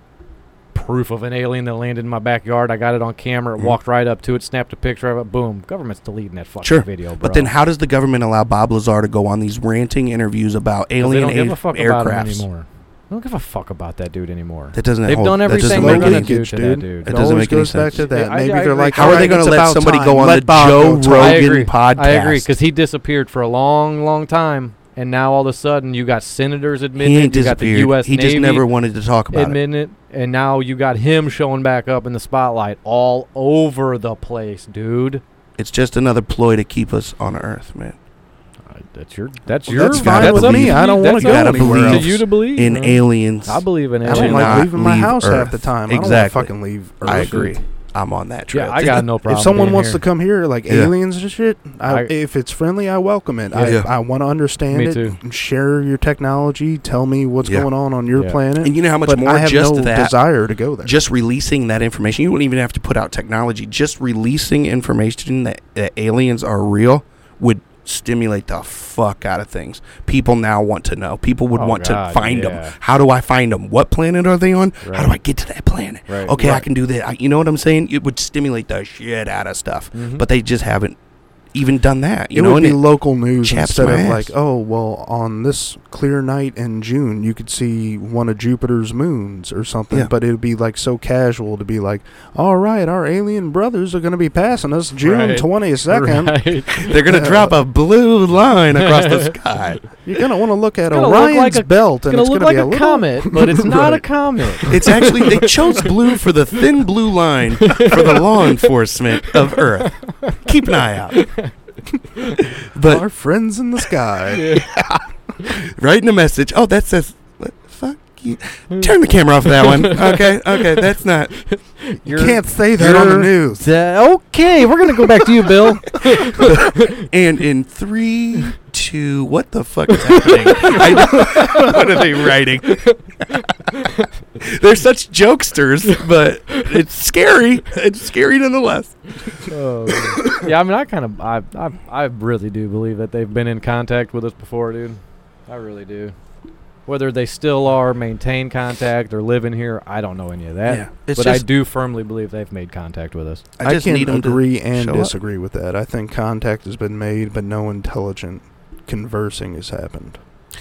[SPEAKER 3] proof of an alien that landed in my backyard. I got it on camera. It
[SPEAKER 1] Mhm.
[SPEAKER 3] Walked right up to it, snapped a picture of it. Boom! Government's deleting that fucking
[SPEAKER 1] Sure,
[SPEAKER 3] video, bro.
[SPEAKER 1] but then, how does the government allow Bob Lazar to go on these ranting interviews about
[SPEAKER 3] 'Cause
[SPEAKER 1] alien
[SPEAKER 3] they don't give a
[SPEAKER 1] air-
[SPEAKER 3] fuck about him
[SPEAKER 1] aircrafts?
[SPEAKER 3] anymore. I don't give a fuck about that dude anymore.
[SPEAKER 1] That doesn't.
[SPEAKER 3] They've
[SPEAKER 1] hold,
[SPEAKER 3] done
[SPEAKER 1] that doesn't
[SPEAKER 3] everything
[SPEAKER 1] make
[SPEAKER 3] they're gonna
[SPEAKER 1] any-
[SPEAKER 3] do
[SPEAKER 2] leakage,
[SPEAKER 3] to that
[SPEAKER 2] dude.
[SPEAKER 3] dude.
[SPEAKER 1] It
[SPEAKER 2] It
[SPEAKER 1] doesn't
[SPEAKER 2] always
[SPEAKER 1] make any
[SPEAKER 2] goes back
[SPEAKER 1] sense.
[SPEAKER 2] to that.
[SPEAKER 3] Yeah, I-
[SPEAKER 2] Maybe
[SPEAKER 3] I
[SPEAKER 2] they're
[SPEAKER 3] agree.
[SPEAKER 2] like,
[SPEAKER 1] How are
[SPEAKER 2] "All
[SPEAKER 1] they
[SPEAKER 2] right,
[SPEAKER 1] going
[SPEAKER 2] it's
[SPEAKER 1] to let
[SPEAKER 2] about
[SPEAKER 1] somebody
[SPEAKER 2] time.
[SPEAKER 1] go on
[SPEAKER 2] Let
[SPEAKER 1] the
[SPEAKER 2] Bob
[SPEAKER 1] Joe
[SPEAKER 2] go talk."
[SPEAKER 3] I
[SPEAKER 1] Rogan
[SPEAKER 3] agree.
[SPEAKER 1] podcast?
[SPEAKER 3] I agree because he disappeared for a long, long time, and now all of a sudden you got senators admitting
[SPEAKER 1] he
[SPEAKER 3] it,
[SPEAKER 1] ain't
[SPEAKER 3] you got the
[SPEAKER 1] disappeared.
[SPEAKER 3] U.S.
[SPEAKER 1] he
[SPEAKER 3] Navy
[SPEAKER 1] just never wanted to talk about it.
[SPEAKER 3] admitting it. and now you got him showing back up in the spotlight all over the place, dude.
[SPEAKER 1] It's just another ploy to keep us on Earth, man.
[SPEAKER 3] That's your. That's
[SPEAKER 2] Well,
[SPEAKER 3] your.
[SPEAKER 2] that's fine
[SPEAKER 1] with
[SPEAKER 3] up
[SPEAKER 1] me.
[SPEAKER 3] to
[SPEAKER 2] I
[SPEAKER 3] you.
[SPEAKER 2] don't
[SPEAKER 3] That's
[SPEAKER 2] wanna
[SPEAKER 3] up
[SPEAKER 1] go
[SPEAKER 3] to
[SPEAKER 1] anywhere
[SPEAKER 3] you.
[SPEAKER 1] else.
[SPEAKER 3] you to believe
[SPEAKER 1] In
[SPEAKER 3] man.
[SPEAKER 1] aliens,
[SPEAKER 3] I believe in
[SPEAKER 1] I
[SPEAKER 2] I
[SPEAKER 3] aliens.
[SPEAKER 2] don't
[SPEAKER 1] to
[SPEAKER 2] like
[SPEAKER 1] not
[SPEAKER 2] leaving my
[SPEAKER 1] leave
[SPEAKER 2] house
[SPEAKER 1] Earth.
[SPEAKER 2] half the time. I don't wanna
[SPEAKER 1] Exactly.
[SPEAKER 2] fucking leave Earth.
[SPEAKER 1] I agree.
[SPEAKER 4] I'm on that trip.
[SPEAKER 3] Yeah, I got no problem.
[SPEAKER 2] if someone
[SPEAKER 3] being
[SPEAKER 2] wants
[SPEAKER 3] here.
[SPEAKER 2] to come here, like
[SPEAKER 4] Yeah.
[SPEAKER 2] aliens and shit, I,
[SPEAKER 3] I-
[SPEAKER 2] if it's friendly, I welcome it.
[SPEAKER 4] Yeah.
[SPEAKER 2] I, I want to understand
[SPEAKER 3] Me
[SPEAKER 2] it.
[SPEAKER 3] too.
[SPEAKER 2] Share your technology. Tell me what's
[SPEAKER 4] Yeah.
[SPEAKER 2] going on on your
[SPEAKER 3] Yeah.
[SPEAKER 2] planet.
[SPEAKER 4] and you know how much
[SPEAKER 2] but
[SPEAKER 4] more
[SPEAKER 2] I have
[SPEAKER 4] just
[SPEAKER 2] no
[SPEAKER 4] that
[SPEAKER 2] desire to go there.
[SPEAKER 4] just releasing that information you don't even have to put out technology just releasing information that, that aliens are real would stimulate the fuck out of things people now want to know people would
[SPEAKER 3] Oh,
[SPEAKER 4] want
[SPEAKER 3] God,
[SPEAKER 4] to find
[SPEAKER 3] yeah.
[SPEAKER 4] them how do i find them what planet are they on how do
[SPEAKER 3] Right.
[SPEAKER 4] i get to that planet
[SPEAKER 3] Right.
[SPEAKER 4] okay i
[SPEAKER 3] Right.
[SPEAKER 4] can do that I, you know what i'm saying it would stimulate the shit out of stuff
[SPEAKER 3] Mhm. <laughs>
[SPEAKER 4] but they just haven't even done that you
[SPEAKER 2] it
[SPEAKER 4] know
[SPEAKER 2] would
[SPEAKER 4] and
[SPEAKER 2] be
[SPEAKER 4] it-
[SPEAKER 2] local news
[SPEAKER 4] chaps
[SPEAKER 2] instead
[SPEAKER 4] my
[SPEAKER 2] of
[SPEAKER 4] ass.
[SPEAKER 2] like, oh, well, on this clear night in June, you could see one of Jupiter's moons or something.
[SPEAKER 4] Yeah.
[SPEAKER 2] But it would be like so casual to be like, all right, our alien brothers are going to be passing us June
[SPEAKER 3] Right.
[SPEAKER 2] twenty second.
[SPEAKER 3] Right.
[SPEAKER 4] they're gonna
[SPEAKER 2] <laughs>
[SPEAKER 4] drop a blue line across the sky
[SPEAKER 2] You're going to want to look at
[SPEAKER 3] gonna look
[SPEAKER 2] Orion's
[SPEAKER 3] like a-
[SPEAKER 2] belt,
[SPEAKER 3] It's
[SPEAKER 2] and
[SPEAKER 3] gonna
[SPEAKER 2] it's
[SPEAKER 3] look
[SPEAKER 2] going
[SPEAKER 3] like a,
[SPEAKER 2] to be a little
[SPEAKER 3] comet, but it's not a
[SPEAKER 2] Right.
[SPEAKER 3] comet.
[SPEAKER 4] It's actually they chose blue for the thin blue line for the law enforcement of Earth. Keep an eye out. But
[SPEAKER 2] our friends in the sky.
[SPEAKER 4] writing a message. Oh, that says what the fuck. You. Turn the camera off of
[SPEAKER 3] <laughs>
[SPEAKER 4] that one. Okay, okay, that's not.
[SPEAKER 2] You <laughs> can't say that on the
[SPEAKER 3] you're-
[SPEAKER 2] news.
[SPEAKER 3] okay, we're gonna go back to you, Bill.
[SPEAKER 4] And in three, two, what the fuck is happening? <laughs> I don't- <laughs> what are they writing? They're such jokesters, but it's scary. It's scary nonetheless.
[SPEAKER 3] yeah, I mean, I kind of, I, I, I really do believe that they've been in contact with us before, dude. I really do. Whether they still are, maintain contact, or live in here, I don't know any of that.
[SPEAKER 4] it's
[SPEAKER 3] but
[SPEAKER 4] just,
[SPEAKER 3] I do firmly believe they've made contact with us.
[SPEAKER 4] I just
[SPEAKER 2] can
[SPEAKER 4] need 'em to
[SPEAKER 2] agree and
[SPEAKER 4] show up.
[SPEAKER 2] disagree with that. I think contact has been made, but no intelligent conversing has happened.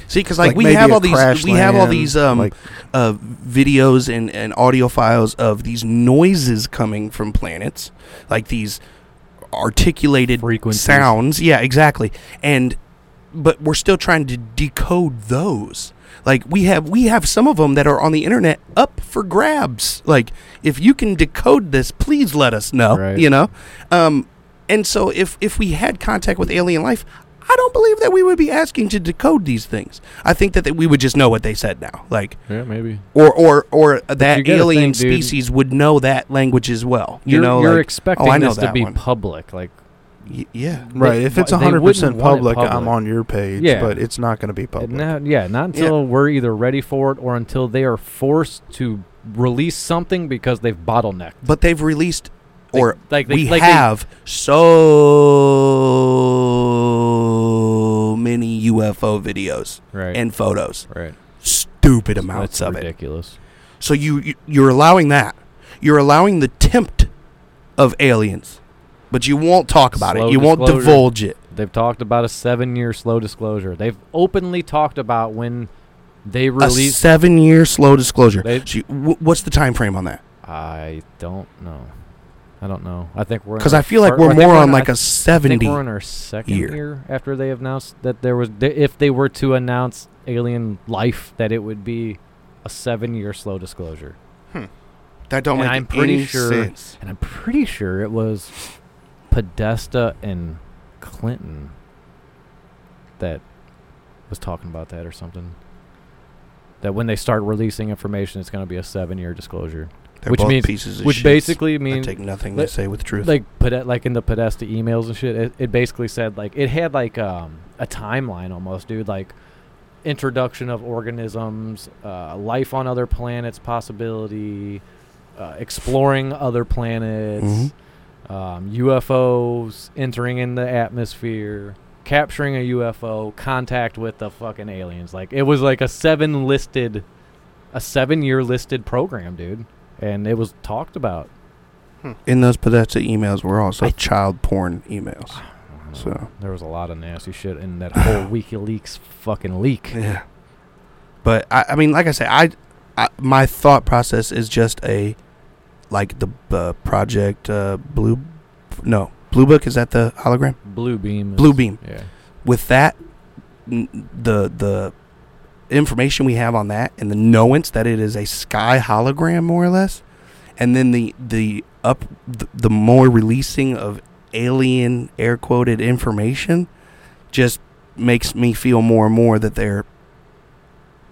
[SPEAKER 4] See, because like, we
[SPEAKER 2] maybe
[SPEAKER 4] have
[SPEAKER 2] a
[SPEAKER 4] all these,
[SPEAKER 2] crash
[SPEAKER 4] we have all
[SPEAKER 2] land,
[SPEAKER 4] these um
[SPEAKER 2] like,
[SPEAKER 4] uh, videos and and audio files of these noises coming from planets, like these articulated
[SPEAKER 3] Frequencies.
[SPEAKER 4] sounds. Yeah, exactly. And but we're still trying to decode those. Like we have we have some of them that are on the internet up for grabs. Like if you can decode this, please let us know.
[SPEAKER 3] Right.
[SPEAKER 4] You know, um, and so if if we had contact with alien life. I don't believe that we would be asking to decode these things. I think that, that we would just know what they said now. Like,
[SPEAKER 3] Yeah, maybe.
[SPEAKER 4] or or or that
[SPEAKER 3] gotta
[SPEAKER 4] alien
[SPEAKER 3] think, dude.
[SPEAKER 4] species would know that language as well. You
[SPEAKER 3] You're,
[SPEAKER 4] know,
[SPEAKER 3] you're
[SPEAKER 4] like,
[SPEAKER 3] expecting
[SPEAKER 4] oh, I know
[SPEAKER 3] this to
[SPEAKER 4] that
[SPEAKER 3] be
[SPEAKER 4] one.
[SPEAKER 3] public, like
[SPEAKER 4] y- yeah,
[SPEAKER 2] right, if it's
[SPEAKER 3] they wouldn't
[SPEAKER 2] 100%
[SPEAKER 3] want it
[SPEAKER 2] public, I'm
[SPEAKER 3] public.
[SPEAKER 2] on your page,
[SPEAKER 3] Yeah.
[SPEAKER 2] but it's not going to be public.
[SPEAKER 3] Not, yeah, not until we're either ready for it or until they are forced to release something because they've bottlenecked.
[SPEAKER 4] but they've released
[SPEAKER 3] Like-
[SPEAKER 4] or
[SPEAKER 3] like they-
[SPEAKER 4] we
[SPEAKER 3] like they-
[SPEAKER 4] have so many UFO videos
[SPEAKER 3] Right.
[SPEAKER 4] and photos,
[SPEAKER 3] right.
[SPEAKER 4] stupid amounts
[SPEAKER 3] That's
[SPEAKER 4] of it.
[SPEAKER 3] ridiculous.
[SPEAKER 4] So you you- you're allowing that. You're allowing the tempt of aliens, but you won't talk about
[SPEAKER 3] Slow
[SPEAKER 4] it. You won't
[SPEAKER 3] disclosure.
[SPEAKER 4] divulge it.
[SPEAKER 3] They've talked about a seven-year slow disclosure. They've openly talked about when they
[SPEAKER 4] A
[SPEAKER 3] release.
[SPEAKER 4] seven-year slow disclosure.
[SPEAKER 3] They-
[SPEAKER 4] So you, wh- what's the time frame on that?
[SPEAKER 3] I don't know. I don't know. I think we're in
[SPEAKER 4] Because
[SPEAKER 3] our
[SPEAKER 4] I feel like
[SPEAKER 3] fir-
[SPEAKER 4] we're
[SPEAKER 3] I think
[SPEAKER 4] more
[SPEAKER 3] in
[SPEAKER 4] on
[SPEAKER 3] our-
[SPEAKER 4] like a
[SPEAKER 3] I think
[SPEAKER 4] seventy.
[SPEAKER 3] we're in our second
[SPEAKER 4] year.
[SPEAKER 3] year. after they announced that there was, th- if they were to announce alien life, that it would be a seven-year slow disclosure.
[SPEAKER 4] That don't
[SPEAKER 3] and
[SPEAKER 4] make
[SPEAKER 3] I'm pretty
[SPEAKER 4] any
[SPEAKER 3] sure-
[SPEAKER 4] sense.
[SPEAKER 3] And I'm pretty sure it was Podesta and Clinton that was talking about that or something. That when they start releasing information, it's going to be a seven-year disclosure,
[SPEAKER 4] They're
[SPEAKER 3] which
[SPEAKER 4] both
[SPEAKER 3] means-
[SPEAKER 4] pieces of
[SPEAKER 3] which
[SPEAKER 4] shits
[SPEAKER 3] basically
[SPEAKER 4] that
[SPEAKER 3] means
[SPEAKER 4] take nothing
[SPEAKER 3] like-
[SPEAKER 4] to say with truth.
[SPEAKER 3] like Pode- like in the Podesta emails and shit. It, it basically said like it had like um, a timeline almost, dude. Like introduction of organisms, uh, life on other planets, possibility, uh, exploring other planets,
[SPEAKER 4] Mhm.
[SPEAKER 3] um, UFOs entering in the atmosphere, capturing a UFO, contact with the fucking aliens. Like it was like a seven listed, a seven year listed program, dude, and it was talked about.
[SPEAKER 4] in those Podesta emails were also
[SPEAKER 3] I-
[SPEAKER 4] child porn e- emails. So
[SPEAKER 3] There was a lot of nasty shit in that whole WikiLeaks fucking leak.
[SPEAKER 4] yeah, but I, I mean, like I say, I, I my thought process is just a like the uh, project uh, blue, no blue book is that the hologram
[SPEAKER 3] Blue beam. is-
[SPEAKER 4] blue beam.
[SPEAKER 3] Yeah.
[SPEAKER 4] with that n- the the information we have on that and the knowance that it is a sky hologram more or less and then the the up the, the more releasing of alien air quoted information just makes me feel more and more that they're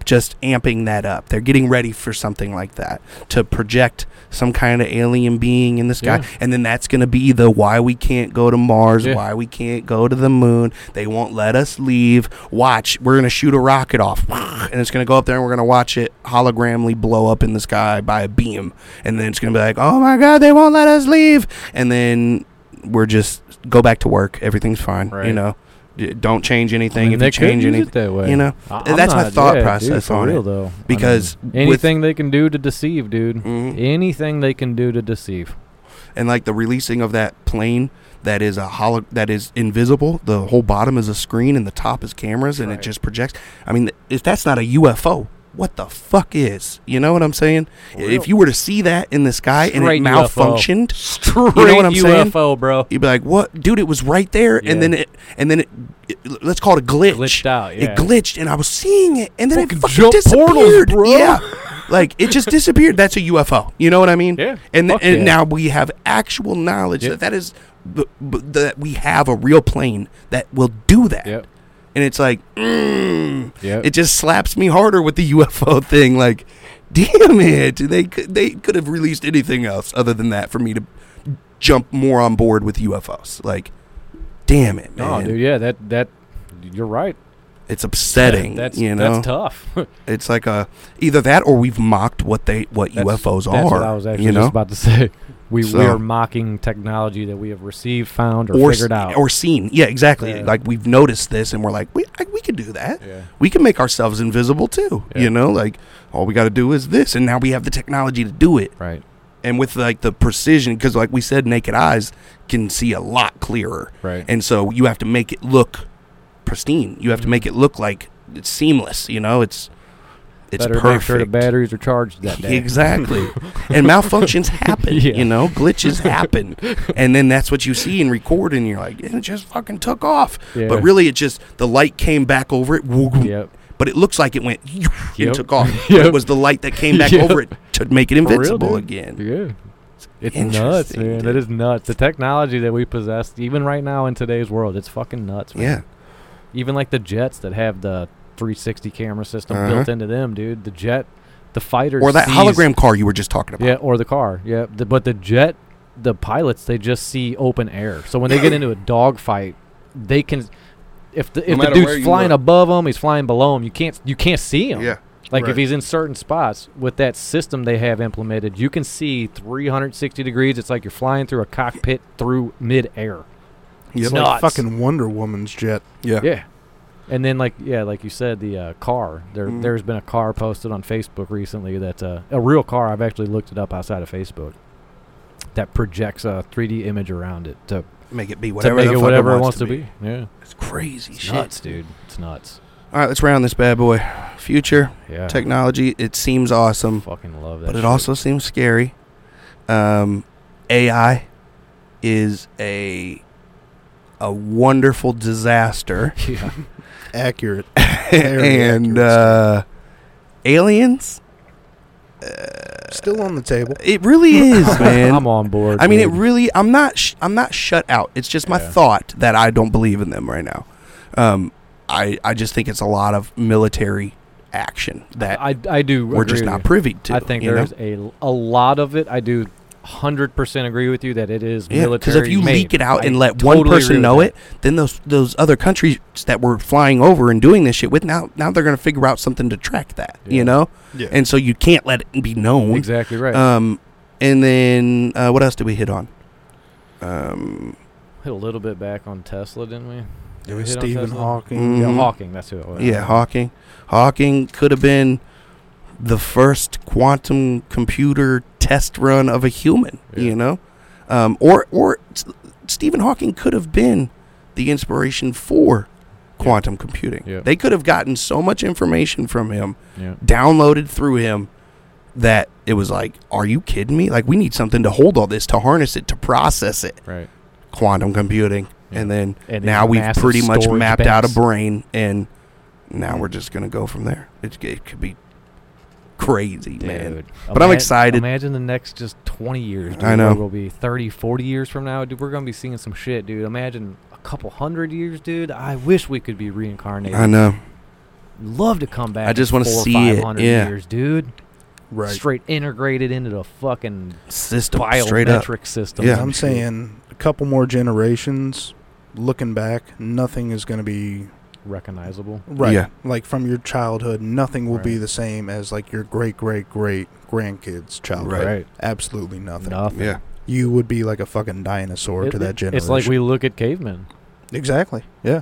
[SPEAKER 1] just amping that up. They're getting ready for something like that to project some kind of alien being in the sky.
[SPEAKER 3] Yeah.
[SPEAKER 1] And then that's going to be the why we can't go to Mars,
[SPEAKER 3] Yeah.
[SPEAKER 1] why we can't go to the moon. They won't let us leave. Watch, we're going to shoot a rocket off. <laughs> And it's going to go up there and we're going to watch it hologramly blow up in the sky by a beam. And then it's going to be like, oh my God, they won't let us leave. And then we're just go back to work. Everything's fine. You
[SPEAKER 3] Right.
[SPEAKER 1] know, D- don't change
[SPEAKER 3] I
[SPEAKER 1] anything
[SPEAKER 3] mean,
[SPEAKER 1] if you
[SPEAKER 3] they could
[SPEAKER 1] change
[SPEAKER 3] use
[SPEAKER 1] anything.
[SPEAKER 3] it that way.
[SPEAKER 1] you know?
[SPEAKER 3] I-
[SPEAKER 1] Th- that's my thought
[SPEAKER 3] dude,
[SPEAKER 1] process
[SPEAKER 3] for
[SPEAKER 1] on
[SPEAKER 3] real
[SPEAKER 1] it.
[SPEAKER 3] though. I mean,
[SPEAKER 1] Because with-
[SPEAKER 3] anything they can do to deceive, dude.
[SPEAKER 1] Mhm.
[SPEAKER 3] Anything they can do to deceive.
[SPEAKER 1] and like the releasing of that plane that is a holo that is invisible. The whole bottom is a screen and the top is cameras and
[SPEAKER 3] Right.
[SPEAKER 1] it just projects. I mean, if that's not a UFO, what the fuck is? You know what I'm saying? If you were to see that in the sky and
[SPEAKER 3] Straight
[SPEAKER 1] it
[SPEAKER 3] UFO.
[SPEAKER 1] malfunctioned,
[SPEAKER 3] Straight
[SPEAKER 1] you know what I'm saying?
[SPEAKER 3] UFO, bro.
[SPEAKER 1] You'd be like, "What, dude? It was right there."
[SPEAKER 3] Yeah.
[SPEAKER 1] And then it, and then it, it- let's call it a glitch.
[SPEAKER 3] Glitched out. Yeah.
[SPEAKER 1] It glitched, and I was seeing it, and then
[SPEAKER 3] Fucking
[SPEAKER 1] it fucking
[SPEAKER 3] jump portals,
[SPEAKER 1] disappeared.
[SPEAKER 3] bro.
[SPEAKER 1] Yeah, like it just disappeared. That's a UFO. You know what I mean?
[SPEAKER 3] Yeah.
[SPEAKER 1] And
[SPEAKER 3] Fuck
[SPEAKER 1] and
[SPEAKER 3] yeah.
[SPEAKER 1] now we have actual knowledge
[SPEAKER 3] Yep.
[SPEAKER 1] that that is b- b- that we have a real plane that will do that.
[SPEAKER 3] Yep.
[SPEAKER 1] And it's like, mm,
[SPEAKER 3] Yep.
[SPEAKER 1] it just slaps me harder with the UFO <laughs> thing. Like, damn it, they could they could have released anything else other than that for me to jump more on board with UFOs. Like, damn it,
[SPEAKER 3] No,
[SPEAKER 1] man,
[SPEAKER 3] dude. Yeah, that that you're right.
[SPEAKER 1] it's upsetting.
[SPEAKER 3] That- that's
[SPEAKER 1] you know,
[SPEAKER 3] that's tough. <laughs>
[SPEAKER 1] it's like a either that or we've mocked what they what
[SPEAKER 3] That's-
[SPEAKER 1] UFOs
[SPEAKER 3] That's
[SPEAKER 1] are.
[SPEAKER 3] what I was actually
[SPEAKER 1] you know,
[SPEAKER 3] just about to say. <laughs> We
[SPEAKER 1] So-
[SPEAKER 3] we are mocking technology that we have received, found, or,
[SPEAKER 1] or
[SPEAKER 3] figured
[SPEAKER 1] s-
[SPEAKER 3] out.
[SPEAKER 1] or seen. Yeah, exactly.
[SPEAKER 3] Yeah.
[SPEAKER 1] Like we've noticed this, and we're like, we I, we could do that.
[SPEAKER 3] yeah.
[SPEAKER 1] we can make ourselves invisible too.
[SPEAKER 3] Yeah.
[SPEAKER 1] You know, like all we got to do is this, and now we have the technology to do it.
[SPEAKER 3] Right.
[SPEAKER 1] And with like the precision, because like we said, naked eyes can see a lot clearer,
[SPEAKER 3] Right.
[SPEAKER 1] and so you have to make it look pristine. You have to make it look like it's seamless. You know, it's it's
[SPEAKER 3] Better
[SPEAKER 1] perfect.
[SPEAKER 3] make sure the batteries are
[SPEAKER 1] <laughs>
[SPEAKER 3] charged that day. <laughs>
[SPEAKER 1] Exactly. and malfunctions happen,
[SPEAKER 3] Yeah.
[SPEAKER 1] you know, glitches
[SPEAKER 3] <laughs>
[SPEAKER 1] happen. and then that's what you see and record and you're like, it just fucking took off.
[SPEAKER 3] Yeah.
[SPEAKER 1] But really it just the light came back over it.
[SPEAKER 3] <laughs> Yep.
[SPEAKER 1] But it looks like it went
[SPEAKER 3] Yep.
[SPEAKER 1] and took off. But
[SPEAKER 3] <laughs> Yep.
[SPEAKER 1] It was the light that came
[SPEAKER 3] <laughs>
[SPEAKER 1] back
[SPEAKER 3] Yep.
[SPEAKER 1] over it to make it
[SPEAKER 3] For real,
[SPEAKER 1] invincible
[SPEAKER 3] dude.
[SPEAKER 1] again.
[SPEAKER 3] Yeah. It's nuts,
[SPEAKER 1] Interesting,
[SPEAKER 3] man.
[SPEAKER 1] dude.
[SPEAKER 3] That is nuts. The technology that we possess, even right now in today's world, it's fucking nuts. Man.
[SPEAKER 1] Yeah.
[SPEAKER 3] Even like the jets that have the 360 camera system
[SPEAKER 1] Uh-huh.
[SPEAKER 3] built into them, dude. The jet, the fighter,
[SPEAKER 1] Or that
[SPEAKER 3] sees-
[SPEAKER 1] hologram car you were just talking about.
[SPEAKER 3] Yeah, or the car. Yeah, the, but the jet, the pilots, they just see open air. So when they get into
[SPEAKER 1] <coughs>
[SPEAKER 3] a dogfight, they can. If the,
[SPEAKER 1] No
[SPEAKER 3] if the
[SPEAKER 1] matter where
[SPEAKER 3] dude's
[SPEAKER 1] you
[SPEAKER 3] flying
[SPEAKER 1] look.
[SPEAKER 3] above them, he's flying below them. You can't you can't see him.
[SPEAKER 1] Yeah.
[SPEAKER 3] Like if
[SPEAKER 2] Right.
[SPEAKER 3] he's in certain spots with that system they have implemented, you can see 360 degrees. It's like you're flying through a cockpit through midair.
[SPEAKER 1] Yep.
[SPEAKER 2] It's
[SPEAKER 3] Nuts.
[SPEAKER 2] like fucking Wonder Woman's jet.
[SPEAKER 1] Yeah.
[SPEAKER 3] Yeah. And then like yeah, like you said, the uh, car. There
[SPEAKER 1] Mhm.
[SPEAKER 3] there's been a car posted on Facebook recently that uh, a real car. I've actually looked it up outside of Facebook. That projects a 3D image around it to,
[SPEAKER 1] Make it be
[SPEAKER 3] to
[SPEAKER 1] whatever
[SPEAKER 3] make
[SPEAKER 1] the
[SPEAKER 3] it
[SPEAKER 1] fuck
[SPEAKER 3] whatever
[SPEAKER 1] it
[SPEAKER 3] it wants to be. Yeah,
[SPEAKER 1] It's crazy
[SPEAKER 3] it's
[SPEAKER 1] shit.
[SPEAKER 3] nuts, dude. It's nuts.
[SPEAKER 1] All right, let's round this bad boy. Future
[SPEAKER 3] Yeah,
[SPEAKER 1] technology, it seems awesome.
[SPEAKER 3] fucking love that.
[SPEAKER 1] but it
[SPEAKER 3] shit.
[SPEAKER 1] also seems scary. Um, AI is a a wonderful
[SPEAKER 3] <laughs>
[SPEAKER 1] disaster,
[SPEAKER 3] <laughs> yeah.
[SPEAKER 2] Accurate. Very
[SPEAKER 1] and
[SPEAKER 2] accurate.
[SPEAKER 1] uh, aliens. Uh,
[SPEAKER 2] Still on the table.
[SPEAKER 1] It
[SPEAKER 3] <laughs>
[SPEAKER 1] really <laughs> is,
[SPEAKER 3] I'm
[SPEAKER 1] man.
[SPEAKER 3] on board.
[SPEAKER 1] I mean, it
[SPEAKER 3] dude.
[SPEAKER 1] really. I'm not. Sh- I'm not shut out. It's just my
[SPEAKER 3] Yeah.
[SPEAKER 1] thought that I don't believe in them right now. Um, I I just think it's a lot of military action that
[SPEAKER 3] I I do.
[SPEAKER 1] we're
[SPEAKER 3] agree
[SPEAKER 1] just
[SPEAKER 3] with
[SPEAKER 1] not
[SPEAKER 3] you.
[SPEAKER 1] privy to.
[SPEAKER 3] I think
[SPEAKER 1] you know?
[SPEAKER 3] there's a a lot of it. I do. Hundred percent agree with you that it is
[SPEAKER 1] Yeah,
[SPEAKER 3] military.
[SPEAKER 1] because if you
[SPEAKER 3] made.
[SPEAKER 1] leak it out
[SPEAKER 3] I
[SPEAKER 1] and let one
[SPEAKER 3] totally agree
[SPEAKER 1] person
[SPEAKER 3] with
[SPEAKER 1] know
[SPEAKER 3] that.
[SPEAKER 1] it, then those those other countries that were flying over and doing this shit with now now they're gonna figure out something to track that,
[SPEAKER 3] Yeah.
[SPEAKER 1] you know.
[SPEAKER 2] Yeah.
[SPEAKER 1] And so you can't let it be known.
[SPEAKER 3] exactly right.
[SPEAKER 1] Um, and then uh, what else did we hit on? Um,
[SPEAKER 3] hit a little bit back on Tesla, didn't we? Did we hit on
[SPEAKER 2] Stephen
[SPEAKER 3] Tesla?
[SPEAKER 2] Hawking.
[SPEAKER 3] Yeah,
[SPEAKER 1] Mhm.
[SPEAKER 3] Hawking. That's who it was.
[SPEAKER 1] yeah, Hawking. Hawking could have been the first quantum computer test run of a human,
[SPEAKER 3] Yeah.
[SPEAKER 1] you know, um, or or S- Stephen Hawking could have been the inspiration for quantum computing.
[SPEAKER 3] Yeah.
[SPEAKER 1] They could have gotten so much information from him,
[SPEAKER 3] Yeah.
[SPEAKER 1] downloaded through him, that it was like, are you kidding me? Like we need something to hold all this, to harness it, to process it.
[SPEAKER 3] Right.
[SPEAKER 1] Quantum computing,
[SPEAKER 3] Yeah.
[SPEAKER 1] and then
[SPEAKER 3] And
[SPEAKER 1] now
[SPEAKER 3] these
[SPEAKER 1] we've
[SPEAKER 3] massive
[SPEAKER 1] pretty much
[SPEAKER 3] storage
[SPEAKER 1] mapped out a
[SPEAKER 3] banks.
[SPEAKER 1] brain, and now we're just gonna go from there. It, it could be crazy, man.
[SPEAKER 3] Dude,
[SPEAKER 1] But I'm
[SPEAKER 3] ima-
[SPEAKER 1] excited.
[SPEAKER 3] Imagine the next just 20 years. Dude,
[SPEAKER 1] I know.
[SPEAKER 3] We'll be 30, 40 years from now, dude. We're gonna be seeing some shit, dude. Imagine a couple hundred years, dude. I wish we could be reincarnated.
[SPEAKER 1] I know.
[SPEAKER 3] Love to come back.
[SPEAKER 1] I just wanna
[SPEAKER 3] four or
[SPEAKER 1] see it,
[SPEAKER 3] 500
[SPEAKER 1] yeah.
[SPEAKER 3] years, dude.
[SPEAKER 2] Right.
[SPEAKER 3] Straight integrated into the fucking
[SPEAKER 1] System straight up.
[SPEAKER 3] biometric system.
[SPEAKER 1] Yeah.
[SPEAKER 3] and
[SPEAKER 2] I'm
[SPEAKER 3] shit.
[SPEAKER 2] saying a couple more generations. Looking back, nothing is going to be
[SPEAKER 3] recognizable.
[SPEAKER 2] right.
[SPEAKER 1] Yeah.
[SPEAKER 2] Like from your childhood, nothing will be
[SPEAKER 3] Right.
[SPEAKER 2] the same as like your great great great grandkids' childhood.
[SPEAKER 1] Right.
[SPEAKER 2] Absolutely nothing.
[SPEAKER 3] Nothing.
[SPEAKER 1] Yeah.
[SPEAKER 2] You would be like a fucking dinosaur
[SPEAKER 3] It-
[SPEAKER 2] to that
[SPEAKER 3] it-
[SPEAKER 2] generation.
[SPEAKER 3] It's like we look at cavemen.
[SPEAKER 2] exactly. Yeah.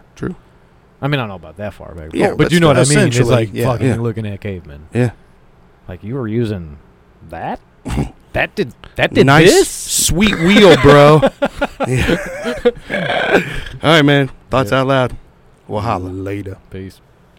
[SPEAKER 3] I mean, I don't know about that far back.
[SPEAKER 1] Yeah,
[SPEAKER 3] but,
[SPEAKER 1] but
[SPEAKER 3] you know what I mean. It's
[SPEAKER 2] essentially,
[SPEAKER 3] like
[SPEAKER 2] yeah.
[SPEAKER 3] fucking
[SPEAKER 1] Yeah.
[SPEAKER 3] looking at cavemen.
[SPEAKER 1] Yeah.
[SPEAKER 3] Like you were using that.
[SPEAKER 1] <laughs>
[SPEAKER 3] that did that did
[SPEAKER 1] nice
[SPEAKER 3] this.
[SPEAKER 1] sweet wheel, bro. <laughs> Yeah. All right, man. Thoughts out loud. Well, holla.
[SPEAKER 2] Later.
[SPEAKER 3] Peace.